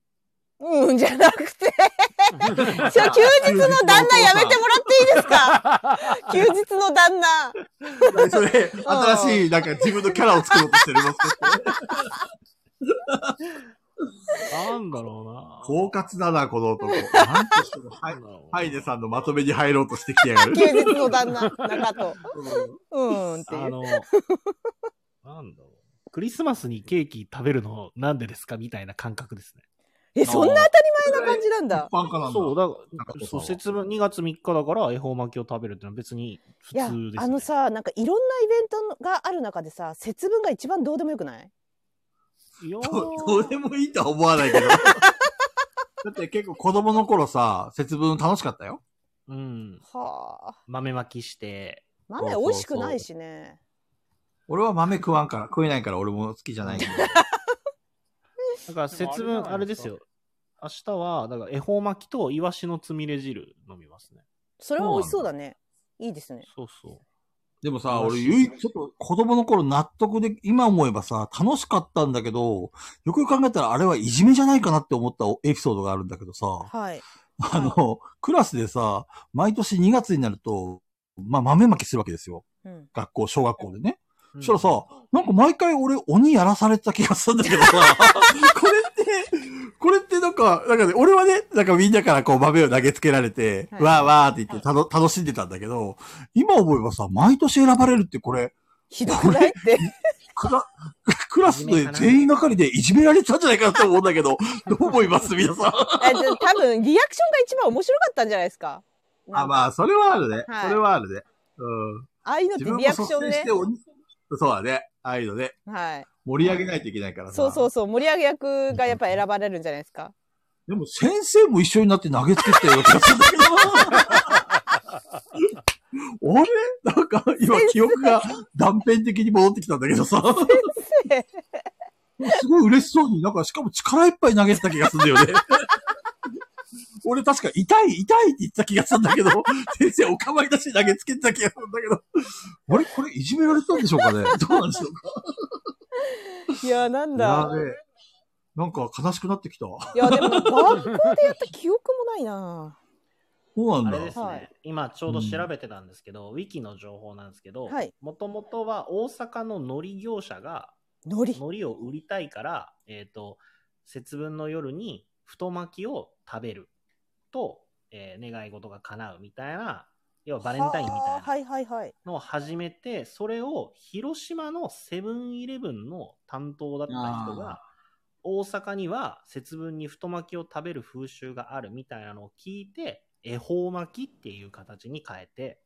[SPEAKER 1] うん、じゃなくて。ちょ休日の旦那やめてもらっていいですか休日の旦那。
[SPEAKER 3] それ、新しい、なんか自分のキャ *laughs* ラを作ろうとしてる。もしかして
[SPEAKER 2] なんだろうな。
[SPEAKER 3] 狡猾だな、この男。なんとしても、はい、ハイネさんのまとめに入ろうとしてきてやがる。
[SPEAKER 1] 休日の旦那、中と。うんってい
[SPEAKER 2] あ
[SPEAKER 1] う。
[SPEAKER 2] の、なんだろう。クリスマスにケーキ食べるのなんでですかみたいな感覚ですね。
[SPEAKER 1] え、そんな当たり前な感じなんだ。
[SPEAKER 3] パンかなんだ。
[SPEAKER 2] そう、だか
[SPEAKER 3] 中戸さんは
[SPEAKER 2] ら、そう、節分、2月3日だから恵方巻きを食べるってのは別に普
[SPEAKER 1] いや、
[SPEAKER 2] 通です、ね。
[SPEAKER 1] あのさ、なんかいろんなイベントがある中でさ、節分が一番どうでもよくない
[SPEAKER 2] いやー、
[SPEAKER 3] どどうでもいいとは思わないけど。 *laughs* だって結構子供の頃さ、節分楽しかったよ。
[SPEAKER 2] うん。
[SPEAKER 1] はあ。
[SPEAKER 2] 豆巻きして、
[SPEAKER 1] 豆美味しくないしね。
[SPEAKER 3] 俺は豆食わんから、食えないから俺も好きじゃないけど。
[SPEAKER 2] だから節
[SPEAKER 4] でもあ
[SPEAKER 2] 分、
[SPEAKER 4] れじゃないですか
[SPEAKER 2] あれですよ。明日は、だから、恵方巻きとイワシのつみれ汁飲みますね。
[SPEAKER 1] それは美味しそうだね。いいですね。
[SPEAKER 2] そうそ
[SPEAKER 3] でもさ、
[SPEAKER 2] 楽
[SPEAKER 3] 俺、
[SPEAKER 2] しい
[SPEAKER 3] 唯一ちょっと子供の頃納得で、今思えばさ、楽しかったんだけど、よくよく考えたらあれはいじめじゃないかなって思ったエピソードがあるんだけどさ、
[SPEAKER 1] はい。
[SPEAKER 3] あの、クラスでさ、毎年2月になると、まあ、豆まきするわけですよ。
[SPEAKER 1] うん。
[SPEAKER 3] 学校、小学校でね。
[SPEAKER 2] う。
[SPEAKER 3] そしたらさ、なんか毎回俺鬼やらされてた気がするんだけ
[SPEAKER 1] *laughs*
[SPEAKER 3] どさ、これって、これってなんか、なんかね、俺はね、なんかみんなからこう豆を投げつけられて、
[SPEAKER 1] はい
[SPEAKER 3] わーわーって言ってたの楽しんでたんだけど、今思えばさ、毎年選ばれるってこれ、
[SPEAKER 1] ひどくないって。
[SPEAKER 3] ク
[SPEAKER 1] *laughs*
[SPEAKER 3] ラ、クラスで全員がかりでいじめられてたんじゃないかなと思うんだ
[SPEAKER 1] *laughs*
[SPEAKER 3] けど、どう思います皆さん。
[SPEAKER 1] えで多分リアクションが一番面白かったんじゃないですか。
[SPEAKER 3] あ、まあ、それはあるね。
[SPEAKER 1] はい
[SPEAKER 3] それはあるね。うん。
[SPEAKER 1] ああいうのって
[SPEAKER 3] 自分も
[SPEAKER 1] リアク
[SPEAKER 3] 率
[SPEAKER 1] ション
[SPEAKER 3] 先し
[SPEAKER 1] ね
[SPEAKER 3] て。鬼、そうだね。ああいうのね。
[SPEAKER 1] はい。
[SPEAKER 3] 盛り上げないといけないからさ。
[SPEAKER 1] そうそうそう、盛り上げ役がやっぱ選ばれるんじゃないです
[SPEAKER 3] *laughs*
[SPEAKER 1] か。
[SPEAKER 3] でも先生も一緒になって投げつけてるような気がするんだけど。あれなんか今記憶が断片的に戻ってきたんだけどさ。すごい嬉しそうに、なんかしかも力いっぱい投げてた気がするんだよね。俺確か痛い痛いって言ってた気がするんだけど、先生お構いなしに投げつけてた気がするんだけど、あれこれいじめられたんでしょうかねどうなんでしょうか
[SPEAKER 1] いや、なん
[SPEAKER 3] や
[SPEAKER 1] だ。
[SPEAKER 3] べえ。なんか悲しくなってきた。
[SPEAKER 1] いや、でも学校でやった記憶もないな。
[SPEAKER 3] そうな
[SPEAKER 2] あ
[SPEAKER 3] んだ
[SPEAKER 2] れ。ですね、
[SPEAKER 1] はい
[SPEAKER 2] 今ちょうど調べてたんですけど、ウィキの情報なんですけど
[SPEAKER 1] はい、
[SPEAKER 2] もともとは大阪の海苔業者が、
[SPEAKER 1] ノリ。
[SPEAKER 2] 海苔を売りたいから、えっ、と、節分の夜に太巻きを食べると、えー願い事が叶うみたいな、要はバレンタインみた
[SPEAKER 1] はい
[SPEAKER 2] な
[SPEAKER 1] はいはいはい。
[SPEAKER 2] のを始めて、それを広島のセブンイレブンの担当だった人が、大阪には節分に太巻きを食べる風習があるみたいなのを聞いて、恵方巻きっていう形に変えて、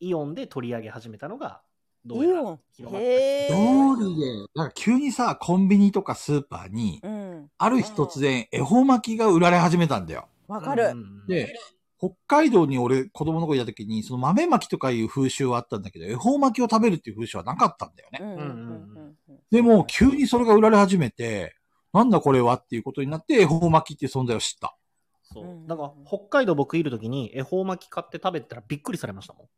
[SPEAKER 2] イオンで取り上げ始めたのが、どう
[SPEAKER 1] イ
[SPEAKER 2] や
[SPEAKER 1] オ
[SPEAKER 2] ら
[SPEAKER 1] ン
[SPEAKER 2] 広。がった
[SPEAKER 1] へえ。
[SPEAKER 3] 道理で、なんか急にさ、コンビニとかスーパーに、
[SPEAKER 1] うん。
[SPEAKER 3] ある日突然、恵方巻きが売られ始めたんだよ。
[SPEAKER 1] わか
[SPEAKER 2] う
[SPEAKER 1] る。
[SPEAKER 2] ん
[SPEAKER 3] で、北海道に俺、子供の頃いた時に、その豆巻きとかいう風習はあったんだけど、恵方巻きを食べるっていう風習はなかったんだよね。
[SPEAKER 1] うんうんうんうん
[SPEAKER 3] でも、急にそれが売られ始めて、なんだこれはっていうことになって、恵方巻きっていう存在を知った。
[SPEAKER 2] そうう。
[SPEAKER 1] ん
[SPEAKER 2] なんか、北海道僕いる時に恵方巻き買って食べてたらびっくりされました *laughs* もん。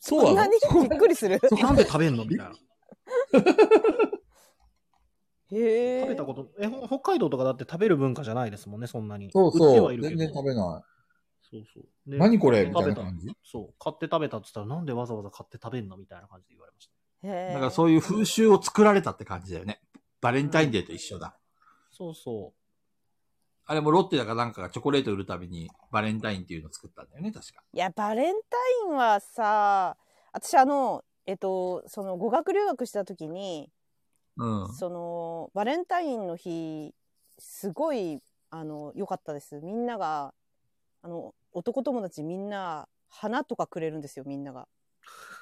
[SPEAKER 3] そ
[SPEAKER 1] こんな
[SPEAKER 3] な
[SPEAKER 1] に
[SPEAKER 3] の
[SPEAKER 1] びっくりする
[SPEAKER 3] そ
[SPEAKER 2] なんで食べんのみたいな。
[SPEAKER 1] へえ
[SPEAKER 2] 食べたこと、え、ほ北海道とかだって食べる文化じゃないですもんね、そんなに。
[SPEAKER 3] そう
[SPEAKER 2] 売って
[SPEAKER 3] そ
[SPEAKER 2] は
[SPEAKER 3] う。
[SPEAKER 2] いるけ
[SPEAKER 3] 全
[SPEAKER 2] ど。
[SPEAKER 3] 然食べない。
[SPEAKER 2] そうそう。で
[SPEAKER 3] 何これみた
[SPEAKER 2] 食
[SPEAKER 3] い
[SPEAKER 2] べ
[SPEAKER 3] な
[SPEAKER 2] た。
[SPEAKER 3] 感じ
[SPEAKER 2] そう。買って食べたって言ったら、なんでわざわざ買って食べんのみたいな感じで言われました。
[SPEAKER 1] だ
[SPEAKER 3] だからそういう風習を作られたって感じだよね。バレンタインデーと一緒だ。
[SPEAKER 2] そうそ。
[SPEAKER 3] あれもロッテだかなんかがチョコレートを売るためにバレンタインっていうのを作ったんだよね、確か。
[SPEAKER 1] いやバレンタインはさ私あのえっとその語学留学した時に、
[SPEAKER 3] うん。
[SPEAKER 1] そのバレンタインの日すごいあの良かったですみんながあの男友達みんな花とかくれるんですよみんなが。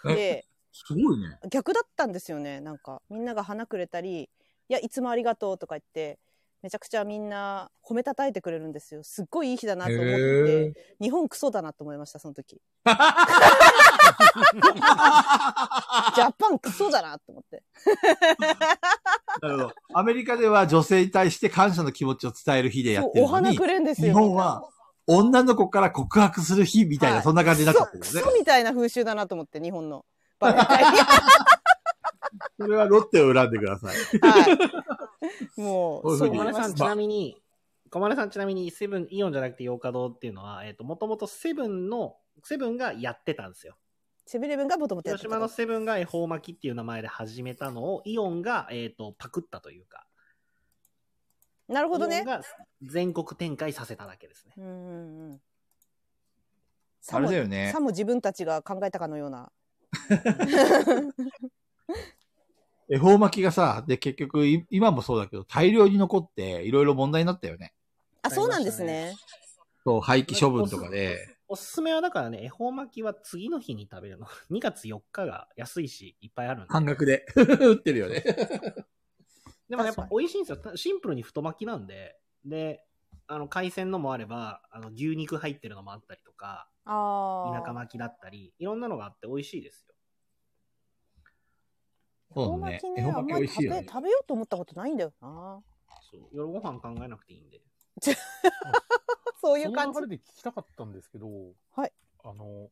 [SPEAKER 1] で
[SPEAKER 3] すごいね。
[SPEAKER 1] 逆だったんですよねなんかみんなが花くれたり「いやいつもありがとう」とか言ってめちゃくちゃみんな褒めたたえてくれるんですよすっごいいい日だなと思って
[SPEAKER 3] へ
[SPEAKER 1] 日本クソだなと思いましたその
[SPEAKER 3] *laughs*
[SPEAKER 1] 時ジャパンクソだなと思って
[SPEAKER 3] なるほど。アメリカでは女性に対して感謝の気持ちを伝える日でや
[SPEAKER 1] そ
[SPEAKER 3] っ
[SPEAKER 1] う
[SPEAKER 3] てる
[SPEAKER 1] お
[SPEAKER 3] の
[SPEAKER 1] 花
[SPEAKER 3] に
[SPEAKER 1] く、れるんですよ
[SPEAKER 3] 日本は女の子から告白する日みたいな、
[SPEAKER 1] はい
[SPEAKER 3] そんな感じになっちゃっ
[SPEAKER 1] ク
[SPEAKER 3] てる
[SPEAKER 1] ソ
[SPEAKER 3] よ
[SPEAKER 1] ク
[SPEAKER 3] ね。
[SPEAKER 1] ソみたいな風習だなと思って日本のバ
[SPEAKER 3] *laughs*
[SPEAKER 1] レンタイン
[SPEAKER 3] それはロッテを恨んでください。
[SPEAKER 1] はいも
[SPEAKER 3] そう
[SPEAKER 1] う
[SPEAKER 3] いうふう
[SPEAKER 1] そうう
[SPEAKER 2] 小
[SPEAKER 3] に
[SPEAKER 1] 思い
[SPEAKER 2] 丸
[SPEAKER 1] ま
[SPEAKER 2] さ
[SPEAKER 1] し
[SPEAKER 2] ん、
[SPEAKER 1] た
[SPEAKER 2] ちなみに、小丸さんちなみに、セブン、イオンじゃなくてヨーカドーっていうのは、えっ、と、もともとセブンの、セブンがやってたんですよ。
[SPEAKER 1] セブンイレブンがもともとやっ
[SPEAKER 2] 広
[SPEAKER 1] てた
[SPEAKER 2] 島のセブンが恵方巻きっていう名前で始めたのを、イオンが、えっ、と、パクったというか、
[SPEAKER 1] なるほど
[SPEAKER 2] イオ
[SPEAKER 1] ね
[SPEAKER 2] ンが全国展開させただけですね。
[SPEAKER 1] うんうんうんさ
[SPEAKER 3] あ
[SPEAKER 1] も
[SPEAKER 3] れだよね
[SPEAKER 1] さ。も自分たちが考えたかのよう
[SPEAKER 3] *laughs*
[SPEAKER 1] な
[SPEAKER 3] 恵方巻きがさ、で結局い今もそうだけど大量に残っていろいろ問題になったよね。
[SPEAKER 1] あそうなんですね
[SPEAKER 3] そう、廃棄処分とかで。
[SPEAKER 2] おすすめはだからね、恵方巻きは次の日に食べるの。2月4日が安いし、いっぱいあるんで。
[SPEAKER 3] 半額で *laughs* 売ってるよね。
[SPEAKER 2] でもねやっ
[SPEAKER 1] 確
[SPEAKER 2] ぱ
[SPEAKER 1] か
[SPEAKER 2] 美味しいんですよ。たシンプルに太巻きなんで。で、あの、海鮮のもあれば、あの、牛肉入ってるのもあったりとか、
[SPEAKER 1] ああ
[SPEAKER 2] 田舎巻きだったり、いろんなのがあって美味しいですよ。
[SPEAKER 3] そ
[SPEAKER 1] 恵方
[SPEAKER 3] うだね
[SPEAKER 1] 巻き。
[SPEAKER 3] 恵
[SPEAKER 1] ね
[SPEAKER 3] 方
[SPEAKER 1] あん
[SPEAKER 3] 巻き
[SPEAKER 1] ま
[SPEAKER 3] 美
[SPEAKER 1] り
[SPEAKER 3] 味し
[SPEAKER 1] 食
[SPEAKER 3] い
[SPEAKER 1] べ
[SPEAKER 3] よね。
[SPEAKER 1] 食べようと思ったことないんだよな
[SPEAKER 2] そう。夜ご飯考えなくていいんで。
[SPEAKER 1] *laughs* そうい
[SPEAKER 4] そう
[SPEAKER 1] 感じ
[SPEAKER 4] の流れで聞きたかったんですけど、
[SPEAKER 1] はい
[SPEAKER 4] あの、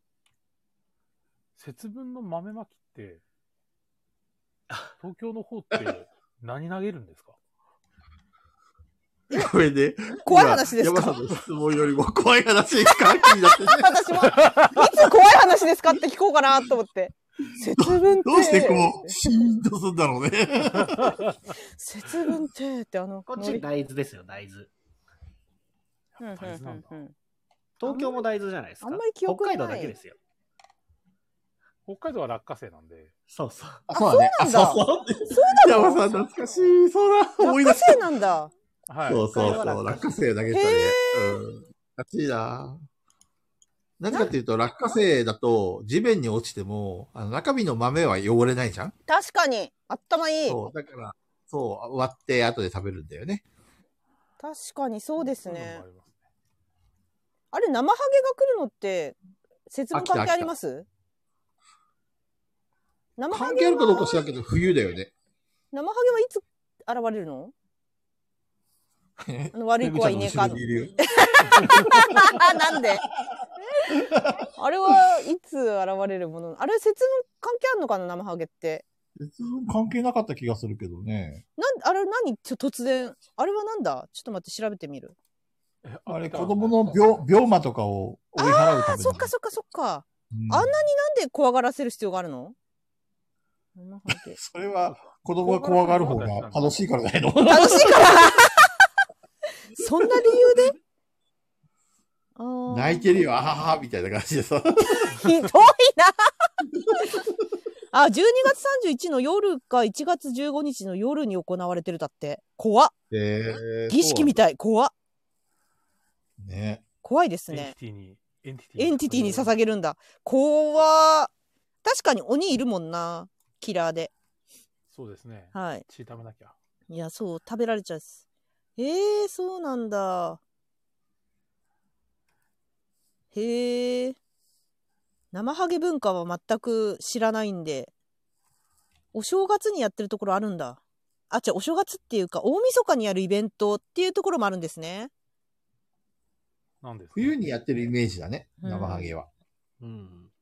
[SPEAKER 4] 節分の豆まきって、東京の方って何投げるんですか
[SPEAKER 3] これで、
[SPEAKER 1] 怖い話です
[SPEAKER 3] 今
[SPEAKER 1] か
[SPEAKER 3] 山さんの質問よりも *laughs* 怖い話が気になってる
[SPEAKER 1] *laughs* 私もいつ怖い話ですかって聞こうかなと思 *laughs* って節分って
[SPEAKER 3] どうしてこう、シーンとするんだろうね。
[SPEAKER 1] 節分ってってあの
[SPEAKER 2] こっ
[SPEAKER 1] ノ
[SPEAKER 2] ち
[SPEAKER 1] リ
[SPEAKER 2] 大豆ですよ、大豆。
[SPEAKER 1] うんうん
[SPEAKER 4] 大豆なんだ
[SPEAKER 1] うんうん
[SPEAKER 2] 東京も大豆じゃないですか。
[SPEAKER 1] あんまり記憶
[SPEAKER 2] 北海道
[SPEAKER 1] ない
[SPEAKER 2] だけですよ。
[SPEAKER 4] 北海道は落花生なんで、
[SPEAKER 2] そうそう。
[SPEAKER 3] あそうだね。
[SPEAKER 1] あそう
[SPEAKER 3] あそうそう。山さん懐かしい。そうだ。思い出
[SPEAKER 1] 落
[SPEAKER 3] し
[SPEAKER 1] 花生なんだ
[SPEAKER 4] は
[SPEAKER 3] た。
[SPEAKER 4] い。
[SPEAKER 3] そうそ
[SPEAKER 2] 北海道
[SPEAKER 3] うそう。
[SPEAKER 2] は
[SPEAKER 3] 落
[SPEAKER 2] 落
[SPEAKER 3] 花生投げたね。うん。懐かしいな。なぜかっていうと、落花生だと、地面に落ちても、あの中身の豆は汚れないじゃん
[SPEAKER 1] 確かに頭いい
[SPEAKER 3] そう。だから、そう、割って後で食べるんだよね。
[SPEAKER 1] 確かにそうです
[SPEAKER 4] そういうの
[SPEAKER 1] ね
[SPEAKER 4] もあります
[SPEAKER 1] あれ生ハゲが来るのって節分関係あります生ハ
[SPEAKER 3] 関
[SPEAKER 1] ゲ
[SPEAKER 3] 係あるかどう
[SPEAKER 1] は
[SPEAKER 3] か知らんけど、冬だよね。
[SPEAKER 1] 生ハゲはいつ現れるのあの悪い子はいねえか
[SPEAKER 3] ペグちゃんの後ろにいるよ
[SPEAKER 1] *laughs* なんであれはいつ現れるものあれ節分関係あんのかな生ハゲって。
[SPEAKER 3] 別に関係なかった気がするけどね。
[SPEAKER 1] なんあれ何ちょ突然。あれはなんだちょっと待って調べてみる。
[SPEAKER 4] え
[SPEAKER 3] あれ、
[SPEAKER 4] 秋田
[SPEAKER 3] 子
[SPEAKER 4] は
[SPEAKER 3] 供の病
[SPEAKER 4] 落花生
[SPEAKER 3] 病魔とかを追い払うため
[SPEAKER 1] あ、
[SPEAKER 3] に
[SPEAKER 1] そっかそっかそっか。
[SPEAKER 3] うん
[SPEAKER 1] あんなになんで怖がらせる必要があるの生ハ
[SPEAKER 3] *laughs*
[SPEAKER 1] ゲ。
[SPEAKER 3] それは、子供が怖がる方が楽しいからじゃないの
[SPEAKER 1] 楽しいからそんな理由であー
[SPEAKER 3] 泣いてるよ、あはは、みたいな感じでさ。
[SPEAKER 1] ひどいなあ、12月31の夜か1月15日の夜に行われてるだって。怖っ。
[SPEAKER 3] *laughs* え
[SPEAKER 1] 儀式み
[SPEAKER 3] た
[SPEAKER 1] たい。怖っ。
[SPEAKER 3] い。ね。
[SPEAKER 1] 怖いです
[SPEAKER 4] エン
[SPEAKER 1] ね
[SPEAKER 4] ティ。ティに、エンティティ
[SPEAKER 1] エンティティに捧げるんだ。怖っ。確かに鬼いるもんな。キラーで。
[SPEAKER 4] そうですね。
[SPEAKER 1] はい。
[SPEAKER 4] 血食べなきゃ。
[SPEAKER 1] いや、そう、食べられちゃうっす。ええー、そうなんだ。へえ。生ハゲ文化は全く知らないんで。お正月にやってるところあるんだ。あ、違う、お正月っていうか、大晦日にやるイベントっていうところもあるんですね。
[SPEAKER 4] なんですか
[SPEAKER 3] 冬にやってるイメージだね、
[SPEAKER 1] うん
[SPEAKER 3] 生ハゲは。
[SPEAKER 2] うん。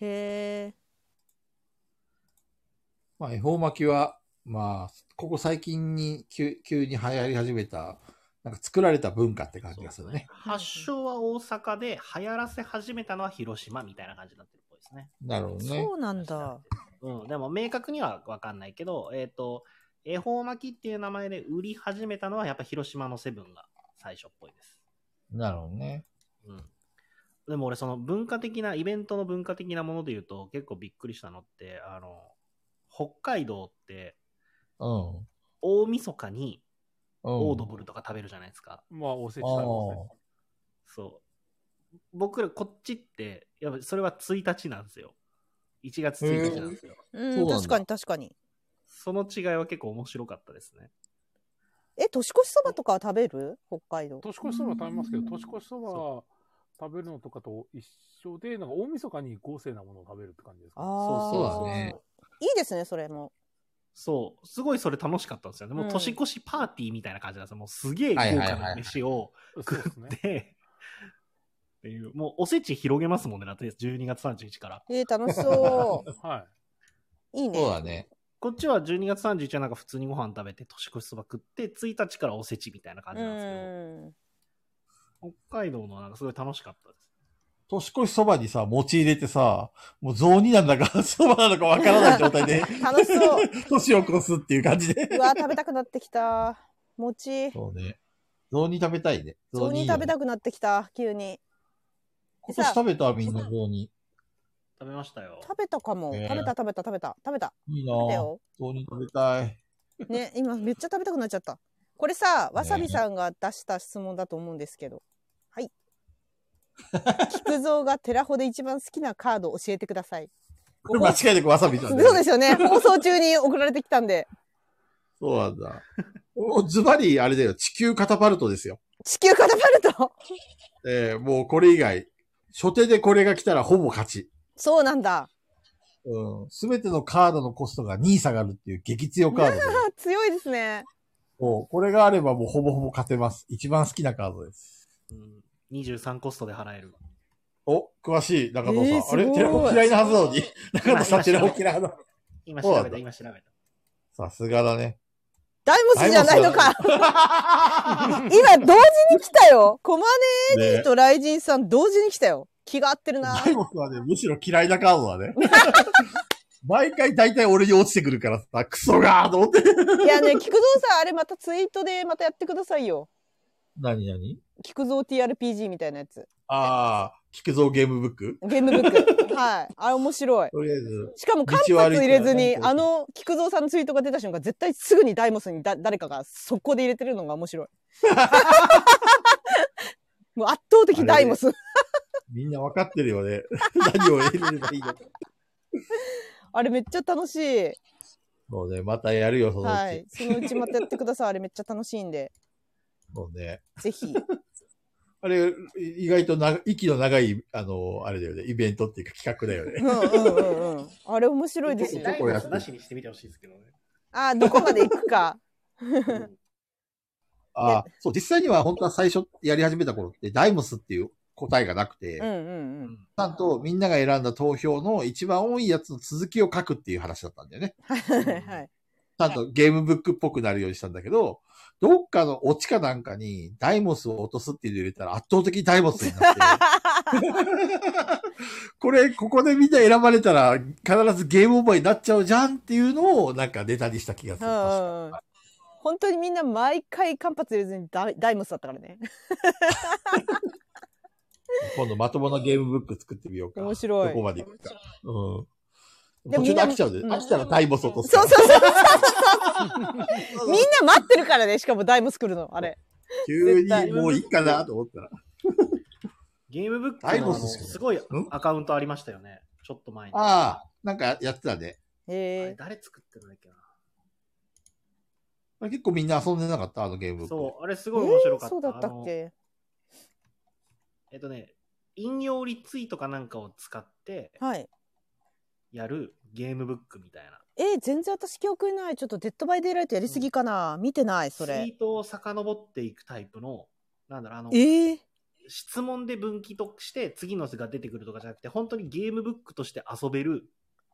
[SPEAKER 1] へえ。
[SPEAKER 3] まあ、恵方巻きは、まあ、ここ最近に急急に流行り始めた、なんか作られた文化って感じがするね。
[SPEAKER 2] 発祥は大阪で、流行らせ始めたのは広島みたいな感じになってるっぽいですね。
[SPEAKER 3] なるほどね
[SPEAKER 1] そ。うなんだ。
[SPEAKER 2] うん、でも明確には分かんないけど、えっ、と、恵方巻きっていう名前で売り始めたのは、やっぱ広島のセブンが最初っぽいです。
[SPEAKER 3] なるほどね。
[SPEAKER 2] うん。でも俺、その文化的な、イベントの文化的なもので言うと、結構びっくりしたのって、あの、北海道って、
[SPEAKER 3] うん。
[SPEAKER 2] 大晦日にオード
[SPEAKER 3] ル。
[SPEAKER 2] ブルとか食べるじゃないですか。
[SPEAKER 4] まあ、おせち食べますね
[SPEAKER 3] あ。
[SPEAKER 2] そう。僕らこっちって、やっぱそれは1日なんですよ。1月1日なんですよ。
[SPEAKER 1] うん、
[SPEAKER 3] そうなん
[SPEAKER 1] 確
[SPEAKER 3] だ
[SPEAKER 1] かに確かに。
[SPEAKER 2] その違いは結構面白かったですね。
[SPEAKER 1] え、年越しそばとかは食べる北海道。
[SPEAKER 4] 年越しそば食べますけど、年越しそ
[SPEAKER 2] そ
[SPEAKER 4] ば食べるのとかと一緒で、なんか大晦日に豪勢なものを食べるって感じですか、
[SPEAKER 1] あー
[SPEAKER 3] そうそうだね。
[SPEAKER 1] いいですね、それも。
[SPEAKER 2] そう。すごいそれ楽しかったんですよね。もううん年越しパーティーみたいな感じなんですよ。もうすげえ豪
[SPEAKER 3] はいはい
[SPEAKER 2] 華
[SPEAKER 3] はい
[SPEAKER 2] な飯を
[SPEAKER 4] そ
[SPEAKER 2] 食
[SPEAKER 4] うですね
[SPEAKER 2] っ。て、っていう、もうおせち広げますもんね、だって12月31日から。
[SPEAKER 1] えー、楽しそ
[SPEAKER 4] は
[SPEAKER 3] *laughs*
[SPEAKER 1] う。いい
[SPEAKER 3] そう
[SPEAKER 1] ね。
[SPEAKER 3] だね。
[SPEAKER 2] こっちは12月31日はなんか普通にご飯食べて、年越しそば食って、1日からおせちみたいな感
[SPEAKER 1] う
[SPEAKER 2] じなんです
[SPEAKER 1] ん。
[SPEAKER 2] けど、北海道のはなんかすごい楽しかったです。
[SPEAKER 3] 年越しそばにさ、餅入れてさ、もう雑煮なんだか、 *laughs* そばなのかわからない状態で、
[SPEAKER 1] 楽しそう。
[SPEAKER 3] *laughs* 年を越すっていう感じで。
[SPEAKER 1] うわ、食べたくなってきた。餅。
[SPEAKER 3] そうね。雑煮食べたいね。
[SPEAKER 1] 雑煮
[SPEAKER 3] いいよ
[SPEAKER 1] 食
[SPEAKER 3] ね
[SPEAKER 1] べたくなってきた、急に。
[SPEAKER 3] 今年食べたみんな雑煮。
[SPEAKER 2] 食べましたよ。
[SPEAKER 1] 食べたかも。
[SPEAKER 3] ねえ
[SPEAKER 1] 食べた食べた食べた。食べた。
[SPEAKER 3] いいな
[SPEAKER 1] 食べた
[SPEAKER 3] ぁ。
[SPEAKER 1] よ。
[SPEAKER 3] 雑煮食べたい。
[SPEAKER 1] ね、今めっちゃ食べたくなっちゃった。これさ、わさびさんが出した質問だと思うんですけど。
[SPEAKER 3] *laughs*
[SPEAKER 1] はい。菊蔵がテラホで一番好きなカード教えてください。
[SPEAKER 3] これ間違いなくわさびちゃんだよ
[SPEAKER 1] そうですよ *laughs* ね。放送中に送られてきたんで。
[SPEAKER 3] そうなんだ。もうズバリ、あれだよ。地球カタパルトですよ。
[SPEAKER 1] 地球カタパルト。
[SPEAKER 3] えー、もうこれ以外、初手でこれが来たらほぼ勝ち。
[SPEAKER 1] そうなんだ。
[SPEAKER 3] うん。すべてのカードのコストが2下がるっていう激強カードで。
[SPEAKER 1] あ強いですね。
[SPEAKER 3] もうこれがあればもうほぼほぼ勝てます。一番好きなカードです。
[SPEAKER 2] うん、23コストで払える。
[SPEAKER 3] お、詳しい、中藤さん。
[SPEAKER 1] えーす
[SPEAKER 3] あ
[SPEAKER 1] ごい
[SPEAKER 3] れテラホ嫌いなはず
[SPEAKER 1] *laughs*
[SPEAKER 3] なのに。中藤さん、
[SPEAKER 2] 今
[SPEAKER 3] テラホ嫌いな。
[SPEAKER 2] 今
[SPEAKER 3] そう
[SPEAKER 2] 調べ
[SPEAKER 3] なんだ
[SPEAKER 2] た、今調べた。
[SPEAKER 3] さすがだね。
[SPEAKER 1] ダイモスじゃないのか。今同時に来たよ。コマネ
[SPEAKER 3] ね
[SPEAKER 1] ーとライジンさん同時に来たよ。気が合ってるな。
[SPEAKER 3] 大悟はね、むしろ嫌いなカードだね。 *laughs* 毎回大体俺に落ちてくるからさ、クソがーと思って。
[SPEAKER 1] いやね、菊蔵さん、あれまたツイートでまたやってくださいよ。
[SPEAKER 3] 何何
[SPEAKER 1] 菊蔵 TRPG みたいなやつ。
[SPEAKER 3] ああ、菊蔵ゲームブック
[SPEAKER 1] ゲームブッ *laughs* ク。はい。あれ面白い。
[SPEAKER 3] とりあえず、
[SPEAKER 1] しかも間髪入れずに、
[SPEAKER 3] 道を歩いてたら
[SPEAKER 1] あの菊蔵さんのツイートが出た瞬間、絶対すぐにダイモスにだ誰かが速攻で入れてるのが面
[SPEAKER 3] *laughs*
[SPEAKER 1] 白い。もう圧倒的ダイモス。
[SPEAKER 3] みんなわかってるよね。 *laughs* 何を入れればいいのか。
[SPEAKER 1] あれめっちゃ楽しい。
[SPEAKER 3] そうね、またやるよ、そのうち。
[SPEAKER 1] はい。そのうちまたやってください。あれめっちゃ楽しいん
[SPEAKER 3] *laughs*
[SPEAKER 1] で。
[SPEAKER 3] そうね。
[SPEAKER 1] ぜひ。
[SPEAKER 3] あれ、意外とな息の長い、あの、あれだよね、イベントっていうか企画だよね。
[SPEAKER 1] うんうんうんうん。あれ面白いです
[SPEAKER 3] *laughs*
[SPEAKER 1] よ
[SPEAKER 3] ど。こやってる
[SPEAKER 2] なしにしてみてほしいですけどね。
[SPEAKER 1] あー、どこまで行くか。
[SPEAKER 2] うん
[SPEAKER 3] ああ、そう、実際には本当は最初やり始めた頃って、ダイモスっていう *laughs* 答えがなくて、
[SPEAKER 1] うんうんう。
[SPEAKER 2] うんん
[SPEAKER 3] ちゃんとみんなが選んだ投票の一番多いやつの続きを書くっていう話だったんだよね。
[SPEAKER 1] はいはい。
[SPEAKER 3] ちゃんとゲームブックっぽくなるようにしたんだけど、どっかのオチかなんかにダイモスを落とすっていうの入れたら圧倒的にダイモスに
[SPEAKER 1] *laughs*
[SPEAKER 3] なって、これ、ここでみんな選ばれたら必ずゲームオーバーになっちゃうじゃんっていうのをなんかネタにした気がす
[SPEAKER 1] う
[SPEAKER 3] る。
[SPEAKER 1] んうん本当にみんな毎回間髪入れずにダイダイモスだったからね。
[SPEAKER 3] 今度まともなゲームブック作ってみようか。
[SPEAKER 1] 面白い
[SPEAKER 3] どこまでいくか。うん。
[SPEAKER 1] でも
[SPEAKER 3] 途
[SPEAKER 1] みん
[SPEAKER 3] 中で
[SPEAKER 1] な
[SPEAKER 3] 飽きちゃうで、
[SPEAKER 1] うん
[SPEAKER 3] 飽きたらダイモス落とすか
[SPEAKER 1] そ
[SPEAKER 3] ら。
[SPEAKER 1] うそうそう。
[SPEAKER 3] そう
[SPEAKER 1] みんな待ってるからね。しかもダイモス来るの。あれ。
[SPEAKER 3] 急
[SPEAKER 1] 絶対
[SPEAKER 3] にもういいかなと思ったら。
[SPEAKER 2] ゲームブック
[SPEAKER 3] ダイ
[SPEAKER 2] の
[SPEAKER 3] モ
[SPEAKER 2] あ
[SPEAKER 3] ス
[SPEAKER 2] の
[SPEAKER 3] ですよ
[SPEAKER 2] すごい
[SPEAKER 3] ん
[SPEAKER 2] アカウントありましたよね。ちょっと前に。
[SPEAKER 3] ああ、なんかやってたね。
[SPEAKER 2] あ
[SPEAKER 1] へ
[SPEAKER 2] れ誰作ってるんだっけな。
[SPEAKER 3] あれ結構みんな遊んでなかったあのゲーム。
[SPEAKER 2] そう、あれす
[SPEAKER 1] え
[SPEAKER 2] ごい面白かった。
[SPEAKER 1] そうだったっけ
[SPEAKER 2] えっとね、引用リツイートかなんかを使って
[SPEAKER 1] はい。
[SPEAKER 2] やるゲームブックみたいな。
[SPEAKER 1] えー全然私記憶にない。ちょっとデッドバイデイライトやりすぎかな。見てない、そ
[SPEAKER 2] ツイ
[SPEAKER 1] れ。
[SPEAKER 2] ートを遡っていくタイプの、なんだろう、あの、
[SPEAKER 1] ええ
[SPEAKER 2] 質問で分岐として次の図が出てくるとかじゃなくて、本当にゲームブックとして遊べる。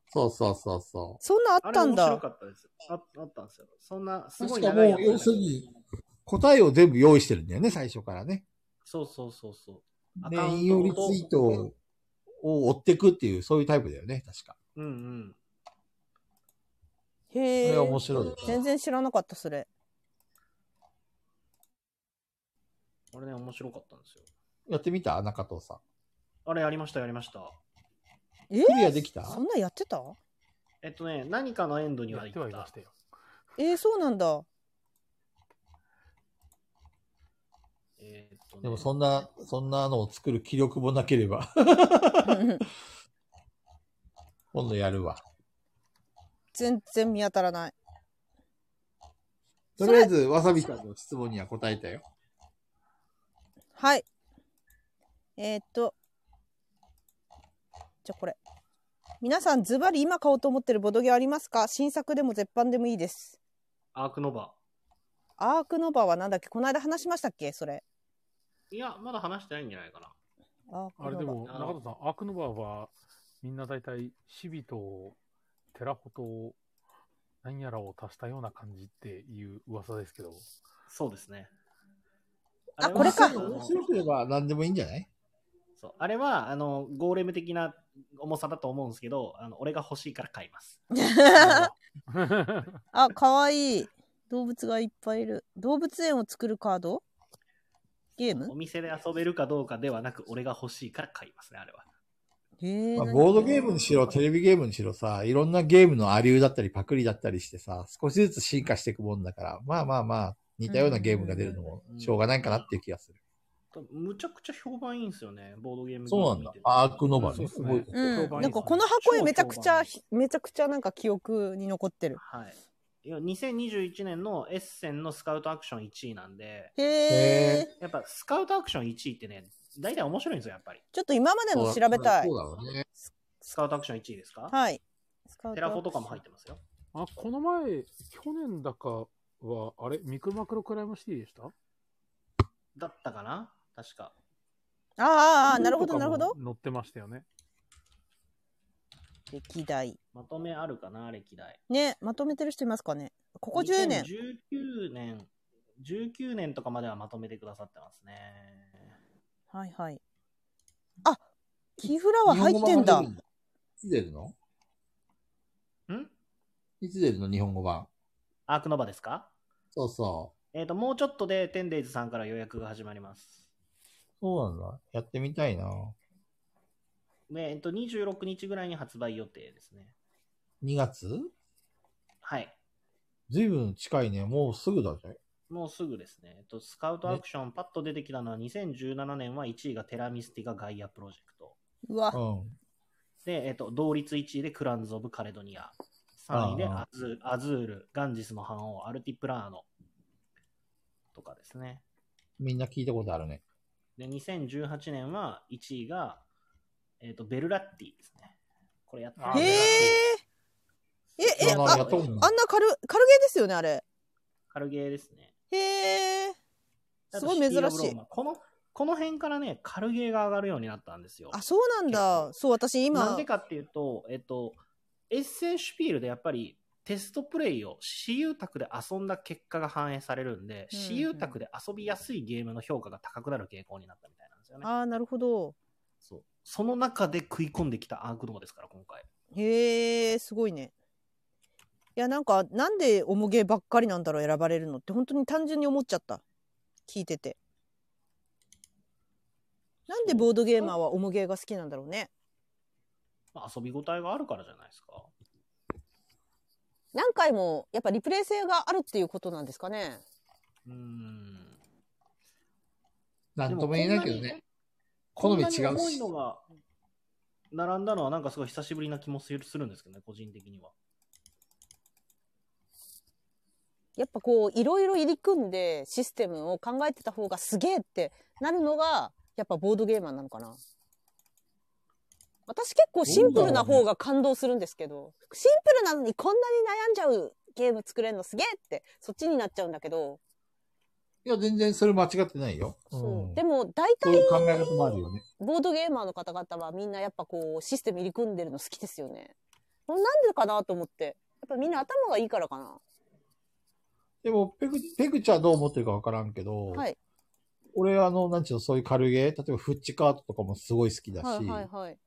[SPEAKER 3] そうそうそうそ
[SPEAKER 1] そんなあ
[SPEAKER 2] あ
[SPEAKER 1] っ
[SPEAKER 2] れ
[SPEAKER 1] たん
[SPEAKER 2] 面白
[SPEAKER 1] だ。
[SPEAKER 2] かったです。ああったんですよ。そんな、す
[SPEAKER 3] う。
[SPEAKER 2] ご
[SPEAKER 3] 確
[SPEAKER 2] い
[SPEAKER 3] か
[SPEAKER 2] 長い
[SPEAKER 3] も
[SPEAKER 2] やつじゃな
[SPEAKER 3] う、要
[SPEAKER 2] い
[SPEAKER 3] するに、答えを全部用意してるんだよね、最初からね。
[SPEAKER 2] そうそうそうそう。ア
[SPEAKER 3] で
[SPEAKER 2] カウン、ト
[SPEAKER 3] 引用リツイートをを追っていくっていう、そういうタイプだよね、確か。
[SPEAKER 2] うんうん。
[SPEAKER 3] そ
[SPEAKER 1] へえ
[SPEAKER 3] れ。は面白いよね。
[SPEAKER 1] 全然知らなかった、それ。
[SPEAKER 2] あれね、面白かったんですよ。
[SPEAKER 3] やってみた中藤さん。
[SPEAKER 2] あれ、やりました、やりました。
[SPEAKER 1] えー
[SPEAKER 3] クリアできた
[SPEAKER 1] そんなんやってた
[SPEAKER 2] えっとね、何かのエンドに
[SPEAKER 4] や
[SPEAKER 2] は
[SPEAKER 4] っ
[SPEAKER 2] 行
[SPEAKER 4] ては
[SPEAKER 2] っ
[SPEAKER 4] いま
[SPEAKER 2] た
[SPEAKER 4] し。たよ。
[SPEAKER 1] えー、そうなん
[SPEAKER 2] *laughs*
[SPEAKER 1] だ。
[SPEAKER 2] えーっとね
[SPEAKER 3] でもそんな、そんなのを作る気力もなければ、 *laughs* 今度やるわ。
[SPEAKER 1] 全然見当たらない。
[SPEAKER 3] とりあえず、わさびさんの質問には答えたよ。
[SPEAKER 1] はい。えーっと。じゃあこれ。皆さん、ズバリ今買おうと思ってるボドゲありますか新作でも絶版でもいいです。
[SPEAKER 2] アークノバ。
[SPEAKER 1] アークノバはなんだっけこの間話しましたっけそれ。
[SPEAKER 2] いや、まだ話してないんじゃないかな。
[SPEAKER 1] アークノバ
[SPEAKER 4] あれでも、
[SPEAKER 2] あの
[SPEAKER 4] 中田さん、アークノバは、みんな大体、シビと、テラホと、何やらを足したような感じっていう噂ですけど、
[SPEAKER 2] そうですね。
[SPEAKER 1] あ
[SPEAKER 2] れは
[SPEAKER 1] これか
[SPEAKER 2] あの
[SPEAKER 3] 面白ければ何でもいいんじゃない
[SPEAKER 2] そうあれは、あの、ゴーレム的な重さだと思うんですけど、あの俺が欲しいから買
[SPEAKER 1] *laughs*
[SPEAKER 2] います。
[SPEAKER 1] *laughs* あ、かわいい。動物がいっぱいいる。動物園を作るカードゲーム
[SPEAKER 2] お店で遊べるかどうかではなく、俺が欲しいから買いますね、あれは。
[SPEAKER 1] へえ
[SPEAKER 3] まあ、ボードゲームにしろ、テレビゲームにしろさ、いろんなゲームのアリューだったりパクリだったりしてさ、少しずつ進化していくもんだから、まあまあまあ、似たようなゲームが出るのもしょうがないかなっていう気がする。
[SPEAKER 2] むちゃくちゃ評判いいんですよね、ボードゲーム。
[SPEAKER 3] そうなんだ。アークノバ
[SPEAKER 4] そう
[SPEAKER 3] ね。
[SPEAKER 4] っす
[SPEAKER 3] す
[SPEAKER 4] ね
[SPEAKER 3] ごい。
[SPEAKER 1] うん、
[SPEAKER 4] 評判いいですね
[SPEAKER 1] なんかこの箱絵めちゃくちゃ
[SPEAKER 2] 超評
[SPEAKER 1] めちゃくちゃなんか記憶に残ってる
[SPEAKER 2] はい。いや2021年のエッセンのスカウトアクション1位なんで、
[SPEAKER 1] へ
[SPEAKER 3] へ
[SPEAKER 1] え
[SPEAKER 2] やっぱスカウトアクション1位ってね、大体面白いんですよ、やっぱり。
[SPEAKER 1] ちょっと今までの調べたい
[SPEAKER 3] そうだろうね。
[SPEAKER 2] スカウトアクション1位ですか、
[SPEAKER 1] はいスカウト
[SPEAKER 2] テラフォとかも入ってますよ。
[SPEAKER 4] あ、この前、去年だかは、あれ、ミクマクロクライムシティでした
[SPEAKER 2] だったかな確か。
[SPEAKER 1] ああああああなるほどなるほ
[SPEAKER 4] と
[SPEAKER 1] ど
[SPEAKER 4] かも載ってましたよね。
[SPEAKER 1] 歴代
[SPEAKER 2] まとめあるかな、歴代。
[SPEAKER 1] ねまとめてる人いますかねここ10年
[SPEAKER 2] 19年、19年とかまではまとめてくださってますね。
[SPEAKER 1] はいはいあキーフラワー入ってんだ
[SPEAKER 3] 日本語版が出るいつ出るの
[SPEAKER 2] ん
[SPEAKER 3] いつ出るの日本語版。
[SPEAKER 2] アークノバですか
[SPEAKER 3] そうそう。
[SPEAKER 2] えっ、と、もうちょっとで、テンデイズさんから予約が始まります。
[SPEAKER 3] そうなんだ。やってみたいな。
[SPEAKER 2] で、えっ、と、26日ぐらいに発売予定ですね。
[SPEAKER 3] 2月
[SPEAKER 2] はい。
[SPEAKER 3] ずいぶん近いね。もうすぐだね。
[SPEAKER 2] もうすぐですね。えっと、スカウトアクション、パッと出てきたのは2017年は1位がテラミスティガガイアプロジェクト。
[SPEAKER 1] う
[SPEAKER 3] う
[SPEAKER 1] わ
[SPEAKER 3] ん。
[SPEAKER 2] で、えっと、同率1位でクランズ・オブ・カレドニア。3位でア
[SPEAKER 3] あ
[SPEAKER 2] ズアズール、ガンジスの反王、アルティプラーノとかですね。
[SPEAKER 3] みんな聞いたことあるね。
[SPEAKER 2] で、2018年は1位が、えっと、ベルラッティですね。これやって
[SPEAKER 4] あ
[SPEAKER 1] へ
[SPEAKER 4] ー
[SPEAKER 1] えええ
[SPEAKER 3] あ
[SPEAKER 1] あ
[SPEAKER 3] の
[SPEAKER 1] あん
[SPEAKER 3] や
[SPEAKER 1] な
[SPEAKER 3] ったことない
[SPEAKER 1] 軽軽ゲーですよねあれ
[SPEAKER 2] 軽ゲーですね。
[SPEAKER 1] へえ
[SPEAKER 2] あ
[SPEAKER 1] す
[SPEAKER 2] と
[SPEAKER 1] ごい珍
[SPEAKER 2] シティオブ
[SPEAKER 1] し
[SPEAKER 2] ロー
[SPEAKER 1] い
[SPEAKER 2] マこの、この辺からね、軽ゲーが上がるようになったんですよ。
[SPEAKER 1] あそうなんだそう私
[SPEAKER 2] な
[SPEAKER 1] 今
[SPEAKER 2] んでかっていうと、えっと、エッセンシュピールでやっぱりテストプレイを私有宅で遊んだ結果が反映されるんで、
[SPEAKER 1] うんうん
[SPEAKER 2] 私有宅で遊びやすいゲームの評価が高くなる傾向になったみたいなんですよね。
[SPEAKER 1] ああなるほど
[SPEAKER 2] そうその中で食い込んできたアークドーですから、今回。
[SPEAKER 1] へえすごいね。いやなんかなんでおもげばっかりなんだろう選ばれるのって本当に単純に思っちゃった聞いててなんでボードゲーマーはおもげが好きなんだろうね
[SPEAKER 2] まあ、遊び応えがあるからじゃないですか。
[SPEAKER 1] 何回もやっぱリプレイ性があるっていうことなんですかね
[SPEAKER 2] うーん。
[SPEAKER 3] なんとも言えないけどね。
[SPEAKER 2] こ
[SPEAKER 3] 好
[SPEAKER 2] ん
[SPEAKER 3] み
[SPEAKER 2] な
[SPEAKER 3] 違う
[SPEAKER 2] に
[SPEAKER 3] し
[SPEAKER 2] 重いのが並んだのはなんかすごい久しぶりな気もするするんですけどね、個人的には。
[SPEAKER 1] やっぱこういろいろ入り組んでシステムを考えてた方がすげえってなるのがやっぱボードゲーマーなのかな私結構シンプルな方が感動するんですけど、シンプルなのにこんなに悩んじゃうゲーム作れるのすげえって、そっちになっちゃうんだけど、
[SPEAKER 3] いや、全然それ間違ってないよ。
[SPEAKER 1] そううんでも大体
[SPEAKER 3] そういう考え方もあるよね。
[SPEAKER 1] ボードゲーマーの方々はみんなやっぱこうシステム入り組んでるの好きですよね。もうなんでかなと思って。やっぱみんな頭がいいからかな。
[SPEAKER 3] でも、ペグ、ペグちゃんどう思ってるかわからんけど、
[SPEAKER 1] はい。
[SPEAKER 3] 俺、あの、なんちゅうの、そういう軽ゲー、例えばフッチカートとかもすごい好きだし、
[SPEAKER 1] はいはいはい。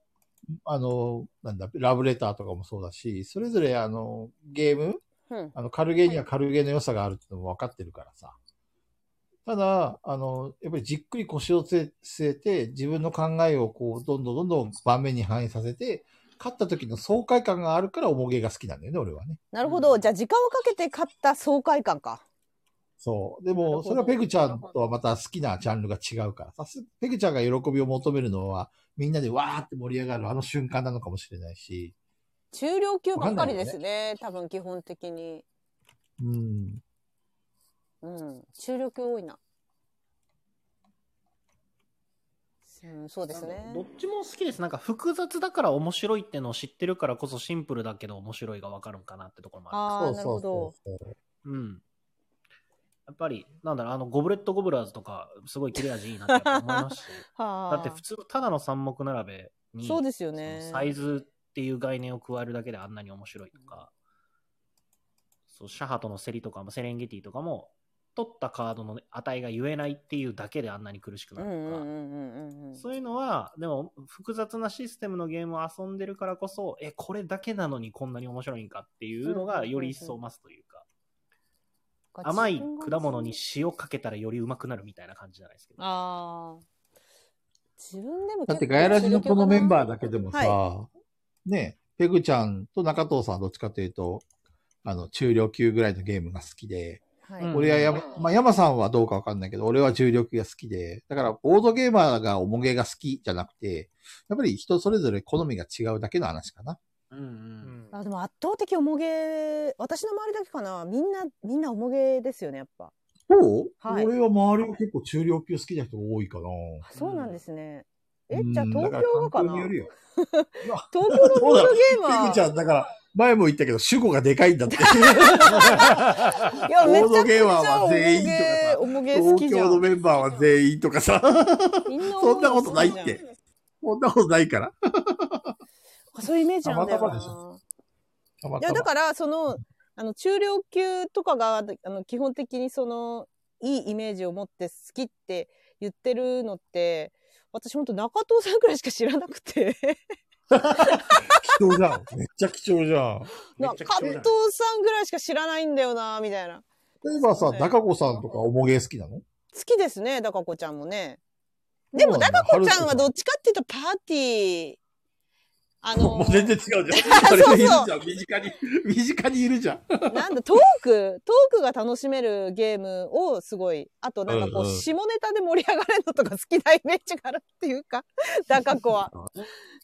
[SPEAKER 3] あの、なんだ、ラブレターとかもそうだし、それぞれあの、ゲーム、
[SPEAKER 1] うん。
[SPEAKER 3] あの、軽ゲーには軽ゲーの良さがあるってのも分かってるからさ。ただ、あの、やっぱりじっくり腰を据えて、自分の考えをこう、どんどんどんどん盤面に反映させて、勝った時の爽快感があるから、重げが好きなんだよね、俺はね。
[SPEAKER 1] なるほど。
[SPEAKER 4] うん
[SPEAKER 1] じゃあ時間をかけて勝った爽快感か。
[SPEAKER 3] そう。で
[SPEAKER 1] なるほ
[SPEAKER 3] も、
[SPEAKER 1] ど
[SPEAKER 3] それはペグちゃんとはまた好きなジャンルが違うからさす、ペグちゃんが喜びを求めるのは、みんなでわーって盛り上がるあの瞬間なのかもしれないし、
[SPEAKER 1] 中量級ばっかり
[SPEAKER 3] わかんないよね
[SPEAKER 1] ですね。多分基本的に。
[SPEAKER 3] うん。
[SPEAKER 1] うん。中量級多いな。うん、そうですね。
[SPEAKER 2] どっちも好きです。なんか複雑だから面白いってのを知ってるからこそシンプルだけど面白いがわかるんかなってところもある。
[SPEAKER 1] ああ、なるほど。
[SPEAKER 3] そう。
[SPEAKER 2] うん。やっぱり、なんだろう、あの、ゴブレット・ゴブラーズとか、すごい切れ味いいなってやっぱ思いますし、
[SPEAKER 1] *laughs*
[SPEAKER 2] だ
[SPEAKER 1] はあ。
[SPEAKER 2] って普通のただの三目並べに、
[SPEAKER 1] そうですよね
[SPEAKER 2] その。サイズっていう概念を加えるだけであんなに面白いとか、そうシャハとの競りとかもセレンゲティとかも取ったカードの値が言えないっていうだけであんなに苦しく
[SPEAKER 1] う
[SPEAKER 2] なんる
[SPEAKER 1] う
[SPEAKER 2] と
[SPEAKER 1] ん
[SPEAKER 2] か、
[SPEAKER 1] うんうんうんうん。
[SPEAKER 2] そういうのはでも複雑なシステムのゲームを遊んでるからこそえこれだけなのにこんなに面白いんかってい
[SPEAKER 1] うん
[SPEAKER 2] うの
[SPEAKER 1] うんうん
[SPEAKER 2] が
[SPEAKER 1] うん
[SPEAKER 2] より一層増すというか、
[SPEAKER 1] ガチ
[SPEAKER 2] 甘い果物に塩かけたらよりうまくなるみたいな感じじゃないですけど
[SPEAKER 1] ああ。自分でも
[SPEAKER 3] だってガヤラジのこのメンバーだけでもさ、
[SPEAKER 1] は
[SPEAKER 3] ね、ペグちゃんと中藤さんはどっちかというと、あの、中量級ぐらいのゲームが好きで、
[SPEAKER 1] い、はい
[SPEAKER 2] うん
[SPEAKER 3] 俺は山、まあ、山さんはどうかわかんないけど、俺は重力が好きで、だからボードゲーマーが重げが好きじゃなくて、やっぱり人それぞれ好みが違うだけの話かな。
[SPEAKER 2] うんう
[SPEAKER 4] うんん
[SPEAKER 1] あでも圧倒的重げ私の周りだけかなみんなみんな重げですよねやっぱ
[SPEAKER 3] そう、
[SPEAKER 1] はい
[SPEAKER 3] 俺は周りは結構中量級好きな人が多いかな。
[SPEAKER 1] あそうなんですね、えじゃあ
[SPEAKER 3] うん
[SPEAKER 1] 東京がかな
[SPEAKER 3] だら環境によるよ
[SPEAKER 1] 東京のボードゲーム
[SPEAKER 3] ペグ
[SPEAKER 1] は
[SPEAKER 3] ちゃん、だから、前も言ったけど、主語がでかいん
[SPEAKER 1] *laughs*
[SPEAKER 3] だって。
[SPEAKER 1] いやめちゃくちゃ
[SPEAKER 3] ボードゲーマーは全員とかさ
[SPEAKER 1] 重げ重げ好
[SPEAKER 3] 東
[SPEAKER 1] きじゃ
[SPEAKER 3] 京の
[SPEAKER 1] ん
[SPEAKER 3] メンバーは全員とかさ、
[SPEAKER 1] みんな重げ
[SPEAKER 3] そんなことないって。そんなことないから。
[SPEAKER 1] あそういうイメージなんだよ
[SPEAKER 3] たまたまでし
[SPEAKER 1] な
[SPEAKER 3] い
[SPEAKER 1] いやだからそのあの中量級とかがあの基本的にそのいいイメージを持って好きって言ってるのって私本当中藤さんくらいしか知らなくて
[SPEAKER 3] 貴重じゃん。めっちゃ貴重じゃん。
[SPEAKER 1] な
[SPEAKER 2] めっちゃ貴
[SPEAKER 1] 加
[SPEAKER 2] 重
[SPEAKER 1] 藤
[SPEAKER 2] じゃん
[SPEAKER 1] さんぐらいしか知らないんだよなみたいな
[SPEAKER 3] 例えば
[SPEAKER 1] そう
[SPEAKER 3] さ、
[SPEAKER 1] ね
[SPEAKER 3] 中子さんとかおもげ好きなの
[SPEAKER 1] 好きですねだかこちゃんもねでもだかこちゃんはどっちかっていうとパーティーあの
[SPEAKER 3] *laughs* もう全然違うじゃん。
[SPEAKER 1] *laughs* そ
[SPEAKER 3] そうれでいるじゃん。身近に、身近にいるじゃん。
[SPEAKER 1] なんだ、トーク、トークが楽しめるゲームをすごい、あとなんかこう、
[SPEAKER 3] うんうん
[SPEAKER 1] 下ネタで盛り上がれるのとか好きなイメージがあるっていうか、 *laughs* ダカ子は。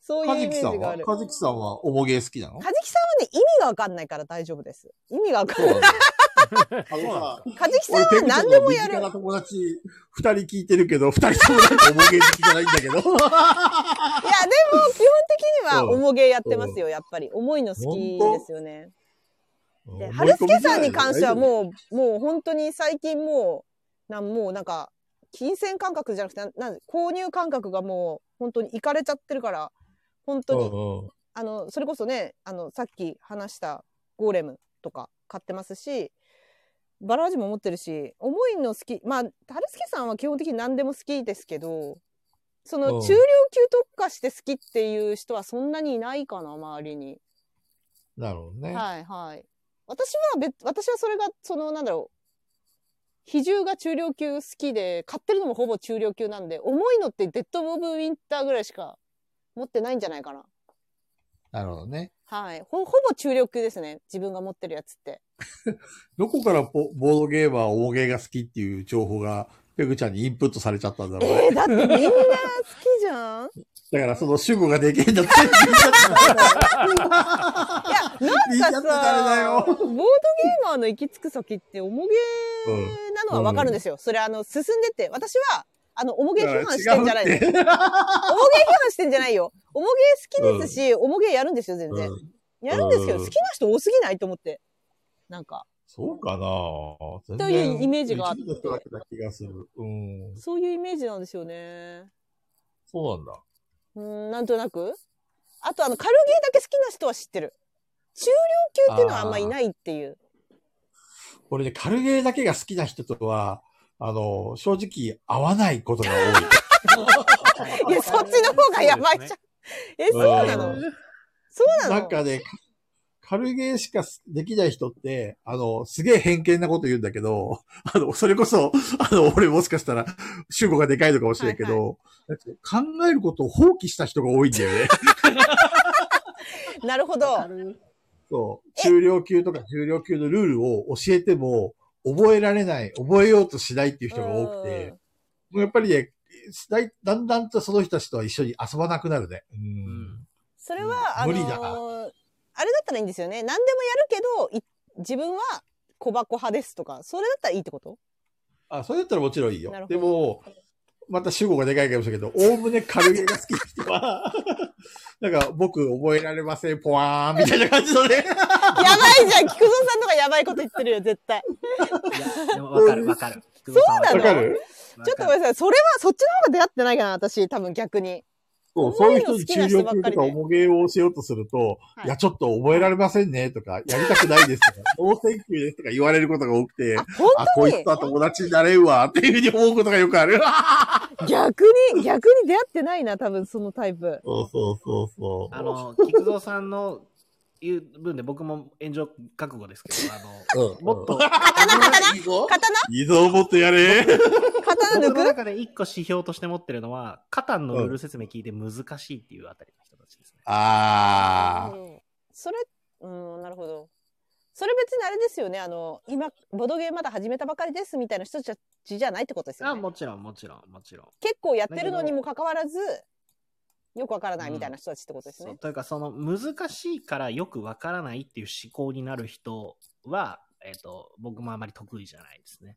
[SPEAKER 1] そう
[SPEAKER 3] か
[SPEAKER 1] いう
[SPEAKER 3] じ
[SPEAKER 1] イメ
[SPEAKER 3] きさ
[SPEAKER 1] ージ
[SPEAKER 3] ん
[SPEAKER 1] が
[SPEAKER 3] は
[SPEAKER 1] ある。
[SPEAKER 3] かじきさんはおもげ好きなの
[SPEAKER 1] カジキさんはね、意味がわかんないから大丈夫です。意味がわかん
[SPEAKER 3] そ
[SPEAKER 1] な
[SPEAKER 3] うなんだ。あ
[SPEAKER 4] そうな
[SPEAKER 3] のさ
[SPEAKER 1] い。カジキさん
[SPEAKER 3] 俺、ペ
[SPEAKER 1] は
[SPEAKER 3] グちゃ
[SPEAKER 1] 何
[SPEAKER 3] んの
[SPEAKER 1] でも
[SPEAKER 3] 身
[SPEAKER 1] やる
[SPEAKER 3] 近。な友達、二人聞いてるけど、二人ともなんかおもげ好きじゃないんだけど。
[SPEAKER 1] いや、でも基本的には、
[SPEAKER 3] うん
[SPEAKER 1] 重げやってますよ、やっぱり。重いの好きですよね。で、春輔さんに関してはもう、もう本当に最近もう、なんもうなんか、金銭感覚じゃなくて、なんなん購入感覚がもう、本当にいかれちゃってるから、本当に、
[SPEAKER 3] うんうん
[SPEAKER 1] あの、それこそね、あの、さっき話したゴーレムとか買ってますし、バラージも持ってるし、重いの好き、まあ、春輔さんは基本的に何でも好きですけど、その
[SPEAKER 3] うん
[SPEAKER 1] 中量級特化して好きっていう人はそんなにいないかな、周りに。
[SPEAKER 3] なるほどね。
[SPEAKER 1] はいはい。私は別、私はそれが、その、なんだろう。比重が中量級好きで、買ってるのもほぼ中量級なんで、重いのってデッド・オブ・ウィンターぐらいしか持ってないんじゃないかな。
[SPEAKER 3] なるほどね。
[SPEAKER 1] はい。ほ、ほぼ中量級ですね。自分が持ってるやつって。
[SPEAKER 3] どこからボボードゲーマー、大ゲーが好きっていう情報が、ペグちゃんにインプットされちゃったんだろうね。
[SPEAKER 1] *laughs* えだってみんな好きじゃ *laughs* んい
[SPEAKER 3] だからその主語ができんだって。
[SPEAKER 1] や、な
[SPEAKER 3] みんなんっ
[SPEAKER 1] か
[SPEAKER 3] て
[SPEAKER 1] さ、
[SPEAKER 3] 誰だ
[SPEAKER 1] ボー
[SPEAKER 3] よ。
[SPEAKER 1] ドゲーマーの行き着く先って重げなのはわかるんですよ。それあの、進んでって。私は、あの、おもげ批判してんじゃないの。おも
[SPEAKER 3] 違
[SPEAKER 1] げ批
[SPEAKER 3] うって
[SPEAKER 1] 判してんじゃないよ。おもげ好きですし、おもげやるんですよ、全然。
[SPEAKER 3] うん
[SPEAKER 1] やるんですけど、
[SPEAKER 3] う
[SPEAKER 1] 好
[SPEAKER 3] ん
[SPEAKER 1] きな人多すぎないと思って。なんか、
[SPEAKER 3] そうかな
[SPEAKER 1] というイメージがあって
[SPEAKER 3] 一部の人だけな気がする。うん。
[SPEAKER 1] そういうイメージなんですよね。
[SPEAKER 3] そうなんだ。
[SPEAKER 1] うん、なんとなく。あと、あの、軽ゲーだけ好きな人は知ってる。中量級っていうのはあんまいないっていう。
[SPEAKER 3] 俺ね、軽ゲーだけが好きな人とは、あの、正直合わないことが多い。
[SPEAKER 1] *laughs* いや、そっちの方がやばいじゃん。
[SPEAKER 4] そ
[SPEAKER 1] え、そうな
[SPEAKER 3] う
[SPEAKER 1] の
[SPEAKER 3] ん
[SPEAKER 1] そうな
[SPEAKER 3] なん
[SPEAKER 1] の
[SPEAKER 3] かね、軽ゲーしかできない人って、あの、すげえ偏見なこと言うんだけど、 *laughs* あの、それこそ、あの、俺もしかしたら、主語がでかいのかもしれんけど、考えることを放棄した人が多いんだよね。
[SPEAKER 1] なるほど。
[SPEAKER 2] わかる
[SPEAKER 3] そう。中量級とか重量級のルールを教えても、覚えられない、覚えようとしないっていう人が多くて、もうやっぱりね、だいだんだんとその人たちとは一緒に遊ばなくなるね。う。
[SPEAKER 2] うんん。
[SPEAKER 1] それは、あ
[SPEAKER 3] 無
[SPEAKER 1] の
[SPEAKER 3] 理
[SPEAKER 1] ー
[SPEAKER 3] だ
[SPEAKER 1] あれだったらいいんですよね。何でもやるけど、い自分は小箱派ですとか、それだったらいいってこと
[SPEAKER 3] あ、それだったらもちろんいいよ
[SPEAKER 1] なる。ほ
[SPEAKER 3] で
[SPEAKER 1] ど
[SPEAKER 3] も、また主語がでかいかもしれないけど、おおむね軽ゲーが好きな人は、 *laughs* なんか僕覚えられません、ポワーンみたいな感じのね。
[SPEAKER 1] やばいじゃん菊蔵さんとかやばいこと言ってるよ、絶対。
[SPEAKER 2] いや、でもわかるわかる。
[SPEAKER 1] そう
[SPEAKER 3] わ
[SPEAKER 1] なの
[SPEAKER 3] かる
[SPEAKER 1] ちょっとごめんなさい。それは、そっちの方が出会ってないかな、私。多分逆に。
[SPEAKER 3] そう
[SPEAKER 1] 重
[SPEAKER 3] そうい
[SPEAKER 1] いうの
[SPEAKER 3] 人
[SPEAKER 1] 好
[SPEAKER 3] に
[SPEAKER 1] き
[SPEAKER 3] 中
[SPEAKER 1] な
[SPEAKER 3] 量
[SPEAKER 1] 人ばっ
[SPEAKER 3] 級
[SPEAKER 1] か
[SPEAKER 3] と
[SPEAKER 1] り
[SPEAKER 3] か
[SPEAKER 1] で
[SPEAKER 3] 重げを教えようとすると、
[SPEAKER 1] はい
[SPEAKER 3] い、や、ちょっと覚えられませんねと
[SPEAKER 1] *laughs*
[SPEAKER 3] か、やりたくないですとか、ノーセンキューですとか言われることが多くて
[SPEAKER 1] あ、、本
[SPEAKER 3] あ、こ
[SPEAKER 1] 当
[SPEAKER 3] い
[SPEAKER 1] に
[SPEAKER 3] つとは友達になれんわっていうふうに思うことがよくあ
[SPEAKER 1] *laughs*
[SPEAKER 3] る。
[SPEAKER 1] 逆に、逆に出会ってないな、多分そのタイプ。
[SPEAKER 3] そうそうそうそ
[SPEAKER 2] あの、菊蔵さんの言う分で僕も炎上覚悟ですけど、あ
[SPEAKER 1] *laughs*
[SPEAKER 2] の、
[SPEAKER 3] う。うん、
[SPEAKER 2] もっと、
[SPEAKER 1] 刀、刀
[SPEAKER 3] いいぞ。
[SPEAKER 1] 刀
[SPEAKER 3] いいぞ、もっと
[SPEAKER 1] *laughs*
[SPEAKER 3] やれ。
[SPEAKER 1] 刀抜
[SPEAKER 2] 僕
[SPEAKER 1] く
[SPEAKER 2] の中で一個指標として持ってるのは、カタンのルール説明聞いて難しいっていうあたりの人たちですね。
[SPEAKER 3] あー。
[SPEAKER 1] うんそれ、うん、なるほど。それ別にあれですよね。あの、今、ボドゲーまだ始めたばかりですみたいな人たちじゃないってことですよ
[SPEAKER 2] あ、
[SPEAKER 1] ね。
[SPEAKER 2] もちろん、もちろん、もちろん。
[SPEAKER 1] 結構やってるのにもかかわらず、よくわからないみたいな人たちってことです
[SPEAKER 2] そ
[SPEAKER 1] ね。
[SPEAKER 2] うというか、その難しいからよくわからないっていう思考になる人は、えっ、と、僕もあまり得意じゃないですね。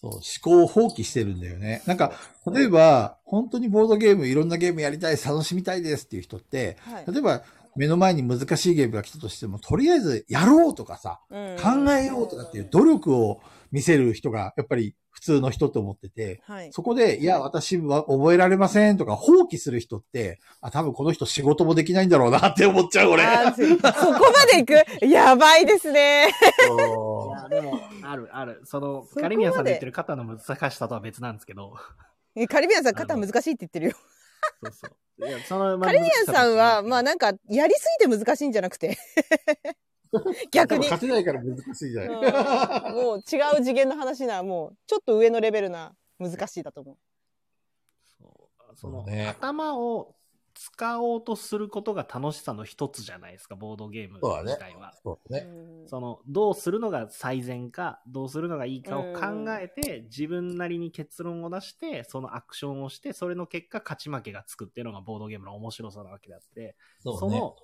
[SPEAKER 3] そう、思考を放棄してるんだよね。なんか、例えば、本当にボードゲーム、いろんなゲームやりたい、楽しみたいですっていう人って、
[SPEAKER 1] はい
[SPEAKER 3] 例えば、目の前に難しいゲームが来たとしても、とりあえずやろうとかさ、
[SPEAKER 1] うん
[SPEAKER 3] 考えようとかっていう努力を見せる人が、やっぱり普通の人と思ってて、
[SPEAKER 1] はい。
[SPEAKER 3] そこで、いや、私は覚えられませんとか放棄する人って、あ、多分この人仕事もできないんだろうなって思っちゃう、俺。
[SPEAKER 1] あーそそこまで行く *laughs* やばいですね。 *laughs*
[SPEAKER 2] い
[SPEAKER 3] そう
[SPEAKER 2] や、でも、ある、ある。その
[SPEAKER 1] そこま、で
[SPEAKER 2] カリミアさんの言ってる肩の難しさとは別なんです
[SPEAKER 1] *laughs*
[SPEAKER 2] けど。
[SPEAKER 1] えカリビアンさん肩難しいって言ってるよ。
[SPEAKER 2] そうそう。いや、その、まあ
[SPEAKER 1] カリビアンさんは、
[SPEAKER 2] 難し
[SPEAKER 1] まあ
[SPEAKER 2] さと
[SPEAKER 1] なんか、やりすぎて難しいんじゃなくて。 *laughs* 逆に
[SPEAKER 3] 多分。勝てないから難しいじゃない。
[SPEAKER 1] うんもう違う次元の話な、もうちょっと上のレベルな難しいだと思う。
[SPEAKER 2] そうその、
[SPEAKER 3] そうね
[SPEAKER 2] 頭を使おうとすることが楽しさの一つじゃないですか、ボードゲーム
[SPEAKER 3] そうだね
[SPEAKER 2] 自体は。
[SPEAKER 3] そうね。
[SPEAKER 1] うん
[SPEAKER 2] そのどうするのが最善かどうするのがいいかを考えて自分なりに結論を出してそのアクションをしてそれの結果勝ち負けがつくっていうのがボードゲームの面白さなわけであってそ,、
[SPEAKER 3] そうね。
[SPEAKER 2] の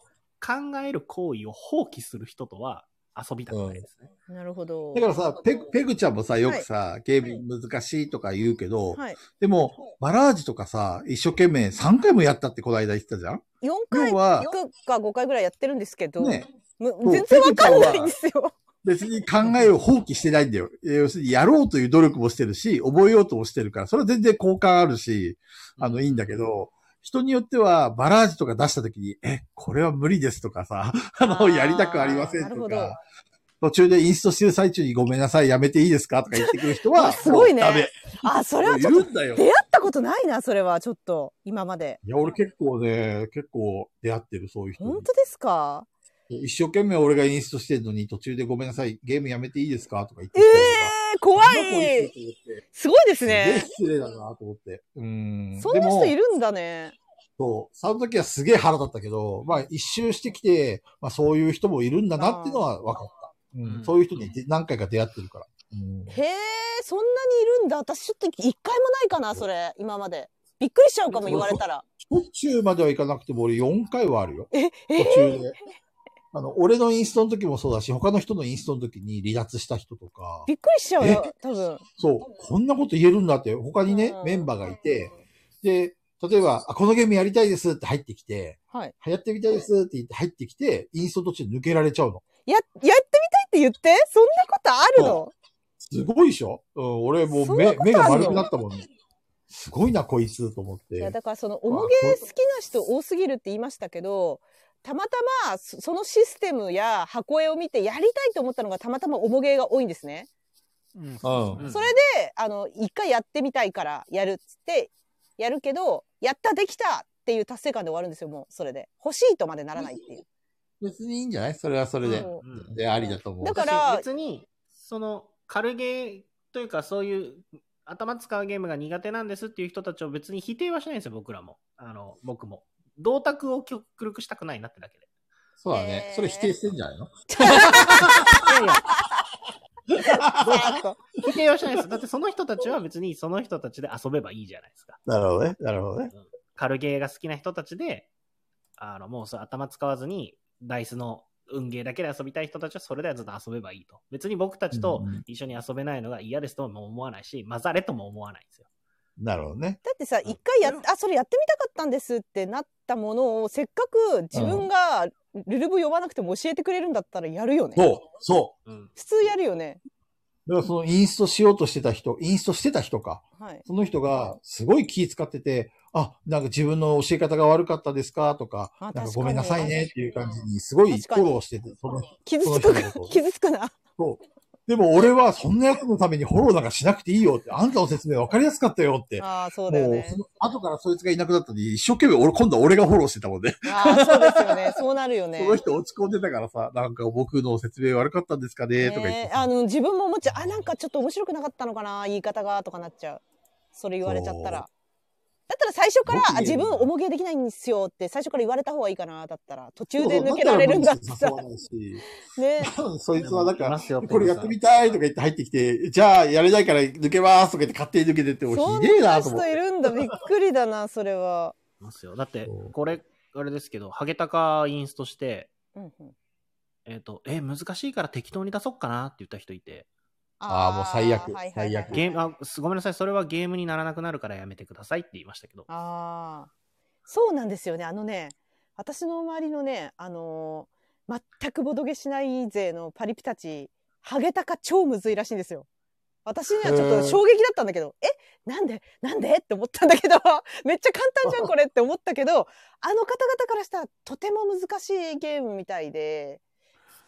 [SPEAKER 2] 考える行為を放棄する人とは遊びたくないですね。
[SPEAKER 1] なるほど。
[SPEAKER 3] だからさ、ペグペグちゃんもさ、よくさ、ゲーム難しいとか言うけど、
[SPEAKER 1] はい。
[SPEAKER 3] でも、バラージとかさ、一生懸命3回もやったってこの間言ってたじゃん
[SPEAKER 1] 4回
[SPEAKER 3] 要は
[SPEAKER 1] 行くか5回ぐらいやってるんですけど、
[SPEAKER 3] ね。
[SPEAKER 1] む
[SPEAKER 3] う
[SPEAKER 1] 全然わかんないんですよ。
[SPEAKER 3] 別に考えを放棄してないんだよ。えー要するに、やろうという努力もしてるし、覚えようともしてるから、それは全然好感あるし、あの、いいんだけど、人によっては、バラージとか出した時に、え、これは無理ですとかさ、 *laughs* あの、
[SPEAKER 1] あー
[SPEAKER 3] やりたくありません
[SPEAKER 1] なる
[SPEAKER 3] と
[SPEAKER 1] ほど
[SPEAKER 3] か、途中でインストしてる最中にごめんなさい、やめていいですかとか言ってくる人は、
[SPEAKER 1] *laughs* すごいね
[SPEAKER 3] もうダメ。
[SPEAKER 1] *laughs* あ、それはちょっと
[SPEAKER 3] もういるんだよ
[SPEAKER 1] 出。会ったことないな、それはちょっと、今まで。
[SPEAKER 3] いや、俺結構ね、結構出会ってる、そういう人に
[SPEAKER 1] 本当ですか
[SPEAKER 3] 一生懸命俺がインストしてるのに、途中でごめんなさい、ゲームやめていいですかとか言って
[SPEAKER 1] え
[SPEAKER 3] きた
[SPEAKER 1] えー、怖
[SPEAKER 3] り
[SPEAKER 1] い
[SPEAKER 3] とか。
[SPEAKER 1] すごいです
[SPEAKER 3] すげえ
[SPEAKER 1] ね。
[SPEAKER 3] 失礼だなと思って。うん。
[SPEAKER 1] そんな人い
[SPEAKER 3] でも
[SPEAKER 1] るんだね。
[SPEAKER 3] そう。その時はすげえ腹立ったけど、まあ一周してきて、まあそういう人もいるんだなっていうのは分かった。うん。
[SPEAKER 2] うん
[SPEAKER 3] そういう人に何回か出会ってるから。うん。
[SPEAKER 1] へえ、そんなにいるんだ。私ちょっと一回もないかな、それ、今まで。びっくりしちゃうかも、言われたら。
[SPEAKER 3] 途中まではいかなくても俺4回はあるよ。
[SPEAKER 1] え、え
[SPEAKER 3] 途中で。あの、俺のインストの時もそうだし、他の人のインストの時に離脱した人とか、
[SPEAKER 1] びっくりしちゃうよ、多分。
[SPEAKER 3] そう、こんなこと言えるんだって、他にね
[SPEAKER 1] うん、
[SPEAKER 3] メンバーがいて、で、例えば、あ、このゲームやりたいですって入ってきて、
[SPEAKER 1] はい。
[SPEAKER 3] 流行ってみたいですって言って入ってきて、インスト途中で抜けられちゃうの。
[SPEAKER 1] や、やってみたいって言ってそんなことあるの
[SPEAKER 3] すごいでしょうん、俺も
[SPEAKER 1] そ
[SPEAKER 3] うん
[SPEAKER 1] な
[SPEAKER 3] 目
[SPEAKER 1] こと、ある
[SPEAKER 3] 目
[SPEAKER 1] の
[SPEAKER 3] が丸くなったもんね。すごいな、こいつ、と思っ
[SPEAKER 1] いや、
[SPEAKER 3] て。
[SPEAKER 1] だからその、おもげ好きな人多すぎるって言いましたけど、たまたまそそのシステムや箱絵を見てやりたいと思ったのがたまたまおもげが多いんですね。
[SPEAKER 4] うん。
[SPEAKER 3] うん
[SPEAKER 2] うん
[SPEAKER 1] それで、あの、一回やってみたいからやるっつって、やるけど、やった、できたっていう達成感で終わるんですよ、もう、それで。欲しいとまでならないっていう。
[SPEAKER 3] 別にいいんじゃないそれはそれで。
[SPEAKER 1] そう
[SPEAKER 2] うん
[SPEAKER 3] で、ありだと思う。
[SPEAKER 1] だから
[SPEAKER 2] 別に、その、軽ゲーというか、そういう、頭使うゲームが苦手なんですっていう人たちを別に否定はしないんですよ、僕らも。あの、僕も。銅鐸を極力したくないなってだけで。
[SPEAKER 3] そうだね。それ否定してんじゃないの
[SPEAKER 2] いやいや、
[SPEAKER 1] あと
[SPEAKER 2] 否定はしないです。だってその人たちは別にその人たちで遊べばいいじゃないですか。
[SPEAKER 3] なるほどね。なるほどね。
[SPEAKER 2] 軽ゲーが好きな人たちで、あの、もうそう頭使わずに、ダイスの運ゲーだけで遊びたい人たちはそれではずっと遊べばいいと。別に僕たちと
[SPEAKER 3] うんうん
[SPEAKER 2] 一緒に遊べないのが嫌ですとも思わないし、混ざれとも思わないんですよ。
[SPEAKER 3] なるほどね。
[SPEAKER 1] だってさ、一回やっ、あ、それやってみたかったんですってなったものを、せっかく自分がルルブ読まなくても教えてくれるんだったらやるよね。
[SPEAKER 3] そう、そ
[SPEAKER 2] うん。
[SPEAKER 1] 普通やるよね。
[SPEAKER 3] う。だからそのインストしようとしてた人、インストしてた人か。
[SPEAKER 1] はい。
[SPEAKER 3] その人がすごい気使ってて、あ、なんか自分の教え方が悪かったですかとか、
[SPEAKER 1] あ
[SPEAKER 3] な
[SPEAKER 1] 確
[SPEAKER 3] んか
[SPEAKER 1] かに
[SPEAKER 3] ごめんなさいねっていう感じに、すごいフ
[SPEAKER 1] 確かに
[SPEAKER 3] ォローしてて、その人
[SPEAKER 1] 傷つく
[SPEAKER 3] その人の
[SPEAKER 1] か、
[SPEAKER 3] こと
[SPEAKER 1] 傷つくな。
[SPEAKER 3] と。でも俺はそんなやつのためにフォローなんかしなくていいよって、あんたの説明分かりやすかったよって。
[SPEAKER 1] ああ、そうだよ
[SPEAKER 3] もう
[SPEAKER 1] ね
[SPEAKER 3] そ。の後からそいつがいなくなったのに、一生懸命俺、今度は俺がフォローしてたもんね。
[SPEAKER 1] ああ、そうですよね。そうなるよね
[SPEAKER 3] そ。の人落ち込んでたからさ、なんか僕の説明悪かったんですかねとか言って
[SPEAKER 1] ね
[SPEAKER 3] さ。
[SPEAKER 1] あの、自分も思っちゃう。あ、なんかちょっと面白くなかったのかな、言い方が、とかなっちゃう。それ言われちゃったら。だったら最初から
[SPEAKER 3] 僕、
[SPEAKER 1] あ
[SPEAKER 3] 言え
[SPEAKER 1] 自
[SPEAKER 3] る
[SPEAKER 1] 分、おもげできないんですよって、最初から言われた方がいいかな、だったら。途中で抜けられるんだっ
[SPEAKER 3] そ
[SPEAKER 1] た
[SPEAKER 3] うそう
[SPEAKER 1] ら。
[SPEAKER 3] だったらもう誘わないし
[SPEAKER 1] ね。
[SPEAKER 3] 多分そいつはなん
[SPEAKER 2] い
[SPEAKER 3] か
[SPEAKER 2] ま、すよ
[SPEAKER 3] これやってみたいとか言って入ってきて、じゃあやれないから抜けますとか言って勝手に抜けてって、俺
[SPEAKER 1] そ
[SPEAKER 3] ひ
[SPEAKER 1] ん
[SPEAKER 3] でえな
[SPEAKER 1] な
[SPEAKER 3] と思っ
[SPEAKER 1] 人
[SPEAKER 3] て。
[SPEAKER 1] いるんだ。びっくりだな、それは。
[SPEAKER 2] いますよ。だって
[SPEAKER 3] そう、
[SPEAKER 2] これ、あれですけど、ハゲタカインストして、
[SPEAKER 1] うんうん
[SPEAKER 2] えっ、と、え、難しいから適当に出そうかなって言った人いて、
[SPEAKER 3] あーもう最悪
[SPEAKER 1] はいはいはいはい
[SPEAKER 3] 最悪
[SPEAKER 2] ゲーム、あ、すごめんなさい、それはゲームにならなくなるからやめてくださいって言いましたけど。
[SPEAKER 1] ああ、そうなんですよね。あのね、私の周りのね、あのー全くボドゲしない勢のパリピたち、ハゲタカ超むずいらしいんですよ。私にはちょっ
[SPEAKER 3] へ
[SPEAKER 1] と
[SPEAKER 3] ー
[SPEAKER 1] 衝撃だったんだけど、え、なんでなんでって思ったんだけど、 *laughs* めっちゃ簡単じゃん、これって思ったけど、あの方々からしたらとても難しいゲームみたいで、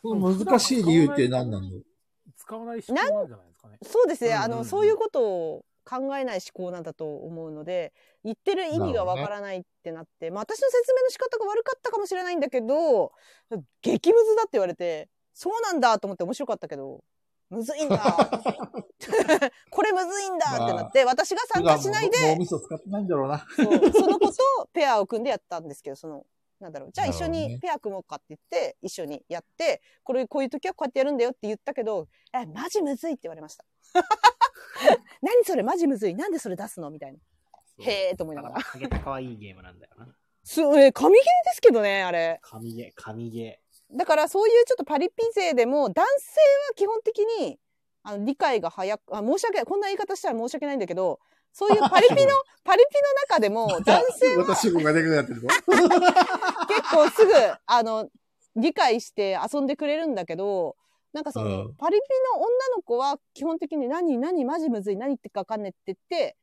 [SPEAKER 3] その難しい理由って何なの
[SPEAKER 4] 使わない仕組みなんじゃないですかね。
[SPEAKER 1] そうですね、
[SPEAKER 2] うんうんうん
[SPEAKER 1] あの、そういうことを考えない思考なんだと思うので、言ってる意味がわからないってなって、まあ私の説明の仕方が悪かったかもしれないんだけど、激ムズだって言われて、そうなんだと思って面白かったけど、むずい
[SPEAKER 2] *laughs*
[SPEAKER 1] んだこれむずいんだってなって、私が参加しない
[SPEAKER 3] 脳
[SPEAKER 1] で、
[SPEAKER 3] みそ使ってないんだろうな。 *laughs*
[SPEAKER 1] そうその子とペアを組んでやったんですけど、その、なんだろう、じゃあ一緒
[SPEAKER 3] なるほど
[SPEAKER 1] に
[SPEAKER 3] ね
[SPEAKER 1] ペア組もうかって言って、一緒にやって、これ、こういう時はこうやってやるんだよって言ったけど、え、マジむずいって言われま
[SPEAKER 3] *laughs*
[SPEAKER 1] した。何それマジむずい。なんでそれ出すのみたいな。へーと思いながら
[SPEAKER 2] ハゲタカはいいゲームなんだよな。
[SPEAKER 1] す、え、神ゲーですけどね、あれ。
[SPEAKER 2] 神ゲー、神ゲ
[SPEAKER 1] だからそういうちょっとパリピ勢でも、男性は基本的に、あの、理解が早く、あ、申し訳ない。こんな言い方したら申し訳ないんだけど、そういうパリピの、
[SPEAKER 3] *laughs*
[SPEAKER 1] パリピの中でも、男性は
[SPEAKER 3] 私もができなくなってるぞ。
[SPEAKER 1] 結構すぐ、あの、理解して遊んでくれるんだけど、なんかその、
[SPEAKER 3] うん
[SPEAKER 1] パリピの女の子は基本的に何、何、マジむずい、何言ってっかわかんねえって言って、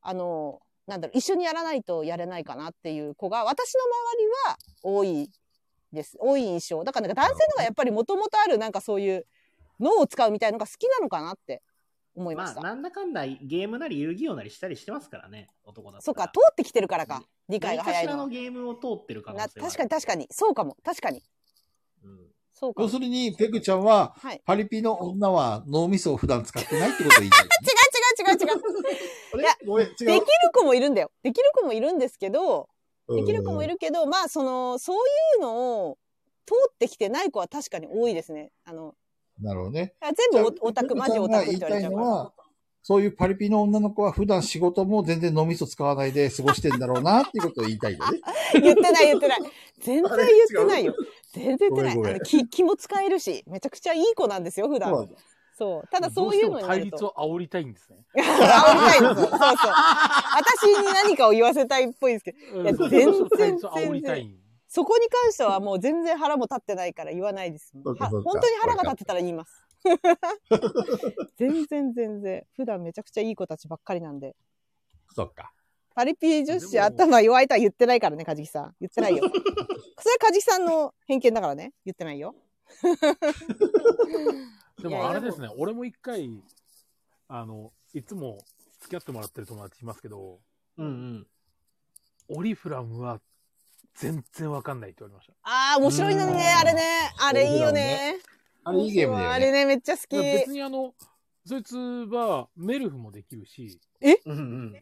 [SPEAKER 1] あの、なんだろう、一緒にやらないとやれないかなっていう子が、私の周りは多いです。多い印象。だからなんか男性のがやっぱりもともとあるなんかそういう脳を使うみたいのが好きなのかなって思い
[SPEAKER 2] ー。
[SPEAKER 1] ま
[SPEAKER 2] ま
[SPEAKER 1] し
[SPEAKER 2] あ、
[SPEAKER 1] た。
[SPEAKER 2] なんだかんだゲームなり遊戯王なりしたりしてますからね、男だったら。
[SPEAKER 1] そうか、通ってきてるからか。理解が早い
[SPEAKER 2] 何か
[SPEAKER 1] の
[SPEAKER 2] しら
[SPEAKER 1] は。
[SPEAKER 2] のゲームを通ってる可能性
[SPEAKER 1] な
[SPEAKER 2] は
[SPEAKER 1] 確
[SPEAKER 2] ある
[SPEAKER 1] かに確かに。そうかも。確かに。
[SPEAKER 2] うん
[SPEAKER 1] そうか
[SPEAKER 3] 要
[SPEAKER 1] も。
[SPEAKER 3] するに、ペグちゃんは、
[SPEAKER 1] はい。
[SPEAKER 3] パリピの女は脳みそを普段使ってないってことを言いたい、ね。
[SPEAKER 1] 違う違う違う違う。いや
[SPEAKER 3] あれごめん、違
[SPEAKER 1] で
[SPEAKER 3] う。
[SPEAKER 1] きる子もいるんだよ。できる子もいるんですけど、できる子もい
[SPEAKER 3] る。
[SPEAKER 1] るけど、まあ、その、そういうのを通ってきてない子は確かに多いですね。あの、
[SPEAKER 3] なるほどね。
[SPEAKER 1] 全部
[SPEAKER 3] じゃあ
[SPEAKER 1] おオタク、マジオタクって言われちゃうか
[SPEAKER 3] ペグちゃんが言いたいの
[SPEAKER 1] ら。
[SPEAKER 3] はそういうパリピの女の子は普段仕事も全然脳みそ使わないで過ごしてんだろうなっていうことを言いたい
[SPEAKER 1] *laughs*
[SPEAKER 3] んだね。
[SPEAKER 1] 言ってない言ってない。全然言ってないよ。全然言ってない。
[SPEAKER 3] ごめんごめん
[SPEAKER 1] あの気気も使えるし、めちゃくちゃいい子なんですよ、普
[SPEAKER 3] そうな
[SPEAKER 1] 段。
[SPEAKER 3] んだ
[SPEAKER 1] そう。ただそういうの
[SPEAKER 4] どうし
[SPEAKER 1] に
[SPEAKER 4] ても
[SPEAKER 1] な
[SPEAKER 4] 対
[SPEAKER 1] る *laughs*
[SPEAKER 4] 立
[SPEAKER 1] と。
[SPEAKER 4] を煽りたいんですね。
[SPEAKER 1] 煽りたいんですよ。そうそう。私に何かを言わせたいっぽいんですけど、
[SPEAKER 4] うん
[SPEAKER 1] や
[SPEAKER 4] どう
[SPEAKER 1] 全然
[SPEAKER 4] しても対立を煽りたい。
[SPEAKER 1] そこに関してはもう全然腹も立ってないから言わないです。
[SPEAKER 3] そうか
[SPEAKER 1] は
[SPEAKER 3] そう
[SPEAKER 1] 本
[SPEAKER 3] か
[SPEAKER 1] 当に腹が立ってたら言います。
[SPEAKER 3] *laughs*
[SPEAKER 1] 全然全然。普段めちゃくちゃいい子たちばっかりなんで。
[SPEAKER 3] そっか。
[SPEAKER 1] パリピ女子
[SPEAKER 4] でも
[SPEAKER 1] 頭弱いとは言ってないからね、カジキさん。言って
[SPEAKER 3] *laughs*
[SPEAKER 1] ないよ。それはカジキさんの偏見だからね。言ってないよ。いや
[SPEAKER 4] で
[SPEAKER 1] い
[SPEAKER 4] も
[SPEAKER 1] や
[SPEAKER 4] あれですね、俺も一回、あの、いつも付き合ってもらってる友達いますけど、
[SPEAKER 2] うんうん。
[SPEAKER 4] オリフラムは全然わかんないって言われました。
[SPEAKER 1] ああ、面白いの
[SPEAKER 2] うん
[SPEAKER 1] ね、あれね。あれいいよね。
[SPEAKER 3] あれいいゲームだ
[SPEAKER 1] あ
[SPEAKER 3] よ
[SPEAKER 1] れね、
[SPEAKER 3] ね。
[SPEAKER 1] めっちゃ好き。
[SPEAKER 4] だから別にあの、そいつはメルフもできるし、
[SPEAKER 2] うんうん。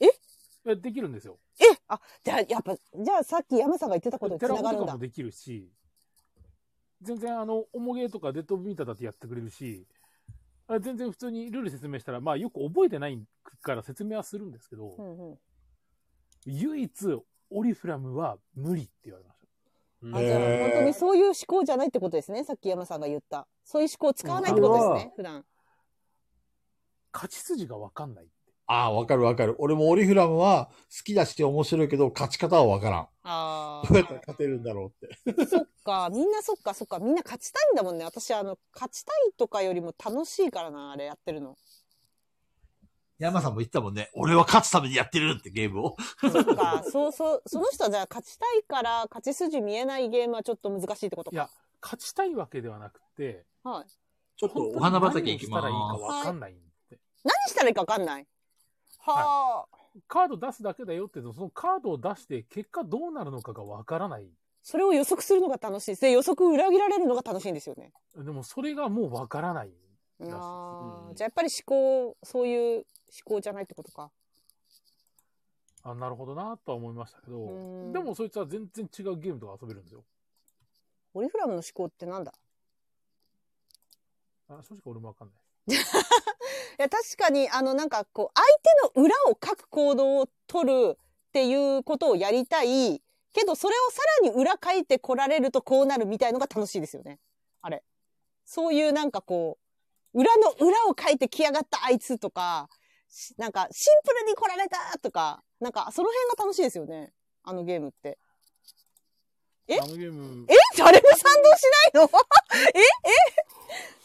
[SPEAKER 4] えできるんですよ。
[SPEAKER 1] えあ、じゃあ、やっぱ、じゃあさっき山さんが言ってたことに
[SPEAKER 4] テ
[SPEAKER 1] つ
[SPEAKER 4] ラ
[SPEAKER 1] な
[SPEAKER 4] フ
[SPEAKER 1] が
[SPEAKER 4] ォ
[SPEAKER 1] る
[SPEAKER 4] と
[SPEAKER 1] ん
[SPEAKER 4] か
[SPEAKER 1] だ
[SPEAKER 4] も。できるし、全然あの、おもげとかデッドビーターだってやってくれるし、あ全然普通にルール説明したら、まあよく覚えてないから説明はするんですけど、
[SPEAKER 1] うんうん
[SPEAKER 4] 唯一オリフラムは無理って言われました。
[SPEAKER 1] あじゃあ
[SPEAKER 3] へー
[SPEAKER 1] 本当にそういう思考じゃないってことですね。さっき山さんが言った。そういう思考を使わないってことですね、普段。
[SPEAKER 4] 勝ち筋がわかんないって。
[SPEAKER 3] ああ、わかるわかる。俺もオリフラムは好きだし面白いけど、勝ち方はわからん。
[SPEAKER 1] あ
[SPEAKER 3] どうやったら勝てるんだろうって。
[SPEAKER 1] あ、そっか。みんなそっか、そっか。みんな勝ちたいんだもんね。私、あの、勝ちたいとかよりも楽しいからな、あれやってるの。
[SPEAKER 3] 山さんも言ってたもんね。俺は勝つためにやってるってゲームを。
[SPEAKER 1] そっか。そうそう。その人はじゃあ勝ちたいから、勝ち筋見えないゲームはちょっと難しいってこと
[SPEAKER 4] い
[SPEAKER 1] か
[SPEAKER 4] や。、勝ちたいわけではなくて、
[SPEAKER 1] はい。
[SPEAKER 3] ちょっとお花畑行き
[SPEAKER 4] 本
[SPEAKER 3] ます。
[SPEAKER 4] 当に何をしたらいいかわかんないって。
[SPEAKER 1] 何したらいいかわかんない。はあ。
[SPEAKER 4] カード出すだけだよって言うと、そのカードを出して結果どうなるのかがわからない。
[SPEAKER 1] それを予測するのが楽しい。で、予測裏切られるのが楽しいんですよね。
[SPEAKER 4] でもそれがもうわからない。らしいです
[SPEAKER 1] あ
[SPEAKER 2] う
[SPEAKER 1] あ、
[SPEAKER 2] ん
[SPEAKER 1] じゃあやっぱり思考、そういう思考じゃないってことか。
[SPEAKER 4] あ、なるほどなとは思いましたけど
[SPEAKER 1] うん、
[SPEAKER 4] でもそいつは全然違うゲームとか遊べるんですよ。
[SPEAKER 1] オリフラムの思考ってなんだ
[SPEAKER 4] あ正直俺もわかんない。
[SPEAKER 1] いや、確かに、あの、なんかこう、相手の裏をかく行動を取るっていうことをやりたい。けど、それをさらに裏書いてこられるとこうなるみたいのが楽しいですよね。あれ。そういうなんかこう、裏の裏を書いてきやがったあいつとか、しなんかシンプルに来られたとか、なんかその辺が楽しいですよね。あのゲームって。え
[SPEAKER 4] あのゲーム、
[SPEAKER 1] え誰も賛同しないの *laughs* ええ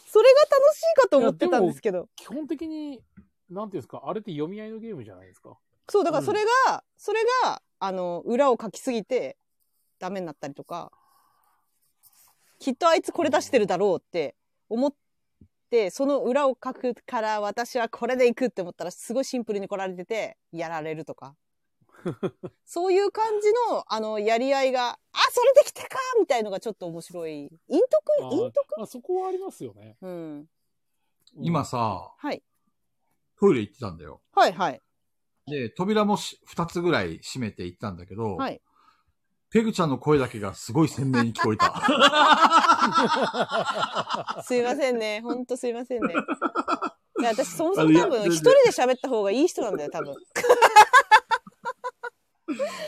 [SPEAKER 1] それが楽しいかと思ってたんですけど。
[SPEAKER 4] 基本的に、なんていうんですか、あれって読み合いのゲームじゃないですか。
[SPEAKER 1] そう、だから
[SPEAKER 2] うん
[SPEAKER 1] それが、それが、あの、裏を書きすぎて、ダメになったりとか、きっとあいつこれ出してるだろうって思って、その裏を書くから私はこれでいくって思ったら、すごいシンプルに来られてて、やられるとか。そういう感じの、あの、やり合いが、あ、それできたかみたいのがちょっと面白い。陰
[SPEAKER 4] あ
[SPEAKER 1] 徳
[SPEAKER 4] ー
[SPEAKER 1] 陰
[SPEAKER 4] まあそこはありますよね。
[SPEAKER 1] うん。
[SPEAKER 4] うん
[SPEAKER 3] 今、さ、
[SPEAKER 1] はい。
[SPEAKER 3] トイレ行ってたんだよ。
[SPEAKER 1] はいはい。
[SPEAKER 3] で、扉もし2つぐらい閉めて行ったんだけど、
[SPEAKER 1] はい。
[SPEAKER 3] ペグちゃんの声だけがすごい鮮明に聞こえた。
[SPEAKER 1] *laughs*
[SPEAKER 3] *laughs*
[SPEAKER 1] すいませんね。ほんとすいませんね。いや私、そもそ
[SPEAKER 3] あい
[SPEAKER 1] も
[SPEAKER 3] や
[SPEAKER 1] 多分、
[SPEAKER 3] 全然
[SPEAKER 1] 一人で喋った方がいい人なんだよ、多分。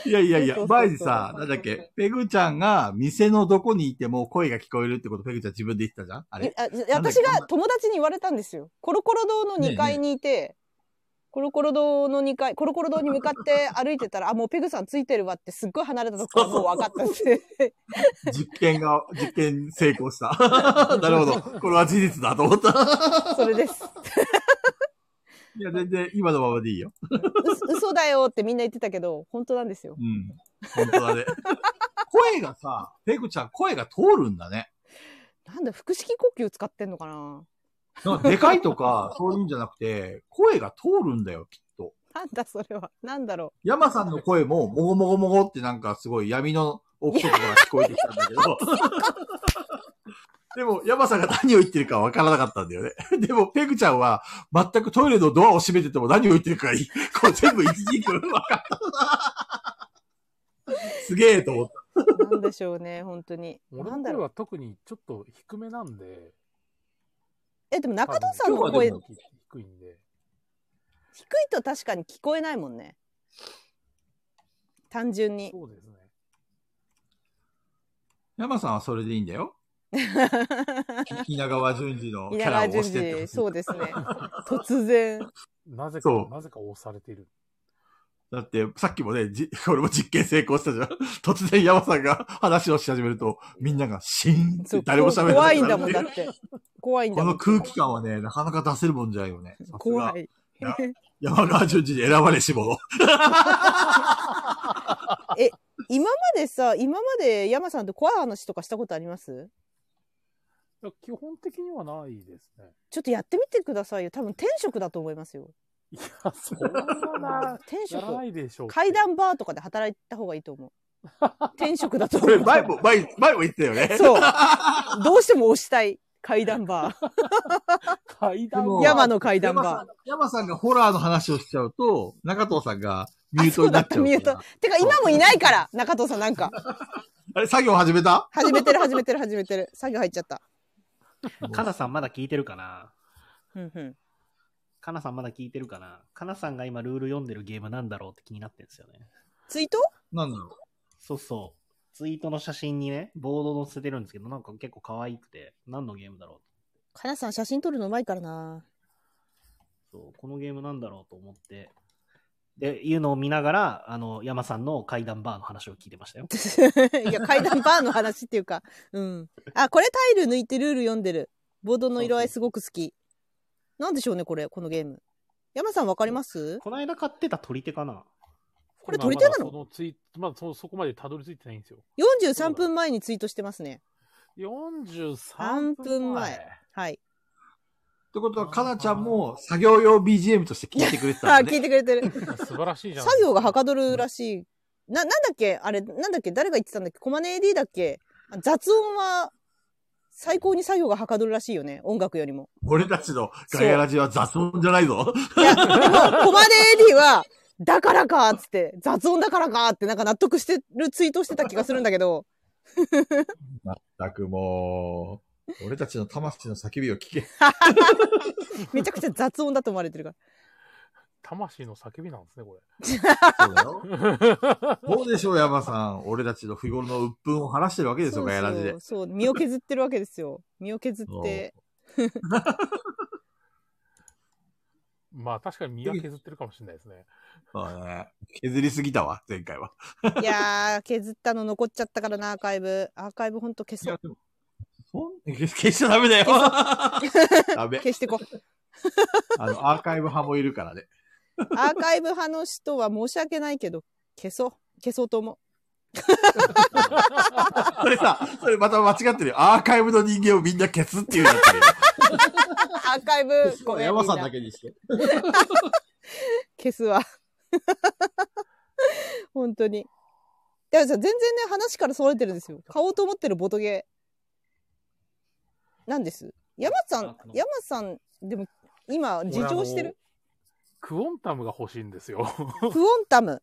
[SPEAKER 3] いやいやい
[SPEAKER 1] そうそう
[SPEAKER 3] や、
[SPEAKER 1] そうそう
[SPEAKER 3] 前にさ、なんだっけ、ペグちゃんが店のどこにいても声が聞こえるってことペグちゃん自分で言ってたじゃんあれ
[SPEAKER 1] あいや
[SPEAKER 3] なんだっ
[SPEAKER 1] 私
[SPEAKER 3] け
[SPEAKER 1] が友達に言われたんですよ。コロコロ堂の2階にいて、コロコロ堂の2階、コロコロ堂に向かって *laughs* 歩いてたら、あ、もうペグさんついてるわって、すっごい離れたところもう分かったんで。
[SPEAKER 3] 実験が、実験成功した。なるほど。これは事実だと思っ
[SPEAKER 1] *laughs*
[SPEAKER 3] た。
[SPEAKER 1] それです。
[SPEAKER 3] いや、全然今のままでいいよ。
[SPEAKER 1] うす嘘だよってみんな言ってたけど、本当なんですよ
[SPEAKER 3] う。ん。本当だね。声がさ、ペグちゃん声が通るんだね。
[SPEAKER 1] なんだ、腹式呼吸使ってんのかな
[SPEAKER 3] なんかでかいとか、そういうんじゃなくて、声が通るんだよ、きっと。
[SPEAKER 1] なんだ、それは。なんだろ
[SPEAKER 3] 山さんの声も、もごもごもごってなんかすごい闇の奥底から聞こえてきたんだけど。でも、山さんが何を言ってるかわからなかったんだよね。でも、ペグちゃんは、全くトイレのドアを閉めてても何を言ってるかいい。こう全部一時分分かった。すげえと思った。
[SPEAKER 1] う。なんでしょうね、本当に。
[SPEAKER 4] 俺
[SPEAKER 1] な
[SPEAKER 4] の
[SPEAKER 1] んだ
[SPEAKER 4] 声
[SPEAKER 1] ろう。
[SPEAKER 4] は特にちょっと低めなんで、
[SPEAKER 1] え、でも中藤さんの
[SPEAKER 3] 今日は
[SPEAKER 1] 声
[SPEAKER 3] でも、
[SPEAKER 4] 低いんで、
[SPEAKER 1] 低いと確かに聞こえないもんね。単純に。
[SPEAKER 4] そうですね。
[SPEAKER 3] 山さんはそれでいいんだよ。稲川淳二のキ
[SPEAKER 1] 稲
[SPEAKER 3] ャラ
[SPEAKER 1] 川
[SPEAKER 3] を押
[SPEAKER 1] 淳
[SPEAKER 3] してって
[SPEAKER 1] 二、
[SPEAKER 3] ほしい
[SPEAKER 1] そうですね。突然。
[SPEAKER 4] なぜか
[SPEAKER 3] そう、
[SPEAKER 4] なぜか押されてる。
[SPEAKER 3] だって、さっきもね、じ、 *laughs* 俺も実験成功したじゃん。 *laughs* 突然山さんが話をし始めると、みんながシーンっ
[SPEAKER 1] そ
[SPEAKER 3] て
[SPEAKER 1] う
[SPEAKER 3] 誰も喋ら
[SPEAKER 1] 怖
[SPEAKER 3] ないく
[SPEAKER 1] ん
[SPEAKER 3] な
[SPEAKER 1] だ
[SPEAKER 3] る
[SPEAKER 1] も
[SPEAKER 3] っ
[SPEAKER 1] ん、
[SPEAKER 3] てい
[SPEAKER 1] だ
[SPEAKER 3] う
[SPEAKER 1] って。怖いん
[SPEAKER 3] こ
[SPEAKER 1] だも
[SPEAKER 3] の
[SPEAKER 1] ん。
[SPEAKER 3] 空気感はね、なかなか出せるもんじゃないよね。さすが
[SPEAKER 1] 怖い。
[SPEAKER 3] 山川淳二に選ばれし者。
[SPEAKER 1] *laughs* 今までさ、今まで山さんと怖い話とかしたことあります
[SPEAKER 4] いや基本的にはないです
[SPEAKER 1] *laughs*
[SPEAKER 4] ね。
[SPEAKER 1] ちょっとやってみてくださいよ。多分天職だと思いますよ。
[SPEAKER 4] いや、そんな、
[SPEAKER 1] 天
[SPEAKER 4] や
[SPEAKER 1] 職
[SPEAKER 4] ら。ないでしょうって。
[SPEAKER 1] 階段バーとかで働いた方がいいと思う。天職だと
[SPEAKER 3] こ *laughs*
[SPEAKER 1] 思
[SPEAKER 3] れ
[SPEAKER 1] う。
[SPEAKER 3] 前も、前、前も言ったよね。 *laughs*
[SPEAKER 1] そう。どうしても押したい。階段バー。
[SPEAKER 4] 階
[SPEAKER 3] で
[SPEAKER 4] 段
[SPEAKER 3] も
[SPEAKER 1] 山の階段
[SPEAKER 3] 山
[SPEAKER 1] バー
[SPEAKER 3] さん。、山さんがホラーの話をしちゃうと、中藤さんがミュートになっちゃうから。
[SPEAKER 1] あそうだったミュてか今もいないから、中藤さんなんか。
[SPEAKER 3] あれ、作業始めた
[SPEAKER 1] 始めてる始めてる始めてる。作業入っちゃった。
[SPEAKER 2] かなさんまだ聞いてるかな
[SPEAKER 1] うんうん。
[SPEAKER 2] かなさんまだ聞いてるかなかなさんが今ルール読んでるゲームなんだろうって気になってるんですよね。
[SPEAKER 1] ツイート
[SPEAKER 3] なんだろう。
[SPEAKER 2] そうそう。ツイートの写真にね、ボード載せてるんですけど、なんか結構可愛くて、何のゲームだろ
[SPEAKER 1] かなさん写真撮るのうまいからな。
[SPEAKER 2] うそう、このゲームなんだろうと思って、で、いうのを見ながら、あの、山さんの階段バーの話を聞いてましたよ。
[SPEAKER 1] *laughs* いや、階段バーの話っていうか。うん。あ、これタイル抜いてルール読んでる。ボードの色合いすごく好き。なんでしょうね、これ、このゲーム。山さんわかります
[SPEAKER 2] この間買ってた取り手かな
[SPEAKER 1] これ取り手なの
[SPEAKER 4] まだそのツイまだそそこまでたどり着いてないんですよ。
[SPEAKER 1] ?43 分前にツイートしてますね。
[SPEAKER 4] 43
[SPEAKER 1] 3分
[SPEAKER 4] 分
[SPEAKER 1] 前
[SPEAKER 4] 前。
[SPEAKER 1] はい。
[SPEAKER 3] ってことは、かなちゃんも作業用 BGM として聞いてくれて
[SPEAKER 1] *laughs* あ、
[SPEAKER 3] たんだ
[SPEAKER 1] 聞い
[SPEAKER 3] ね。
[SPEAKER 1] てくれてる。
[SPEAKER 4] 素晴らしいじゃん。
[SPEAKER 1] 作業がはかどるらしい。な、なんだっけあれ、なんだっけ誰が言ってたんだっけコマネ AD だっけあ雑音は最高に作業がはかどるらしいよね。音楽よりも。
[SPEAKER 3] 俺たちのガヤラジは雑音じゃないぞ。
[SPEAKER 1] いや、でも、コマネ AD は、だからかーっつって、雑音だからかーってなんか納得してるツイートしてた気がするんだけど、
[SPEAKER 3] まったくもう、俺たちの魂の叫びを聞け。
[SPEAKER 1] めちゃくちゃ雑音だと思われてるから。
[SPEAKER 4] 魂の叫びなんですね、これ。
[SPEAKER 3] そうだよ。どうでしょう、山さん。俺たちの日頃の鬱憤を晴らしてるわけですよ、ガヤラジで
[SPEAKER 1] *laughs* そう。そう、身を削ってるわけですよ。身を削って。
[SPEAKER 4] まあ確かに身が削ってるかもしれないですね。
[SPEAKER 3] そうね削りすぎたわ、前回は。
[SPEAKER 1] いやー、削ったの残っちゃったからな、アーカイブ。アーカイブほんと消そう。
[SPEAKER 3] でも、そん、消しちゃダメだよ。 *laughs* ダメ。
[SPEAKER 1] 消してこう。
[SPEAKER 3] あの、アーカイブ派もいるからね。
[SPEAKER 1] アーカイブ派の人は申し訳ないけど、消そう。消そうと思う。
[SPEAKER 3] それさ、それまた間違ってるよ。アーカイブの人間をみんな消すっていうやつだよ
[SPEAKER 1] アーカイブ、ごめん
[SPEAKER 3] 山さん
[SPEAKER 1] み
[SPEAKER 3] だ
[SPEAKER 1] な
[SPEAKER 3] けにして。
[SPEAKER 1] 消すわ。 *laughs* 本当に。でもさ、全然ね、話からそれてるんですよ。買おうと思ってるボトゲ。なんです。山さん
[SPEAKER 2] あこ、の
[SPEAKER 1] 山さん、でも、今、自重してる。
[SPEAKER 4] 俺あのクオンタムが欲しいんですよ。
[SPEAKER 1] クオンタム。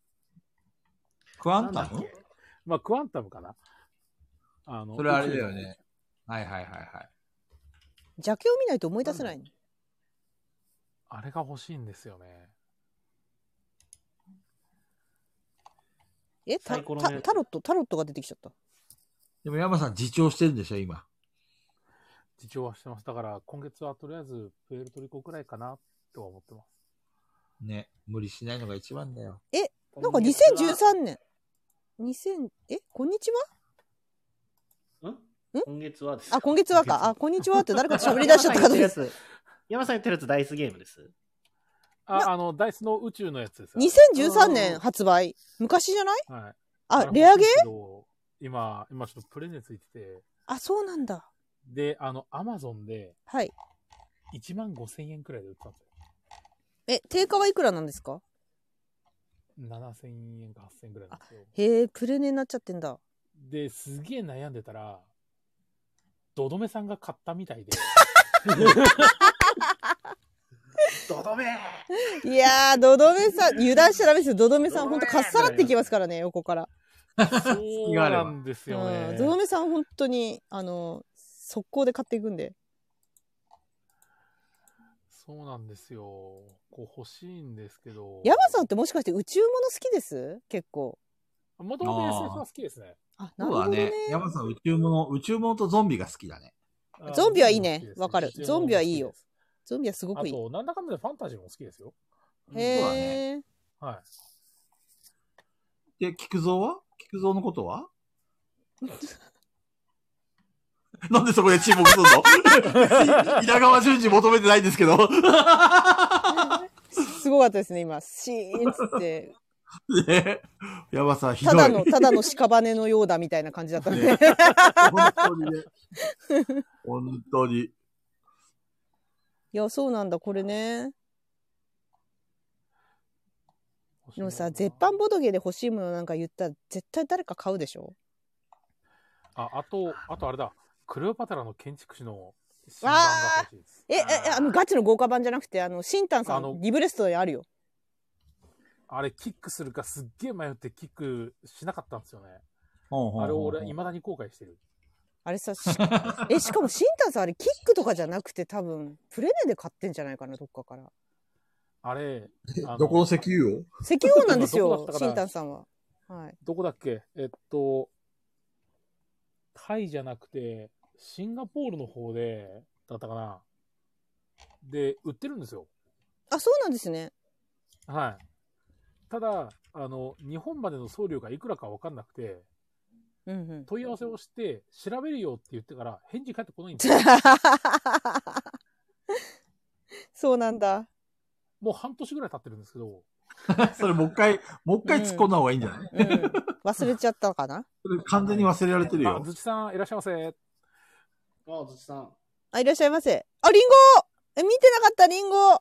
[SPEAKER 3] クワンタ
[SPEAKER 2] なん
[SPEAKER 3] ム
[SPEAKER 2] だっけ
[SPEAKER 4] *laughs* まあクワンタムかな。あの
[SPEAKER 3] それあれだよね。。はいはいはいはい。
[SPEAKER 1] 邪気を見ないと思い出せない、ね。
[SPEAKER 4] あれが欲しいんですよね。
[SPEAKER 1] え、た、
[SPEAKER 2] サイコロ
[SPEAKER 1] た
[SPEAKER 2] のやつ
[SPEAKER 1] タロット、タロットが出てきちゃった。
[SPEAKER 3] でも山さん自重してるんでしょ、今。
[SPEAKER 4] 自重はしてます。だから今月はとりあえずプエルトリコくらいかなとは思ってます。
[SPEAKER 3] ね。無理しないのが一番だよ。
[SPEAKER 1] なんか2013年。2000、え、こんにちは
[SPEAKER 2] ん
[SPEAKER 1] ん
[SPEAKER 2] 今月はです。
[SPEAKER 1] あ、今月はか。あ、こんにちはって誰かと喋り出しちゃったかと思った
[SPEAKER 2] 山 *laughs* さん言ってるやつ山さん言ってるやつダイスゲームです。
[SPEAKER 4] あ、あの、ダイスの宇宙のやつですよね。
[SPEAKER 1] 2013年発売。昔じゃない
[SPEAKER 4] はい。
[SPEAKER 1] あ、レアゲー
[SPEAKER 4] ー今、今ちょっとプレネついてて、
[SPEAKER 1] あ、そうなんだ。
[SPEAKER 4] で、あの、アマゾンで
[SPEAKER 1] はい。
[SPEAKER 4] 1万5千円くらいで売ってたんですよ。
[SPEAKER 1] え、定価はいくらなんですか
[SPEAKER 4] 7千円か8千円くらいなんですよ。
[SPEAKER 1] へえ、プレネになっちゃってんだ。
[SPEAKER 4] で、すげえ悩んでたら、ドドメさんが買ったみた
[SPEAKER 1] *laughs*
[SPEAKER 4] いで、
[SPEAKER 2] ドドメ
[SPEAKER 1] いやー、ドドメさん、油断しちゃダメですよ。ドドメさん、ほんとかっさらってきますからね、横から。
[SPEAKER 4] そうなんですよ
[SPEAKER 1] う
[SPEAKER 4] ね
[SPEAKER 1] ん。。ドドメさん、本当に、あの、速攻で買っていくんで。
[SPEAKER 4] そうなんですよ。こう欲しいんですけど。
[SPEAKER 1] ヤマさんってもしかして宇宙もの好きです結構。
[SPEAKER 4] もともと SF は好きですね。
[SPEAKER 1] あ、な
[SPEAKER 3] そ
[SPEAKER 1] る
[SPEAKER 3] う
[SPEAKER 1] ほ
[SPEAKER 3] だ
[SPEAKER 1] どね
[SPEAKER 3] ね。。山さん、宇宙物、宇宙物とゾンビが好きだね。
[SPEAKER 4] あ
[SPEAKER 1] ゾンビはいいね
[SPEAKER 4] ゾンビも好きです
[SPEAKER 1] わかる
[SPEAKER 4] 一応
[SPEAKER 1] ゾンビはいいよ
[SPEAKER 4] 好きです
[SPEAKER 1] ゾンビはすご
[SPEAKER 4] あ
[SPEAKER 1] くいい。
[SPEAKER 4] と、なんだかんだでファンタジーも好きですよ。
[SPEAKER 1] へ
[SPEAKER 3] そうだ
[SPEAKER 1] え、
[SPEAKER 3] ね
[SPEAKER 4] はい。
[SPEAKER 3] で、菊蔵は菊蔵のこ
[SPEAKER 1] *laughs*
[SPEAKER 3] とはなんでそこで沈黙す
[SPEAKER 1] *laughs*
[SPEAKER 3] んの稲川淳二求めてないんですけど。
[SPEAKER 1] すごかったですね、今。シーンっつって。
[SPEAKER 3] ね山さん、ひど
[SPEAKER 1] た
[SPEAKER 3] い。
[SPEAKER 1] だの、ただの屍のようだみたいな感じだったんで。
[SPEAKER 3] 本
[SPEAKER 1] *laughs*
[SPEAKER 3] 当にね。本当に。
[SPEAKER 1] いや、そうなんだ、これね。でもさ、絶版ボドゲで欲しいものなんか言ったら、絶対誰か買うでしょ
[SPEAKER 4] あ、あと、あとあれだ。クレオパトラの建築士の診断が欲しいです。
[SPEAKER 1] え、え、えあの、ガチの豪華版じゃなくて、あの、シンタンさ
[SPEAKER 4] あの
[SPEAKER 1] ん、リブレストであるよ。
[SPEAKER 4] あれ、キックするかすっげえ迷ってキックしなかったんですよね。
[SPEAKER 3] あ
[SPEAKER 4] あれを俺、未だに後悔してる。
[SPEAKER 1] あれさ、しえ、しかもシンタンさん、あれ、キックとかじゃなくて、多分、プレネで買ってんじゃないかな、どっかから。
[SPEAKER 4] あれ、あの
[SPEAKER 3] どこの石油を
[SPEAKER 1] 石油王なんです
[SPEAKER 4] どこ
[SPEAKER 1] よ
[SPEAKER 4] だっ、たか
[SPEAKER 1] シ
[SPEAKER 4] な
[SPEAKER 1] ンタンさんは。はい。
[SPEAKER 4] どこだっけえっと、タイじゃなくて、シンガポールの方で、だったかな。で、売ってるんですよ。
[SPEAKER 1] あ、そうなんですね。
[SPEAKER 4] はい。ただ、あの、日本までの送料がいくらかわかんなくて、
[SPEAKER 1] うん
[SPEAKER 4] *laughs*
[SPEAKER 1] うん。
[SPEAKER 4] 問い合わせをして、調べるよって言ってから、返事返ってこないんですよ。
[SPEAKER 1] そうなんだ。
[SPEAKER 4] もう半年ぐらい経ってるんですけど、
[SPEAKER 3] それもう一回、もう一回突っ込んだ方がいいんじゃない、
[SPEAKER 1] うん。忘れちゃったかな
[SPEAKER 3] それ完全に忘れられてる
[SPEAKER 4] あ、
[SPEAKER 3] よ。
[SPEAKER 4] ずちさん、いらっしゃいませ。
[SPEAKER 2] あ、ずちさん。
[SPEAKER 1] あ、いらっしゃいませ。あ、リンゴえ、見てなかった、リンゴ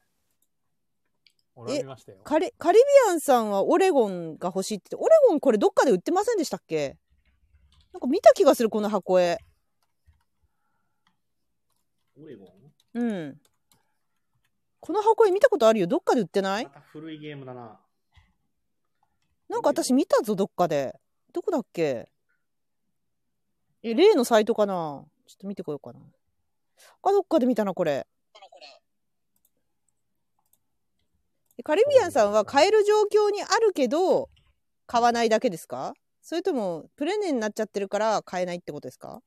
[SPEAKER 4] 俺は見ましたよ。
[SPEAKER 1] カリ、カリビアンさんはオレゴンが欲しいって言って、オレゴンこれどっかで売ってませんでしたっけなんか見た気がする、この箱絵。
[SPEAKER 2] オレゴン
[SPEAKER 1] うん。この箱絵見たことあるよ。どっかで売ってない
[SPEAKER 2] また古いゲームだな。
[SPEAKER 1] なんか私見たぞ、どっかで。どこだっけえ、例のサイトかなちょっと見てこようかな。あ、どっかで見たな、これ。えカリビアンさんは買える状況にあるけど、買わないだけですかそれとも、プレネになっちゃってるから買えないってことですか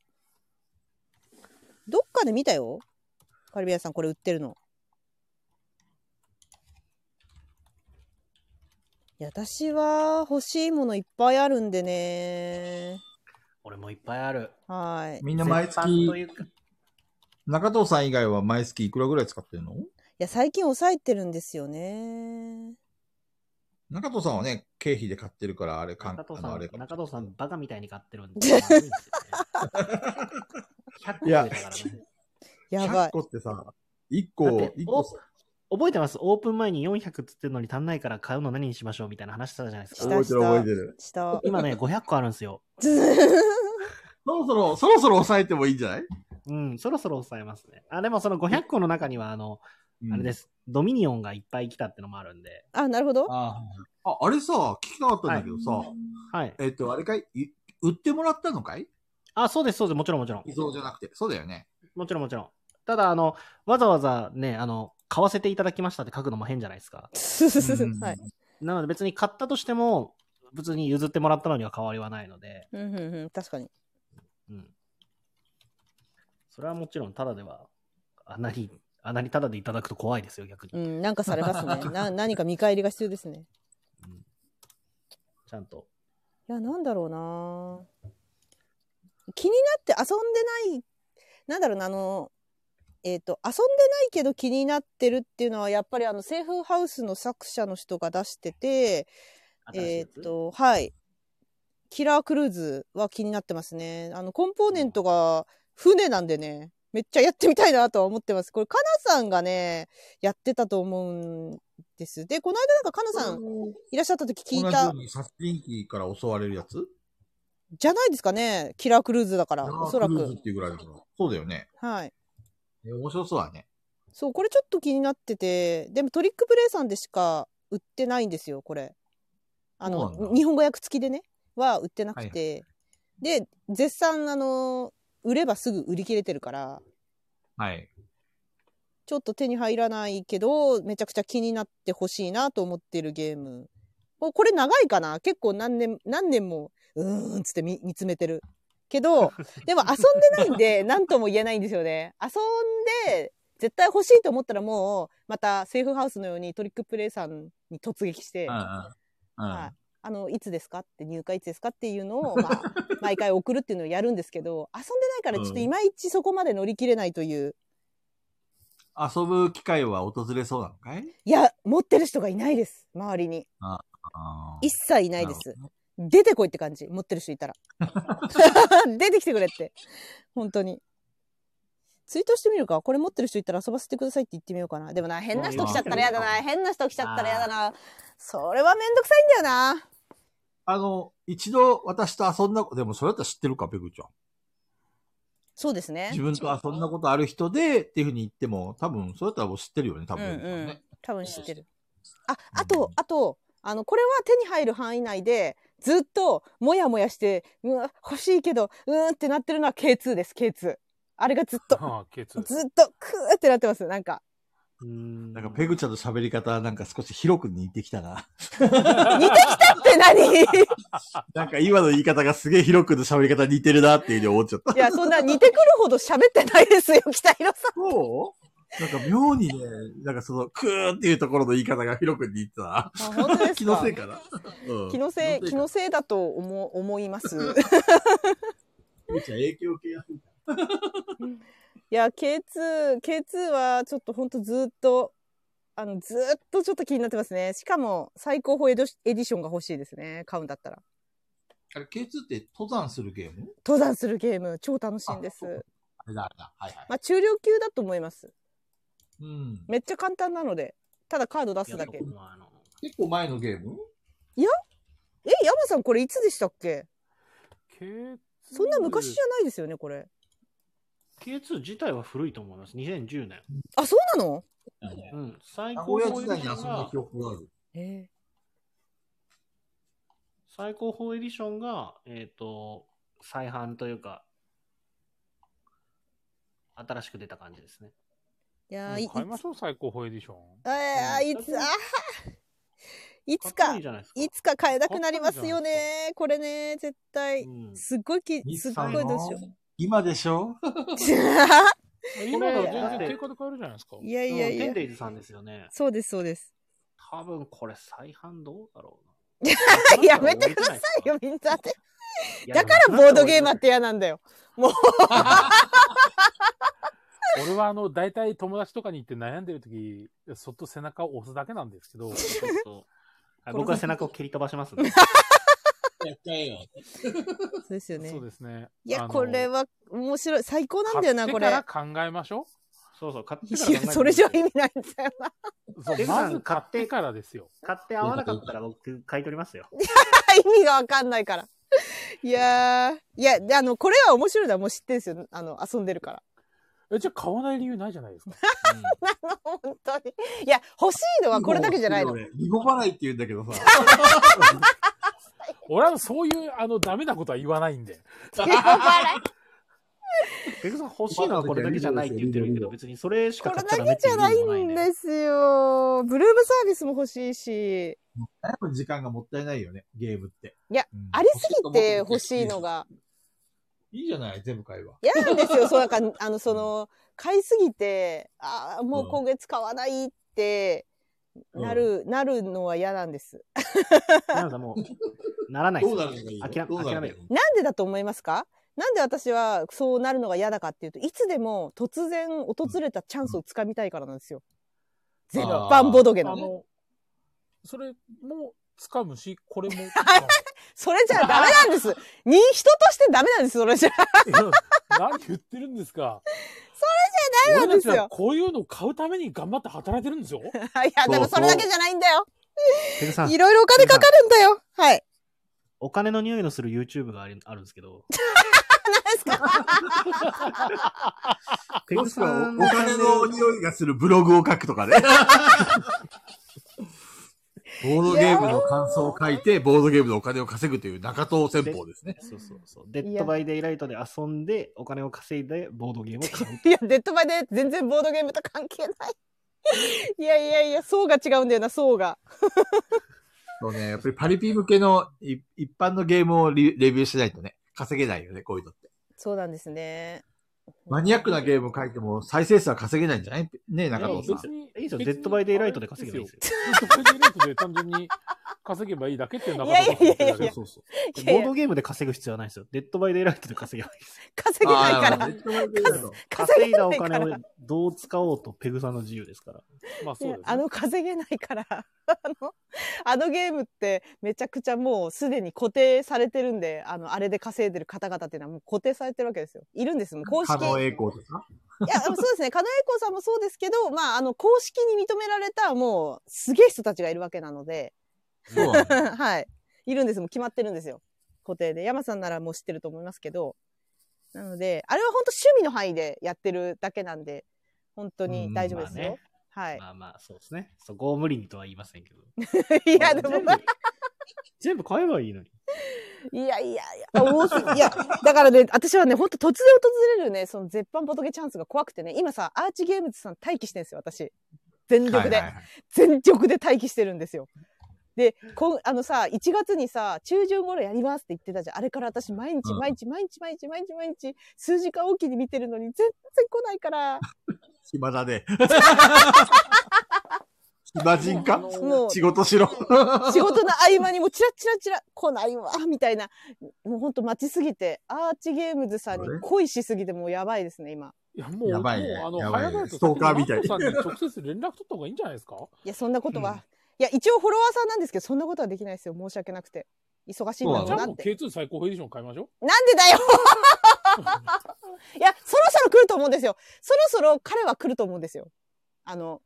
[SPEAKER 1] どっかで見たよ。カリビアンさん、これ売ってるの。いや、私は欲しいものいっぱいあるんでね。
[SPEAKER 2] 俺もいっぱいある。
[SPEAKER 1] はい。
[SPEAKER 3] みんな毎
[SPEAKER 2] 絶版と
[SPEAKER 3] 月、
[SPEAKER 2] いうか
[SPEAKER 3] 中藤さん以外は毎月いくらぐらい使ってるの
[SPEAKER 1] いや、最近抑えてるんですよね。
[SPEAKER 3] 中藤さんはね、経費で買ってるから、あれ、かん
[SPEAKER 2] 中藤
[SPEAKER 3] あ
[SPEAKER 2] さ
[SPEAKER 3] のあ
[SPEAKER 2] ん、
[SPEAKER 3] れ
[SPEAKER 2] 中藤さん、バカみたいに買ってる
[SPEAKER 3] *laughs*
[SPEAKER 2] んで。100個
[SPEAKER 3] いや
[SPEAKER 2] 出たからね。
[SPEAKER 1] やば
[SPEAKER 3] 100
[SPEAKER 1] い
[SPEAKER 3] 個。ってさ、1
[SPEAKER 2] だっ
[SPEAKER 3] 個
[SPEAKER 2] て、
[SPEAKER 3] 一個、
[SPEAKER 2] 覚えてますオープン前に400っつってるのに足んないから買うの何にしましょうみたいな話してたじゃないで
[SPEAKER 1] し
[SPEAKER 2] すか。
[SPEAKER 1] た
[SPEAKER 3] 覚えてる覚えてる。
[SPEAKER 1] 下。 *laughs*
[SPEAKER 2] 今ね、500個あ *laughs* るんですよ。
[SPEAKER 3] そろそろ、そろそろ抑えてもいいんじゃない。
[SPEAKER 2] うん、そろそろ抑えますね。あ、でもその500個の中には、あの、あれですす。ドミニオンがいっぱい来たってのもあるんで。
[SPEAKER 1] あ、なるほど。
[SPEAKER 3] ああ、あれさ、聞きたかったんだけどさ、
[SPEAKER 2] はい。
[SPEAKER 3] えっと、あれかいい売ってもらったのかい
[SPEAKER 2] あ、そうです、そうです。もちろん、もちろん
[SPEAKER 3] 偽。造じゃなくて。そうだよね。
[SPEAKER 2] もちろん、もちろん。ただ、あの、わざわざね、あの、買わせていただきましたって書くのも変じゃないですか。
[SPEAKER 3] ん
[SPEAKER 1] はい。
[SPEAKER 2] なので別に買ったとしても、別に譲ってもらったのには変わりはないので、
[SPEAKER 1] うんうんうん、確かに。
[SPEAKER 2] うん。それはもちろん、ただでは、あなり、あなりただでいただくと怖いですよ、逆に。
[SPEAKER 1] うん、なんかされます
[SPEAKER 3] *laughs*
[SPEAKER 1] ね。な、何か見返りが必要ですね。
[SPEAKER 2] うんちゃんと。
[SPEAKER 1] いや、なんだろうな気になって遊んでない、なんだろうな、あの、えっ、と、遊んでないけど気になってるっていうのは、やっぱりあの、セーフハウスの作者の人が出してて、
[SPEAKER 2] 新しい
[SPEAKER 1] え
[SPEAKER 2] や
[SPEAKER 1] ー
[SPEAKER 2] つ
[SPEAKER 1] っ、と、はい。キラークルーズは気になってますね。あの、コンポーネントが船なんでね、めっちゃやってみたいなとは思ってます。これ、カナさんがね、やってたと思うんです。で、この間なんかカナさんいらっしゃった時聞い
[SPEAKER 3] 同じよ
[SPEAKER 1] た
[SPEAKER 3] う、に殺人鬼から襲われるやつ
[SPEAKER 1] じゃないですかね。キラークルーズだから、おそら
[SPEAKER 3] ダークルーズ
[SPEAKER 1] く
[SPEAKER 3] っ。ていうぐらいだから。そうだよね。
[SPEAKER 1] はい。
[SPEAKER 3] え面白そうだね。
[SPEAKER 1] そう、これちょっと気になってて、でもトリックプレイさんでしか売ってないんですよ、これ。あ
[SPEAKER 3] そうなん
[SPEAKER 1] の、
[SPEAKER 3] だ
[SPEAKER 1] 日本語訳付きでね、は売ってなくて。で、絶賛、あの、売ればすぐ売り切れてるから、
[SPEAKER 3] はい。
[SPEAKER 1] ちょっと手に入らないけど、めちゃくちゃ気になってほしいなと思ってるゲーム。おこれ長いかな結構何年、何年も、うーんつって見見つめてる。け
[SPEAKER 5] *laughs*
[SPEAKER 1] ど、でも遊んでないんで、何とも言えないんですよね。遊んで、絶対欲しいと思ったらもう、またセーフハウスのようにトリックプレイさんに突撃して、
[SPEAKER 5] うんうん。
[SPEAKER 1] はい、あのいつですかって入会いつですかっていう
[SPEAKER 5] *laughs*
[SPEAKER 1] のを、まあ、毎回送るっていうのをやるんですけど遊んでないからちょっといまいちそこまで乗り切れないという、
[SPEAKER 5] 遊ぶ機会は訪れそうなのかい
[SPEAKER 1] いや持ってる人がいないです周りに
[SPEAKER 5] あー
[SPEAKER 1] 一切いないで
[SPEAKER 5] な
[SPEAKER 1] す
[SPEAKER 5] るほどね
[SPEAKER 1] 出てこいって感じ持ってる人い
[SPEAKER 5] *laughs*
[SPEAKER 1] たら出てきてくれって本当にツイートしてみるかこれ持ってる人いたら遊ばせてくださいって言ってみようかなでもな変な人来ちゃったら嫌だな変な人来ちゃったら嫌だなそれはめんどくさいんだよな
[SPEAKER 5] あの、一度私と遊んだ、でもそれだったら知ってるか、ペグちゃん。
[SPEAKER 1] そうですね
[SPEAKER 5] 自分と遊んだことある人でっていうふうに言っても、多分それだったらもう知ってるよね、多分。
[SPEAKER 1] うんうん
[SPEAKER 5] ね
[SPEAKER 1] 多分知ってる。あ、
[SPEAKER 5] ん
[SPEAKER 1] あと、あと、あの、これは手に入る範囲内で、ずっと、もやもやして、うわ、欲しいけど、うーんってなってるのは K2 です、K2。あれがずっと、
[SPEAKER 4] ああ、ケツ。
[SPEAKER 1] ずっと、クーってなってます、なんか。
[SPEAKER 2] うん。
[SPEAKER 5] なんかペグちゃんの喋り方、なんか少し広く似てきたな。 *laughs*
[SPEAKER 1] 似てきたって何 *laughs* い
[SPEAKER 5] なんか今の言い方がすげえ広くの喋り方似てるなっていうふうに思っち
[SPEAKER 1] *laughs*
[SPEAKER 5] ゃった。
[SPEAKER 1] や、そんな似てくるほど喋ってないですよ、北広さん。
[SPEAKER 5] そうなんか妙にね、なんかその、クーっていうところの言い方が広く似てたな。
[SPEAKER 1] あ本当ですか
[SPEAKER 5] 気のせいか
[SPEAKER 1] *laughs*
[SPEAKER 5] な。うん
[SPEAKER 1] 気のせい、気
[SPEAKER 5] か
[SPEAKER 1] のせいだと思、思います。
[SPEAKER 5] ペグちゃん影響系や
[SPEAKER 1] いや、K2、K2 はちょっとほんとずっと、あの、ずっとちょっと気になってますね。しかも、最高峰エドエディションが欲しいですね。買うんだったら。
[SPEAKER 3] あれ、K2 って登山するゲーム
[SPEAKER 1] 登山するゲーム、超楽しいんで
[SPEAKER 5] あそう
[SPEAKER 1] す。
[SPEAKER 5] あれだ、あれだ。はいはい。
[SPEAKER 1] まあ、中量級だと思います。
[SPEAKER 5] うん。
[SPEAKER 1] めっちゃ簡単なので。ただカード出すだ
[SPEAKER 2] い
[SPEAKER 1] け
[SPEAKER 2] や。僕もあの
[SPEAKER 3] 結構前のゲーム
[SPEAKER 1] え、山さんこれいつでしたっけ
[SPEAKER 4] ケツ。
[SPEAKER 1] そんな昔じゃないですよね、これ。
[SPEAKER 2] K2 自体は古いと思います。2010年。
[SPEAKER 1] あ、そうなの
[SPEAKER 2] うん。最
[SPEAKER 3] 名
[SPEAKER 2] 高
[SPEAKER 3] 古屋
[SPEAKER 2] 峰
[SPEAKER 3] 時
[SPEAKER 2] エディ
[SPEAKER 3] 代に
[SPEAKER 2] シ
[SPEAKER 3] 遊
[SPEAKER 2] ョ
[SPEAKER 3] ん
[SPEAKER 2] ン
[SPEAKER 3] だ
[SPEAKER 2] が
[SPEAKER 3] 記、憶がある。
[SPEAKER 1] え
[SPEAKER 2] 最高峰エディションが、えっ、と、再販というか、新しく出た感じですね。
[SPEAKER 1] いやー
[SPEAKER 4] う
[SPEAKER 1] い
[SPEAKER 4] ん買いましょう、最高峰エディション。
[SPEAKER 1] あーいつ、あーいつ
[SPEAKER 2] かっこ
[SPEAKER 1] か
[SPEAKER 2] いい、じゃないですか。
[SPEAKER 1] いつか買えなくなりますよね。これね、絶対。
[SPEAKER 2] うん
[SPEAKER 1] すっごいき、すっごいどうしよ
[SPEAKER 5] 今でしょ
[SPEAKER 1] う。
[SPEAKER 4] 今なら全
[SPEAKER 2] だっ
[SPEAKER 4] 然
[SPEAKER 2] て
[SPEAKER 4] 定価で買えるじゃないですか。
[SPEAKER 1] *laughs* いやいやい
[SPEAKER 2] テン
[SPEAKER 1] や。
[SPEAKER 2] デイズさんですよね。
[SPEAKER 1] そうです、そうです。
[SPEAKER 2] 多分これ再販どうだろうな。
[SPEAKER 1] *laughs* やめてくださいよ、みんなで。
[SPEAKER 2] いや。
[SPEAKER 1] だからボードゲーマーって嫌なんだよ。
[SPEAKER 4] 俺はあの、大体友達とかに行って悩んでる時、そっと背中を押すだけなんですけど、
[SPEAKER 2] そうそうはい僕は背中を蹴り飛ばします
[SPEAKER 1] *laughs*
[SPEAKER 2] ね。
[SPEAKER 3] やったよ。
[SPEAKER 1] そうですよね
[SPEAKER 4] そう。ですね。
[SPEAKER 1] いや、
[SPEAKER 4] あの
[SPEAKER 1] これは面白い。最高なんだよな、これ。
[SPEAKER 4] 買ってから考えましょ
[SPEAKER 2] そうそう、買ってから
[SPEAKER 1] い
[SPEAKER 2] 考え
[SPEAKER 1] や、
[SPEAKER 2] て
[SPEAKER 1] それじゃ意味ないんだよな。
[SPEAKER 4] う。そう
[SPEAKER 2] デブさん
[SPEAKER 4] まず買ってからですよ。
[SPEAKER 2] 買って合わなかったら僕買い取りますよ。
[SPEAKER 1] 意味がわかんないから。いやー。いや、であの、これは面白いのはもう知ってるんですよ。あの、遊んでるから。
[SPEAKER 4] え、じゃあ買わない理由ないじゃないですか。 *laughs*
[SPEAKER 1] 本当に。いや、欲しいのはこれだけじゃないの。
[SPEAKER 5] 俺リゴ払いって言うんだけどさ。
[SPEAKER 4] 俺はそういう、あの、ダメなことは言わないんで。
[SPEAKER 2] ペグさん欲しいのはこれだけじゃないって言ってるけど、別にそれし
[SPEAKER 1] こ
[SPEAKER 2] か
[SPEAKER 1] れ
[SPEAKER 2] 買っ
[SPEAKER 1] だ
[SPEAKER 2] ちゃダ
[SPEAKER 1] け
[SPEAKER 2] メって
[SPEAKER 1] じゃ
[SPEAKER 2] いう
[SPEAKER 1] ない
[SPEAKER 2] のもない
[SPEAKER 1] ん
[SPEAKER 2] ね。
[SPEAKER 1] ですよ。ブルームサービスも欲しいし。
[SPEAKER 5] やっぱ時間がもったいないよね、ゲームって。
[SPEAKER 1] いや
[SPEAKER 5] うん、
[SPEAKER 1] ありすぎて欲しいのが
[SPEAKER 3] いいじゃない、全部会話。
[SPEAKER 1] 嫌なんですよ。そうなんかあのその買いすぎてああもう今月買わないってなる、なるのは嫌なんです。
[SPEAKER 2] なのでもう、ならないで
[SPEAKER 3] ど
[SPEAKER 2] す
[SPEAKER 3] うなるのがいい
[SPEAKER 2] *laughs*
[SPEAKER 3] の
[SPEAKER 2] 諦め
[SPEAKER 3] どうな
[SPEAKER 2] 諦
[SPEAKER 3] るのが
[SPEAKER 2] め
[SPEAKER 3] いい
[SPEAKER 2] る
[SPEAKER 3] の
[SPEAKER 1] なんでだと思いますか？なんで私はそうなるのが嫌だかっていうといつでも突然訪れたチャンスをつかみたいからなんですよ。絶版ボドゲ
[SPEAKER 4] あ
[SPEAKER 1] の。
[SPEAKER 4] の、それも掴むし、これも掴む。
[SPEAKER 1] それじゃダメなんです。に人としてダメなんです。それじゃ。 *laughs*
[SPEAKER 4] いや *laughs* 何言ってるんですか。
[SPEAKER 1] それじゃダメなんですよ
[SPEAKER 4] 俺たちはこういうのを買うために頑張って働いてるんですよ。
[SPEAKER 1] いやでもそれだけじゃないんだよ。
[SPEAKER 2] ペグさん
[SPEAKER 1] い、ろいろお金かかるんだよ。はい。
[SPEAKER 2] お金の匂いのする YouTube があるあるんですけど。ペグさん
[SPEAKER 1] *laughs*
[SPEAKER 5] お金の匂いがするブログを書くとかね。
[SPEAKER 3] ボードゲームの感想を書いて、ボードゲームのお金を稼ぐという中東戦法ですね。
[SPEAKER 2] そうそうそう。デッドバイデイライトで遊んで、お金を稼いで、ボードゲームを買 *laughs* う。
[SPEAKER 1] *laughs* いや、デッドバイで全然ボードゲームと関係ない。 *laughs* いやいやいや、層が違うんだよな、層が。
[SPEAKER 3] そうね、やっぱりパリピ向けのい一般のゲームをリレビューしないとね、稼げないよね、こういうのって。
[SPEAKER 1] そうなんですね。
[SPEAKER 3] マニアックなゲームを書いても再生数は稼げないんじゃないね、中
[SPEAKER 2] そう
[SPEAKER 3] 藤さ
[SPEAKER 2] そ
[SPEAKER 3] ん
[SPEAKER 2] う。いいですよ。デッドバイデイライトで稼げばいいですよ。
[SPEAKER 4] デッドバイデイライトで単純に稼げばいいだけっていう中
[SPEAKER 1] いやいやいやいや
[SPEAKER 3] そうそう。
[SPEAKER 1] いやい
[SPEAKER 2] ボー
[SPEAKER 1] や
[SPEAKER 2] ドゲームで稼ぐ必要はないですよ。デッドバイデイライトで稼げばいいですよ。
[SPEAKER 1] 稼げないか
[SPEAKER 3] あ
[SPEAKER 1] ら。
[SPEAKER 3] ーなるほどデッドバイデイライト
[SPEAKER 2] 稼
[SPEAKER 1] *laughs* 稼
[SPEAKER 2] い
[SPEAKER 1] げな
[SPEAKER 2] だ
[SPEAKER 1] い
[SPEAKER 2] お
[SPEAKER 1] から
[SPEAKER 2] 金をどう使おうとペグさんの自由ですから。
[SPEAKER 4] まあそうです、ね。
[SPEAKER 1] あの稼げないから *laughs* あのあのゲームってめちゃくちゃもうすでに固定されてるんであのあれで稼いでる方々っていうのはもう固定されてるわけですよいるんですもう公式
[SPEAKER 3] 狩
[SPEAKER 1] い
[SPEAKER 3] 野英孝とか。
[SPEAKER 1] やそうですね狩野英孝さんもそうですけど、まあ、あの公式に認められたもうすげえ人たちがいるわけなので *laughs*
[SPEAKER 3] そうなんだ
[SPEAKER 1] はいいるんですもう決まってるんですよ固定で山さんならもう知ってると思いますけどなのであれは本当趣味の範囲でやってるだけなんで本当に大丈夫ですよ、
[SPEAKER 2] うんまあね
[SPEAKER 1] はい、
[SPEAKER 2] まあまあ、そうですね。そこを無理にとは言いませんけど。
[SPEAKER 1] *laughs* いやでも
[SPEAKER 2] 全部、全部買えばいいのに。
[SPEAKER 1] いやいやいや、面 *laughs* 白い。いや、だからね、私はね、ほんと突然訪れるね、その絶版ボトゲチャンスが怖くてね、今さ、アーチゲームズさん待機してるんですよ、私。全力で、
[SPEAKER 3] はいはいはい
[SPEAKER 1] 全力で待機してるんですよ。で、こんあのさ、1月にさ、中旬頃やりますって言ってたじゃん。あれから私、毎日
[SPEAKER 3] うん
[SPEAKER 1] 毎日毎日毎日毎日毎日、数時間おきに見てるのに、全然来ないから、
[SPEAKER 3] 暇だね。暇人か
[SPEAKER 4] もう
[SPEAKER 1] もう、
[SPEAKER 3] 仕事しろ。
[SPEAKER 1] 仕事の合間にもチラチラチラ来ないわみたいなもうほんと待ちすぎてアーチゲームズさんに恋しすぎてもうやばいですね今
[SPEAKER 4] いや、もう、
[SPEAKER 3] やばいね
[SPEAKER 4] もうあの、
[SPEAKER 3] やばいね
[SPEAKER 4] 早々と
[SPEAKER 3] ストーカーみたい
[SPEAKER 4] さんに直接連絡取った方がいいんじゃないですか
[SPEAKER 1] いやそんなことは、
[SPEAKER 3] うん
[SPEAKER 1] いや一応フォロワーさんなんですけどそんなことはできないですよ申し訳なくて忙しいんだろう
[SPEAKER 4] じゃ
[SPEAKER 1] な
[SPEAKER 4] あ
[SPEAKER 1] っ
[SPEAKER 4] もう
[SPEAKER 1] て
[SPEAKER 4] K2 最高エディション買いましょ
[SPEAKER 1] なんでだよいやそろそろ来ると思うんですよそろそろ彼は来ると思うんですよあの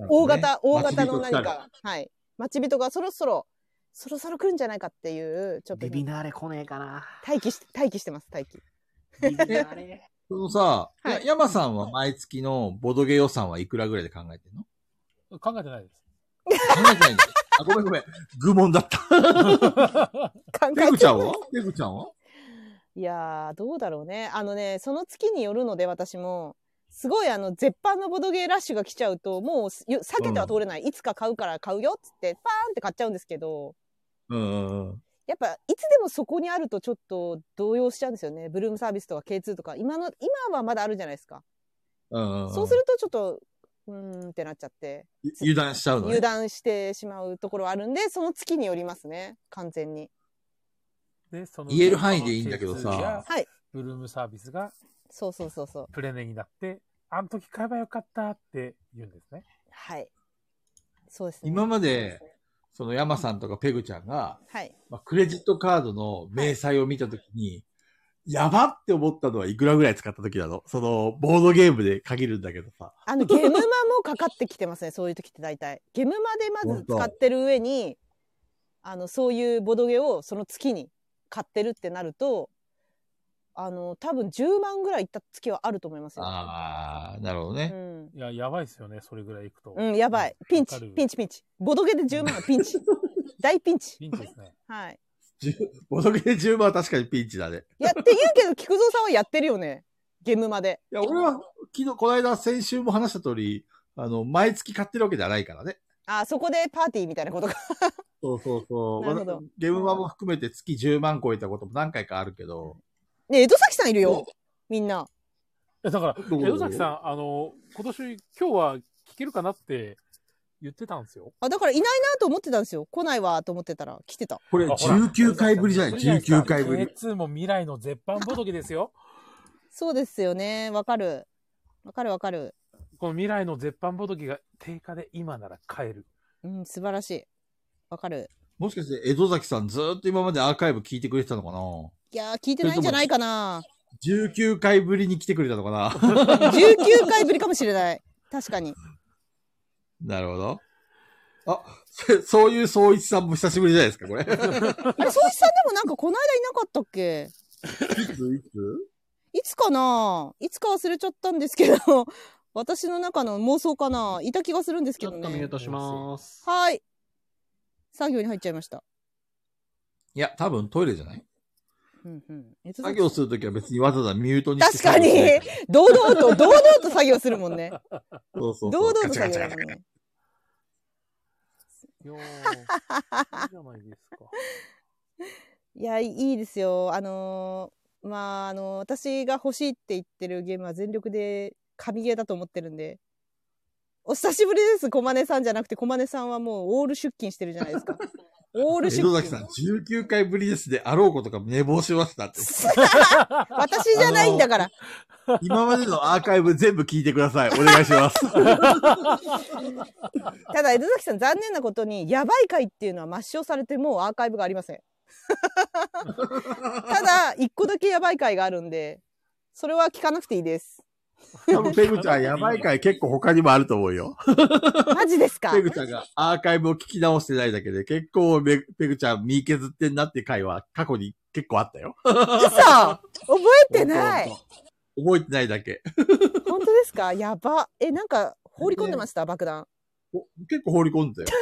[SPEAKER 1] 大型、大型の何かはい待ち人がそろそろそろそろ来るんじゃないかっていうちょっと
[SPEAKER 2] デビナーレ来ねえ
[SPEAKER 1] *laughs*
[SPEAKER 2] かな。
[SPEAKER 1] 待機し待機してます待機
[SPEAKER 2] デビナーレ。
[SPEAKER 3] そのさ、
[SPEAKER 1] はい
[SPEAKER 3] や山さんは毎月のボドゲ予算はいくらぐらいで考えてんの
[SPEAKER 4] う。考えてない
[SPEAKER 1] *laughs*
[SPEAKER 4] です。
[SPEAKER 3] 考えてないんだ。あ、ごめんごめん。愚問だった。
[SPEAKER 1] 考えて
[SPEAKER 3] ペグち
[SPEAKER 1] *laughs*
[SPEAKER 3] ゃんはペグちゃんはい
[SPEAKER 1] やー、どうだろうね。あのね、その月によるので、私も、すごいあの、絶版のボドゲーラッシュが来ちゃうと、もうす、よ避けては通れない。いつか買うから買うよっつって、パーンって買っちゃうんですけど、
[SPEAKER 3] うんうんうん。
[SPEAKER 1] やっぱ、いつでもそこにあるとちょっと動揺しちゃうんですよね。ブルームサービスとか K2 とか、今の、今はまだあるじゃないですか。
[SPEAKER 3] うんんん
[SPEAKER 1] そうするとちょっと、うーんってなっちゃって、
[SPEAKER 3] ゆ油断しちゃうの
[SPEAKER 1] 油
[SPEAKER 3] ね。
[SPEAKER 1] 断してしまうところはあるんで、その月によりますね。完全に。
[SPEAKER 4] で、その、
[SPEAKER 3] 言える範囲でいいんだけどさ
[SPEAKER 4] あの K2 や
[SPEAKER 1] はい。
[SPEAKER 4] ブルームサービスが
[SPEAKER 1] そうそうそうそう。
[SPEAKER 4] プレネになって、あの時買えばよかったって言うんですね。
[SPEAKER 1] はい。そうですね。
[SPEAKER 3] 今まで、その山さんとかペグちゃんが、
[SPEAKER 1] はい。
[SPEAKER 3] まあ、クレジットカードの明細を見たときに、やばって思ったのはいくらぐらい使ったときなのその、ボードゲームで限るんだけどさ。
[SPEAKER 1] あの、ゲムマもかかってきてますね、 *laughs* そういう時って大体。ゲムマでまず使ってる上に、あの、そういうボドゲをその月に買ってるってなると、あの、多分10万ぐらいいった月はあると思いますよ。
[SPEAKER 3] ああ、なるほど
[SPEAKER 1] う
[SPEAKER 3] ね。
[SPEAKER 1] ん。
[SPEAKER 4] いや、やばいですよね、それぐらいいくと。
[SPEAKER 1] うん、やばい。ピンチ、ピン
[SPEAKER 4] チ。
[SPEAKER 1] チ、ピンチ。ボドゲで10万はピンチ。大ピンチ。
[SPEAKER 4] ピンチですね。
[SPEAKER 1] はい。
[SPEAKER 3] ボドゲで10万は確かにピンチだね。
[SPEAKER 1] いやって言うけど、菊蔵さんはやってるよね。ゲムマで。
[SPEAKER 3] いや、俺は、昨日、この間、先週も話した通り、あの、毎月買ってるわけじゃないからね。
[SPEAKER 1] あ、そこでパーティーみたいなことか。
[SPEAKER 3] そうそうそう。
[SPEAKER 1] なるほど
[SPEAKER 3] ゲームマも含めて月10万超えたことも何回かあるけど。
[SPEAKER 1] ねえ江戸崎さんいるよ。みんな。
[SPEAKER 4] いやだから、
[SPEAKER 3] どうぞ
[SPEAKER 4] 江戸崎さん、あの、今年、今日は聞けるかなって言ってたんですよ。
[SPEAKER 1] あ、だからいないなと思ってたんですよ。来ないわと思ってたら来てた。
[SPEAKER 3] これ
[SPEAKER 4] あほら
[SPEAKER 3] 19回ぶりじゃない ?19 回ぶり。
[SPEAKER 4] K2 も未来の絶版ボトゲですよ。
[SPEAKER 1] そうですよね。わかる。わかるわかる。
[SPEAKER 4] この未来の絶版ボトゲが定価で今なら買える。
[SPEAKER 1] うん、素晴らしい。わかる。
[SPEAKER 3] もしかして、江戸崎さんずーっと今までアーカイブ聞いてくれてたのかない
[SPEAKER 1] やー、聞いてないんじゃないかな。
[SPEAKER 3] ?19 回ぶりに来てくれたのかな *laughs*
[SPEAKER 1] 19回ぶりかもしれない。確かに。
[SPEAKER 3] なるほど。あ、そそういう総一さんも久しぶりじゃないですか、これ。い
[SPEAKER 1] あれ、宗一さんでもなんかこの間いなかったっけ
[SPEAKER 3] ついつ
[SPEAKER 1] いつかないつか忘れちゃったんですけど、私の中の妄想かないた気がするんですけ
[SPEAKER 2] ち
[SPEAKER 1] ど
[SPEAKER 2] ょっとミュー
[SPEAKER 1] ね。
[SPEAKER 2] トします。
[SPEAKER 1] はい。作業に入っちゃいました。
[SPEAKER 3] *laughs* いや、多分トイレじゃない
[SPEAKER 1] うんうん。江戸
[SPEAKER 3] 作
[SPEAKER 1] 崎
[SPEAKER 3] 業するときは別にわざわざミュートにして
[SPEAKER 1] 確かに
[SPEAKER 3] 作業しないら
[SPEAKER 1] 堂々と、堂々と作業するもんね。
[SPEAKER 3] *laughs* そうそうそ
[SPEAKER 1] 堂
[SPEAKER 3] う。
[SPEAKER 1] 々
[SPEAKER 3] ガ
[SPEAKER 1] と
[SPEAKER 3] チャ
[SPEAKER 1] 作
[SPEAKER 3] ガ
[SPEAKER 1] 業
[SPEAKER 3] チャ
[SPEAKER 1] だ
[SPEAKER 3] ガチ
[SPEAKER 1] も
[SPEAKER 3] ャ
[SPEAKER 1] んね。
[SPEAKER 4] いやー、いいじゃないですか。
[SPEAKER 3] *laughs*
[SPEAKER 1] いや、いいいですよ。あのーまあ、あのー私が欲しいって言ってるゲームは全力で神ゲーだと思ってるんで。お久しぶりです、小金さんじゃなくて、小金さんはもうオール出勤してるじゃないですか。オール
[SPEAKER 3] 江
[SPEAKER 1] 出
[SPEAKER 3] 戸崎さん、
[SPEAKER 1] 勤。
[SPEAKER 3] 19回ぶりですで、あろうことか寝坊しましたっ
[SPEAKER 1] *laughs*
[SPEAKER 3] て。
[SPEAKER 1] 私じゃないんだから。
[SPEAKER 3] 今までのアーカイブ全部聞いてください。お願いします。
[SPEAKER 1] ただ、江戸崎さん残念なことに、やばい回っていうのは抹消されてもうアーカイブがありませ
[SPEAKER 3] *laughs*
[SPEAKER 1] ん。ただ、一個だけやばい回があるんで、それは聞かなくていいです。
[SPEAKER 3] 多分ペグちゃん、やばい回結構他にもあると思うよ。
[SPEAKER 1] マジですか
[SPEAKER 3] *laughs* ペグちゃんがアーカイブを聞き直してないだけで、結構めペグちゃん身削ってんなって回は過去に結構あったよ。
[SPEAKER 1] 嘘覚えてない
[SPEAKER 3] 覚えてないだけ。
[SPEAKER 1] 本当ですかやば。え、なんか、放り込んでました、爆弾。
[SPEAKER 3] お結構放り込んでたよ。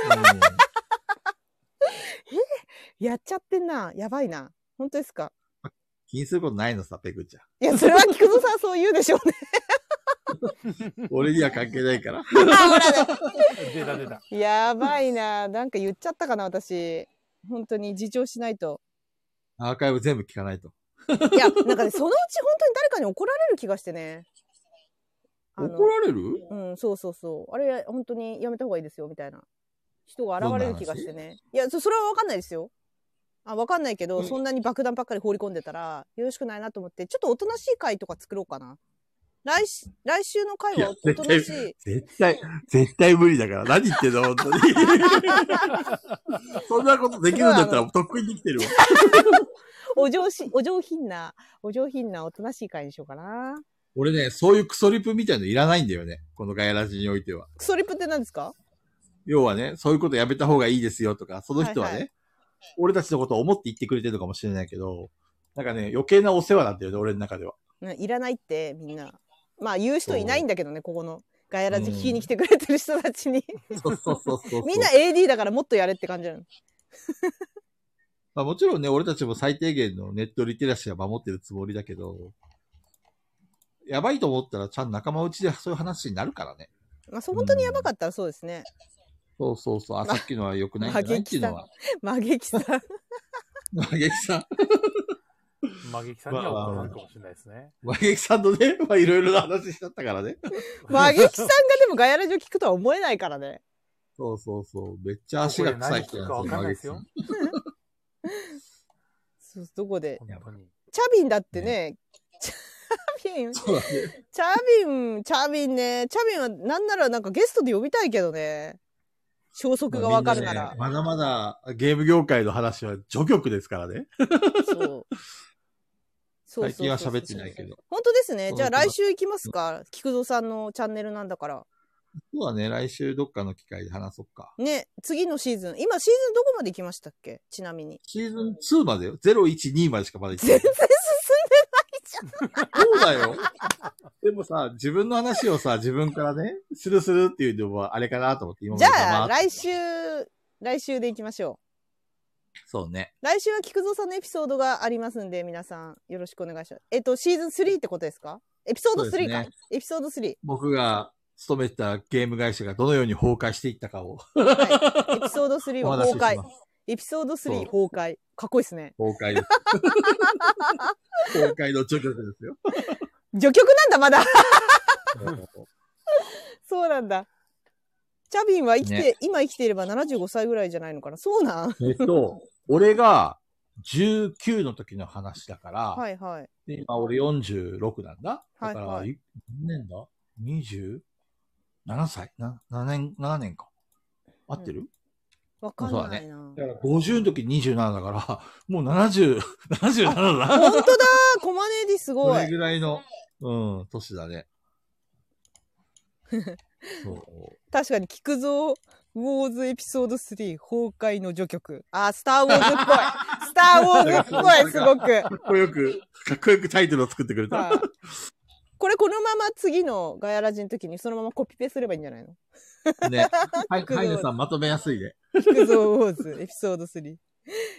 [SPEAKER 1] やっちゃってんな。やばいな。本当ですか
[SPEAKER 3] 気にすることないのさ、ペグちゃ
[SPEAKER 1] いや、それは菊蔵さんそう言うでしょうね。
[SPEAKER 3] ん。俺には関係ないか
[SPEAKER 1] *laughs*
[SPEAKER 3] ら。
[SPEAKER 1] あほらね
[SPEAKER 4] 出た出た。
[SPEAKER 1] やばいな。なんか言っちゃったかな、私。本当に自重しないと。
[SPEAKER 3] アーカイブ全部聞かないと。
[SPEAKER 1] いや、なんかね、そのうち本当に誰かに怒られる気がしてね。あの
[SPEAKER 3] 怒られる
[SPEAKER 1] うん、そうそうそう。あれ、本当にやめた方がいいですよ、みたいな人が現れる気がしてね。いやそ、それはわかんないですよ。あ、わかんないけど、
[SPEAKER 3] うん
[SPEAKER 1] そんなに爆弾ばっかり放り込んでたら、よろしくないなと思って、ちょっとおとなしい回とか作ろうかな。来し、来週の回
[SPEAKER 3] いや
[SPEAKER 1] はおとなしい。
[SPEAKER 3] 絶対、絶対無理だから。何言ってんの、本
[SPEAKER 1] *laughs*
[SPEAKER 3] 当に。そんなことできるんだったら、とっくにできてるわ。
[SPEAKER 1] お上し、お上品な、お上品なおとなしい回にしようかな。
[SPEAKER 3] 俺ね、そういうクソリプみたいのいらないんだよね。このガヤラジにおいては。
[SPEAKER 1] クソリップって何ですか
[SPEAKER 3] 要はね、そういうことやめた方がいいですよとか、その人はね、
[SPEAKER 1] はいは
[SPEAKER 3] 俺たちのことを思って言ってくれてるのかもしれないけど、なんかね、余計なお世話なんだよね、俺の中では。
[SPEAKER 1] ねいらないって、みんな。まあ、言う人いないんだけどね、ここの。ガヤラジ聞きに来てくれてる人たちに。
[SPEAKER 3] そうそうそうそうそう
[SPEAKER 1] みんな AD だからもっとやれって感じなの。
[SPEAKER 3] まあもちろんね、俺たちも最低限のネットリテラシーは守ってるつもりだけど、やばいと思ったら、ちゃんと仲間内でそういう話になるからね。
[SPEAKER 1] まあ、そう本当にやばかったらそうですね。
[SPEAKER 3] そうそうそう。あ、さっきのは良くないんじゃないっていうのは。
[SPEAKER 1] マゲキさん。
[SPEAKER 3] *laughs* 和劇さん。
[SPEAKER 4] マゲキさんには怒らんかもしれないですね。
[SPEAKER 3] 和劇さんのね、まあいろいろな話しちゃったからね。
[SPEAKER 1] マゲキさんがでもガヤラジオ聞くとは思えないからね。
[SPEAKER 3] そうそうそう。めっちゃ足が臭い人
[SPEAKER 4] ここで何聞くかわかんない
[SPEAKER 3] で
[SPEAKER 4] ですよ
[SPEAKER 1] そうどこで。
[SPEAKER 4] 本当に。
[SPEAKER 1] チャビンだってね、チャビン、チ
[SPEAKER 3] そうだね。
[SPEAKER 1] ャビン、チャビンね、チャビンはなんならなんかゲストで呼びたいけどね。消息がわかるなら。
[SPEAKER 3] まあみんねまだまだゲーム業界の話は序曲ですからね。
[SPEAKER 1] そう。そうそうそうそう
[SPEAKER 3] 最近は喋ってないけど。
[SPEAKER 1] 本当ですね。
[SPEAKER 3] そう
[SPEAKER 1] じゃあ来週行きますか。菊蔵さんのチャンネルなんだから。
[SPEAKER 3] そうだね、来週どっかの機会で話そうか。
[SPEAKER 1] ね、次のシーズン。今シーズンどこまで行きましたっけちなみに。
[SPEAKER 3] シーズン2までよ。0、1、2までしかまだ行ってな
[SPEAKER 1] 全然
[SPEAKER 3] い
[SPEAKER 1] 進ん。
[SPEAKER 3] そうだよ。 *laughs* でもさ、自分の話をさ、自分からね、するするっていうのはあれかなと思って、今ま
[SPEAKER 1] じ
[SPEAKER 3] で
[SPEAKER 1] ゃ
[SPEAKER 3] 黙
[SPEAKER 1] あ、
[SPEAKER 3] って
[SPEAKER 1] 来週、来週で行きましょ
[SPEAKER 3] そうね。
[SPEAKER 1] う。来週は菊蔵さんのエピソードがありますんで、皆さんよろしくお願いします。えっと、シーズン3ってことですかエピソード
[SPEAKER 3] そうで
[SPEAKER 1] 3
[SPEAKER 3] す
[SPEAKER 1] か。
[SPEAKER 3] ね
[SPEAKER 1] エピソード3。
[SPEAKER 3] 僕が勤めてたゲーム会社がどのように崩壊していったかを
[SPEAKER 1] はい。エピソード3
[SPEAKER 3] お
[SPEAKER 1] は
[SPEAKER 3] 話しし
[SPEAKER 1] 崩
[SPEAKER 3] ます
[SPEAKER 1] 壊。。エピソード
[SPEAKER 3] そう
[SPEAKER 1] 3崩壊。かっこいいですね。
[SPEAKER 3] 崩壊です。崩壊の序曲ですよ。
[SPEAKER 1] 序曲なんだ、まだ。 *laughs* そうなんだ。チャビンは生きて、
[SPEAKER 3] ね
[SPEAKER 1] 今生きていれば75歳ぐらいじゃないのかな。そうなん。
[SPEAKER 3] えっ
[SPEAKER 1] *laughs*
[SPEAKER 3] と、俺が19の時の話だから、
[SPEAKER 1] はいはい。
[SPEAKER 3] で今俺46なんだ。だから、、
[SPEAKER 1] はいはい
[SPEAKER 3] 何年だ ?27 歳な ?7 年、7年か。合ってる、
[SPEAKER 1] わかんないな。
[SPEAKER 3] だから50の時27だから、 *laughs* もう70、77だな。
[SPEAKER 1] 本当だコマネディす
[SPEAKER 3] こ
[SPEAKER 1] ご
[SPEAKER 3] れ
[SPEAKER 1] い。
[SPEAKER 3] ぐらいの、うん、年だ
[SPEAKER 1] *laughs*
[SPEAKER 3] ね。そう。
[SPEAKER 1] 確かに、菊蔵ウォーズエピソード3崩壊の序曲。あー、スターウォーズっぽい。スターウォーズっぽい、すごく。
[SPEAKER 3] かっこよく、かっこよくタイトルを作ってくれた。
[SPEAKER 1] はいここれこのまま次のガヤラジの時にそのままコピペすればいいんじゃないの
[SPEAKER 3] ね。
[SPEAKER 1] *laughs*
[SPEAKER 3] はい、ハイネさんまとめやすいね。
[SPEAKER 1] 菊蔵ウォーズエピソード3。い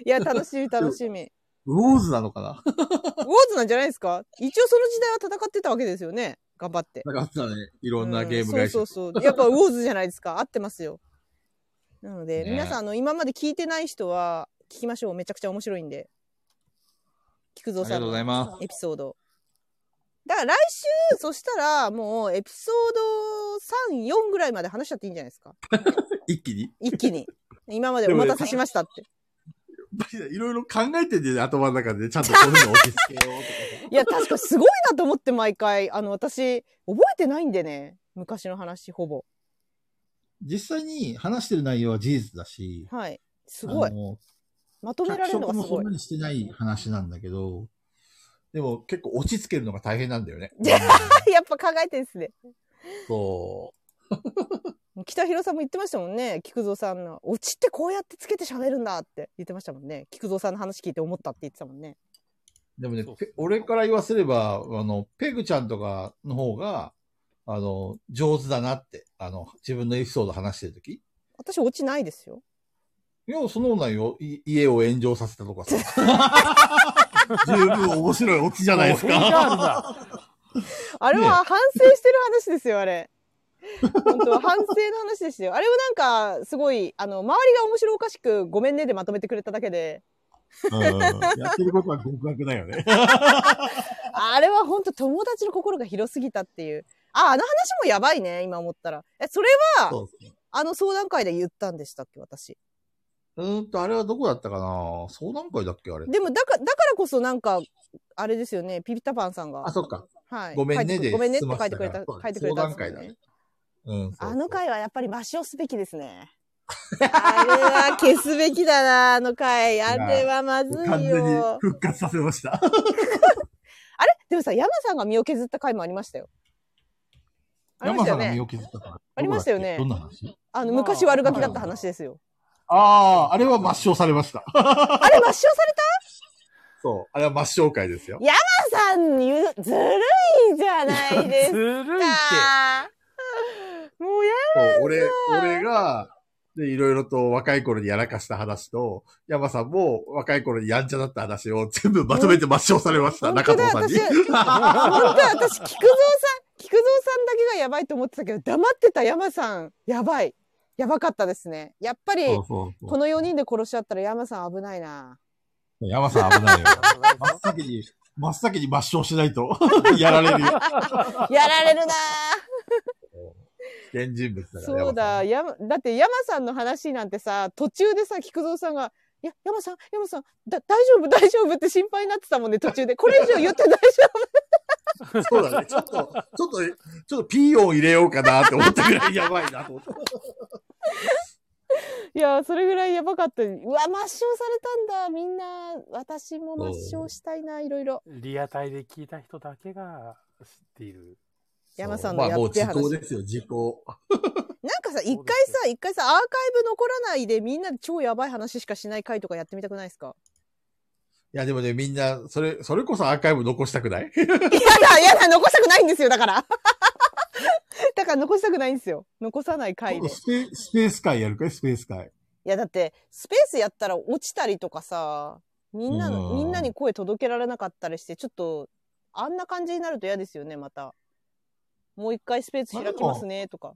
[SPEAKER 1] や、楽しみ、楽しみ。
[SPEAKER 3] ウォーズなのかな
[SPEAKER 1] ウォーズなんじゃないですか一応その時代は戦ってたわけですよね。頑張って。
[SPEAKER 3] なんかあったね。いろんなゲーム
[SPEAKER 1] う
[SPEAKER 3] 会
[SPEAKER 1] ん
[SPEAKER 3] 社。
[SPEAKER 1] そうそうそう。やっぱウォーズじゃないです
[SPEAKER 3] *laughs*
[SPEAKER 1] か。合ってますよ。なので、
[SPEAKER 3] ね
[SPEAKER 1] 皆さん、あの、今まで聞いてない人は、聞きましょう。めちゃくちゃ面白いんで。菊蔵
[SPEAKER 3] ありが
[SPEAKER 1] さん
[SPEAKER 3] とうご
[SPEAKER 1] の
[SPEAKER 3] ざいます。
[SPEAKER 1] エピソード。だから来週、そしたら、もう、エピソード3、4ぐらいまで話しちゃっていいんじゃないですか。
[SPEAKER 3] 一気に。
[SPEAKER 1] 一気
[SPEAKER 3] *laughs*
[SPEAKER 1] に。今までお待たせしましたって。
[SPEAKER 3] いろいろ考えてんだよね、頭の中で。ちゃんとこういうの落ち着けようとか
[SPEAKER 1] *laughs*
[SPEAKER 3] さ。
[SPEAKER 1] いや、確かにすごいなと思って、毎回。あの、私、覚えてないんでね。昔の話、ほぼ。
[SPEAKER 3] 実際に話してる内容は事実だし、
[SPEAKER 1] はい。すごい
[SPEAKER 3] あ。の
[SPEAKER 1] まとめられるのがす
[SPEAKER 3] 脚色も
[SPEAKER 1] ごい
[SPEAKER 3] そんな。にしてない話なんだけど、でも結構落ち着けるのが大変なんだよ
[SPEAKER 1] *laughs*
[SPEAKER 3] ね。
[SPEAKER 1] やっぱ考えてんすね。
[SPEAKER 3] そ
[SPEAKER 1] 北広さんも言ってましたもんね。菊蔵さんの、オチってこうやってつけて喋るんだって言ってましたもんね。菊蔵さんの話聞いて思ったって言ってたもんね。
[SPEAKER 3] う。でもね
[SPEAKER 4] そう、
[SPEAKER 3] ペ俺から言わせれば、あの、ペグちゃんとかの方が、あの、上手だなって、あの、自分のエピソード話してるとき。い
[SPEAKER 1] 私、オチないですよ。
[SPEAKER 3] や、その内容、い家を炎上させたと
[SPEAKER 1] *laughs*
[SPEAKER 3] かさ。十分面白いオチじゃないです
[SPEAKER 4] おそれがあ
[SPEAKER 3] か。
[SPEAKER 4] るな。
[SPEAKER 1] あれは反省してる話ですよ、あれ。本当反省の話でしたよ。あれはなんか、すごい、あの、周りが面白おかしく、ごめんねでまとめてくれただけで、
[SPEAKER 3] うんやってることは極悪だよね。
[SPEAKER 1] あれは本当友達の心が広すぎたっていう。あ、あの話もやばいね、今思ったら。え、それは、
[SPEAKER 3] そうですね
[SPEAKER 1] あの相談会で言ったんでしたっけ、私。
[SPEAKER 3] うーんと、あれはどこだったかな相談会だっけあれ。
[SPEAKER 1] でもだか、だからこそなんか、あれですよね、ピピタパンさんが
[SPEAKER 3] あ、。そっか。
[SPEAKER 1] はい。
[SPEAKER 3] ごめん
[SPEAKER 1] 書
[SPEAKER 3] ね
[SPEAKER 1] いて
[SPEAKER 3] で
[SPEAKER 1] ごめんねって
[SPEAKER 3] 済ま
[SPEAKER 1] 書
[SPEAKER 3] せ
[SPEAKER 1] いて
[SPEAKER 3] た
[SPEAKER 1] く
[SPEAKER 3] か
[SPEAKER 1] れ
[SPEAKER 3] ら
[SPEAKER 1] た、
[SPEAKER 3] そう
[SPEAKER 1] 書いてくれたんですよ
[SPEAKER 3] 相談会だ
[SPEAKER 1] ね
[SPEAKER 3] ね。うん。そう
[SPEAKER 1] あの回はやっぱり抹消すべきです
[SPEAKER 3] *laughs*
[SPEAKER 1] ね。あれは消すべきだな、あの回。あれはまず
[SPEAKER 3] 完
[SPEAKER 1] い
[SPEAKER 3] 全に
[SPEAKER 1] よ。
[SPEAKER 3] 復活させました。
[SPEAKER 1] あれでもさ、山さんが身を削った回もありましたよ。ありました
[SPEAKER 3] 山さ
[SPEAKER 1] よ
[SPEAKER 3] んが身
[SPEAKER 1] ね
[SPEAKER 3] を。削ったから。
[SPEAKER 1] ありましたよね
[SPEAKER 3] どんな話
[SPEAKER 1] あの、
[SPEAKER 4] まあ
[SPEAKER 1] 昔悪ガキだった話ですよ。
[SPEAKER 3] ああ、あれは抹消されました。
[SPEAKER 1] あれ抹消され
[SPEAKER 3] そう。あれは抹消会ですよ。
[SPEAKER 1] たさん言う、ずるいじゃないです
[SPEAKER 3] *laughs*
[SPEAKER 4] ず
[SPEAKER 1] か。
[SPEAKER 4] るいって。
[SPEAKER 1] *laughs* もうや
[SPEAKER 3] そう俺、俺が、で、いろいろと若い頃にやらかした話と、山さんも若い頃にやんちゃだった話を全部まとめて抹消されました。
[SPEAKER 1] 本当
[SPEAKER 3] 中藤
[SPEAKER 1] だ
[SPEAKER 3] さん
[SPEAKER 1] 私
[SPEAKER 3] に。
[SPEAKER 1] 本当私、菊蔵さん、菊蔵さんだけがやばいと思ってたけど、黙ってた山さん、やばい。やばかったですね。やっぱり、
[SPEAKER 3] *laughs* そうそうそう
[SPEAKER 1] この4人で殺し合ったら山さん危ないな。
[SPEAKER 3] 山さん危
[SPEAKER 1] *laughs*
[SPEAKER 3] ないよ。
[SPEAKER 4] あ
[SPEAKER 3] 真っ先に、真っ先に抹消しないと、 *laughs* やられるよ。
[SPEAKER 1] やられるな
[SPEAKER 3] 危険人物だから。
[SPEAKER 1] そうだ、
[SPEAKER 3] 山
[SPEAKER 1] やまだって山さんの話なんてさ、途中でさ、菊蔵さんが、いや、山さん、山さん、だ大丈夫、大丈夫って心配になってたもんね、途中で。これ以上言って大丈
[SPEAKER 3] さん。そうだね。ちょっと、ちょっと、ちょっとピーヨン入れようかなって思ったぐらいやばいなと思った。
[SPEAKER 1] 夫。い *laughs* や、それぐらいやばかった。うわ、抹消されたんだ、みんな。私も抹消したいな、いろいろ。
[SPEAKER 4] リアタイで聞いた人だけが知っている。
[SPEAKER 1] *laughs* 山さんの
[SPEAKER 3] ま
[SPEAKER 1] や
[SPEAKER 3] あも
[SPEAKER 1] っ
[SPEAKER 3] う
[SPEAKER 1] べえ
[SPEAKER 3] 時
[SPEAKER 1] 話。
[SPEAKER 3] 効ですよ、時効。
[SPEAKER 1] なんかさ、
[SPEAKER 4] そうです
[SPEAKER 1] 一
[SPEAKER 4] よ
[SPEAKER 1] 回さ、一回さ、アーカイブ残らないでみんなで超やばい話しかしない回とかやってみたくないですか
[SPEAKER 3] いや、でもね、みんな、それ、それこそアーカイブ残したくない
[SPEAKER 1] やだ、やだ、残したくないんですよ、だから。 *laughs* だから残したくないんですよ。残さない回で。い
[SPEAKER 3] スペスペース会やるかいスペース会。
[SPEAKER 1] や、だって、スペースやったら落ちたりとかさ、みんなの、
[SPEAKER 3] うん
[SPEAKER 1] みんなに声届けられなかったりして、ちょっと、あんな感じになると嫌ですよね、また。もう一回スペース開きますね、とか。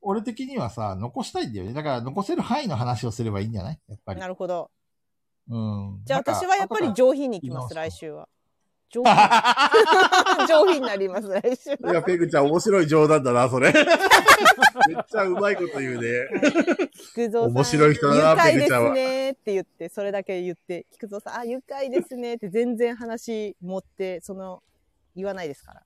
[SPEAKER 3] 俺的にはさ、残したいんだよね。だから残せる範囲の話をすればいいんじゃないやっぱり。
[SPEAKER 1] なるほど。
[SPEAKER 3] うん。
[SPEAKER 1] じゃあ
[SPEAKER 3] なんか
[SPEAKER 1] 私はやっぱり
[SPEAKER 3] 後か
[SPEAKER 1] 上品に行きます、
[SPEAKER 3] 言い
[SPEAKER 1] 来
[SPEAKER 3] 直
[SPEAKER 1] 週は。上品。 *laughs* 上品になります、来週は。
[SPEAKER 3] *laughs* らいや、ペグちゃん面白い冗談だな、それ。めっちゃうまいこと言うね。
[SPEAKER 1] 菊蔵さん。
[SPEAKER 3] 面白い人だな
[SPEAKER 1] 愉快
[SPEAKER 3] ペグ
[SPEAKER 1] で
[SPEAKER 3] ち
[SPEAKER 1] す
[SPEAKER 3] ゃんは
[SPEAKER 1] ねって言って、それだけ言って、菊蔵さん、あ、愉快ですねって全然話持って、その、言わないですから。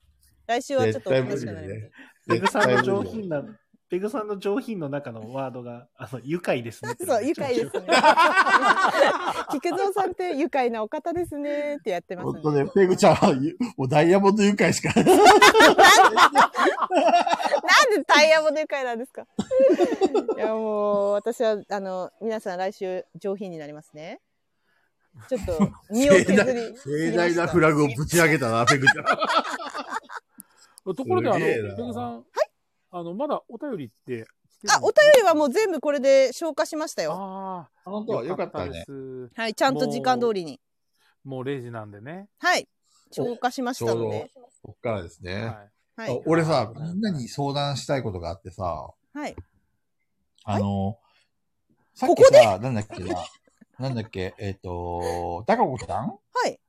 [SPEAKER 1] 来週はちょっとおとなしくなります。
[SPEAKER 3] 絶
[SPEAKER 2] ペグさんの上品な、ペグさんの上品の中のワードが、あの、愉快ですねって。
[SPEAKER 1] そう、愉快
[SPEAKER 3] *laughs*
[SPEAKER 1] ですね。菊蔵さんって愉快なお方ですねってやってま
[SPEAKER 3] ほ
[SPEAKER 1] す
[SPEAKER 3] んと
[SPEAKER 1] ね。
[SPEAKER 3] ね、ペグちゃんは、もうダイヤモンド愉快しか。
[SPEAKER 1] なんでタイヤもでかいなんですか *laughs* いやもう、私は、あの、皆さん来週上品になりますね。ちょっと、
[SPEAKER 3] *laughs*
[SPEAKER 1] 身を削りすぎました。
[SPEAKER 3] 盛大なフラグをぶち上げたな、ペグちゃん。
[SPEAKER 4] うところで、あの、
[SPEAKER 3] すげえな
[SPEAKER 4] ペグさん、あの、まだお便りって来てる
[SPEAKER 1] あ、お便りはもう全部これで消化しましたよ。
[SPEAKER 4] あ
[SPEAKER 3] 本当
[SPEAKER 4] あ、
[SPEAKER 3] はよかった
[SPEAKER 4] で
[SPEAKER 3] ね。
[SPEAKER 4] す。
[SPEAKER 1] はい、ちゃんと時間通りに。
[SPEAKER 4] もう0時なんでね。
[SPEAKER 1] はい、消化しましたので。
[SPEAKER 3] こっからですね。
[SPEAKER 4] は
[SPEAKER 1] は
[SPEAKER 3] あ
[SPEAKER 1] い。
[SPEAKER 3] 俺さ、みんなに相談したいことがあってさ、
[SPEAKER 1] はい。
[SPEAKER 3] あの、さっ
[SPEAKER 1] こ
[SPEAKER 3] き
[SPEAKER 1] こで
[SPEAKER 3] さ、なんだっけな、なんだっけ、えっ、と、高子さん
[SPEAKER 1] はい。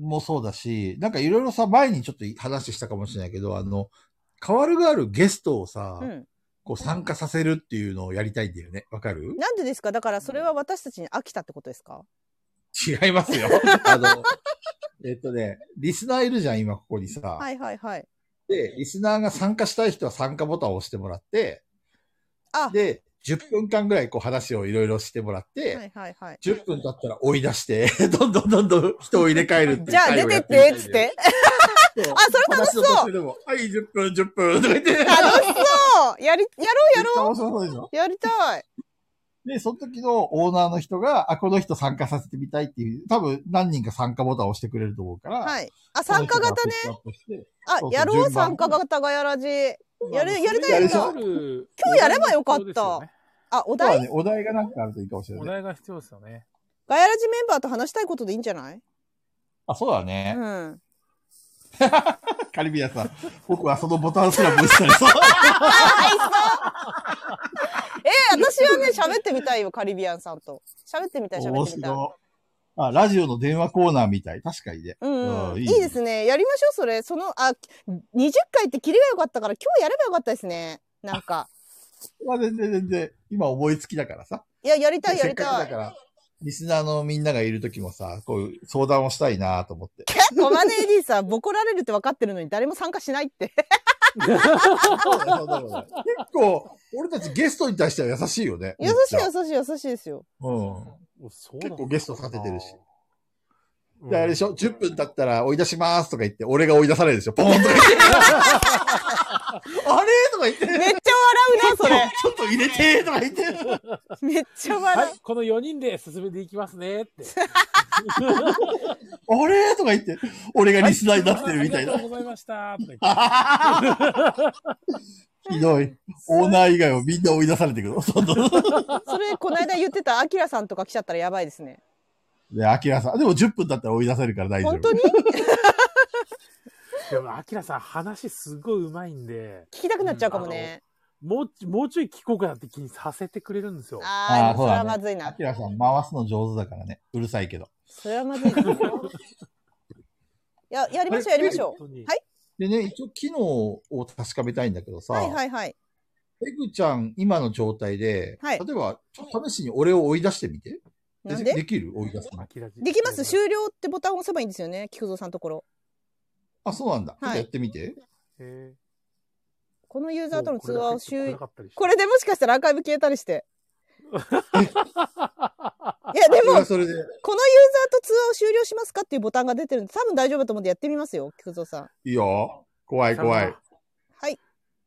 [SPEAKER 3] もそうだし、なんかいろいろさ、前にちょっと話したかもしれないけど、あの、変わるがあるゲストをさ、
[SPEAKER 1] うん。
[SPEAKER 3] こう参加させるっていうのをやりたいんだよね。わかる
[SPEAKER 1] なんでですかだからそれは私たちに飽きたってことですか
[SPEAKER 3] 違いま
[SPEAKER 1] *laughs*
[SPEAKER 3] すよ。あの、えっとね、リスナーいるじゃん、今ここにさ。
[SPEAKER 1] はいはいはい。
[SPEAKER 3] で、リスナーが参加したい人は参加ボタンを押してもらって、
[SPEAKER 1] あ、
[SPEAKER 3] で、10分間ぐらいこう話をいろいろしてもらって、
[SPEAKER 1] はいはいはい。
[SPEAKER 3] 10分経ったら追い出して、 *laughs* どんどんどんどん人を入れ替えるっていう
[SPEAKER 1] じゃあ
[SPEAKER 3] 会
[SPEAKER 1] 出
[SPEAKER 3] を
[SPEAKER 1] て
[SPEAKER 3] や
[SPEAKER 1] っ
[SPEAKER 3] みた
[SPEAKER 1] て
[SPEAKER 3] い
[SPEAKER 1] っ
[SPEAKER 3] んだよ
[SPEAKER 1] つっ
[SPEAKER 3] *laughs*
[SPEAKER 1] て。
[SPEAKER 3] そう
[SPEAKER 1] あ、それ楽しそう
[SPEAKER 3] 話の途中でもはい、10分、10分、とか言って。
[SPEAKER 1] 楽しそうやり、やろうや
[SPEAKER 3] めっちゃ
[SPEAKER 1] ろ
[SPEAKER 3] 面白そうでしょ
[SPEAKER 1] うやりたい
[SPEAKER 3] で、その時のオーナーの人が、あ、この人参加させてみたいっていう、多分何人か参加ボタンを押してくれると思うから。。
[SPEAKER 1] はいい。あ、参加型ね。
[SPEAKER 3] ね。
[SPEAKER 1] あ
[SPEAKER 3] そ、う
[SPEAKER 1] やろう
[SPEAKER 3] 順番
[SPEAKER 1] 参加型がやらじ。
[SPEAKER 4] い。
[SPEAKER 1] やる
[SPEAKER 4] まあ
[SPEAKER 1] やりたい
[SPEAKER 3] な
[SPEAKER 4] それる
[SPEAKER 1] 今日やればよかった
[SPEAKER 4] お題ですよね
[SPEAKER 1] あ、お
[SPEAKER 3] あとは
[SPEAKER 1] 題
[SPEAKER 3] ね、お題がなんかあるといいかもしれ
[SPEAKER 4] お
[SPEAKER 3] ない。
[SPEAKER 4] 題が必要ですよね。
[SPEAKER 1] ガヤラジメンバーと話したいことでいいんじゃない
[SPEAKER 3] あ、そうだ
[SPEAKER 1] う
[SPEAKER 3] ね。
[SPEAKER 1] ん。
[SPEAKER 3] カリビアンさん。 *laughs* 僕はそのボタンすら無視されそう。
[SPEAKER 1] えー、私はね、喋ってみたいよ、カリビアンさんと。喋ってみたい、喋
[SPEAKER 3] 面
[SPEAKER 1] ってみたい。
[SPEAKER 3] 白い。あ、ラジオの電話コーナーみたい。確かにね。
[SPEAKER 1] うん、
[SPEAKER 3] う
[SPEAKER 1] うんん。
[SPEAKER 3] い
[SPEAKER 1] い
[SPEAKER 3] い
[SPEAKER 1] い
[SPEAKER 3] ね
[SPEAKER 1] ですね。やりましょう、それ。その、あ、20回ってキリが良かったから、今日やればよかったですね。なんか。
[SPEAKER 3] まあ、全然全然、今思いつきだからさ。
[SPEAKER 1] いや、やりたい、や
[SPEAKER 3] せっ
[SPEAKER 1] り
[SPEAKER 3] か
[SPEAKER 1] た
[SPEAKER 3] くだか
[SPEAKER 1] い。
[SPEAKER 3] ら、リスナーのみんながいる時もさ、こういう相談をしたいなと思って。
[SPEAKER 1] 結構マネーディーさん、ボコられるって分かってるのに、誰も参加しないって。
[SPEAKER 3] *laughs* そうだよそうだよ結構、俺たちゲストに対しては優しいよね。
[SPEAKER 1] 優しい、
[SPEAKER 3] めっちゃ
[SPEAKER 1] 優しい、優しいですよ。
[SPEAKER 3] う
[SPEAKER 4] おそう
[SPEAKER 3] 結構ゲスト立ててるし。
[SPEAKER 4] うん
[SPEAKER 3] ん。で、あれでしょ ?10 分経ったら追い出しますとか言って、俺が追い出されるでしょポーンとか言って。あれとか言って。
[SPEAKER 1] めっちゃ笑うな、
[SPEAKER 3] ちょっと入れてとか言って。
[SPEAKER 1] それ。めっちゃ笑
[SPEAKER 4] は
[SPEAKER 1] う。
[SPEAKER 4] い、この4人で進めていきます
[SPEAKER 3] *laughs*
[SPEAKER 4] ねって。
[SPEAKER 3] あれとか言って。俺がリスナーになってるみたい
[SPEAKER 4] あ
[SPEAKER 3] *laughs*
[SPEAKER 4] り。が
[SPEAKER 3] な
[SPEAKER 4] とうございました。とか言って
[SPEAKER 3] ひどい。オーナー以外はみんな追い出されてくる。そうそう
[SPEAKER 1] それ、この間言ってた、アキラさんとか来ちゃったらやばいですね。
[SPEAKER 3] で、アキラさん。でも10分だったら追い出せるから大丈夫。
[SPEAKER 1] 本当に
[SPEAKER 4] でも、アキラさん話すごい上手いんで、
[SPEAKER 1] 聞きたくなっちゃうかもね。
[SPEAKER 4] もうち、もうちょい聞こうかなって気にさせてくれるんですよ。
[SPEAKER 1] あ
[SPEAKER 3] あー
[SPEAKER 1] あ、そ
[SPEAKER 3] そう
[SPEAKER 1] れは
[SPEAKER 3] だね
[SPEAKER 1] まずいな
[SPEAKER 3] ア。キラさん回すの上手だからね。うるさいけど。
[SPEAKER 1] それはまずいな。
[SPEAKER 3] *laughs*
[SPEAKER 1] や、やりましょう、やりましょ
[SPEAKER 4] 本当に
[SPEAKER 1] は
[SPEAKER 3] でね、一応機能を確かめたいんだけど
[SPEAKER 1] う。
[SPEAKER 3] さ、
[SPEAKER 1] はいはいはい。
[SPEAKER 3] ペグちゃん今の状態で、
[SPEAKER 1] はい
[SPEAKER 3] 例えば、ちょっと試しに俺を追い出してみて。
[SPEAKER 1] なんで
[SPEAKER 3] できる追い出すの
[SPEAKER 4] ア。キラじ
[SPEAKER 1] できます終了ってボタンを押せばいいんですよね。菊蔵さんのところ。
[SPEAKER 3] あ、そうなんだ。ちょ
[SPEAKER 1] は
[SPEAKER 3] っ
[SPEAKER 1] い
[SPEAKER 3] とやってみて。
[SPEAKER 4] え
[SPEAKER 1] このユー
[SPEAKER 4] ー
[SPEAKER 1] ザーとの通話を終了。こ
[SPEAKER 4] これ
[SPEAKER 1] れでもしかしたらアーカイブ消えたり *laughs* して。いや、で
[SPEAKER 3] それ
[SPEAKER 1] も
[SPEAKER 3] は、それで、
[SPEAKER 1] このユーザーと通話を終了しますかっていうボタンが出てるんで、多分大丈夫だと思うんでやってみますよ、菊蔵さん。
[SPEAKER 3] いいよ。怖い怖い。
[SPEAKER 1] はい。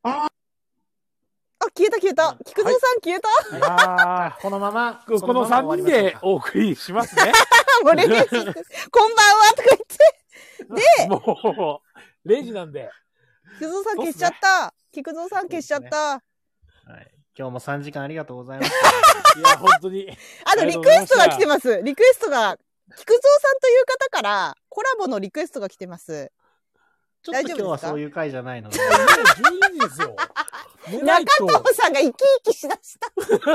[SPEAKER 1] あ、消えた消えた。菊蔵さん消えた、
[SPEAKER 4] いや
[SPEAKER 2] このまま、
[SPEAKER 4] ーこの
[SPEAKER 2] まま
[SPEAKER 4] 3人
[SPEAKER 2] 終わりま
[SPEAKER 4] で
[SPEAKER 2] しょうか
[SPEAKER 4] お送りします *laughs* ね。
[SPEAKER 1] あ、もうレジして。こんばんはとか言 *laughs* って。
[SPEAKER 4] もう、0時なんで。
[SPEAKER 1] 菊蔵さん消しちゃった。菊蔵さん消しちゃった。
[SPEAKER 2] はい。今日も3時間ありがとうございまし
[SPEAKER 4] いや、本当に。
[SPEAKER 1] あと
[SPEAKER 4] あり
[SPEAKER 1] リ
[SPEAKER 4] がとう
[SPEAKER 1] ク
[SPEAKER 4] ござ
[SPEAKER 1] エ
[SPEAKER 4] い
[SPEAKER 1] スト
[SPEAKER 4] ました
[SPEAKER 1] が来てます。リクエストが、菊蔵さんという方からコラボのリクエストが来てます。
[SPEAKER 2] た。ちょっと
[SPEAKER 1] 大丈夫ですか
[SPEAKER 2] 今日はそういう回じゃないので
[SPEAKER 4] も、う12時で
[SPEAKER 1] *laughs*
[SPEAKER 4] すよ。寝ないと
[SPEAKER 1] 中藤さんが生き生きしだした。
[SPEAKER 2] 楽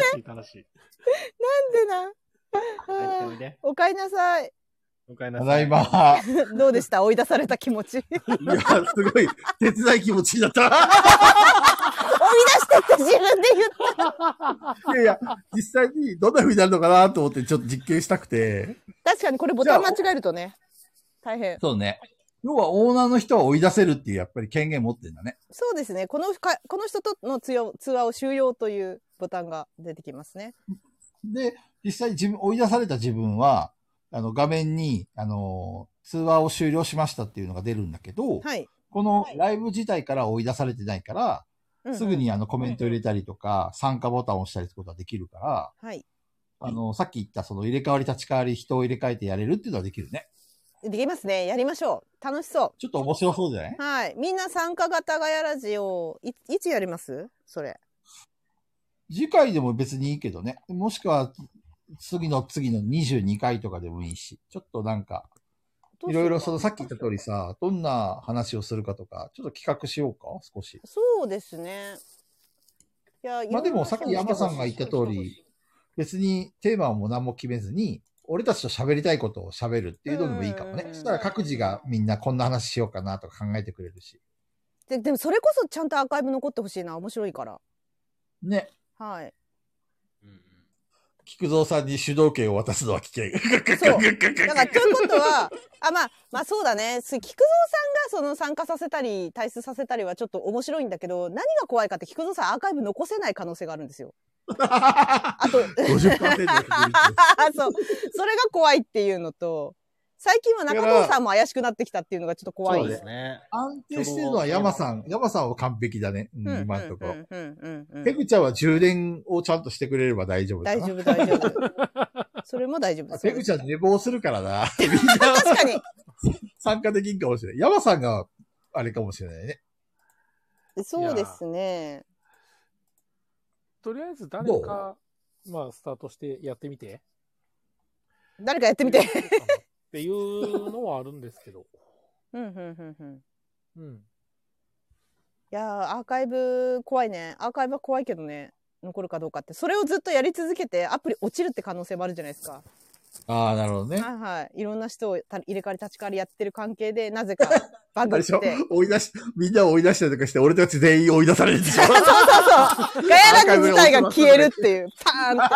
[SPEAKER 2] しい楽しい。
[SPEAKER 1] なんでな。
[SPEAKER 2] 帰って
[SPEAKER 1] あ
[SPEAKER 2] おい
[SPEAKER 1] ー
[SPEAKER 2] で。
[SPEAKER 1] おかえりなさい。
[SPEAKER 2] おかえりな
[SPEAKER 3] た
[SPEAKER 2] さい。
[SPEAKER 3] だいま。い
[SPEAKER 1] どうで
[SPEAKER 3] *laughs*
[SPEAKER 1] した追い出された気持ち。追い出
[SPEAKER 3] や、すごい、手伝い気持ちになっ
[SPEAKER 1] し
[SPEAKER 3] た。
[SPEAKER 1] てって自分で言っ
[SPEAKER 3] いやいや、実際にどんな風になるのかなと思ってちょっと実験したくて。
[SPEAKER 1] た。確かにこれボタン間違えるとね。大変。
[SPEAKER 3] そうね。要はオーナーの人は追い出せるっていう、やっぱり権限持ってんだね。
[SPEAKER 1] そうですね。このか、この人との通話通話を終了というボタンが出てきますね。
[SPEAKER 3] で、実際自分、追い出された自分は、あの、画面に、あの、通話を終了しましたっていうのが出るんだけど、
[SPEAKER 1] はい。
[SPEAKER 3] このライブ自体から追い出されてないから、
[SPEAKER 1] うんうん
[SPEAKER 3] すぐ。にあのコメント入れたりとか、参加ボタンを押したりってことはできるから、
[SPEAKER 1] はい。
[SPEAKER 3] あの、さっき言ったその入れ替わり立ち替わり、人を入れ替えてやれるっていうのはできるね。
[SPEAKER 1] できますね。やりましょう。楽しそ。
[SPEAKER 3] ちょっと面白そうじゃないう
[SPEAKER 1] はい。みんな参加型がやらじを、いいつやりますそれ。
[SPEAKER 3] 次回でも別にいいけどね。もしくは、次の次の22回とかでもいいし、ちょっとなんか、いろいろそのさっき言った通りさ、どんな話をするかとか、ちょっと企画しようか、少し。
[SPEAKER 1] そうですね。いや、
[SPEAKER 3] まあでもさっき山さんが言った通り、別にテーマも何も決めずに、俺たちと喋りたいことを喋るっていうのでもいいかも
[SPEAKER 1] うんうん
[SPEAKER 3] ね
[SPEAKER 1] う。ん
[SPEAKER 3] そしたら各自がみんなこんな話しようかなとか考えてくれるし。
[SPEAKER 1] ででもそれこそちゃんとアーカイブ残ってほしいな面白いから
[SPEAKER 3] ね。
[SPEAKER 1] はい
[SPEAKER 3] 菊蔵さんに主導権を渡すのは危険。
[SPEAKER 1] そうだからということ
[SPEAKER 3] *laughs*
[SPEAKER 1] はあまあまあそうだねす菊蔵さんがその参加させたり退出させたりはちょっと面白いんだけど何が怖いかって菊蔵さんアーカイブ残せない可能性があるんですよあと *laughs*
[SPEAKER 3] *laughs* 50%確率
[SPEAKER 1] そうそれが怖いっていうのと最近は中藤さんも怪しくなってきたっていうのがちょっと怖い
[SPEAKER 2] そう
[SPEAKER 1] う
[SPEAKER 2] ですね。
[SPEAKER 3] 安定してるのは山さん。山さんは完璧だね。うん
[SPEAKER 1] んうん
[SPEAKER 3] 今のところ。
[SPEAKER 1] うんうんうんうん
[SPEAKER 3] ペグちゃんは充電をちゃんとしてくれれば大丈夫だ
[SPEAKER 1] 大
[SPEAKER 3] な。
[SPEAKER 1] 丈夫大丈夫それも大丈夫
[SPEAKER 3] あ
[SPEAKER 1] です
[SPEAKER 3] ペグちゃん寝坊するからな。
[SPEAKER 1] 確かに
[SPEAKER 3] 参加できんかもしれない。山さんがあれかもしれないね。 *laughs*
[SPEAKER 1] そうですね。
[SPEAKER 4] とりあえず誰
[SPEAKER 3] どう
[SPEAKER 4] か、まあ、スタートしてやってみて。
[SPEAKER 1] 誰かやってみて。
[SPEAKER 4] っていうのはあるんですけど。
[SPEAKER 1] うんうんうんうん。 *laughs*
[SPEAKER 4] うん。
[SPEAKER 1] いやーアーカイブ怖いね。アーカイブは怖いけどね。残るかどうかって。それをずっとやり続けてアプリ落ちるって可能性もあるじゃないですか。
[SPEAKER 3] ああ、なるほどね。
[SPEAKER 1] はいはい。いろんな人をた入れ替わり立ち替わりやってる関係で、なぜかバ
[SPEAKER 3] あ
[SPEAKER 1] グ
[SPEAKER 3] れ
[SPEAKER 1] っ
[SPEAKER 3] で
[SPEAKER 1] て。
[SPEAKER 3] し
[SPEAKER 1] そう
[SPEAKER 3] ょ追い出し、みんなを追い出したりとかして、俺たち全員追い出されるで
[SPEAKER 1] *laughs*
[SPEAKER 3] しょ
[SPEAKER 1] そうガヤラジ自体が消えるっていう。 *laughs* パーンっ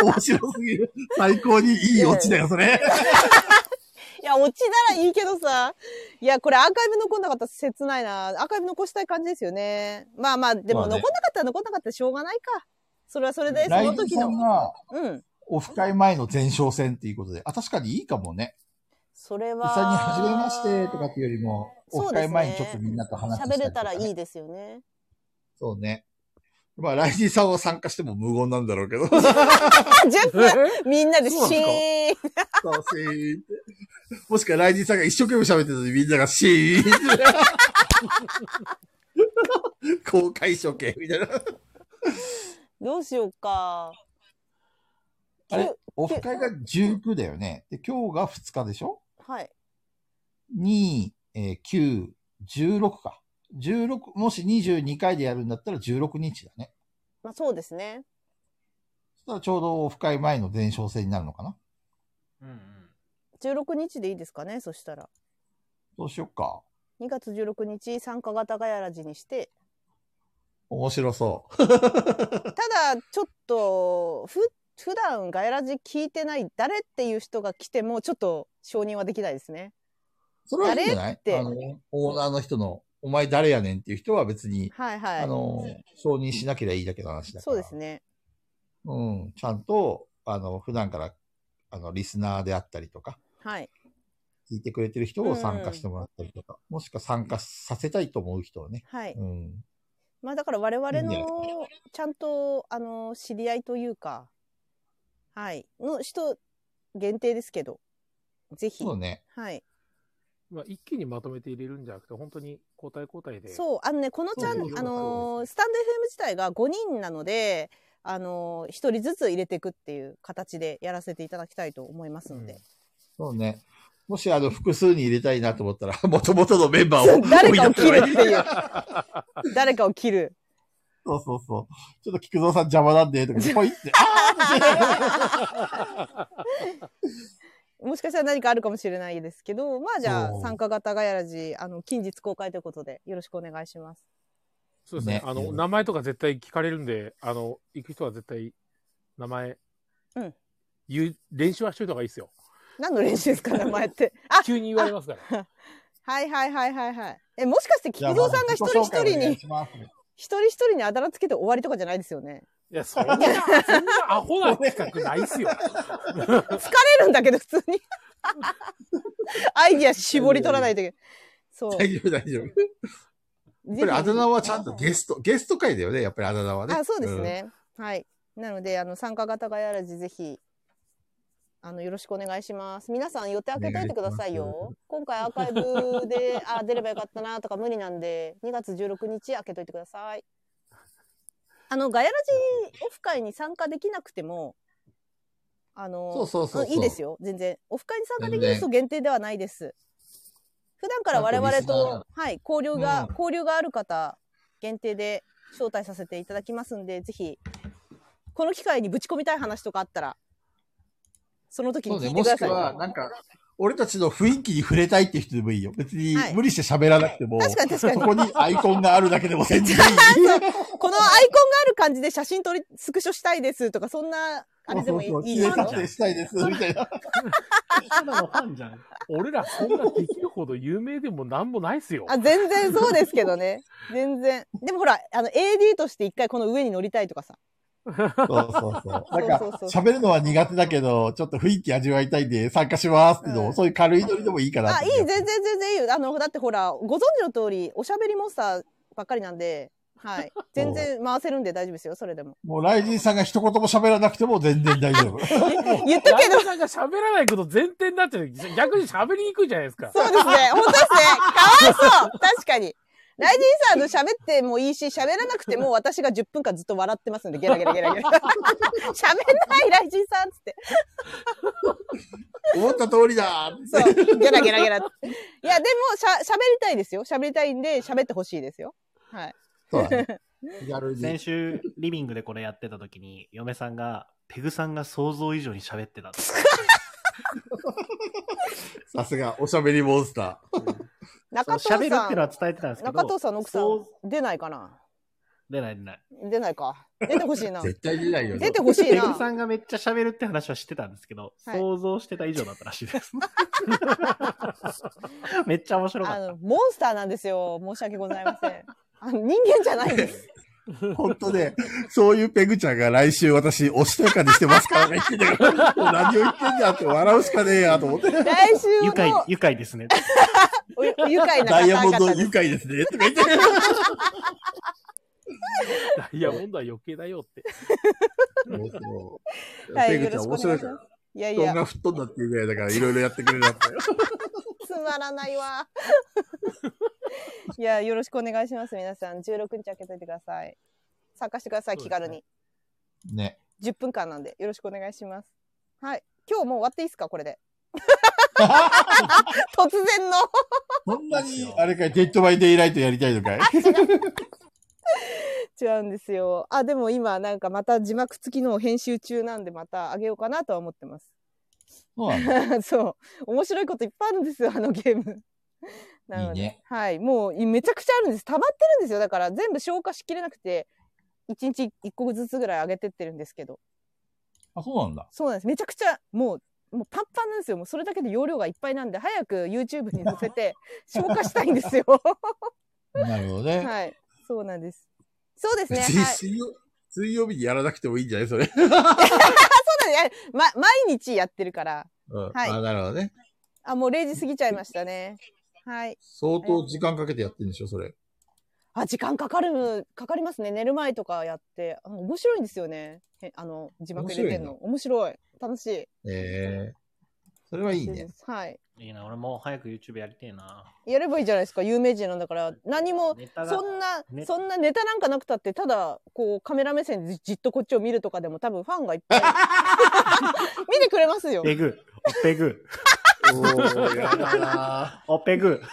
[SPEAKER 1] て。
[SPEAKER 3] 面白すぎる。最高にいいオチだよ、それ。
[SPEAKER 1] いや、落ちならいいけどさ。いや、これアーカイブ残んなかったら切ないな。アーカイブ残したい感じですよね。まあまあ、でも
[SPEAKER 3] まあね
[SPEAKER 1] 残んなかったら残んなかったらしょうがないか。それはそれで、そ
[SPEAKER 3] ラ
[SPEAKER 1] の
[SPEAKER 3] イド
[SPEAKER 1] 時
[SPEAKER 3] さん
[SPEAKER 1] の。
[SPEAKER 3] が、
[SPEAKER 1] うん。
[SPEAKER 3] オフ会前の前哨戦っていうことで、あ、確かにいいかもね。
[SPEAKER 1] それは。
[SPEAKER 3] 実際に初めましてとかっていうよりも、オ
[SPEAKER 1] そう
[SPEAKER 3] フ
[SPEAKER 1] ですね
[SPEAKER 3] 会前にちょっとみんなと話し
[SPEAKER 1] 喋
[SPEAKER 3] たりとか
[SPEAKER 1] れたらいいですよね。
[SPEAKER 3] そうね。まあ、ライジンさんは参加しても無言なんだろう *laughs* けど。
[SPEAKER 1] あ、10分みんなでシ
[SPEAKER 3] そうなん
[SPEAKER 1] ーン
[SPEAKER 3] そうシーンってもしくはライジンさんが一生懸命喋ってたのにみんながシーン *laughs* って。公開処刑みたいな。
[SPEAKER 1] どうしようか。
[SPEAKER 3] *laughs* あれ
[SPEAKER 1] きゅ
[SPEAKER 3] オフ会が19だよね。で、今日が2日でしょ
[SPEAKER 1] はい。
[SPEAKER 3] ?2、えー9、16か。16、もし22回でやるんだったら16日だね。
[SPEAKER 1] まあそうですね。
[SPEAKER 3] そしたらちょうどオフ会前の前哨戦になるのかな
[SPEAKER 2] うんうん。
[SPEAKER 1] 16日でいいですかね、そしたら。
[SPEAKER 3] どうしよっか。
[SPEAKER 1] 2月16日、参加型ガヤラジにして。
[SPEAKER 3] 面白そう。
[SPEAKER 1] ただ、ちょっと、ふ、普段ガヤラジ聞いてない誰っていう人が来ても、ちょっと承認はできないですね。
[SPEAKER 3] それはいいんじゃない
[SPEAKER 1] 誰って
[SPEAKER 3] あの、オーナーの人の、お前誰やねんっていう人は別に、
[SPEAKER 1] はいはい。
[SPEAKER 3] あの、承認しなければいいだけの話だか
[SPEAKER 1] そ
[SPEAKER 3] ら。
[SPEAKER 1] うですね。
[SPEAKER 3] うん。ちゃんと、あの、普段から、あの、リスナーであったりとか、
[SPEAKER 1] はい。
[SPEAKER 3] 聞いてくれてる人を参加してもらったりとか、もしくは参加させたいと思う人をね。
[SPEAKER 1] はい。
[SPEAKER 3] うん。
[SPEAKER 1] まあだから我々
[SPEAKER 3] いいんじゃない
[SPEAKER 1] のちゃんとあの知り合いというか、はい、の人限定ですけど、ぜひ、
[SPEAKER 3] そうね。
[SPEAKER 1] はい。
[SPEAKER 4] まあ、一気にまとめて入れるんじゃなくて、本当に交代交代で。
[SPEAKER 1] そう、あのね、このチャ
[SPEAKER 3] そう
[SPEAKER 1] ン
[SPEAKER 3] そうそう
[SPEAKER 1] あのースタンド FM 自体が5人なので、あのー、1人ずつ入れていくっていう形でやらせていただきたいと思いますので、
[SPEAKER 3] そうね。もし、あの、複数に入れたいなと思ったら、 *laughs* 元々のメンバーを。。
[SPEAKER 1] 誰かを切るっていうう、誰かを切
[SPEAKER 3] *laughs*
[SPEAKER 1] る。
[SPEAKER 3] そうそうそう。ちょっと菊蔵さん邪魔なんで、とか、ポイって、あーって
[SPEAKER 1] もしかしたら何かあるかもしれないですけど、まあじゃ
[SPEAKER 3] そ
[SPEAKER 1] あ
[SPEAKER 3] う
[SPEAKER 1] 参加型ガヤラジ、あの、近日公開ということでよろしくお願いします。
[SPEAKER 4] そうですね
[SPEAKER 3] ね
[SPEAKER 4] あ
[SPEAKER 3] う
[SPEAKER 4] の、
[SPEAKER 3] ん
[SPEAKER 4] 名前とか絶対聞かれるんで、あの、行く人は絶対、名前、
[SPEAKER 1] うん
[SPEAKER 4] 言う、練習はしといた方がいいですよ。
[SPEAKER 1] 何の練習ですか、名前って。あ、
[SPEAKER 4] 急に言われ
[SPEAKER 1] *laughs*
[SPEAKER 4] ますから。
[SPEAKER 1] はいはいはいはいはい。え、もしかして菊蔵さんが一人一人に、一。人一人にあだ名つけて終わりとかじゃないですよね。
[SPEAKER 4] いや、そんな、そんなアホな企画ないっすよ。
[SPEAKER 1] 出るんだけど普通
[SPEAKER 3] *laughs*
[SPEAKER 1] に。アイディア絞り取らないといけない。そう。
[SPEAKER 3] 大丈夫、大丈夫。やっぱりあだ名はちゃんとゲスト、ゲスト会だよね、やっぱりあだ名はね。
[SPEAKER 1] あ、そうですね。はい。なので、あの、参加型がやらず、ぜひ、あの、よろしくお願いします。皆さん予定開けといてくださいよ。今回アーカイブで、あ、出ればよかったなとか無理なんで、2月16日開けといてください。あの、ガヤラジオフ会に参加できなくても、あの、
[SPEAKER 3] そうそうそうそう
[SPEAKER 1] あいいですよ、全然。オフ会に参加でき
[SPEAKER 3] 全
[SPEAKER 1] る
[SPEAKER 3] 然
[SPEAKER 1] 人限定ではないです。普段から我々
[SPEAKER 3] ちゃんとリスナ
[SPEAKER 1] と、はい、交流が、
[SPEAKER 3] うん
[SPEAKER 1] 交流がある方限定で招待させていただきますんで、ぜひ、この機会にぶち込みたい話とかあったら、その時に
[SPEAKER 3] そう
[SPEAKER 1] 聞
[SPEAKER 3] ね。
[SPEAKER 1] いて
[SPEAKER 3] も
[SPEAKER 1] くだ
[SPEAKER 3] し
[SPEAKER 1] さ
[SPEAKER 3] く
[SPEAKER 1] い。
[SPEAKER 3] は、なんか、俺たちの雰囲気に触れたいっていう人でもいいよ。別に
[SPEAKER 1] はい
[SPEAKER 3] 無理して喋らなくても、
[SPEAKER 1] 確かに確かに
[SPEAKER 3] そこにアイコンがあるだけでも全然い
[SPEAKER 1] *laughs*
[SPEAKER 3] い。
[SPEAKER 1] このアイコンがある感じで写真撮り、スクショしたいですとか、そんな、あれでもいい
[SPEAKER 3] そうそうそう
[SPEAKER 1] いい
[SPEAKER 3] 記
[SPEAKER 1] で
[SPEAKER 3] 念
[SPEAKER 1] す
[SPEAKER 3] 撮
[SPEAKER 1] よ。
[SPEAKER 3] 影したいです、みたいな。
[SPEAKER 2] ただのファンじゃん。
[SPEAKER 4] 俺らそんなできるほど有名でもなんもないっすよ。
[SPEAKER 1] あ、全然そうですけどね。全然。でもほら、あの、AD として一回この上に乗りたいとかさ。
[SPEAKER 3] そうそうそう。な
[SPEAKER 1] そ
[SPEAKER 3] ん
[SPEAKER 1] う
[SPEAKER 3] か、
[SPEAKER 1] そうそ
[SPEAKER 3] 喋るのは苦手だけど、ちょっと雰囲気味わいたいんで参加しますけど、
[SPEAKER 1] うん
[SPEAKER 3] そういう軽いノリでもいいかなっ
[SPEAKER 1] あ、
[SPEAKER 3] て
[SPEAKER 1] いい、全然全然いいよ。あの、だってほら、ご存知の通り、おしゃべりモンスターばっかりなんで、
[SPEAKER 2] *laughs*
[SPEAKER 1] はい。全然回せるんで大丈夫ですよ、それでも。
[SPEAKER 3] もう、ライジンさんが一言も喋らなくても全然大丈
[SPEAKER 1] *laughs*
[SPEAKER 3] 夫。
[SPEAKER 1] 言ったけど、
[SPEAKER 4] 旦那さんが喋らないこと前提になってる逆に喋りにくいじゃないですか。
[SPEAKER 1] そうです
[SPEAKER 2] *laughs*
[SPEAKER 1] ね。本当ですね。かわいそう。確かに。ライジンさんの喋ってもいいし、喋らなくても私が10分間ずっと笑ってますんで、ゲラゲラゲラゲ
[SPEAKER 2] *laughs*
[SPEAKER 1] ラ。喋んない、ライジンさんっつって。
[SPEAKER 3] 思った通りだ
[SPEAKER 1] そう。ゲラゲラゲラって。
[SPEAKER 2] *laughs*
[SPEAKER 1] いや、でも、しゃ、喋りたいですよ。喋りたいんで、喋ってほしいですよ。はい。
[SPEAKER 3] そうだ
[SPEAKER 1] *laughs*
[SPEAKER 3] ね。気軽
[SPEAKER 2] 先
[SPEAKER 3] に。
[SPEAKER 2] 週、リビングでこれやってた時に、嫁さんが、ペグさんが想像以上に喋ってたって。
[SPEAKER 3] さすが、おしゃべりモンスタ
[SPEAKER 1] 中藤さ
[SPEAKER 2] 喋るってのは
[SPEAKER 1] ん、
[SPEAKER 2] 伝えてたんですけど。
[SPEAKER 1] 中藤さんの奥さ、
[SPEAKER 2] そうん
[SPEAKER 1] 出ないかな
[SPEAKER 2] 出ない出ない。
[SPEAKER 1] 出ないか。出てほしいな
[SPEAKER 3] ー。。絶対出ないよね
[SPEAKER 1] 出。てほしい
[SPEAKER 2] ペグ
[SPEAKER 1] な。
[SPEAKER 2] さんがめっちゃ喋るって話はしてたんですけど、
[SPEAKER 1] はい
[SPEAKER 2] 想像してた以上だったらし
[SPEAKER 1] *laughs*
[SPEAKER 2] いです。めっちゃ面白
[SPEAKER 1] あ
[SPEAKER 2] かっ
[SPEAKER 1] の、モンスターなんですよ。申し訳ございません。あの人間じゃないんです。
[SPEAKER 3] 本当ね、そういうペグちゃんが来週私、おしとやかにしてますから *laughs* ね、言ってたからもう何を言ってんだって笑うしかねえやと思って。
[SPEAKER 1] 来週
[SPEAKER 2] た。愉快
[SPEAKER 1] の、
[SPEAKER 2] 愉快ですね。
[SPEAKER 1] お愉快な
[SPEAKER 3] ダイヤモン
[SPEAKER 1] 方
[SPEAKER 3] ド
[SPEAKER 1] 々です
[SPEAKER 3] 愉。快ですね、とか言って。
[SPEAKER 4] *laughs* いや、問題余計だ
[SPEAKER 1] *laughs*
[SPEAKER 4] よって。
[SPEAKER 3] そうそう
[SPEAKER 1] はい
[SPEAKER 3] ペグちゃん面白いか
[SPEAKER 1] よ
[SPEAKER 3] ら
[SPEAKER 1] ろ。いやい
[SPEAKER 3] 布団
[SPEAKER 1] や、
[SPEAKER 3] が吹っ飛んだっていうぐらいだから、いろいろやってくれるなって。
[SPEAKER 1] つまらないわ。いや、よろしくお願いします、皆さん。16日開けといてください。参加してください、気軽に。
[SPEAKER 3] ね。
[SPEAKER 1] 10分間なんで、よろしくお願いします。はい。今日もう終わっていいですか、これ
[SPEAKER 3] *laughs*
[SPEAKER 1] で。突然の。
[SPEAKER 3] そんなに、あれかい、デッドバイデイライトやりたいのかい
[SPEAKER 1] 違うんですよ。あ、でも今、なんかまた字幕付きのを編集中なんで、またあげようかなとは思ってます。 *laughs*
[SPEAKER 3] そうなんだ。
[SPEAKER 1] そう。面白いこといっぱいあるんですよ、あのゲーム。 *laughs* なので。
[SPEAKER 3] いいね
[SPEAKER 1] はい。もう、めちゃくちゃあるんです。溜まってるんですよ。だから、全部消化しきれなくて、1日1個ずつぐらい上げてってるんですけど。
[SPEAKER 3] あ、 *laughs* そうなんだ。
[SPEAKER 1] そうなんです。めちゃくちゃ、もう、もうパンパンなんですよ。もうそれだけで容量がいっぱいなんで、早く YouTube に載せ
[SPEAKER 3] *laughs*
[SPEAKER 1] て、消化したいんですよ。 *laughs*
[SPEAKER 3] なるほどね。
[SPEAKER 1] はい。そうなんです。そう
[SPEAKER 3] *laughs*
[SPEAKER 1] ですね。はい
[SPEAKER 3] 別。に水曜、水曜日にやらなくてもいいんじゃないそれ。
[SPEAKER 1] そうなんです。ま、毎日やってるから。
[SPEAKER 3] うん。
[SPEAKER 1] はい
[SPEAKER 3] あ、なるほどね。
[SPEAKER 1] あ、もう0時過ぎちゃいましたね。はい。
[SPEAKER 3] 相当時間かけてやってるんでしょ、それ。
[SPEAKER 1] あ、時間かかる、かかりますね。寝る前とかやって。あ面白いんですよね。へあの、字幕入れてんの。面白い。楽しい。
[SPEAKER 3] ええそれはいいね。。
[SPEAKER 1] はい。
[SPEAKER 2] いいな、俺もう早く YouTube やりてえな。
[SPEAKER 1] やればいいじゃないですか。有名人なんだから。何も、
[SPEAKER 2] ネタが
[SPEAKER 1] そんな、
[SPEAKER 2] ね
[SPEAKER 1] そんなネタなんかなくたって、ただ、こう、カメラ目線でじじっとこっちを見るとかでも多分ファンがいっぱい見てくれますよ。
[SPEAKER 2] ペグ、おペグ、
[SPEAKER 3] おー、やだな
[SPEAKER 2] おペグ。
[SPEAKER 1] *laughs*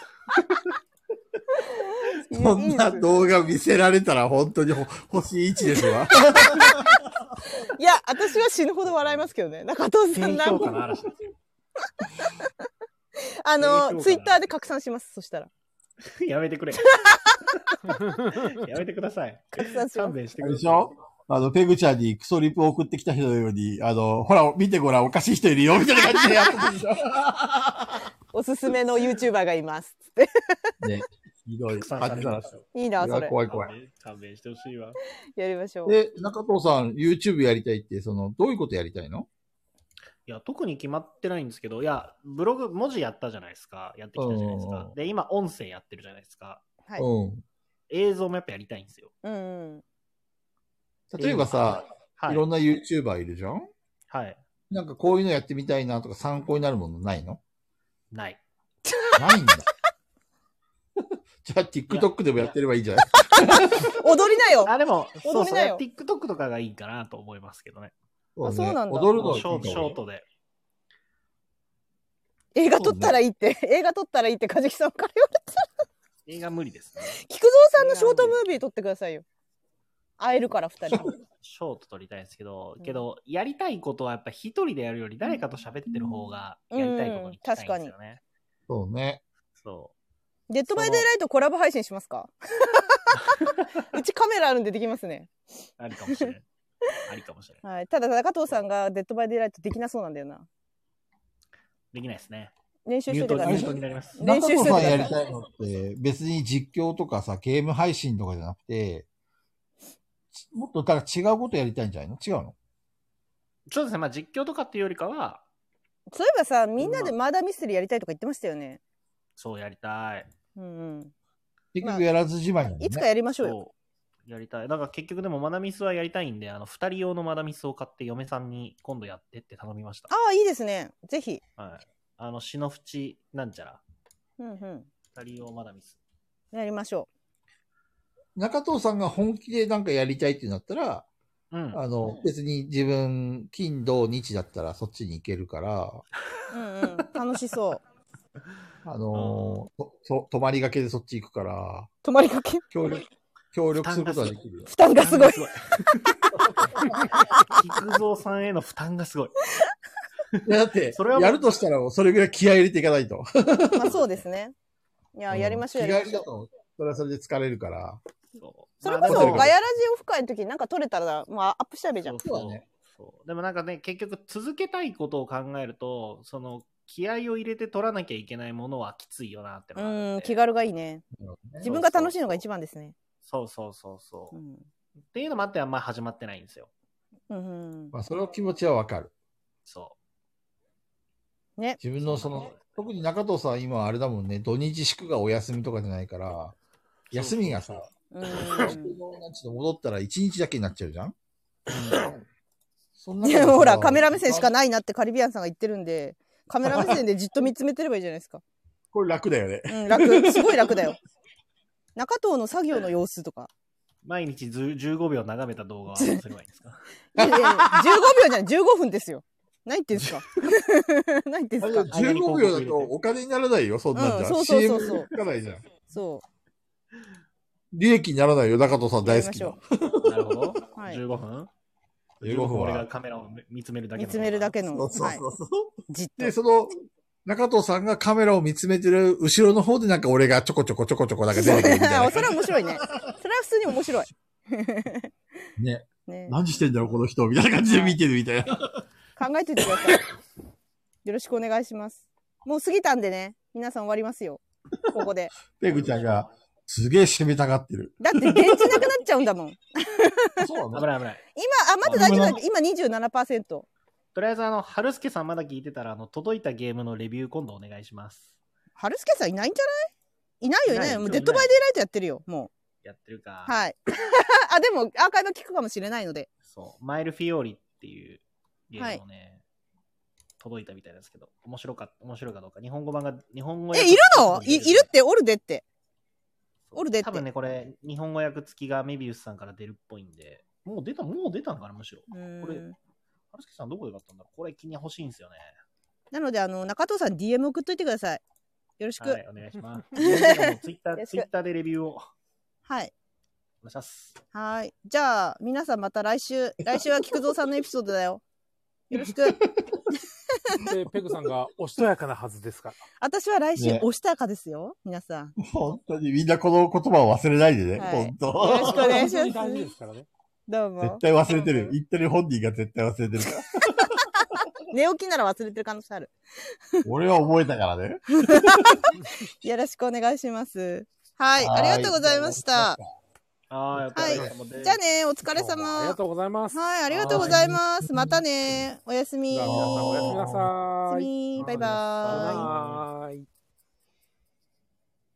[SPEAKER 1] いい
[SPEAKER 3] こんな
[SPEAKER 1] いで
[SPEAKER 3] い
[SPEAKER 1] す
[SPEAKER 3] 動画見せられたら本当にほ星1ですわ。
[SPEAKER 1] いや、私は死ぬほど笑いますけどね。中藤さんな
[SPEAKER 2] 低
[SPEAKER 1] んも
[SPEAKER 2] 評価の嵐ですよ。
[SPEAKER 1] あの、
[SPEAKER 2] 低評価
[SPEAKER 1] ツイッターで拡散します。そしたら。
[SPEAKER 2] やめてくれ。やめてく
[SPEAKER 1] *laughs*
[SPEAKER 2] ださい。
[SPEAKER 1] 拡散しま
[SPEAKER 2] 勘
[SPEAKER 1] す。
[SPEAKER 2] 弁して
[SPEAKER 3] あ
[SPEAKER 2] く
[SPEAKER 3] れ
[SPEAKER 2] だ
[SPEAKER 3] で
[SPEAKER 2] さ
[SPEAKER 3] し
[SPEAKER 2] い。
[SPEAKER 3] ょあの、ペグちゃんにクソリプを送ってきた人のように、あの、ほら、見てごらん、おかしい人いるよ、みたいな感じでやってたでし
[SPEAKER 1] おすすめの YouTuber がいます。
[SPEAKER 3] ょ。 *laughs* ね、ひどい。
[SPEAKER 2] 拡散されて
[SPEAKER 3] あ
[SPEAKER 2] ますよ
[SPEAKER 1] *laughs* いいな、それ。
[SPEAKER 3] 怖い怖
[SPEAKER 2] 勘
[SPEAKER 3] い。
[SPEAKER 2] 弁勘弁してほしいわ。
[SPEAKER 1] やりましょう。
[SPEAKER 3] で、中藤さん、YouTube やりたいって、その、どういうことやりたいの
[SPEAKER 2] いや、特に決まってないんですけど、いや、ブログ、文字やったじゃないですか。やってきたじゃないです
[SPEAKER 3] うんうん
[SPEAKER 2] か
[SPEAKER 3] う。ん
[SPEAKER 2] で、今、音声やってるじゃないですか。
[SPEAKER 1] はい。
[SPEAKER 3] う
[SPEAKER 2] 映像もやっぱやりたいんですよ。
[SPEAKER 1] うんうん。
[SPEAKER 3] ん。例えばさ、
[SPEAKER 2] はいい。
[SPEAKER 3] ろんな YouTuber いるじゃん
[SPEAKER 2] はい。
[SPEAKER 3] なんかこういうのやってみたいなとか参考になるものないの
[SPEAKER 2] ない。
[SPEAKER 3] ないんだ。 *laughs* じゃあ TikTok でもやってればいいんじゃない
[SPEAKER 1] 踊りなよ
[SPEAKER 2] あ、でも、そう
[SPEAKER 1] 踊
[SPEAKER 2] そ
[SPEAKER 1] り
[SPEAKER 2] う。
[SPEAKER 1] なよ
[SPEAKER 2] TikTok とかがいいかなと思いますけどね。
[SPEAKER 1] あそうなんだ
[SPEAKER 3] 踊
[SPEAKER 2] シ
[SPEAKER 3] るの
[SPEAKER 2] ョ
[SPEAKER 3] はいいかも
[SPEAKER 2] ートショートで。
[SPEAKER 1] 映画撮ったらいいって、映画撮ったらいいって、かじきさんから言われた。
[SPEAKER 2] 映画無理ですね。
[SPEAKER 1] 菊蔵さんのショートムービー撮ってくださいよ。会えるから、二人。
[SPEAKER 2] ショート撮りたいですけど
[SPEAKER 1] う、ん
[SPEAKER 2] けど、やりたいことはやっぱ一人でやるより誰かと喋ってる方がやりたいことに行きたいんですよね。
[SPEAKER 3] そうね。
[SPEAKER 2] そ
[SPEAKER 1] デッドバイデイライトコラボ配信しますかうちカメラあるんでできますね。
[SPEAKER 2] う。ありかもしれない。ありかもしれない。
[SPEAKER 1] はい。ただ、中藤さんがデッドバイデイライトできなそうなんだよな。
[SPEAKER 2] できないですね。
[SPEAKER 1] 練習し
[SPEAKER 2] ミュ
[SPEAKER 1] と
[SPEAKER 2] ー
[SPEAKER 1] いて
[SPEAKER 2] ト
[SPEAKER 1] からね。
[SPEAKER 2] ミュートになります。
[SPEAKER 1] 練習
[SPEAKER 3] 中
[SPEAKER 1] して
[SPEAKER 3] 野
[SPEAKER 1] くださ
[SPEAKER 3] さん
[SPEAKER 1] い
[SPEAKER 3] やりたいのって、別に実況とかさ、ゲーム配信とかじゃなくて、ちもっとだから違うことやりたいんじゃないの違うの
[SPEAKER 2] そうですね。まあ実況とかっていうよりかは、
[SPEAKER 1] そういえばさ、みんなでマーダーミステリーやりたいとか言ってましたよね。
[SPEAKER 2] そうやりたい。
[SPEAKER 1] うんうん。
[SPEAKER 3] 結局やらずじまいなんだ
[SPEAKER 1] い
[SPEAKER 3] よ
[SPEAKER 1] つ
[SPEAKER 3] ね。
[SPEAKER 1] かやりましょうよ。
[SPEAKER 2] そう。やりたい。だから結局でもマダミスはやりたいんで、あの、二人用のマダミスを買って嫁さんに今度やってって頼みました
[SPEAKER 1] あ。あ、いいですね。ぜひ。
[SPEAKER 2] はい。あの、シノフチなんちゃら。
[SPEAKER 1] うんう
[SPEAKER 2] 二人用マダミス。
[SPEAKER 1] ん。やりましょ
[SPEAKER 3] 中藤さんが本気でなんかやりたいってなったら、
[SPEAKER 2] うん。
[SPEAKER 3] あの、別に自分、金、土、日だったらそっちに行けるから、
[SPEAKER 1] う。うんうん。楽しそう。
[SPEAKER 3] あのーとと泊まりがけでそっち行くから、
[SPEAKER 1] 泊まりかけ
[SPEAKER 3] 協力、協力することはできるよ。
[SPEAKER 1] 負担がすごい。
[SPEAKER 2] い。 *laughs* 菊蔵さんへの負担がすごい。
[SPEAKER 3] い *laughs* やだって
[SPEAKER 2] それは、もう
[SPEAKER 3] やるとしたらそれぐらい気合い入れていかないと。
[SPEAKER 1] まあそうですね。いや、やりましょう、
[SPEAKER 3] 気
[SPEAKER 1] や
[SPEAKER 3] 合
[SPEAKER 1] り
[SPEAKER 3] い
[SPEAKER 1] ましょ
[SPEAKER 3] だ
[SPEAKER 1] う。
[SPEAKER 3] と、それはそれで疲れるから。
[SPEAKER 1] それ
[SPEAKER 2] ま
[SPEAKER 1] こ
[SPEAKER 2] あ
[SPEAKER 1] そ、
[SPEAKER 2] でも
[SPEAKER 1] ガヤラジオフ会の時なんか撮れたら、まあアップしたべじゃん。
[SPEAKER 3] そうだね
[SPEAKER 2] そうでもなんかね、結局続けたいことを考えると、その、気合を入れて取らなきゃいけないものはきついよなってのがある
[SPEAKER 1] うんん、
[SPEAKER 2] で
[SPEAKER 1] 気軽がいいね。自分が楽しいのが一番ですね。
[SPEAKER 2] そうそうそうそう。
[SPEAKER 1] う
[SPEAKER 2] っ
[SPEAKER 1] ん。
[SPEAKER 2] ていうのもあってあんまり始まってないんですよ。
[SPEAKER 1] うんうん。
[SPEAKER 3] まあ、その気持ちはわかる。
[SPEAKER 2] そ
[SPEAKER 3] 自分のその、特に中藤さん今あれだもんね、土日祝がお休みとかじゃないから、
[SPEAKER 2] う。
[SPEAKER 3] 休みがさ、
[SPEAKER 1] うん
[SPEAKER 3] なんちゅうの戻ったら1日だけになっちゃうじゃんそん
[SPEAKER 1] い
[SPEAKER 3] 中で
[SPEAKER 1] や、
[SPEAKER 3] さ
[SPEAKER 1] ほら、カメラ目線しかないなってカリビアンさんが言ってるんで、カメラ目線でじっと見つめてればいいじゃないですか。
[SPEAKER 3] これ楽だよね。
[SPEAKER 1] うん、楽。すごい楽だよ。中藤の作業の様子とか。
[SPEAKER 2] 毎日ず15秒眺めた動画
[SPEAKER 1] *laughs*
[SPEAKER 2] はどうすればいいんですか
[SPEAKER 1] いやいや15秒じゃない、15分ですよ。何言ってんすか *laughs* 何言ってん
[SPEAKER 3] あ
[SPEAKER 1] すか
[SPEAKER 3] れ15秒だとお金にならないよ、そんなんじゃ。
[SPEAKER 1] うんそうそうそう
[SPEAKER 3] CM
[SPEAKER 1] そう
[SPEAKER 3] つかないじゃん。
[SPEAKER 1] そ
[SPEAKER 3] 利益にならないよ、中藤さん
[SPEAKER 1] う。やり
[SPEAKER 3] 大好
[SPEAKER 1] ま
[SPEAKER 3] き
[SPEAKER 1] しょ
[SPEAKER 3] だ。
[SPEAKER 2] なるほど。
[SPEAKER 1] はい
[SPEAKER 2] 15分
[SPEAKER 3] 英語法
[SPEAKER 2] 俺が
[SPEAKER 3] は。
[SPEAKER 2] カメラを見つめる
[SPEAKER 1] う。
[SPEAKER 2] だけ
[SPEAKER 1] 見つめるだけの。
[SPEAKER 3] そうそう
[SPEAKER 1] はい
[SPEAKER 3] そ。うそう。
[SPEAKER 1] じっと
[SPEAKER 3] で、。その、中藤さんがカメラを見つめてる後ろの方でなんか俺がちょこちょこちょこちょこなんか出てくるみたい
[SPEAKER 1] あ *laughs* *laughs*
[SPEAKER 3] な。
[SPEAKER 1] それは面白いね。それは普通に面白い。
[SPEAKER 3] ね。
[SPEAKER 1] ね
[SPEAKER 3] 何してんだろう、この人。みたいな感じで見てるみたいな。
[SPEAKER 1] 考えといてください。よろしくお願いします。もう過ぎたんでね、皆さん終わりますよ。ここで。
[SPEAKER 3] ペグちゃんが、すげえ締めたがってる。
[SPEAKER 1] だって電池なくなっちゃうんだもん。今、
[SPEAKER 3] そう
[SPEAKER 2] 危ない危ない。
[SPEAKER 1] あ、まだ大丈夫だ。今27%。
[SPEAKER 2] とりあえず、あの、春助さんまだ聞いてたら、あの、届いたゲームのレビュー今度お願いします。
[SPEAKER 1] 春助さんいないんじゃないいないよ、いない
[SPEAKER 2] いない
[SPEAKER 1] よ。もう
[SPEAKER 2] 今日
[SPEAKER 1] デッドバイデイライトやってるよ、も
[SPEAKER 2] やってるか。
[SPEAKER 1] う。はい。 *laughs* あ、でもアーカイブ聞くかもしれないので。
[SPEAKER 2] そう。マイルフィオーリっていうゲームもね、届いたみたいですけど、面白か、面白いかどうか。日本語版が、日本語
[SPEAKER 1] え、いるの
[SPEAKER 2] 訳
[SPEAKER 1] い
[SPEAKER 2] 付
[SPEAKER 1] い
[SPEAKER 2] きで
[SPEAKER 1] るって、おるでって。
[SPEAKER 2] そう
[SPEAKER 1] おるでって
[SPEAKER 2] 多分ね、これ、日本語訳付きがメビウスさんから出るっぽいんで、もう出た、もう出たんかな、むしろ。
[SPEAKER 1] う
[SPEAKER 2] これ
[SPEAKER 1] ーん
[SPEAKER 2] 春助さんどこで買ったんだろうこれ気に欲しいんですよね。
[SPEAKER 1] なので、あの、中藤さん DM 送っといてください。よろしく。
[SPEAKER 2] はい、 *laughs* お願いします。ツイッタ
[SPEAKER 1] よろ
[SPEAKER 2] ー、
[SPEAKER 1] しく
[SPEAKER 2] ツイッターでレビューをお
[SPEAKER 1] はい
[SPEAKER 2] 願いします。
[SPEAKER 1] はい。じゃあ、皆さんまた来 *laughs* 週、来週は菊蔵さんのエピソードだよ。よろし *laughs* く。
[SPEAKER 4] で、ペグさんがおしとやかなはずですから。
[SPEAKER 1] 私は来週
[SPEAKER 3] ね、
[SPEAKER 1] おしたやかですよ。皆さん。
[SPEAKER 3] 本当にみんなこの言葉を忘れないでね。
[SPEAKER 1] はい
[SPEAKER 3] 本
[SPEAKER 1] よろ
[SPEAKER 3] 当。
[SPEAKER 1] しくお願いします
[SPEAKER 4] 本当に大事ですからね。
[SPEAKER 1] どう
[SPEAKER 3] 絶
[SPEAKER 1] も。
[SPEAKER 3] 対
[SPEAKER 1] *laughs*
[SPEAKER 3] 忘れてる。言ってる本人が絶対忘れてるから。
[SPEAKER 1] 寝起きなら忘れてる可能性ある。
[SPEAKER 3] 俺は覚えたからね。
[SPEAKER 1] よろしくお願いします。はい。ありがとうございました。
[SPEAKER 2] ああ、
[SPEAKER 1] はいじゃあね、お疲れ
[SPEAKER 4] どうもありが
[SPEAKER 1] 様。
[SPEAKER 4] とうございます。
[SPEAKER 1] はい、ありがとうございます。またね。おやすみ。
[SPEAKER 4] じゃあ皆さんおやすみなさ
[SPEAKER 1] おやす
[SPEAKER 4] ーい。
[SPEAKER 1] み。バイバーイ。
[SPEAKER 4] バイバーイ。